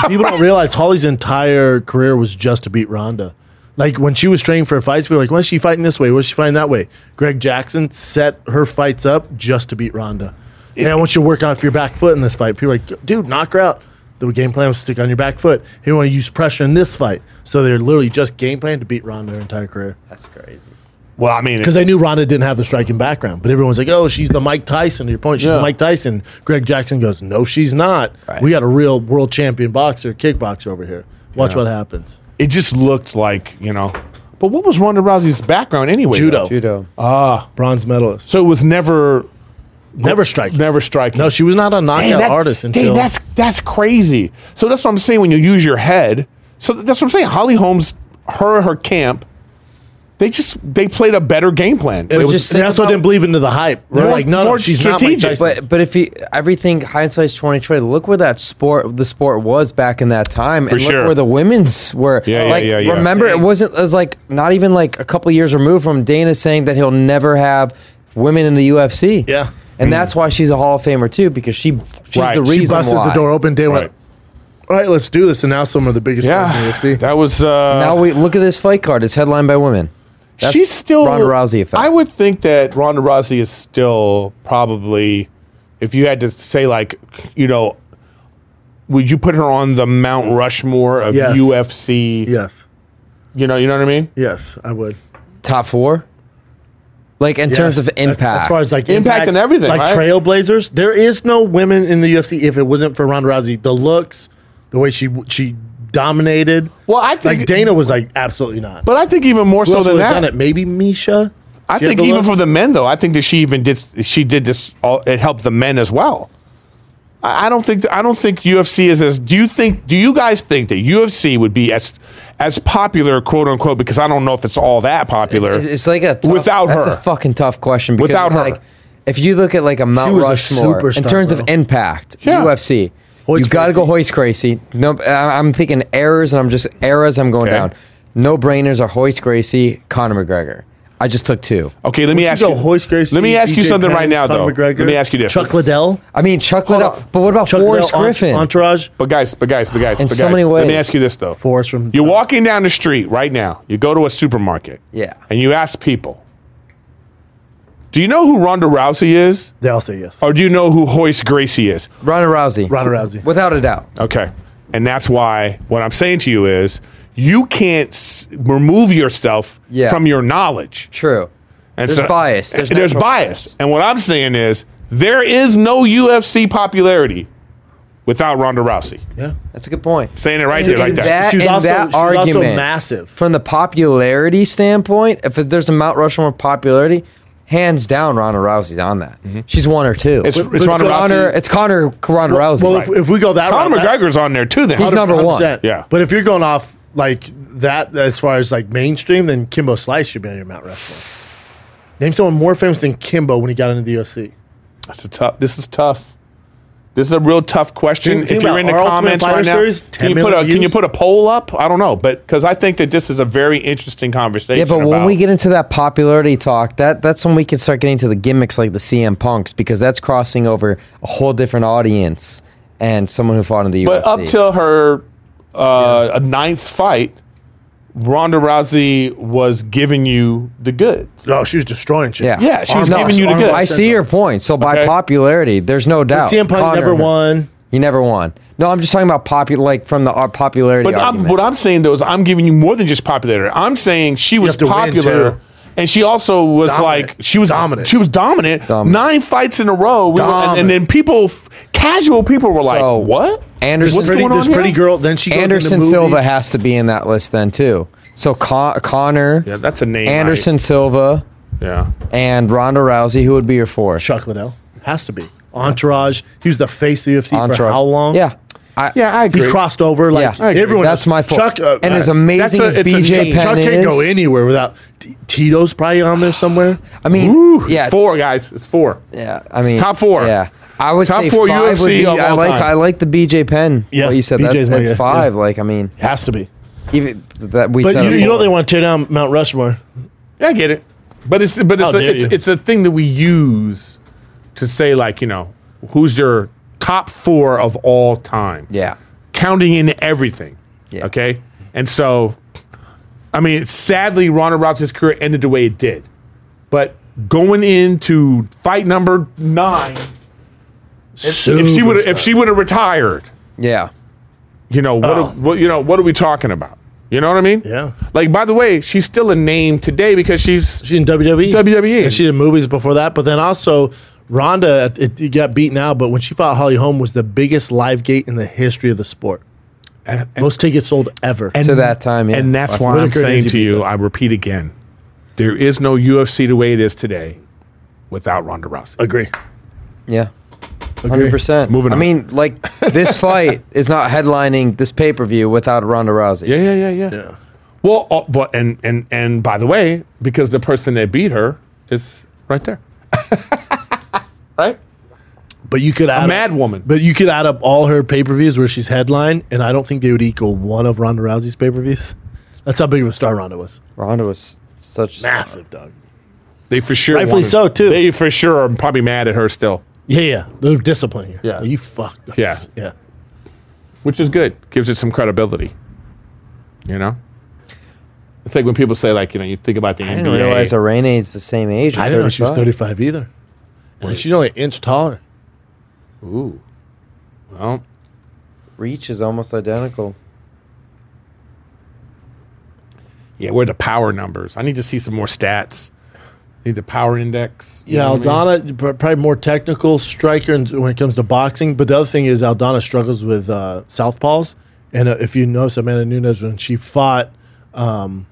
C: [LAUGHS] people don't realize Holly's entire career was just to beat Ronda. Like when she was training for fights, we were like, why is she fighting this way? Why is she fighting that way? Greg Jackson set her fights up just to beat Ronda. and I want you to work off your back foot in this fight. People were like, dude, knock her out. The game plan was stick on your back foot. He want to use pressure in this fight. So they're literally just game plan to beat Ronda their entire career.
D: That's crazy.
E: Well, I mean,
C: Because they knew Ronda didn't have the striking background, but everyone's like, "Oh, she's the Mike Tyson." To your point, she's the
E: Yeah.
C: Mike Tyson. Greg Jackson goes, "No, she's not.
D: Right.
C: We got a real world champion boxer, kickboxer over here. Watch
E: Yeah.
C: what happens."
E: it just looked like you know. But what was Ronda Rousey's background anyway?
C: Judo, Ah,
E: though?
D: Judo.
C: bronze medalist,
E: So it was never
C: never strike.
E: never striking.
C: No, she was not a
E: Dang,
C: knockout
E: that-
C: artist
E: dang,
C: until
E: that's that's crazy. So that's what I'm saying when you use your head. So th- that's what I'm saying. Holly Holmes, her her camp, they just they played a better game plan.
C: it
E: It
C: was,
E: was-
D: just
C: they
D: think
C: also
D: about-
C: didn't believe into the hype. They're
E: More-
C: like, "No, no,
E: more
C: she's not Mike
E: strategic.
C: Tyson."
D: But but if you everything hindsight's twenty twenty, look where that sport the sport was back in that time, and
E: sure.
D: look where the women's were.
E: Yeah, yeah,
D: like
E: yeah, yeah.
D: remember it wasn't it was like not even like a couple years removed from Dana saying that he'll never have women in the UFC.
C: Yeah. Mm.
D: and that's why she's a Hall of Famer too because she she's
E: Right.
D: the
E: She
D: reason
C: she busted
D: why.
C: the door open. Day
E: Right.
C: went, "All right, let's do this." And now some of the biggest
E: yeah,
C: stars in the UFC.
E: that was. Uh,
D: Now we look at this fight card; it's headlined by women. That's
E: she's still
D: Ronda Rousey effect.
E: I would think that Ronda Rousey is still probably, if you had to say like, you know, would you put her on the Mount Rushmore of
C: Yes.
E: UFC?
C: yes,
E: You know, you know what I mean.
C: yes, I would.
D: top four, like in terms
C: Yes,
D: of
C: that's-
D: impact.
C: As far as like
E: Impact and everything,
C: like
E: right?
C: trailblazers. There is no women in the UFC if it wasn't for Ronda Rousey. The looks, the way she she dominated.
E: Well, I think-
C: like Dana was like absolutely not.
E: But I think even more
C: Who
E: so
C: else
E: than
C: would've
E: that,
C: done it? maybe Misha.
E: I
C: She had
E: think
C: the
E: even
C: looks.
E: for the men though, I think that she even did she did this. All, it helped the men as well. I, I don't think I don't think UFC is as. Do you think? Do you guys think that UFC would be as as popular, quote unquote? Because I don't know if it's all that popular.
D: It's, it's like a tough,
E: Without
D: that's
E: her.
D: a fucking tough question. Because
E: Without
D: it's
E: her.
D: like if you look at like a Mount
C: was a
D: Rushmore in
C: superstar,
D: terms of
C: bro.
D: impact,
E: Yeah.
D: UFC,
C: Hoist
D: you got to
C: Gracie.
D: go Hoist Gracie. No, I- I'm thinking errors, and I'm just eras. I'm going
E: Okay.
D: down. No brainers are Hoist Gracie, Conor McGregor. I just took two.
E: okay, let me ask
C: go
E: you.
C: Hoist Gracie,
E: let me ask you
C: BJ
E: something
C: Penn,
E: right now,
C: Conor
E: though. Let me ask you this.
C: Chuck Liddell,
D: I mean, Chuck
C: Hold
D: Liddell.
C: on.
D: But what about
C: Chuck
D: Forrest
C: Liddell, Ent-
D: Griffin?
C: Entourage.
E: But guys, but guys, but guys,
D: In
E: but
D: so
E: guys,
D: many
E: Let me
D: ways.
E: ask you this though.
C: Forrest from-
E: You're walking down the street right now. You go to a supermarket.
D: Yeah.
E: And you ask people. Do you know who Ronda Rousey is,
C: They all say yes.
E: or do you know who Hoist Gracie is?
D: Ronda Rousey.
C: Ronda Rousey.
D: Without a doubt.
E: Okay. And that's why what I'm saying to you is you can't s- remove yourself
D: Yeah.
E: from your knowledge.
D: True.
E: And
D: There's bias. There's
E: There's, there's
D: natural
E: bias.
D: bias.
E: And what I'm saying is there is no UFC popularity without Ronda Rousey.
C: Yeah,
D: That's a good point.
E: Saying it right
D: And
E: there like that.
D: that,
C: She's
D: and
C: also-
D: that
C: she's also
D: argument,
C: massive.
D: from the popularity standpoint. If there's a Mount Rushmore popularity, hands down Ronda Rousey's on that. She's one or two.
E: Mm-hmm. It's- it's Ronda
D: Connor,
E: Rousey-
D: it's Connor Ronda Rousey.
C: Well, if, if we go that
E: Conor
C: route, that-
E: McGregor's on there too. Then
D: He's number one.
C: 100%.
E: Yeah.
C: But if you're going off like that, as far as like mainstream, then Kimbo Slice should be on your Mount Rushmore. Name someone more famous than Kimbo when he got into the UFC.
E: That's a tough. This is tough. This is a real tough question.
C: Think- think
E: if you're
C: about
E: in the
C: our Ultimate
E: comments
C: Fighter
E: right now,
C: series, 10
E: can you put a
C: million
E: can you
C: views?
E: put a poll up? I don't know, but because I think that this is a very interesting conversation.
D: yeah, but when
E: about-
D: we get into that popularity talk, that that's when we can start getting to the gimmicks like the CM Punks because that's crossing over a whole different audience and someone who fought in the
E: but
D: UFC.
E: up till her uh, a ninth fight, Ronda Rousey was giving you the goods.
C: No, Oh, she was destroying shit.
D: yeah,
E: Yeah, she was
D: No,
E: giving you the
C: Arnold-
E: goods.
D: I see your point. So by
E: Okay.
D: popularity, there's no doubt.
C: CM Punk
D: Conor-
C: never won.
D: He never won. No, I'm just talking about popular, like from the uh, popularity.
E: But I'm,
D: argument.
E: what I'm saying though is I'm giving you more than just popularity. I'm saying she was
C: have to win, too.
E: popular. And she also was
C: Dominant.
E: like she was
C: Dominant.
E: She was dominant.
D: Dominant.
E: Nine fights in a row. We were- and, and then people, f- casual people, were like,
D: So,
E: "What?
D: Anderson-
E: What's
C: Pretty,
E: going on
C: this
E: here?"
C: pretty girl. Then she goes
D: Anderson
C: into
D: Silva
C: movies.
D: has to be in that list then too. So Con- Connor,
E: Yeah, that's a name. I-
D: Anderson Silva,
E: yeah,
D: and Ronda Rousey. Who would be your four?
C: Chuck Liddell has to be Entourage. He was the face of the UFC for how long?
D: Yeah, I,
E: yeah, I
C: he
E: agree.
C: crossed over like
D: Yeah, I agree.
C: everyone.
D: That's
C: else.
D: my fault.
C: Chuck, uh,
D: and as
C: uh,
D: amazing as
E: that's a- it's a
D: BJ
E: shame.
D: Penn
C: Chuck can't
D: is,
C: go anywhere without T- Tito's probably on there
D: [SIGHS]
C: somewhere.
D: I mean,
E: Woo,
D: yeah,
E: it's four guys. It's four.
D: Yeah, I mean,
E: top four.
D: Yeah, I would
E: Top
D: say
E: four
D: five would
E: UFC
D: be-
E: of
D: I
E: all
D: like
E: time.
D: I like the BJ Penn.
C: Yeah,
D: what you said
C: BJ's
D: that,
C: my guy,
D: that's five. Like I mean,
C: Has to be.
D: even that we.
C: But
D: said
C: you,
D: it
C: you know
D: before.
C: they want to tear down Mount Rushmore.
E: Yeah, I get it. But it's but
C: How
E: it's a,
C: dare
E: it's,
C: you.
E: it's a thing that we use to say like you know who's your top four of all time.
D: Yeah,
E: counting in everything.
D: Yeah.
E: Okay. And so, I mean, sadly, Ronda Rousey's career ended the way it did. But going into fight number nine, if she would if she would have retired,
D: yeah.
E: you know what?
C: Oh.
E: what you know what are we talking about? You know what I mean?
C: Yeah.
E: Like by the way, she's still a name today because she's
C: She's in WWE.
E: WWE.
C: And she did movies before that, but then also Ronda it, it got beat now, but when she fought Holly Holm was the biggest live gate in the history of the sport.
E: and, and-
C: Most tickets sold ever.
D: to that time, yeah.
E: and that's why
C: Whitaker
E: I'm
C: and
E: saying
C: Izzy
E: to
C: beat
E: you,
C: them.
E: I repeat again, there is no UFC the way it is today without Ronda Rousey.
C: agree.
D: Yeah. Hundred percent.
E: Moving on.
D: I mean, like
C: [LAUGHS]
D: this fight is not headlining this pay per view without Ronda Rousey.
E: Yeah, yeah, yeah, yeah.
C: Yeah.
E: Well, uh, but and and and by the way, because the person that beat her is right there, [LAUGHS] right?
C: But you could add
E: mad woman.
C: But you could add up all her pay per views where she's headline, and I don't think they would equal one of Ronda Rousey's pay per views. That's how big of a star Ronda was.
D: Ronda was such.
C: Massive dog.
E: They for sure,
C: Rightfully
E: wanted-
C: so, too.
E: They for sure are probably mad at her still,
C: Yeah, yeah. They're disciplining her.
E: Yeah.
C: You fucked us.
E: Yeah.
C: Yeah.
E: which is good. Gives it some credibility, you know. It's like when people say, like, you know, you think about the
D: I
E: NBA.
D: didn't realize Irene is the same age.
C: I didn't know she was 35 either. And she's only an inch taller.
E: Ooh, well,
D: Reach is almost identical.
E: yeah. Where are the power numbers? I need to see some more stats. need the power index. you
C: Yeah,
E: know what I mean?
C: Aldana pr- probably more technical striker in- when it comes to boxing. But the other thing is Aldana struggles with uh, southpaws. And uh, if you notice, Amanda Nunes when she fought um,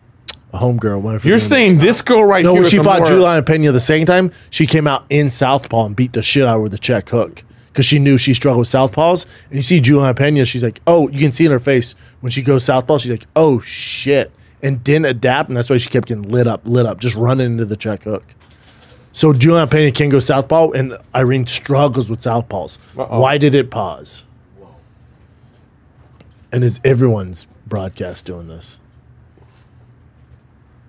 C: a homegirl, whatever her
E: You're
C: name is.
E: saying this girl right
C: no
E: here.
C: when
E: is
C: she
E: a
C: fought
E: more-
C: Juliana Pena the same time, she came out in southpaw and beat the shit out of her with a check hook because she knew she struggled with southpaws. And you see Juliana Pena, she's like, oh, you can see in her face when she goes southpaw, she's like, oh shit, and didn't adapt, and that's why she kept getting lit up, lit up, just running into the check hook. So Juliana Pena can go southpaw, and Irene struggles with southpaws. Why did it pause? And is everyone's broadcast doing this?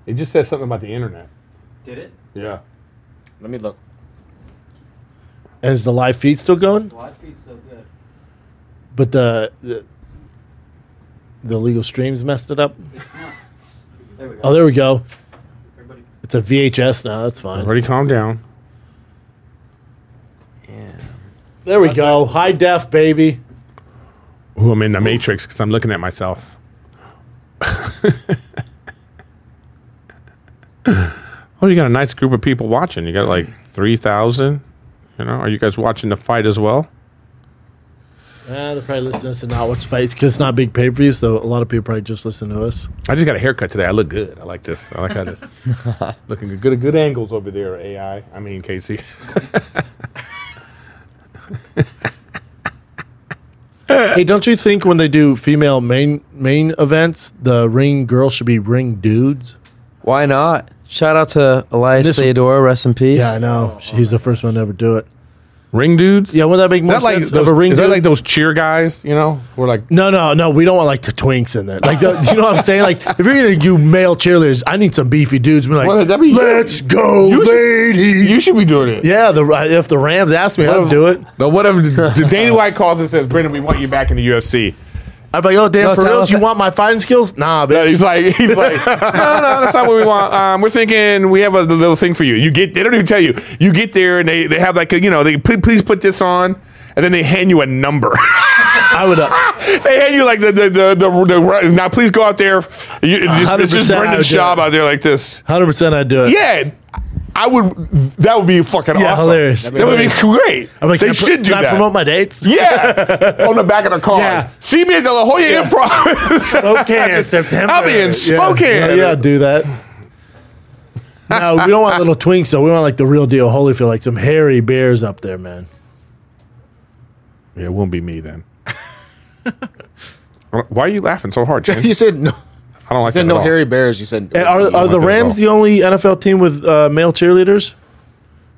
E: It just says something about the internet.
H: Did it?
E: Yeah.
F: Let me look.
C: And is the live feed still going?
H: Live feed's so good.
C: But the the, the illegal streams messed it up. [LAUGHS]
H: There we go.
C: Oh, there we go.
H: Everybody.
C: It's a VHS now. That's fine.
E: Already calm down.
C: There we go. High def, baby.
E: Oh, I'm in the matrix because I'm looking at myself. [LAUGHS] oh, you got a nice group of people watching. You got like 3,000. You know, are you guys watching the fight as well?
C: Uh, they're probably listening to us and not watch fights because it's not big pay per view, so a lot of people probably just listen to us.
E: I just got a haircut today. I look good. I like this. I like how [LAUGHS] this looking good. good. Good angles over there, AI. I mean, Casey.
C: hey, don't you think when they do female main main events, the ring girls should be ring dudes?
D: Why not? Shout out to Elias
C: This-
D: Theodore, rest in peace.
C: Yeah, I know.
H: Oh,
C: He's the first one to ever do it.
E: [LAUGHS] Ring dudes.
C: Yeah, wouldn't that make
E: Is
C: more
E: that like
C: sense?
E: those,
C: of a ring
E: is that
C: dude?
E: like those cheer guys? You know, we're like
C: No, no, no. We don't want like the twinks in there. Like, the, you know what I'm saying? Like, if you're gonna do male cheerleaders, I need some beefy dudes. Be like,
E: Well, that'd be-
C: let's go,
E: You should-
C: ladies.
E: you should be doing it.
C: yeah, the if the Rams ask me, I'll do it.
E: But what if the
C: [LAUGHS]
E: Danny White calls and says, "Brendan, we want you back in the UFC"?
C: I'd be like, oh, damn,
D: No,
C: for
D: tell
C: reals,
D: us
C: you
D: that-
C: want my fighting skills? Nah,
E: No,
C: bitch.
E: he's like, he's like, no, [LAUGHS] no, that's not what we want. Um, we're thinking we have a little thing for you. You get, they don't even tell you. You get there and they, they have like, a, you know, they please, please put this on, and then they hand you a number. [LAUGHS]
C: I would. Uh,
E: they hand you like the the the, the, the now please go out there. You, it's just, it's just
C: 100% I
E: Brendan
C: would do
E: Schaub
C: it.
E: out there like this.
C: Hundred percent, I'd do it.
E: Yeah. I would. That would be fucking
C: Yeah,
E: awesome.
C: hilarious.
E: That would be great.
C: I'm like,
E: they
C: can I pro-
E: should do
C: can
E: that.
C: I promote my dates? [LAUGHS]
E: Yeah, on the back of the car.
C: Yeah.
E: See me at the La Jolla Improv. [LAUGHS]
C: Spokane, September.
E: I'll be in
C: Yeah.
E: Spokane.
C: Yeah, yeah, do that. No, we don't want little twinks though. We want like the real deal, Holyfield, like some hairy bears up there, man.
E: Yeah, it won't be me then. [LAUGHS] Why are you laughing so
C: [LAUGHS]
E: hard, Jen?
F: you said no.
E: I
F: You
E: don't like that.
F: said
E: at
F: no
E: all.
F: hairy bears. You said
C: And are are the
E: that at
C: Rams
E: all.
C: the only NFL team with uh, male cheerleaders?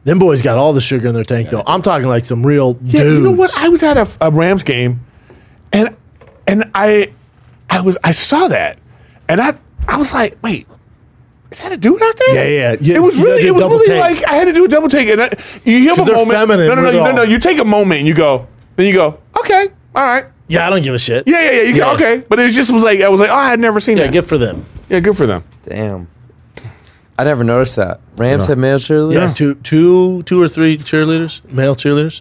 C: Them boys got all the sugar in their tank though. I'm talking like some real
E: Yeah,
C: dudes.
E: you know what? I was at a, a Rams game, and and I I was I saw that, and I I was like, wait. Is that a dude out there?
C: Yeah, yeah, yeah. You-
E: it was
C: you gotta
E: really,
C: do
E: it
C: a
E: was
C: double
E: really
C: take.
E: like I had to do a double take, and I, you have
C: 'Cause
E: a
C: they're
E: moment.
C: feminine,
E: no, no, no,
C: we're
E: you, no,
C: all-
E: no. You take a moment, and you go, then you go, okay, all right,
C: Yeah, I don't give a shit.
E: yeah, yeah, yeah. You go,
C: Yeah.
E: okay, but it was just was like I was like, oh, I had never seen
C: Yeah,
E: that.
C: good for them.
E: yeah, good for them.
D: Damn. I never noticed that. Rams have male cheerleaders?
C: Yeah, two, two, two or three cheerleaders, male cheerleaders.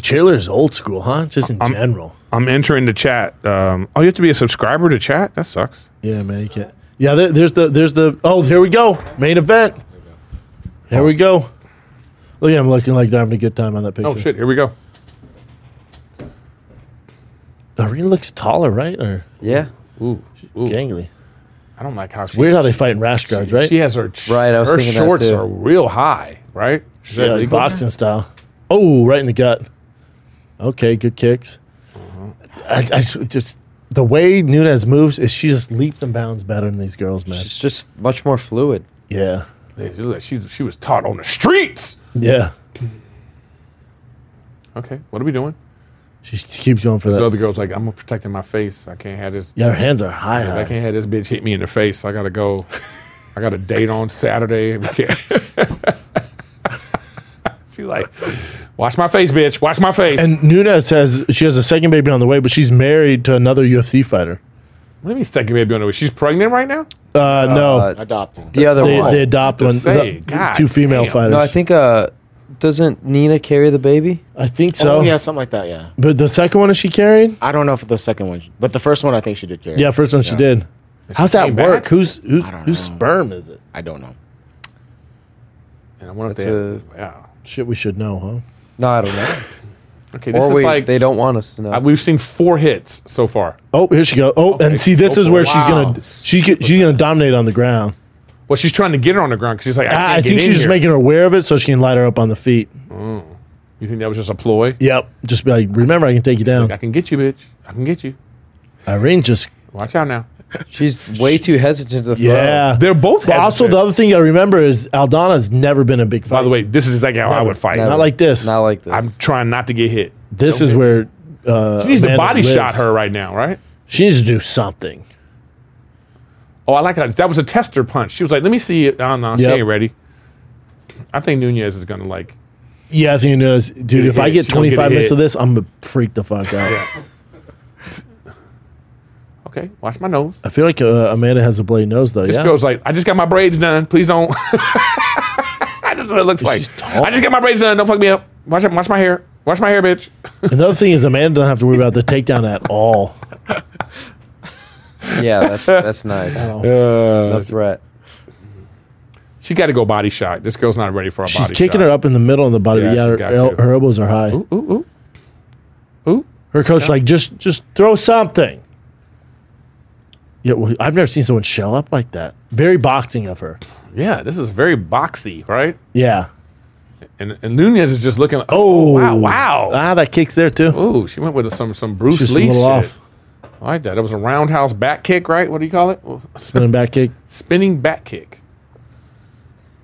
C: Cheerleaders, old school, huh? Just in general.
E: I'm entering the chat. Um, oh, you have to be a subscriber to chat. That sucks.
C: Yeah, man, you can't. Yeah, there, there's the there's the oh here we go main event. Here we go. Look at him looking like they're having a good time on that picture.
E: Oh shit! Here we go.
C: Arena looks taller, right? Or
D: Yeah.
E: Ooh,
C: gangly.
E: I don't like how she,
C: Weird how they fight in rash guards, right?
E: She has her
D: Right, I was
E: her
D: thinking that
E: shorts
D: too.
E: are real high, right? Is
C: Yeah,
E: that
C: like
E: legal?
C: boxing style. Oh, right in the gut. Okay, good kicks. I, I s- just the way Nunez moves is she just leaps and bounds better than these girls, man.
D: It's just much more fluid.
C: Yeah,
E: Yeah, she, was like- she she was taught on the streets.
C: yeah.
E: Okay, what are we doing?
C: She just keeps going for
E: This
C: that.
E: other girl's like, I'm protecting my face. I can't have this.
C: yeah, her hands are high.
E: I
C: high.
E: can't have this bitch hit me in the face. I gotta go. I got a date on Saturday. We can't. [LAUGHS] She's like, watch my face, bitch. Watch my face.
C: And Nunez has she has a second baby on the way, but she's married to another UFC fighter.
E: what do you mean second baby on the way? She's pregnant right now.
C: Uh, no,
F: adopting.
D: The other
C: they,
D: one.
C: they adopt
E: What
C: one.
E: to say?
C: the-
E: God
C: two female
E: damn.
C: fighters.
D: no,
C: I,
D: I think uh doesn't Nina carry the baby?
C: think so.
G: Oh,
F: So Oh, yeah, something like that. Yeah,
C: But the second one is she carried?
F: I don't know for the second one, but the first one I think she did carry.
C: Yeah, first one she
F: Yeah.
C: did. How's that
E: came
C: work?
E: back?
C: Who's who,
F: I don't
C: whose
F: know.
C: sperm is it?
F: I don't know.
E: And I wonder if
D: That's a-
E: they. yeah.
C: Shit, we should know, huh?
D: No, I don't know.
E: Okay, [LAUGHS] this
D: or
E: is
D: we,
E: like
D: they don't want us to know.
E: Uh, we've seen four hits so far.
C: Oh, here she goes. Oh,
E: Okay.
C: and see, this
E: Go
C: is
E: for
C: where
E: it.
C: she's
E: Wow.
C: gonna she could- she's gonna dominate on the ground.
E: Well, she's trying to get her on the ground because she's like, I,
C: I,
E: can't
C: I
E: get
C: think
E: in
C: she's just
E: here.
C: making her aware of it so she can light her up on the feet.
E: You think that was just a ploy?
C: Yep, just be like, remember, I can take you
E: Like, I
C: down.
E: can get you, bitch. I can get you.
C: Irene just
E: Watch out now.
D: She's way too hesitant to the throw.
C: yeah.
E: They're both.
C: But also,
E: hesitant.
C: the other thing you gotta remember is Aldana's never been a big fighter.
E: By the way, this is exactly how I would fight.
C: Not like this.
D: Not like this.
E: I'm trying not to get hit.
C: This is where uh,
E: She needs to
C: Amanda
E: body
C: lives.
E: shot her right now, right?
C: She needs to do something.
E: Oh, I like that. That was a tester punch. She was like, "Let me see it." Oh, no, she
C: Yep.
E: ain't ready. I think Nunez is gonna like.
C: Yeah, I think you know, dude.
E: a
C: If I
E: hit.
C: get
E: She gonna get a
C: 25 minutes
E: hit.
C: of this, I'm gonna freak the fuck out.
E: Okay, watch my nose.
C: I feel like uh, Amanda has a blade nose though.
E: This
C: yeah,
E: girl's like, "I just got my braids done. Please don't." [LAUGHS] That's what it looks like.
C: She's tall.
E: I just got my braids done. Don't fuck me up. Watch, watch my hair. Watch my hair, bitch.
C: and the other thing is Amanda doesn't have to worry about the takedown at all.
E: [LAUGHS]
D: yeah, that's that's nice.
C: Oh.
D: no threat.
E: Uh, She got to go body shot. This girl's not ready for a
C: She's
E: body
C: kicking
E: shot.
C: her up in the middle of the body. Yeah,
E: Yeah, she
C: her,
E: got
C: el-
E: to.
C: her elbows are high.
E: Ooh, ooh, ooh.
C: Her coach like just just throw something. Yeah, well, I've never seen someone shell up like that. Very boxing of her.
E: Yeah, this is very boxy, right?
C: Yeah.
E: And, and Nunez is just looking. Oh, wow, wow.
C: Ah, that kick's there too.
E: Ooh, she went with some some Bruce
C: She's a
E: Lee
C: little
E: shit.
C: off.
E: I like that. That was a roundhouse back kick, right? What do you call it? Well, a
C: Spinning back kick.
E: Spinning back kick.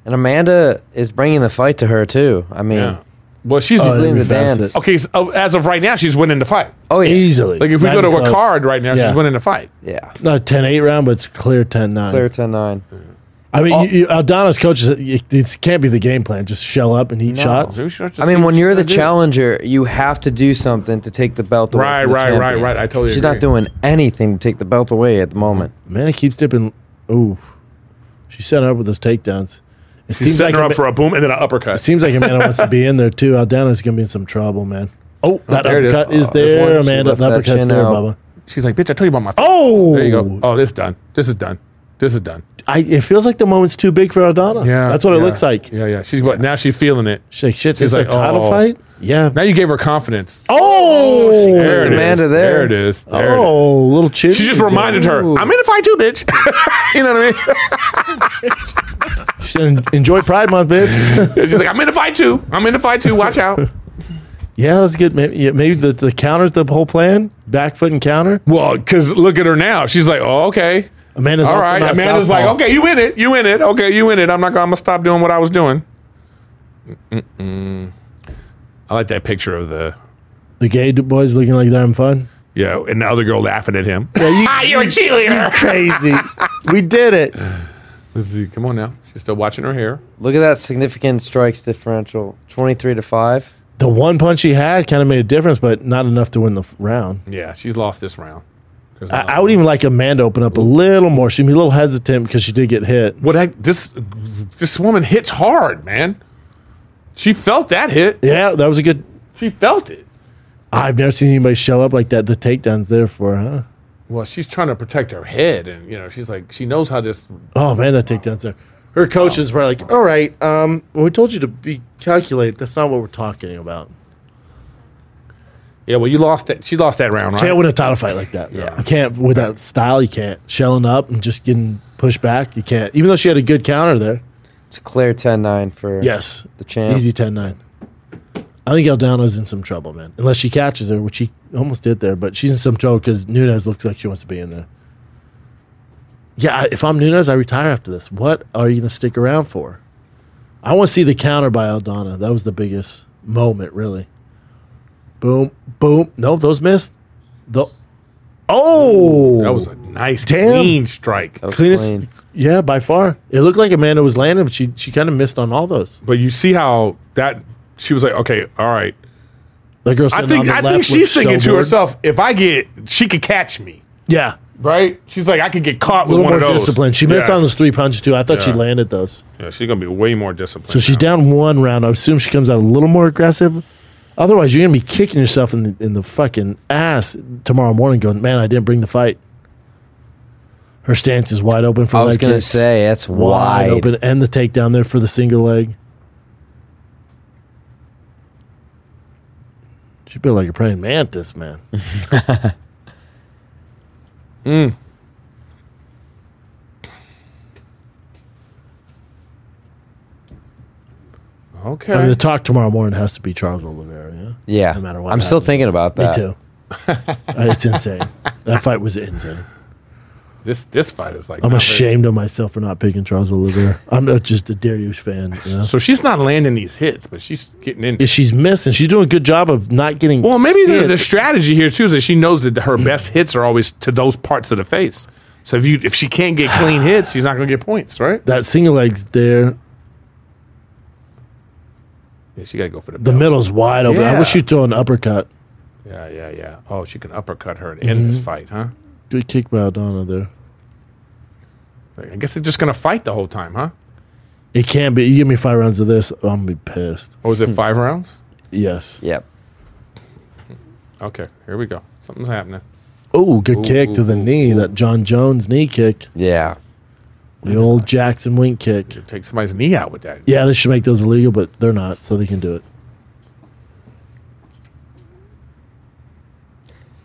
D: And Amanda is bringing the fight to her too. I mean,
E: Yeah. Well, she's
D: [LAUGHS] she's
C: that'd
D: leading
C: be
D: the dance.
C: fast.
E: okay. So as of right now, she's winning the fight.
D: Oh yeah,
C: Easily.
E: Like if we
C: Not
E: go to
C: even
E: a
C: close.
E: card right now,
C: Yeah.
E: she's winning the fight.
D: yeah.
C: Not a 10 8 round, but it's a clear 10 9.
D: Clear 10-9.
C: I mean, you, you, Aldana's coach, is- it, it can't be the game plan. Just shell up and eat shots.
E: Maybe she'll just
D: I
E: see
D: mean,
E: what
D: when
E: she's
D: you're the
E: gonna do.
D: challenger, you have to do something to take the belt away.
E: Right,
D: from the
E: right, right,
D: champion.
E: right. I totally
D: She's not
E: agree.
D: doing anything to take the belt away at the moment.
C: Man, it keeps dipping. Ooh. She set her up with those takedowns. It
E: She's setting her up
C: Ama-
E: for a boom and then an uppercut.
C: It seems like Amanda wants to be in there too. Aldana's going to be in some trouble, man. Oh, that
E: there it is.
C: uppercut is,
E: Oh, there's
C: there,
E: one. She
C: Amanda.
D: left
C: The
D: that
C: uppercut's
D: chin
C: there,
D: out.
C: Bubba.
E: she's like, bitch, I told you about my.
C: Oh,
E: there you go. Oh, this done. This is done. This is done.
C: I, it feels like the moment's too big for Aldana. that's what it
E: yeah.
C: looks like.
E: Yeah, yeah. She's what now? She's feeling it.
C: She's like, shit,
E: She's
C: is like, a
E: like,
C: title
E: oh.
C: fight? Yeah.
E: Now you gave her confidence.
C: oh,
E: there it is.
D: Amanda there.
E: There it is. There it is.
C: oh, little chin.
E: She just reminded her,
D: Ooh.
E: I'm in a fight too, [LAUGHS] bitch. you know what I
C: She said, enjoy Pride Month,
E: [LAUGHS]
C: bitch.
E: mean? She's like, I'm in a fight too. I'm in a fight too. Watch out.
C: yeah, that's good. Maybe, yeah, maybe the, the counter's the whole plan. Back foot and counter.
E: Well, because look at her now. She's like, oh, okay.
C: Amanda's
E: All
C: also
E: right.
C: not
E: Amanda's like,
C: southpaw.
E: okay, you in it. You in it. Okay, you in it. I'm not going to stop doing what I was doing. Mm-mm-mm. I like that picture of the.
C: The gay d- boys looking like they're having
E: [LAUGHS]
C: fun.
E: Yeah, and the other girl laughing
C: [LAUGHS]
E: at him.
C: Ah, you're a cheerleader. Crazy. we did it.
E: Let's see. Come on now. She's still watching her hair.
D: Look at that significant strikes differential, twenty three to five.
C: The one punch he had kind of made a difference, but not enough to win the f- round.
E: Yeah, she's lost this round. There's
C: I,
E: not-
C: I would even like Amanda to open up a little more. She'd be a little hesitant because she did get hit.
E: What I, this this woman hits hard, man. She felt that hit.
C: Yeah, that was a good.
E: She felt it.
C: I've never seen anybody shell up like that. The takedown's there for, her, huh?
E: Well, she's trying to protect her head, and you know, she's like, she knows how this.
C: Oh man, that takedown's there. Her coaches were like, "All right, um, we told you to be calculate. That's not what we're talking about.
E: Yeah, well, you lost that. She lost that round, right?
C: Can't win a title fight like that. Yeah, you can't with that style. You can't shelling up and just getting pushed back. You can't. Even though she had a good counter there.
D: It's a clear 10-9 for
C: Yes,
D: the champ.
C: Easy 10-9. I think Aldana's in some trouble, man. Unless she catches her, which she almost did there, but she's in some trouble because Nunez looks like she wants to be in there. Yeah, I- if I'm Nunez, I retire after this. What are you going to stick around for? I want to see the counter by Aldana. That was the biggest moment, really. Boom, boom. No, those missed. The oh,
E: That was a nice,
C: Damn.
E: clean strike.
D: That was
C: cleanest.
D: clean.
C: Yeah, by far. It looked like Amanda was landing, but she she kind of missed on all those.
E: But you see how that she was like, okay, all right.
C: The girl.
E: I
C: sitting on
E: think
C: the
E: I think
C: left
E: she's
C: looked so
E: thinking to
C: bored.
E: herself, if I get, she could catch me,
C: Yeah,
E: right? She's like, I could get caught
C: a
E: with
C: little
E: one
C: more
E: of those.
C: disciplined. She missed
E: Yeah.
C: on those three punches too. I thought she
E: Yeah.
C: landed those.
E: Yeah, she's gonna be way more disciplined.
C: So she's
E: now.
C: down one round. I assume she comes out a little more aggressive. Otherwise, you're gonna be kicking yourself in the in the fucking ass tomorrow morning. Going, man, I didn't bring the fight. Her stance is wide open for
D: I
C: leg
D: was gonna
C: kicks.
D: say that's
C: wide
D: wide.
C: open and the takedown there for the single leg. She built like a praying mantis, man.
E: Okay.
C: I mean, the talk tomorrow morning has to be Charles Oliveira. Yeah,
D: Yeah,
C: no matter what.
D: I'm still
C: happens.
D: thinking about
C: Me
D: that. [LAUGHS]
C: too. Uh, it's insane. That fight was
D: [LAUGHS]
C: insane.
E: this this fight is like
C: I'm
E: not very-
C: ashamed of myself for not picking Charles Oliveira. I'm not just a Darius fan. You know?
E: So she's not landing these hits, but she's getting in.
C: Yeah, she's missing. She's doing a good job of not getting.
E: Well, maybe the,
C: hit.
E: the strategy here too is that she knows that her best hits are always to those parts of the face. So if you if she can't get clean hits, she's not going to get points, right?
C: that single leg's there.
E: Yeah, she got to go for the,
C: The
E: belt.
C: middle's wide open. I
E: Yeah.
C: wish you'd throw an uppercut.
E: Yeah, yeah, yeah. Oh, she can uppercut her and end
C: Mm-hmm.
E: this fight, huh?
C: Good kick by Aldana there.
E: Like, I guess they're just going to fight the whole time, huh?
C: It can't be. You give me five rounds of this, I'm gonna be pissed.
E: Or was it five rounds?
C: Yes.
D: Yep.
E: Okay, here we go. Something's happening.
C: Oh, good kick to the knee. That John Jones knee kick.
D: Yeah.
C: The old Jackson wink kick.
E: Take somebody's knee out with that.
C: Yeah, they should make those illegal, but they're not, so they can do it.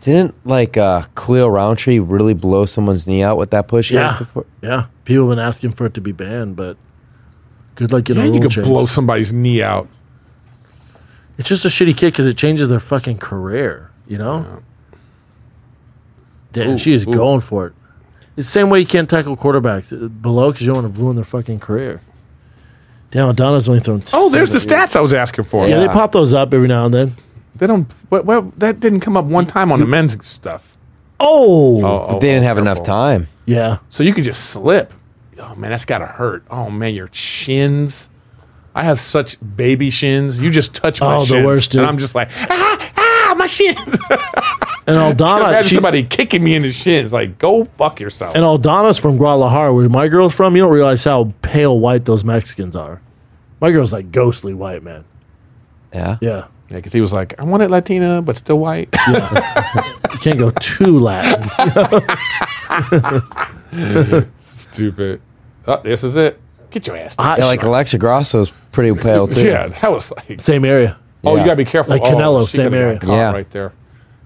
D: Didn't like uh, Cleo Roundtree really blow someone's knee out with that push?
C: Yeah,
D: Before?
C: yeah. People have been asking for it to be banned, but good luck getting a
E: Yeah, you
C: rule
E: could
C: change.
E: blow somebody's knee out.
C: It's just a shitty kick because it changes their fucking career. You know. Damn, she is going for it. It's the same way you can't tackle quarterbacks uh, below because you don't want to ruin their fucking career. Damn, Donna's only thrown.
E: Oh, there's the
C: seven-
E: stats I was asking for.
C: Yeah, they
D: Yeah.
C: pop those up every now and then.
E: They don't. Well, well, that didn't come up one time on the men's stuff.
C: Oh,
D: But they didn't have enough time.
C: yeah.
E: So you could just slip. Oh man, that's gotta hurt. Oh man, your shins. I have such baby shins. You just touch my
C: Oh, the
E: shins,
C: worst, dude.
E: and I'm just like ah ah my shins. [LAUGHS]
C: And Aldana,
E: Imagine
C: she,
E: somebody kicking me in the shins. Like go fuck yourself.
C: and Aldana's from Guadalajara, where my girl's from. You don't realize how pale white those Mexicans are. My girl's like ghostly white, man.
D: Yeah.
C: Yeah,
E: Yeah, because he was like, I wanted Latina, but still [LAUGHS] white.
C: you can't go too
E: [LAUGHS]
C: Latin.
E: Stupid. Oh, this is it. Get your ass.
C: Hot
D: Yeah, like
C: shit.
D: Alexa Grasso's
C: [LAUGHS]
D: pretty pale too.
E: Yeah, that was like.
C: same area.
E: Oh,
D: Yeah.
E: you gotta be careful.
C: Like
E: Oh,
C: Canelo,
E: she
C: same
E: could've got
C: area.
E: caught
D: Yeah.
E: right there.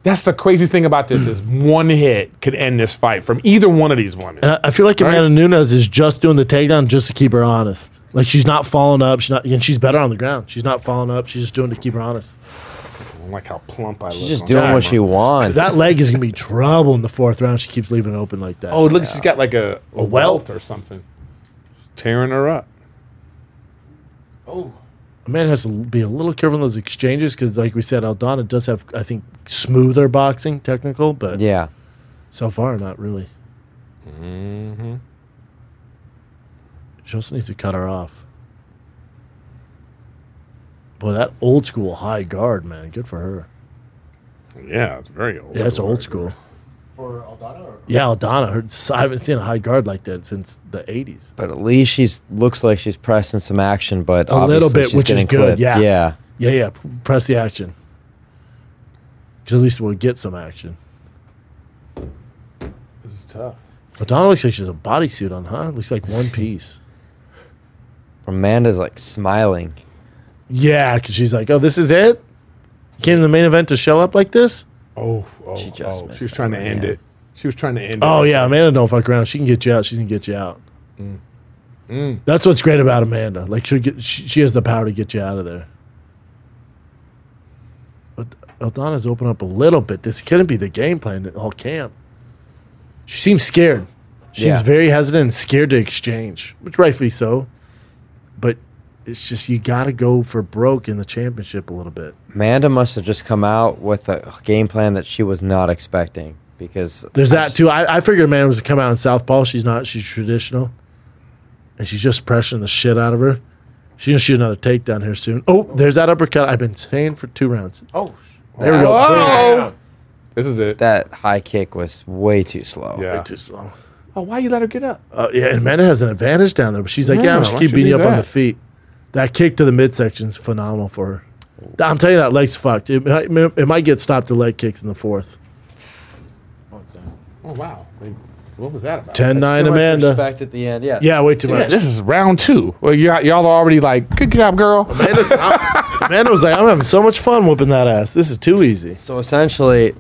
E: That's the crazy thing about this is one hit could end this fight from either one of these women.
C: And I, I feel like Amanda
E: Right.
C: Nunes is just doing the takedown just to keep her honest. Like she's not falling up. She's not, and she's better on the ground. She's not falling up. She's just doing it to keep her honest.
E: I don't like how plump I look.
D: She's just
E: on
D: doing
E: camera.
D: what she wants.
C: That leg is gonna be trouble in the fourth round. She keeps leaving it open like that.
E: Oh, look, she's got like a, a
C: welt.
E: welt or something. Tearing her up. Oh.
C: a man has to be a little careful in those exchanges because, like we said, Aldana does have, I think, smoother boxing, technical, but
D: yeah.
C: so far not really. Mm-hmm. She also needs to cut her off. Boy, that old school high guard, man. Good for her.
E: Yeah, it's very old.
C: Yeah, that's old school. For Aldana? Or? Yeah, Aldana. Her, I haven't seen a high guard like that since the 80s.
D: But at least she's looks like she's pressing some action, but
C: A little
D: obviously
C: bit,
D: she's
C: which is
D: getting
C: good,
D: clipped.
C: yeah.
D: Yeah.
C: Yeah, yeah. p- Press the action. Because at least we'll get some action.
E: This is tough.
C: Aldana looks like she's a bodysuit on, huh? Looks like one piece.
D: Amanda's like smiling.
C: [LAUGHS] Yeah, because she's like, oh, this is it? You came to the main event to show up like this?
E: Oh, oh, she,
D: just
E: oh.
D: missed
E: she was
D: that
E: trying to
D: one,
E: end
D: yeah.
E: it. She was trying to end
C: Oh,
E: it.
C: yeah, Amanda don't fuck around. She can get you out. She can get you out. That's what's great about Amanda. Like, she'll get, she, she has the power to get you out of there. But Aldana's opened up a little bit. This couldn't be the game plan at all camp. She seems scared. She seems
D: Yeah.
C: very hesitant and scared to exchange, which rightfully so. But it's just you got to go for broke in the championship a little bit.
D: Amanda must have just come out with a game plan that she was not expecting because
C: There's that too. I, I figured Amanda was gonna come out in Southpaw. She's not. She's traditional, and she's just pressuring the shit out of her. She's gonna shoot another takedown here soon. Oh, there's that uppercut I've been saying for two rounds.
E: Oh, sh-
C: There we go.
E: Oh. This is it.
D: that high kick was way too slow.
E: yeah.
C: Way too slow.
E: Oh, why you let her get up?
C: Uh, yeah, and Amanda has an advantage down there, but she's like, yeah, I'm
E: Yeah,
C: just
E: why
C: keep
E: she
C: beating you up
E: do
C: on the
E: that?
C: feet. That kick to the midsection is phenomenal for her. I'm telling you, that leg's fucked. It might, it might get stopped to leg kicks in the fourth.
E: Oh, wow. Like, what was that about?
C: 10 9 Amanda.
D: Respect at the end. Yeah.
C: uh, Yeah, way too
E: Yeah,
C: much.
E: this is round two. Well, y'all, y'all are already like, good job, girl.
C: Amanda's- I'm- Amanda was like, I'm having so much fun whooping that ass. This is too easy.
D: So essentially,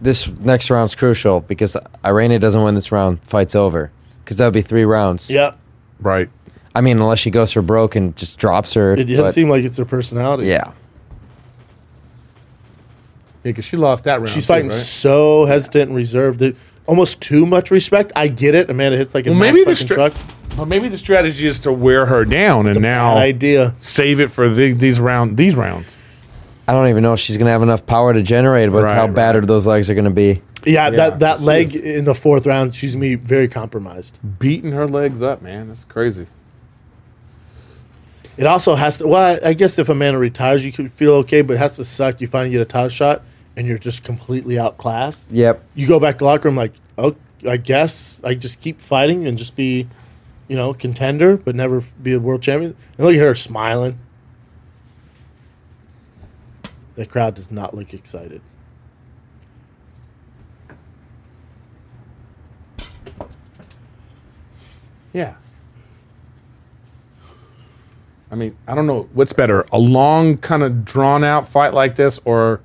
D: this next round's crucial because Irene doesn't win this round, fight's over. Because that would be three rounds.
C: Yeah.
E: [LAUGHS] Right.
D: I mean, unless she goes for broke and just drops her.
C: It doesn't
D: but-
C: seem like it's her personality.
D: yeah.
E: Yeah, because she lost that round.
C: She's
E: too,
C: fighting
E: right?
C: so hesitant and reserved. that- Almost too much respect. I get it. Amanda hits like a
E: Well, maybe
C: fucking
E: the stra-
C: truck.
E: well, maybe the strategy is to wear her down and now
C: Bad idea.
E: save it for the, these round these rounds.
D: I don't even know if she's going to have enough power to generate with
E: Right,
D: how
E: right.
D: battered those legs are going to be.
C: Yeah, that, that
E: she
C: leg
E: is-
C: in the fourth round, she's gonna be very compromised.
E: Beating her legs up, man. That's crazy.
C: It also has to. Well, I I guess if Amanda retires, you could feel okay, but it has to suck. You finally get a title shot, and you're just completely outclassed.
D: Yep.
C: You go back to locker room like, oh, I guess I just keep fighting and just be, you know, contender, but never f- be a world champion. And look at her smiling. The crowd does not look excited.
E: Yeah. I mean, I don't know what's better a long, kind of drawn out fight like this, or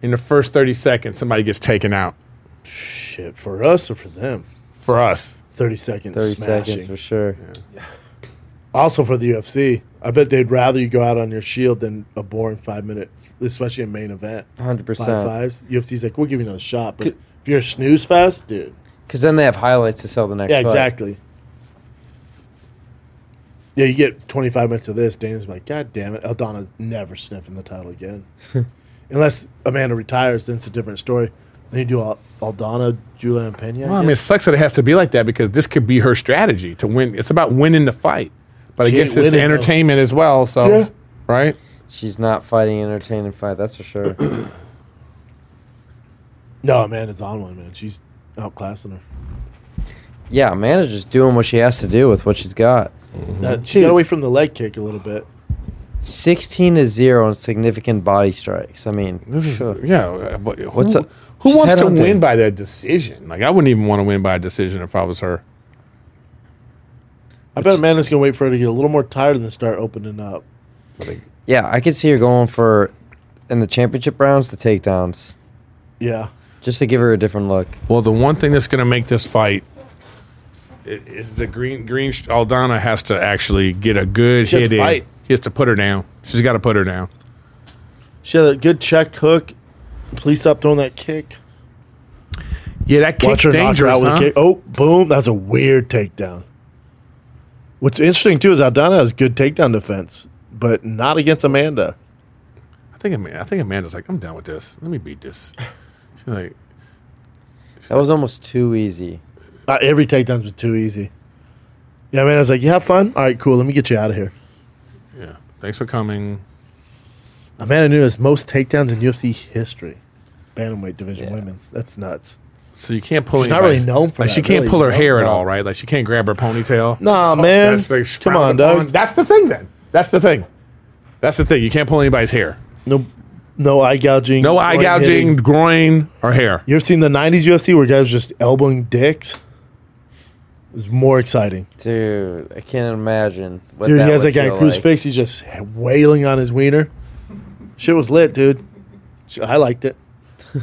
E: in the first 30 seconds, somebody gets taken out
C: Shit, for us or for them?
E: for us.
C: 30 seconds
D: 30
C: smashing.
D: seconds for sure.
C: Also for the UFC. I bet they'd rather you go out on your shield than a boring five minute, especially a main event.
D: 100%.
C: Five fives. UFC's like, we'll give you another shot. But if you're a snooze fest, dude.
D: Because then they have highlights to sell the next
C: Yeah,
D: fight.
C: exactly. Yeah, you get 25 minutes of this. Dana's like, God damn it. Aldana's never sniffing the title
E: [LAUGHS]
C: again. Unless Amanda retires, then it's a different story. Then you do Al- Aldana, Julian Pena.
E: Well, I mean, it sucks that it has to be like that because this could be her strategy to win. It's about winning the fight, but I
C: She
E: guess
C: ain't
E: it's
C: winning, though.
E: entertainment as well. So,
C: Yeah.
E: right?
D: She's not fighting an entertaining fight, that's for sure. [CLEARS THROAT]
C: no, Amanda's on one, man. She's outclassing her.
D: yeah, Amanda's just doing what she has to do with what she's got.
E: Mm-hmm.
C: That, she got away from the leg kick a little bit.
D: 16 to 0 on significant body strikes. I mean,
E: This is
D: sure.
E: yeah. But who,
D: What's up?
E: who
D: She's
E: wants
D: head
E: to
D: on
E: win
D: down.
E: by that decision? Like, I wouldn't even want to win by a decision if I was her.
C: I bet Amanda's going to wait for her to get a little more tired and then start opening up.
D: yeah, I could see her going for, in the championship rounds, the takedowns,
C: Yeah.
D: just to give her a different look.
E: Well, the one thing that's going to make this fight i- is the green green sh- Aldana has to actually get a good
C: She has
E: hit
C: to
E: in.
C: fight.
E: He has to put her down. She's got to put her down.
C: She had a good check hook. Please stop throwing that kick.
E: Yeah, that
C: Watch
E: kick's
C: her knock her
E: dangerous.
C: out with a
E: huh?
C: kick. Oh, boom. That's a weird takedown. What's interesting, too, is Aldana has good takedown defense, but not against Amanda.
E: I think Amanda, I think Amanda's like, I'm done with this. Let me beat this. She's like,
D: That was almost too easy.
C: Not Uh, every takedown's been too easy. Yeah, Amanda's like, you have fun? All right, cool. Let me get you out of here.
E: yeah, thanks for coming.
C: Amanda Nunes, most takedowns in UFC history. Bantamweight division women's. That's nuts.
E: So you can't pull.
C: She's not really
E: anybody's-
C: known for
E: Like
C: that,
E: she can't
C: really.
E: pull her hair at
C: No.
E: all, right? Like she can't grab her ponytail. Oh,
C: Nah, man.
E: That's the
C: Come on,
E: frowned upon.
C: dog.
E: That's the thing. Then that's the thing. That's the thing. You can't pull anybody's hair.
C: No, no eye gouging.
E: No eye
C: groin
E: gouging,
C: hitting.
E: groin, or hair.
C: You ever seen the '90s UFC where guys just elbowing dicks? It was more exciting.
D: Dude, I can't imagine. What
C: Dude,
D: that
C: he has
D: would
C: that guy
D: feel
C: in crucifix. He's just wailing on his wiener. Shit was lit, dude. Shit, I liked [LAUGHS] it.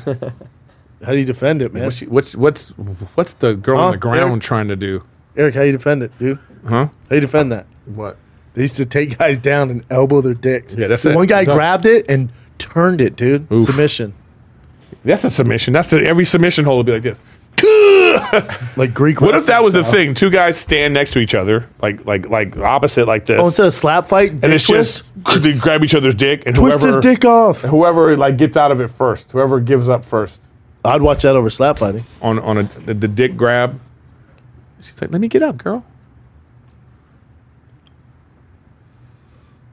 C: how do you defend it, man?
E: What's, she, what's what's what's the girl
C: Huh?
E: on the ground
C: Eric?
E: trying to do?
C: Eric, how you defend it, dude?
E: Huh?
C: How you defend that?
E: What?
C: They used to take guys down and elbow their dicks.
E: Yeah, that's
C: The
E: it.
C: One guy
E: No.
C: grabbed it and turned it, dude.
E: Oof.
C: Submission,
E: That's a submission. That's the, every submission hold would be like this.
C: like Greek.
E: What if that was the
C: wrestling style.
E: thing? Two guys stand next to each other, like like like opposite, like this,
C: Oh, instead of slap fight,
E: and
C: dick
E: it's
C: twist,
E: just they grab each other's dick and
C: twist
E: whoever
C: his dick off.
E: whoever like gets out of it first, whoever gives up first
C: I'd watch that over slap fighting.
E: on on a, the, the dick grab. She's like, "Let me get up, girl."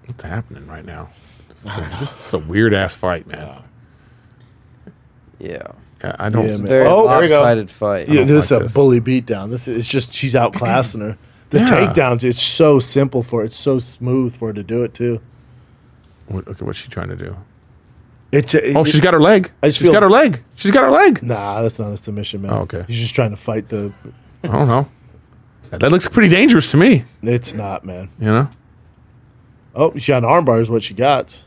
E: What's happening right now? This is a, this is a weird ass fight, man.
D: Yeah.
E: I, I don't.
C: Yeah,
D: It's a
C: man.
D: very
C: Oh, there we go.
D: lopsided fight.
C: Yeah, this
E: like
C: is a
E: this.
C: bully beatdown. This is, it's just she's outclassing
E: [CLEARS THROAT]
C: her. The
E: Yeah.
C: takedowns, it's so simple for her. It's so smooth for her to do it too.
E: What, okay, what's she trying to do?
C: It's a,
E: Oh, she's got her leg.
C: I
E: She's
C: just feel-
E: got her leg. She's got
C: [LAUGHS]
E: her leg.
C: Nah, that's not a submission, man.
E: Oh, okay.
C: she's just trying to fight the.
E: I don't know. That that looks pretty dangerous to me.
C: It's not, man.
E: You know.
C: Oh, she got an armbar is what she got.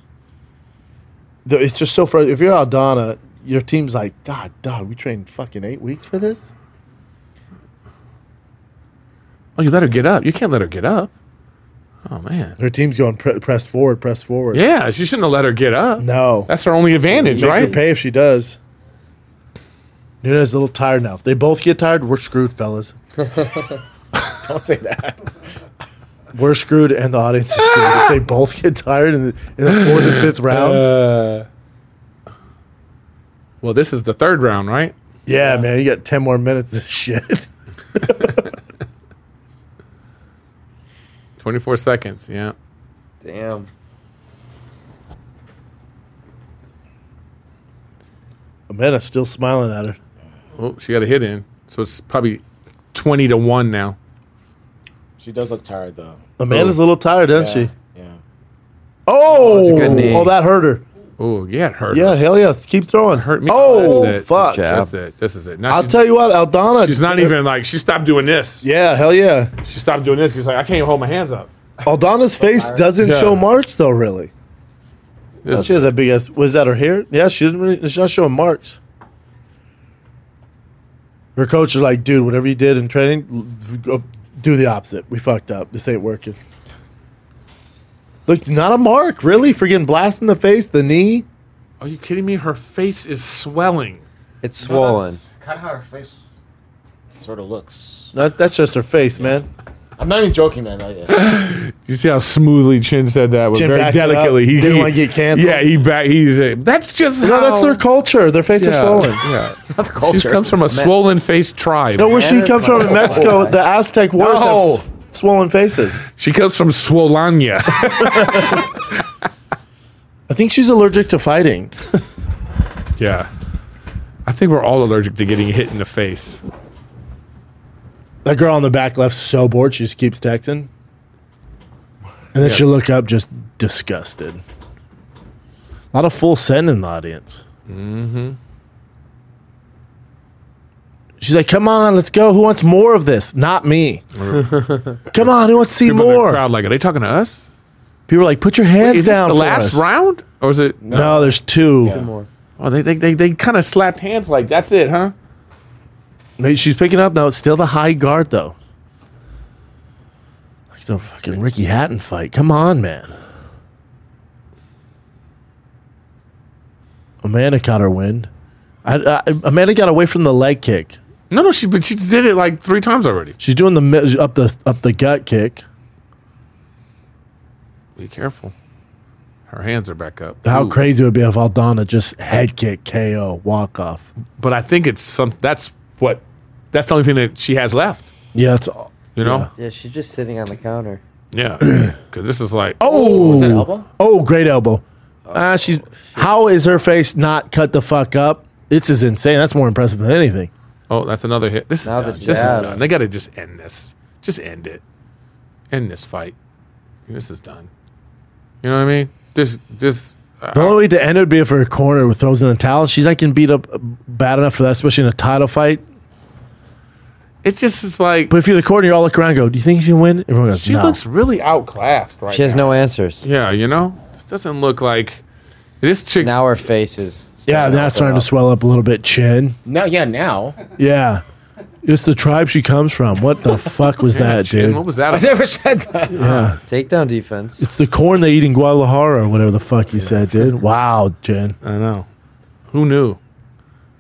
C: The- It's just so frustrating. If you're Aldana, your team's like, God, dog, we trained fucking eight weeks for this.
E: Oh, you let her get up. You can't let her get up. Oh man.
C: Her team's going pre- press forward, press forward.
E: Yeah, she shouldn't have let her get up.
C: No,
E: That's her only advantage,
C: Make
E: right?
C: her pay if she does. Nunes is a little tired now. If they both get tired, we're screwed, fellas.
F: Don't say that.
C: We're screwed, and the audience is screwed. if they both get tired in the, in the fourth and fifth
E: [LAUGHS]
C: round,
E: Uh, Well, this is the third round, right?
C: yeah, man, you got ten more minutes of this shit. [LAUGHS]
E: 24 seconds. Yeah.
D: Damn.
C: Amanda's still smiling at her.
E: Oh, she got a hit in. So it's probably 20 to 1 now.
F: She does look tired though.
C: Amanda's a little tired, isn't she?
F: Yeah.
C: Oh,
D: good knee.
C: oh, that hurt her.
E: Oh, yeah, it hurt.
C: Yeah,
E: her.
C: hell yeah. Keep throwing.
E: hurt me.
C: Oh,
E: That's it.
C: fuck.
D: job.
E: That's it. This is it. Now
C: I'll
E: she's-
C: tell you what, Aldana.
E: She's not even like she stopped doing this.
C: Yeah, hell yeah.
E: She stopped doing this. She's like, I can't even hold my hands up.
C: Aldana's face doesn't
E: Yeah.
C: show marks, though, really.
E: This-
C: she has that big ass. Was that her hair? Yeah, she didn't really. She's not showing marks. Her coach is like, dude, whatever you did in training, l- go- do the opposite. We fucked up. This ain't working. Look, not a mark, really. For getting blasted in the face, the knee.
E: Are you kidding me? Her face is swelling.
D: It's swollen.
F: Kind of how her face sort of looks.
C: That, that's just her face, man.
F: I'm not even joking, man. I,
E: You see how smoothly Chin said that was
C: Chin
E: very
C: backed it up.
E: delicately.
C: Didn't wanna get canceled.
E: Yeah, he back. He's a, that's just
C: No,
E: how
C: that's their culture. Their face is swollen.
E: [LAUGHS] Yeah,
F: not the culture.
E: she comes from a swollen faced tribe.
C: No, where she comes from in Mexico, the Aztec warriors
E: Oh, No.
C: have s- swollen faces.
E: She comes from
C: [LAUGHS]
E: Swolania.
C: I think she's allergic to fighting.
E: yeah, I think we're all allergic to getting hit in the face.
C: That girl on the back left so bored, she just keeps texting. And then she'll look up just disgusted. A lot of full send in the audience. Mm-hmm. She's like, come on, let's go. Who wants more of this? Not
E: [LAUGHS]
C: me. come on, who wants to see
E: People in the
C: more?
E: crowd like, are they talking to us?
C: People are like, put your hands
E: Is this
C: down.
E: the
C: for
E: last
C: us."
E: round, or is it?
C: No, there's two.
E: Oh, they they they, they kind of slapped hands like that's it, huh?
C: Maybe she's picking up now. It's still the high guard, though. Like the fucking Ricky Hatton fight. Come on, man. Amanda got her win. I, I, Amanda got away from the leg kick.
E: No, no, she but she did it like three times already.
C: She's doing the mi- up the up the gut kick.
E: Be careful. Her hands are back up.
C: How
E: Ooh.
C: crazy it would be if Aldana just head kick KO walk off.
E: But I think it's some. That's what. That's the only thing that she has left.
C: Yeah, that's all.
E: You know.
D: Yeah, she's just sitting on the counter.
E: Yeah.
C: [CLEARS THROAT]
E: Because this is like. Oh,
C: Oh,
F: that elbow?
C: oh, great elbow. Ah, she's. How is her face not cut the fuck up? This is insane. That's more impressive than anything.
E: oh, that's another hit. This is
D: Now the
E: done. This is
D: jab.
E: done. They got to just end this. Just end it. End this fight. This is done. You know what I mean? This this. uh,
C: The only way to end it would be if her corner throws in the towel. She's not getting beat up bad enough for that, especially in a title fight.
E: It's just it's like.
C: But if you're the corner, you all look around and go, Do you think she can win? Everyone goes,
E: she
C: no.
E: looks really outclassed right
D: She has
E: now.
D: no answers.
E: Yeah, you know. This doesn't look like. This chick's
D: Now her face is.
C: Yeah, now it's starting to swell up a little bit, chin.
F: now, yeah, now.
C: Yeah. It's the tribe she comes from. What the fuck was
E: Yeah,
C: that,
E: Chin, What
C: dude?
D: [LAUGHS]
E: was that?
F: I
E: about?
F: never said that.
D: Takedown defense.
C: It's the corn they eat in Guadalajara or whatever the fuck you said, dude. Wow, Jen.
E: I know. Who knew?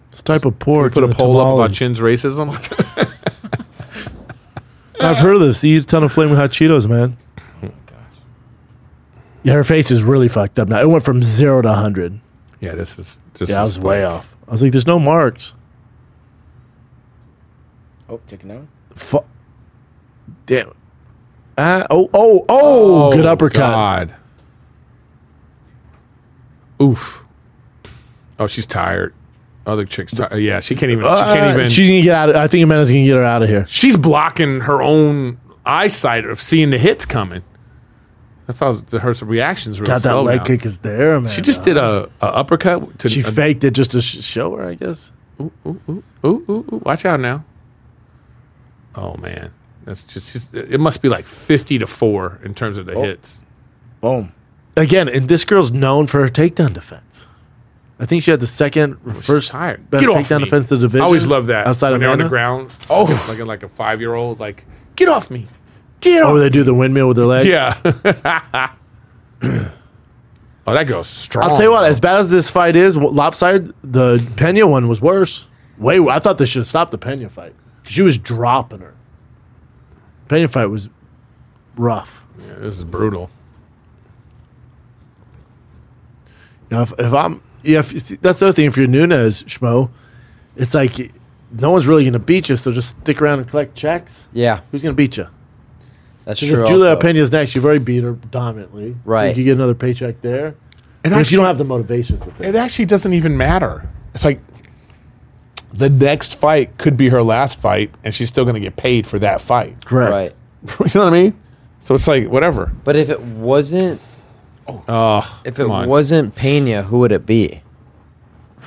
C: It's type of pork.
E: Put a
C: in the
E: poll up about
C: tamales.
E: Chin's racism. [LAUGHS]
C: I've heard of this. He eat a ton of flaming hot Cheetos, man. Yeah, her face is really fucked up now. It went from zero to 100.
E: yeah, this is just.
C: Yeah, I was way off. I was like, there's no marks.
F: Oh, taken down.
C: Fu- Damn. Ah, oh, oh, oh, Good uppercut.
E: God. Oof. Oh, she's tired. Other chick's tired. Yeah, she can't even. she
C: Uh,
E: can't even.
C: She's gonna get out. Of, I think Amanda's gonna get her out of here.
E: she's blocking her own eyesight of seeing the hits coming. That's how her reactions really
C: God, that
E: slow
C: leg
E: now.
C: kick is there, man.
E: She just did a, a uppercut. To,
C: She
E: a-
C: faked it just to sh- show her, I guess.
E: Ooh, ooh, ooh, watch out now. Oh man, that's just, just- it must be like fifty to four in terms
C: Oh,
E: of the hits.
F: Boom.
C: Again, and this girl's known for her takedown defense. I think she had the second, first,
E: Oh, tired.
C: best
E: Get off
C: takedown
E: me.
C: defense in the division.
E: I always love that
C: outside
E: when
C: of
E: they're on the
C: Amanda.
E: ground. Oh, like a, like a, like a five year old, like get off me, get
C: Oh,
E: off.
C: where they do the windmill with their leg.
E: yeah. [LAUGHS] oh, that girl's strong.
C: I'll tell you what. As bad as this fight is, w- lopsided, the Pena one was worse. Way, wor- I thought they should have stopped the Pena fight 'cause she was dropping her. Pena fight was rough.
E: Yeah, this is brutal.
C: Now, if, if I'm, yeah, if, see, that's the other thing. If you're Nunez, Schmo, it's like no one's really going to beat you, so just stick around and collect checks.
D: yeah,
C: Who's going to beat you?
D: that's
C: Because
D: true.
C: if Julia
D: also.
C: Pena's next, you've already beat her dominantly. So you
D: Right.
C: can get another paycheck there.
E: And
C: But if you
E: actually-
C: don't have the motivation, is the thing.
E: It actually doesn't even matter. It's like the next fight could be her last fight, and she's still going to get paid for that
C: [LAUGHS]
E: fight.
C: Correct.
D: Right.
E: you know what I mean? So it's like whatever.
D: But if it wasn't
E: Oh,
D: If it
E: come on.
D: wasn't Pena, who would it be?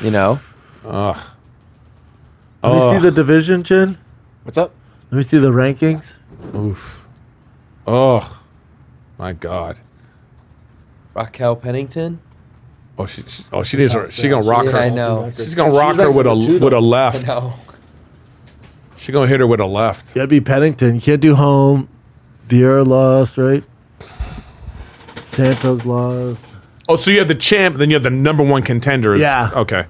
D: You know,
C: Let me see the division, Jen.
F: What's up?
C: Let me see the rankings.
E: oh, my God.
D: Raquel Pennington.
E: Oh, she, she- oh, she needs her. She gonna rock her.
D: I know.
E: She's gonna rock her with a with a left. She gonna hit her with a left.
C: You gotta be Pennington. You can't do home. Vieira lost, right? Santos lost.
E: Oh, so you have the champ, then you have the number one contender. is-
C: Yeah.
E: Okay.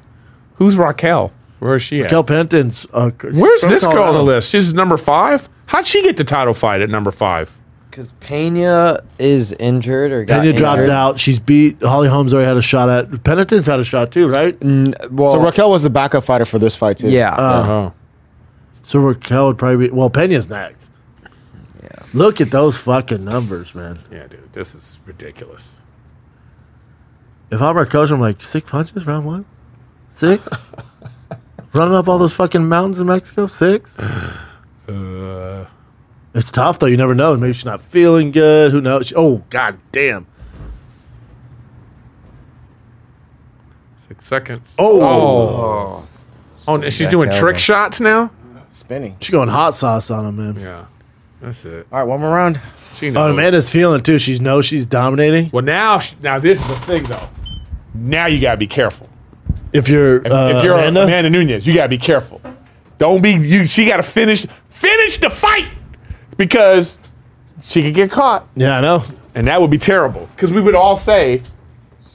E: Who's Raquel? Where is she at?
C: Kel Penton's. Uh,
E: Where's
C: from
E: this girl on the
C: Colorado.
E: list? She's number five. How'd she get the title fight at number five?
D: Because Pena is injured or got
C: Pena dropped
D: injured.
C: out. She's beat. Holly Holmes already had a shot at. Pennington's had a shot too, right?
D: Mm, Well,
F: So Raquel was the backup fighter for this fight too.
D: yeah.
C: Uh, Uh-huh.
E: Oh,
C: So Raquel would probably be. Well, Pena's next. Yeah. Look at those fucking numbers, man.
E: yeah, dude, this is ridiculous.
C: If I'm her coach, I'm like six punches round one, six.
E: [LAUGHS]
C: Running up all those fucking mountains in Mexico, six.
E: [SIGHS] Uh.
C: It's tough though. You never know. Maybe she's not feeling good. Who knows? She- oh god damn.
E: Six seconds.
C: Oh.
E: Oh, oh and she's doing
D: Back
E: trick
D: over.
E: shots now.
F: Spinning.
C: She's going hot sauce on him, man.
E: Yeah, that's it.
F: All right, one more round.
E: She knows.
C: Oh, Amanda's feeling it too. She knows she's dominating.
E: Well, now, she- now this is the thing though. Now you gotta be careful.
C: If you're,
E: If,
C: uh,
E: if you're Amanda?
C: Amanda,
E: Nunez, you gotta be careful. Don't be you. She gotta finish finish the fight because she could get caught,
C: yeah, I know.
E: and that would be terrible. Because we would all say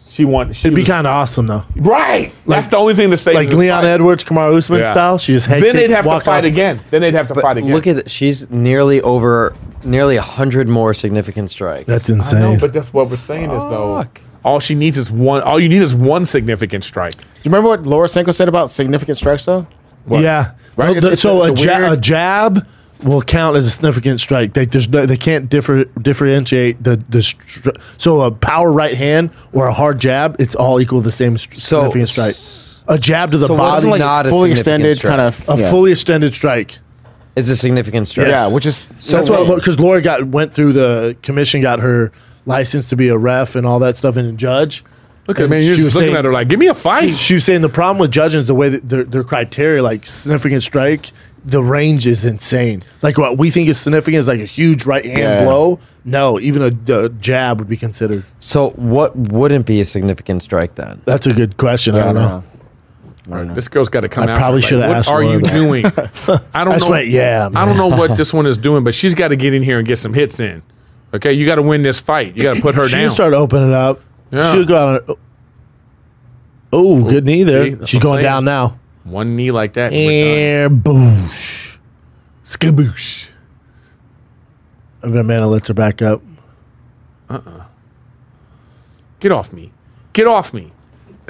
E: she won. She
C: It'd be
E: was-
C: kind of awesome though,
E: right. That's the only thing to say.
C: like
E: to the
C: Leon
E: fight.
C: Edwards, Kamara Usman
E: Yeah.
C: style. She just head
E: Then they'd
C: kicks,
E: have to
C: walk
E: fight
C: off.
E: again. Then they'd have to fight
D: But
E: again.
D: look at it. She's nearly over, nearly a hundred more significant strikes.
C: That's
E: I
C: insane.
E: know, but that's what we're saying is though. All she needs is one. All you need is one significant strike.
F: Do you remember what Laura Senko said about significant strikes though?
C: Yeah.
F: Right?
C: Well,
F: It's-
C: the-
F: it's
C: so
F: a-
C: a,
F: it's a
C: ja-
F: weird-
C: a jab will count as a significant strike. They there's no, they can't differ, differentiate the the str- so a power right hand or a hard jab. It's all equal to the same str-
D: So-
C: significant strike. A jab to the
D: so what's
C: body,
D: like- Not a
F: fully
D: significant
F: extended kind of
C: a
F: yeah.
C: fully extended strike.
D: Is a significant strike.
F: yeah, which is
D: So
C: That's
D: wait.
C: what because Laura got went through the commission, got her license to be a ref and all that stuff and a judge.
E: Look
C: And she was saying-
E: like, "Give me a fight."
C: She was saying the problem with judging is the way that their, their criteria, like significant strike, the range is insane. Like what we think is significant is like a huge right hand
F: Yeah.
C: blow. No, even a, a jab would be considered.
D: So what wouldn't be a significant strike then?
C: That's a good question. I don't know.
E: This girl's got to come
C: I
E: out.
C: probably should've
E: What
C: asked
E: are
C: Laura
E: you
C: that." [LAUGHS]
E: doing? I don't
C: That's
E: know.
C: right, yeah,
E: I don't know what this one is doing, but she's got to get in here and get some hits in. Okay, you got to win this fight. You got to put her
C: [CLEARS THROAT] She
E: down.
C: can start opening up.
E: Yeah.
C: She'll go out. On, oh, good knee
E: see,
C: there.
E: that's
C: She's
E: what
C: going
E: I'm saying. Oh
C: down now.
E: one knee like that. and we're done.
C: And boosh.
E: Skaboosh.
C: And Amanda lets her back up.
E: Get off me. Get off me. [LAUGHS]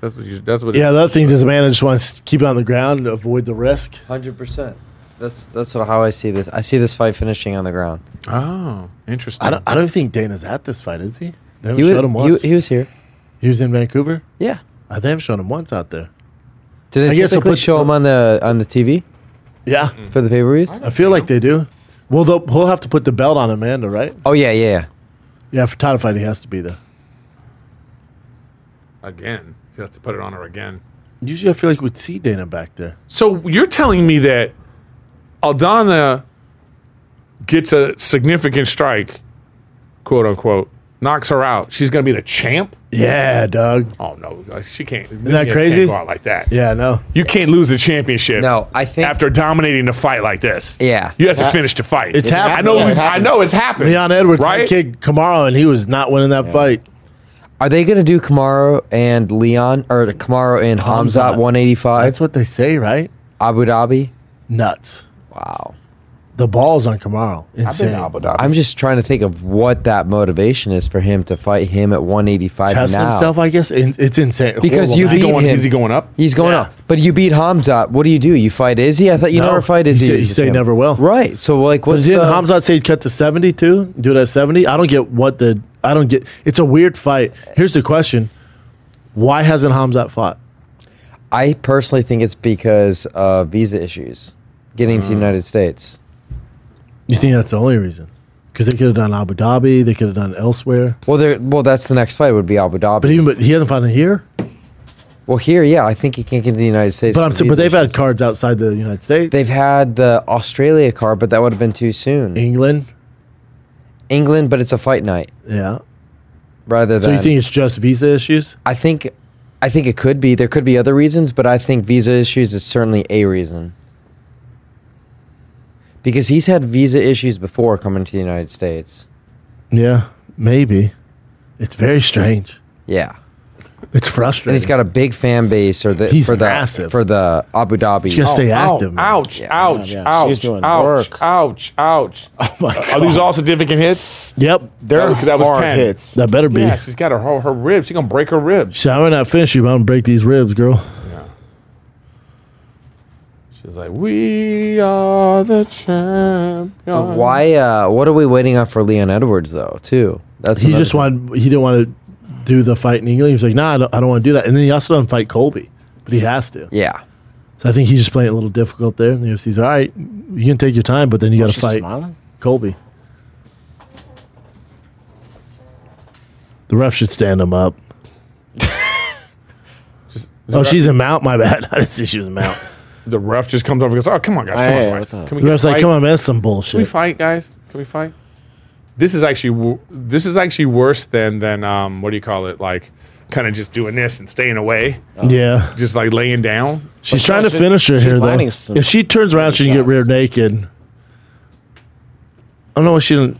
E: that's what you. That's what.
C: Yeah,
E: It's,
C: the other thing is Amanda just wants to keep it on the ground and avoid the risk.
D: Hundred percent. That's that's what, how I see this. I see this fight finishing on the ground.
E: oh, interesting.
C: I don't, I don't think Dana's at this fight, is he? They haven't
D: He was,
C: showed him once.
D: he, he was here.
C: He was in Vancouver.
D: Yeah.
C: I they haven't shown him once out there.
D: Did
C: I
D: they
C: guess I'll
D: typically
C: put-
D: show him on the on the TV
C: Yeah,
D: for the pay per views?
C: I feel like they do. Well, they'll, he'll have to put the belt on Amanda, right?
D: Oh yeah, yeah, yeah.
C: Yeah, for title fight, he has to be there.
E: again, you have to put it on her again.
C: Usually, I feel like we'd see Dana back there.
E: So you're telling me that Aldana gets a significant strike, quote unquote, knocks her out. She's going to be the champ.
C: Yeah, dog.
E: Oh no, like, she can't. Isn't
C: that crazy?
E: Can't go out like that.
C: Yeah, no.
E: You can't lose the championship.
D: No, I think-
E: after dominating the fight like this.
D: Yeah.
E: you have to finish the fight.
C: It's happened.
E: I know.
C: Yeah, it
E: we've- I
F: happens.
E: know it's happened.
C: Leon Edwards
E: right?
C: right? kicked Kamara, and he was not winning that fight.
D: Are they gonna do Kamaro and Leon or Kamaro and Hamzat
C: Hamzat.
D: one eighty
C: That's
D: five
C: what they say, right?
D: Abu Dhabi?
C: Nuts.
D: Wow.
C: The balls on Kamara. Insane.
D: I'm just trying to think of what that motivation is for him to fight him at 185
C: Test
D: now.
C: himself, I guess. In- It's insane.
D: Because
C: Horrible
D: you
C: match.
E: Is he
D: beat
E: going-
D: him.
E: is he going up?
D: He's going
C: Yeah.
D: up. But you beat Hamzat. What do you do? You fight Izzy? I thought you
C: No,
D: never fight
C: he
D: Izzy.
C: said- he said he never will.
D: Right. So like
C: But
D: what's
C: didn't
D: the,
C: Hamzat say he'd cut to 70 too? Do it at 70? I don't get what the. I don't get. It's a weird fight. Here's the question Why hasn't Hamzat fought?
D: I personally think it's because
C: Mm.
D: of visa issues getting to the United States.
C: You think that's the only reason? because they could have done Abu Dhabi, they could have done elsewhere.
D: Well, there. Well, that's the next fight would be Abu Dhabi.
C: But even but he hasn't fought in here.
D: well, here, yeah, I think he can't get to the United States.
C: But I'm
D: for
C: saying,
D: these
C: but they've
D: issues.
C: had cards outside the United States.
D: They've had the Australia card, but that would have been too soon.
C: England,
D: England, but it's a fight night
C: yeah.
D: rather
C: So
D: than.
C: you think it's just visa issues?
D: I think, I think it could be. There could be other reasons, but I think visa issues is certainly a reason. Because he's had visa issues before coming to the United States.
C: Yeah, maybe. It's very strange.
D: Yeah,
C: It's frustrating.
D: and he's got a big fan base, or the
C: He's
D: for the
C: massive.
D: for the Abu Dhabi.
C: Just stay active. man.
E: Ouch, ouch,
F: yeah, she's
E: ouch,
F: doing
E: ouch,
F: work.
E: ouch, ouch.
C: [LAUGHS] Oh my God. [LAUGHS]
E: Are these all significant hits?
C: Yep.
F: They're
E: That- that was
F: hard
E: 10.
F: hits.
C: That better be.
E: Yeah, she's got her, her, her ribs. She's going to break her ribs.
C: So I'm gonna not finish you, but I'm gonna break these ribs, girl.
E: She's like, we are the champions.
D: But why? Uh, what are we waiting on for Leon Edwards though? Too. That's
C: He
D: another
C: just
D: thing.
C: wanted. He didn't want to do the fight in England. He was like, "Nah, I don't, I don't want to do that." And then he also doesn't fight Colby, but he has to.
D: Yeah.
C: So I think he's just playing it a little difficult there. And the UFC's all right. You can take your time, but then you got to
F: She's
C: fight
F: smiling?
C: Colby. The ref should stand him up. oh, she's a mount. My bad. [LAUGHS] I didn't see she was a mount.
E: The ref just comes over and goes, oh, come on, guys. Come
F: Hey,
E: on,
F: what's
E: guys.
F: up?
E: Can we
C: The
E: get
C: ref's
E: a
C: like,
E: fight?
C: "Come on, man, that's some
E: Can we
C: bullshit."
E: fight, guys? Can we fight? This is actually wo- this is actually worse than than um what do you call it? Like kind of just doing this and staying away,
C: Yeah,
E: just like laying down.
C: she's
F: But
C: trying to
F: she-
C: finish her
F: she's
C: here though.
F: landing some
C: If she turns around, she can get
F: shots.
C: rear naked. I don't know why she didn't.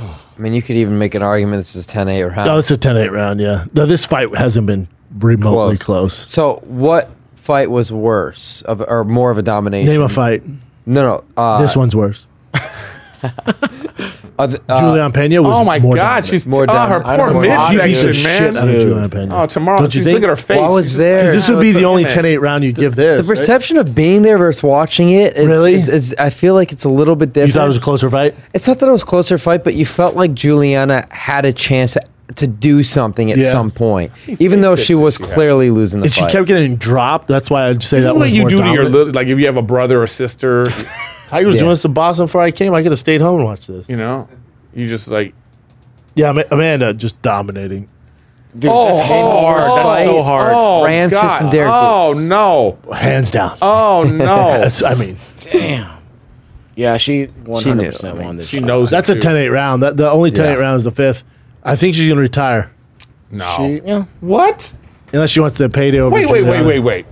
D: I mean, you could even make an argument this is 10 8 or half.
C: Oh, it's a 10-8 round. Yeah, no, this fight hasn't been remotely close.
D: So, what fight was worse of, or more of a domination?
C: Name a fight.
D: No, no. Uh,
C: This one's worse.
D: other- uh,
C: Julian Pena was.
E: oh my
C: more
E: god,
C: dominant.
E: she's
D: More
E: more oh, her
D: dominant. I don't
E: poor
D: know.
C: He beat the
E: midsection,
C: shit out
E: man.
C: of
F: Dude.
C: Julian Pena.
E: Oh, tomorrow
C: Don't you
E: she's
C: think?
E: look at her face.
D: Well, I was
E: She's
D: there.
E: Just,
C: 'Cause this would
D: So
C: be
D: it's
C: the
D: like-
C: only 10-8 round you give this.
D: the
C: right?
D: perception of being there versus watching it is
C: Really?
D: it's, it's, I feel like it's a little bit different.
C: You thought it was a closer fight?
D: it's not that it was a closer fight, but you felt like Juliana had a chance to do something at
C: Yeah.
D: some point, even though she was clearly losing the
C: If she
D: fight.
C: kept getting dropped, that's why I'd say
E: this
C: that
E: is
C: was
E: what you
C: more
E: do to your
C: dominant.
E: little, like if you have a brother or sister,
C: I was
D: Yeah.
C: doing some Boston before I came. I could have stayed home and watched this.
E: you know, you just like
C: Yeah, Ama- Amanda just dominating.
F: Dude,
E: oh,
F: that's
E: hard. That's so hard. Oh,
D: Francis
E: God.
D: and Derek
E: Oh
D: Lewis.
E: no.
C: Hands down. [LAUGHS]
E: Oh no.
C: That's, I mean,
F: Yeah, she 100%
D: I mean,
F: won this.
E: she knows.
C: that's a
E: too.
C: 10-8 round. That, the only 10-8
D: Yeah.
C: round is the fifth. I think she's going to retire.
E: No.
F: She, yeah.
E: what?
C: Unless she wants to pay to over
E: Wait, wait, wait,
C: Juliana.
E: wait, wait.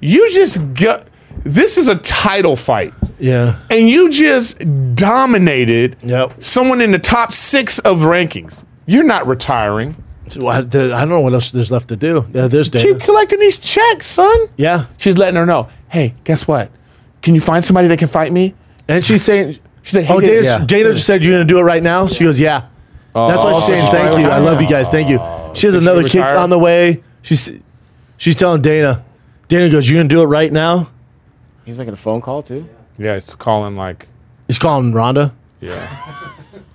E: You just got. This is a title fight,
C: Yeah.
E: and you just dominated
C: Yep.
E: someone in the top six of rankings. You're not retiring.
C: So I, the- I don't know what else there's left to do. Yeah, there's
E: Keep
C: Dana.
E: collecting these checks, son.
C: Yeah.
E: She's letting her know. Hey, guess what? Can you find somebody that can fight me?
C: And she's saying,
E: She's like, hey,
C: oh, Dana,
E: Dana,
D: Yeah.
C: Dana just said, you're going to do it right now? She goes, yeah. That's why she's saying,
E: she's
C: thank you. I
E: retired.
C: love you guys. Thank you. She has
E: Oh. Did she
C: another kick
E: retire?
C: on the way. She's she's telling Dana. Dana goes, you're going to do it right now?
F: He's making a phone call too.
E: Yeah, it's calling like.
C: He's calling Rhonda.
E: Yeah.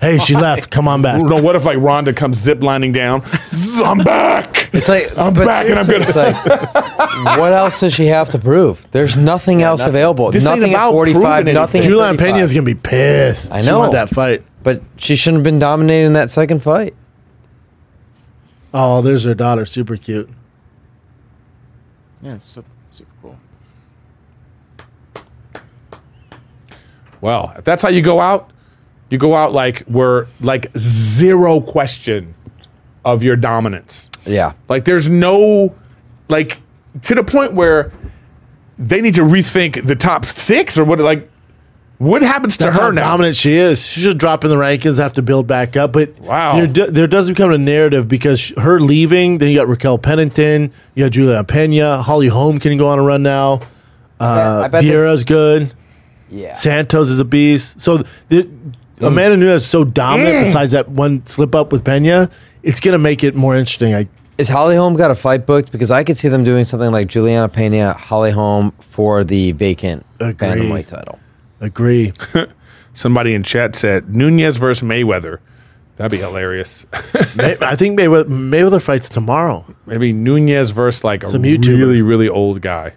C: Hey,
E: [LAUGHS]
C: she left. Come on back.
E: no, what if like Rhonda comes zip lining down? I'm back.
D: It's like
E: I'm
D: but
E: back and I'm
D: seriously, It's like, what else does she have to prove? There's nothing else available.
E: This ain't
D: nothing at
E: about
D: 45.
E: proving
D: Nothing. at
C: Julian
D: 35.
C: Pena is going to be pissed.
D: I
C: She
D: know.
C: won that fight.
D: But she shouldn't have been dominating that second fight.
C: Oh, there's her daughter. Super cute.
F: Yeah, it's super, super cool.
E: Well, if that's how you go out, you go out like we're like zero question of your dominance.
D: Yeah.
E: Like there's no like to the point where they need to rethink the top six or what like what happens to
C: That's
E: her
C: how
E: now?
C: dominant she is. She should drop in the rankings, have to build back up. But
E: Wow.
C: there, do- there does become a narrative because sh- her leaving. Then you got Raquel Pennington, you got Julian Pena, Holly Holm can go on a run now.
D: I
C: Uh,
D: bet
C: Vieira's good.
D: they- yeah.
C: Santos is a beast. So th- the,
D: Mm.
C: Amanda Nunes is so dominant. Besides that one slip up with Pena, it's gonna make it more interesting. I
D: Is Holly Holm got a fight booked? Because I could see them doing something like Juliana Pena, Holly Holm for the vacant
C: Agree.
D: bantamweight title.
C: agree.
E: Somebody in chat said Nunez versus Mayweather. That'd be hilarious. [LAUGHS]
C: May- I think Mayweather, Mayweather fights tomorrow.
E: Maybe Nunez versus like a
C: Some YouTuber.
E: really, really old guy.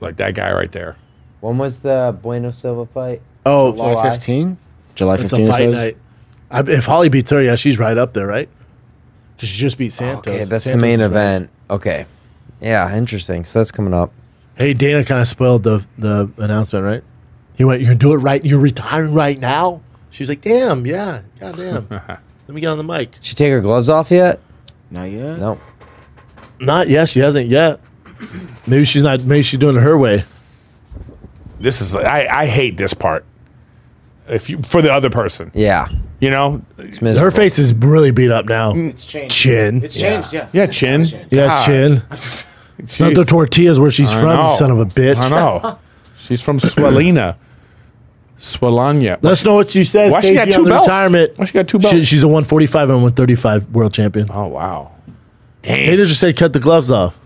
E: Like that guy right there.
D: When was the Bueno Silva fight?
C: Oh,
F: July fifteen. July
C: It's a
F: fifteen.
C: fight
F: says.
C: night. I, if Holly beats her, yeah, she's right up there, right? 'Cause she just beat Santos.
D: Okay, that's the
C: Santos
D: main
C: is right.
D: event. Okay. Yeah, interesting. So that's coming up.
C: Hey, Dana kind of spoiled the the announcement, right? He went, "You're gonna do it right. You're retiring right now." She was like, "Damn, yeah,
D: [LAUGHS]
C: goddamn." Let me get on the mic.
D: She take her gloves off yet?
F: Not yet.
D: No.
C: Not yet. She hasn't yet. Maybe she's not. Maybe she's doing it her way.
E: This is I, I hate this part. If you for the other person,
D: Yeah.
E: you know,
D: It's miserable.
C: Her face is really beat up now.
E: Mm,
C: It's
F: changed.
C: Chin.
F: It's changed. Yeah.
E: yeah, chin,
C: yeah,
E: God.
C: chin. It's not the
E: Jeez.
C: tortillas where she's
E: I
C: from,
E: know.
C: you son of a bitch.
E: I
C: [LAUGHS]
E: know. She's from Swalina, Swalanya.
C: Let us know what she says.
E: Why she got
C: KG,
E: two
C: on the
E: belts?
C: Retirement.
E: Why she got two belts?
C: she's a 145 and 135 world champion.
E: oh wow,
C: Dana just said, "Cut the gloves off."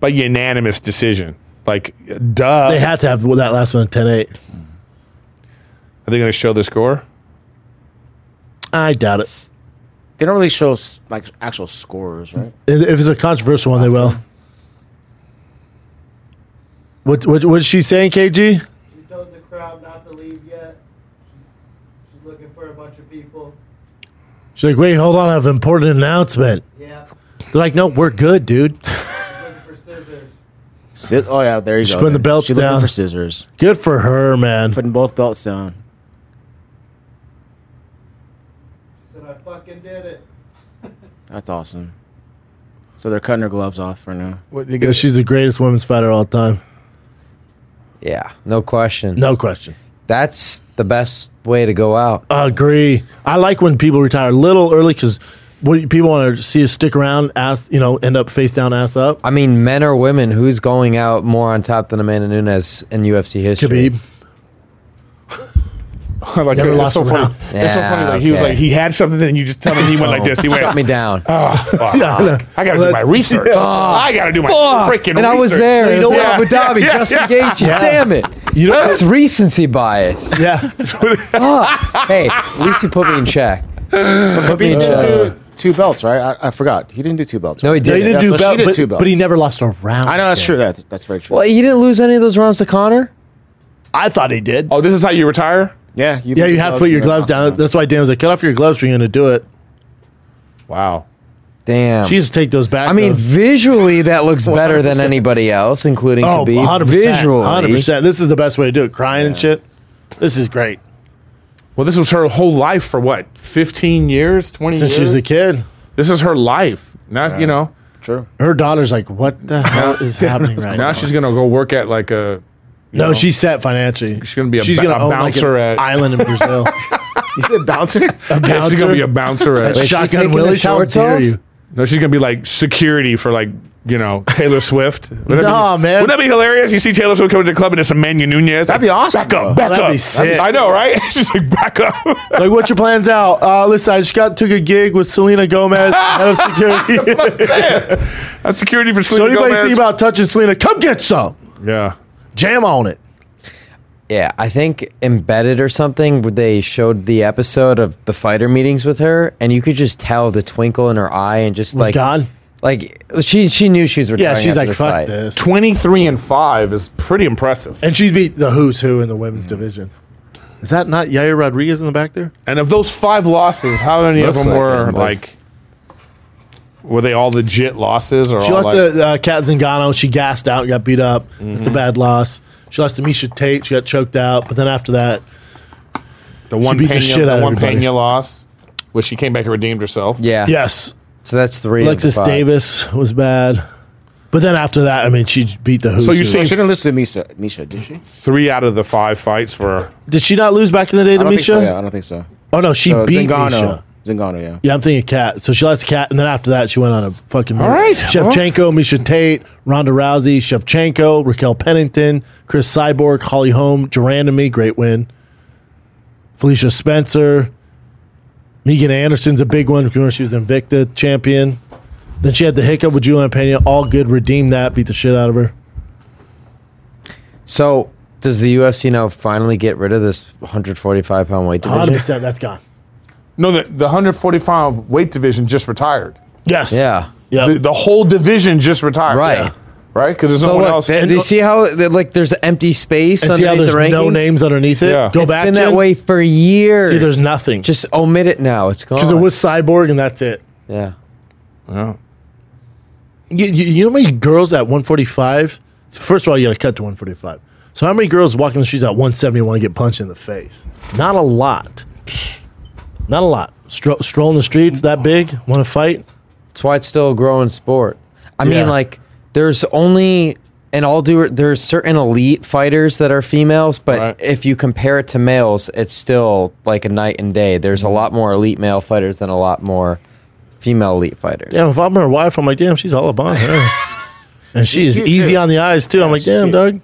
E: but unanimous decision. Like, duh.
C: They had to have that last one at 10-8.
E: Are they going to show the score?
C: I doubt it.
F: They don't really show s- like actual scores, right?
C: If if it's a controversial one, they will. What what what's she saying, KG?
H: She told the crowd not to leave yet. She, she's looking for a bunch of people.
C: She's like, "Wait, hold on, I have an important announcement."
H: Yeah,
C: They're like, "No, we're good, dude.
H: looking for scissors.
F: Sci- oh yeah, there you
C: She's
F: go.
C: putting the
F: then.
C: belts
F: She's
C: down.
F: looking for scissors.
C: Good for her, man."
F: Putting both belts down.
H: She said, I fucking did it. [LAUGHS]
F: That's awesome. So they're cutting their gloves off for now.
C: Yeah, she's the greatest women's fighter of all time.
D: Yeah, no question.
C: No question.
D: That's the best way to go out.
C: Agree. I like when people retire a little early because what do you- people want to see is stick around, ass, you know, end up face down, ass up.
D: I mean, men or women, who's going out more on top than Amanda Nunes in UFC history?
C: Khabib.
E: like,
C: Never
E: it's
C: lost
E: so
C: a
E: funny.
C: round.
E: It's so funny.
D: Yeah,
E: Like he was
D: okay.
E: like he had something, and you just tell him he went like this. He went.
D: Shut
C: [LAUGHS]
D: me down.
E: Oh,
D: [LAUGHS]
E: fuck. I gotta do my [LAUGHS] research. I gotta do my freaking research.
D: Oh, and I was there.
E: You
D: It
E: know
D: was
E: what?
D: in Abu Dhabi.
E: [LAUGHS] yeah,
D: Justin
E: yeah.
D: Gaethje. Damn it. You know that's recency bias.
C: Yeah.
D: hey, at least you put me in check. Put me in check.
F: Uh, Two belts, right? I, I forgot. He didn't do two belts.
D: No, he
F: right?
C: No,
D: didn't.
C: he
F: Yeah,
C: didn't do
F: so she
C: belt,
F: did
C: but,
F: two belts.
C: but he never lost a round.
F: I know that's true. That, that's very true.
D: Well, he didn't lose any of those rounds to Connor.
C: I thought he did.
E: Oh, this is how you retire?
F: yeah, you
C: yeah, you have to put your gloves down. That's why Dan was like, "Cut off your gloves. if You're going to do it."
E: Wow.
D: Damn.
C: She used to take those back.
D: I mean,
C: though.
D: visually, that looks better than
C: 100%.
D: anybody else, including
C: oh,
D: Khabib.
C: 100%,
D: visually,
C: 100%. This is the best way to do it. Crying and shit. This is great.
E: Well, this was her whole life for what? 15 years? 20
C: Since
E: years?
C: she was a kid,
E: This is her life. Now, you know,
F: True.
C: her daughter's like, "What the hell is happening right
E: now
C: now?"
E: she's going to go work at like a. you
C: No,
E: know,
C: she's set financially.
E: She's gonna be a ba- a
C: own, like,
E: bouncer
C: an
E: at-
C: island in
E: [LAUGHS]
C: Brazil.
F: You said bouncer?
E: Yeah, [LAUGHS]
D: [LAUGHS]
E: she's going to be a bouncer at.
D: she
C: Shotgun
D: taking
C: Willie,
D: the
C: how
D: shorts
C: dare
D: off?
C: you?
E: No, she's going to be like security for like, you know, Taylor Swift. Would that
C: Nah,
E: be,
C: man.
E: Would that be hilarious? You see Taylor Swift coming to the club and it's Amanda Nunez. That'd
F: be awesome,
E: Back up,
F: though.
E: back
C: That'd
E: up.
C: be sick.
E: I know, right? [LAUGHS] she's like, back up. [LAUGHS]
C: Like, what's your plans out? Uh, listen, I just got took a gig with Selena
E: [LAUGHS]
C: Gomez, head of security.
E: I'm security for
C: so
E: Selena
C: anybody
E: Gomez.
C: think about touching Selena? Come get some.
E: yeah.
C: Jam on it.
D: Yeah, I think embedded or something. where They showed the episode of the fighter meetings with her, and you could just tell the twinkle in her eye, and just
C: Like
D: like
C: God.
D: like she she knew she was
C: Yeah,
D: retiring.
C: she's
D: after
C: like,
D: this
C: fuck
D: fight.
C: this.
E: 23 and 5 is pretty impressive.
C: And she beat the who's who in the
E: Mm-hmm.
C: women's division. Is that not Yair Rodriguez in the back there?
E: And of those five losses, how many of
D: Looks
E: them
D: like
E: were
D: them, but-
E: like? Were they all legit losses, or
C: She
E: all
C: lost
E: like, Mm-hmm.
C: to uh, Kat Zingano. She gassed out, got beat up. It's a bad loss. She lost to Misha Tate. She got choked out. But then after that,
E: the one
C: beat the
E: Pena, the
C: shit out of
E: one
C: everybody.
E: Pena loss, which she came back and redeemed herself?
D: Yeah.
C: yes,
D: So that's three. of the
C: Alexis
D: five.
C: Davis was bad. But then after that, I mean, she beat the who's.
E: So you
C: who.
E: see-
F: She didn't listen to Misha, Misha did she?
E: Three out of the five fights were.
C: Did she not lose back in the day
F: I
C: to
F: don't think so.
C: Misha?
F: Yeah, I don't think so.
C: Oh no, she
F: So
C: beat
F: Zingano.
C: Misha.
F: Zingano, yeah.
C: Yeah, I'm thinking Cat. So she lost to Cat, and then after that, she went on a fucking. All
E: right.
C: Shevchenko, Misha Tate, Ronda Rousey, Shevchenko, Raquel Pennington, Chris Cyborg, Holly Holm, Durandamy, great win. Felicia Spencer, Megan Anderson's a big one. Remember she was Invicta champion. Then she had the hiccup with Julian Pena. All good. Redeemed that. Beat the shit out of her.
D: So does the UFC now finally get rid of this 145 pound weight division?
C: 100. percent That's gone.
E: No, the, the 145 weight division just retired.
C: Yes.
D: Yeah.
C: Yeah.
E: The, the whole division just retired.
D: Right.
E: right? Because there's no
D: So
E: one
D: what?
E: else.
D: th- do you see how th- like there's empty space
C: And see how
D: underneath
C: there's
D: the rankings?
C: no names underneath it.
E: Yeah.
C: Go
D: It's
C: back
D: been
C: to
D: that way for years.
C: See, there's nothing.
D: Just omit it now. It's gone.
C: because it was cyborg and that's it.
D: yeah.
E: Yeah.
C: You, you, you know how many girls at 145? First of all, you got to cut to 145. So how many girls walking the streets at 170 want to get punched in the face? Not a lot. Not a lot. Stro- strolling the streets that big, want to fight?
D: That's why it's still a growing sport. I
C: Yeah.
D: mean, like, there's only, and I'll do it, there's certain elite fighters that are females, but
E: Right.
D: if you compare it to males, it's still like a night and day. There's a lot more elite male fighters than a lot more female elite fighters.
C: Yeah, if I'm her wife, I'm like, damn, she's all up on
E: [LAUGHS]
C: her. and she
E: She's
C: is
E: cute,
C: easy
E: too.
C: on the eyes, too. I'm like,
E: she's
C: damn,
E: cute.
C: Doug.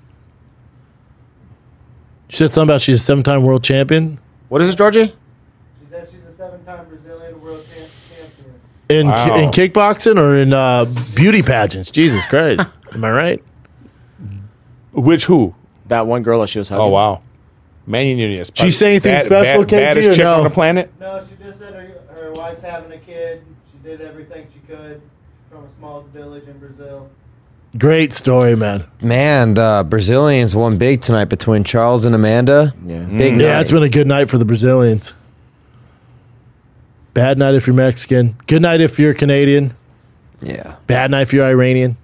C: She said something about she's a seven time world champion
F: What is it, Georgie?
H: She said she's a seven-time Brazilian world champ- champion.
C: in,
E: Wow.
C: ki- in kickboxing or in uh, beauty pageants. Jesus Christ. [LAUGHS] Am I right?
E: Which who?
F: That one girl that she was hugging.
E: Oh wow, Manny Nunez.
C: Did you say anything special, KG, or
E: baddest chick
C: no?
E: on the planet.
H: No, she just said her, her wife having a kid. She did everything she could. She's from a small village in Brazil.
C: Great story, man.
D: Man, the Brazilians won big tonight between Charles and Amanda. Yeah. Big
C: Mm. Yeah,
D: night.
C: it's been a good night for the Brazilians. Bad night if you're Mexican. Good night if you're Canadian.
D: yeah.
C: Bad night if you're Iranian.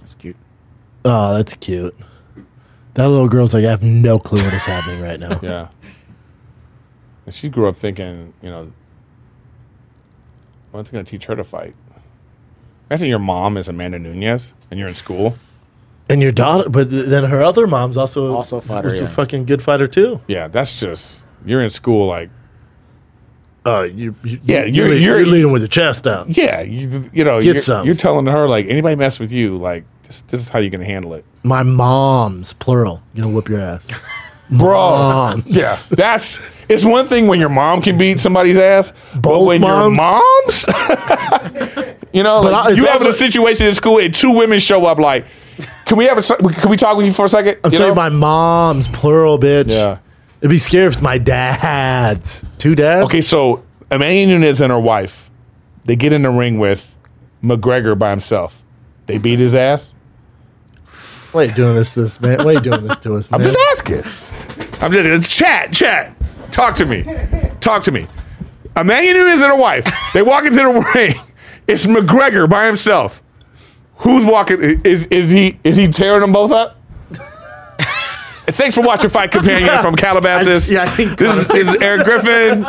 F: That's cute.
C: Oh, that's cute. That little girl's like, I have no clue what is happening right [LAUGHS] now.
E: Yeah. And she grew up thinking, you know, what's going to teach her to fight? Imagine your mom is Amanda Nunez and you're in school.
C: And your daughter, but then her other mom's also
F: Also a fighter,
C: was a
F: yeah.
C: fucking good fighter too.
E: Yeah, that's just you're in school like
C: Uh, you, you
E: Yeah,
C: you're,
E: you're-
C: lead- you're
E: you're-
C: leading with your chest out.
E: yeah, you, you know,
C: Get
E: you're,
C: some.
E: you're telling her like anybody mess with you like this, this is how you're going to handle it.
C: My mom's plural. You know, whoop your ass.
E: [LAUGHS] Bro.
C: Moms.
E: [LAUGHS] Yeah. That's it's one thing when your mom can beat somebody's ass, but
C: Both
E: when your
C: moms?
E: mom's [LAUGHS] You know,
C: But I-
E: like,
C: it's
E: you having a
C: also-
E: situation in school and two women show up like, "Can we have a se- can we talk with you for a 2nd
C: I'm telling you, my mom's plural, bitch.
E: Yeah.
C: it'd be scary if it's my dad's two dads.
E: Okay, so Amanda Nunes and her wife, they get in the ring with McGregor by himself. They beat his ass.
C: Why you doing this, to this man? Why you doing this to us, man?
E: I'm just asking. I'm just it's chat, chat. Talk to me. Talk to me. Amanda Nunes and her wife. They walk into the [LAUGHS] ring. It's McGregor by himself. Who's walking? Is is he is he tearing them both up? [LAUGHS] Thanks for watching Fight Companion from Calabasas.
C: I- yeah, I think-
E: this is, is Eric
C: [LAUGHS]
E: Griffin,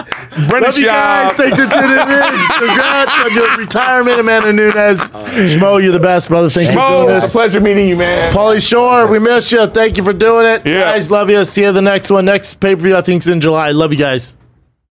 E: Brenda
C: Love you
E: Shaw.
C: guys. Thanks for tuning in. Congrats on
E: [LAUGHS]
C: your retirement, Amanda Nunes. Schmo, you're the best, brother. Thanks
E: Mo,
C: for doing
E: a
C: this.
E: pleasure meeting you, man.
C: Paulie Shore, we miss you. Thank you for doing it.
E: Yeah.
C: Guys, love you. See you the next one. Next pay per view, I think, is in July. Love you guys.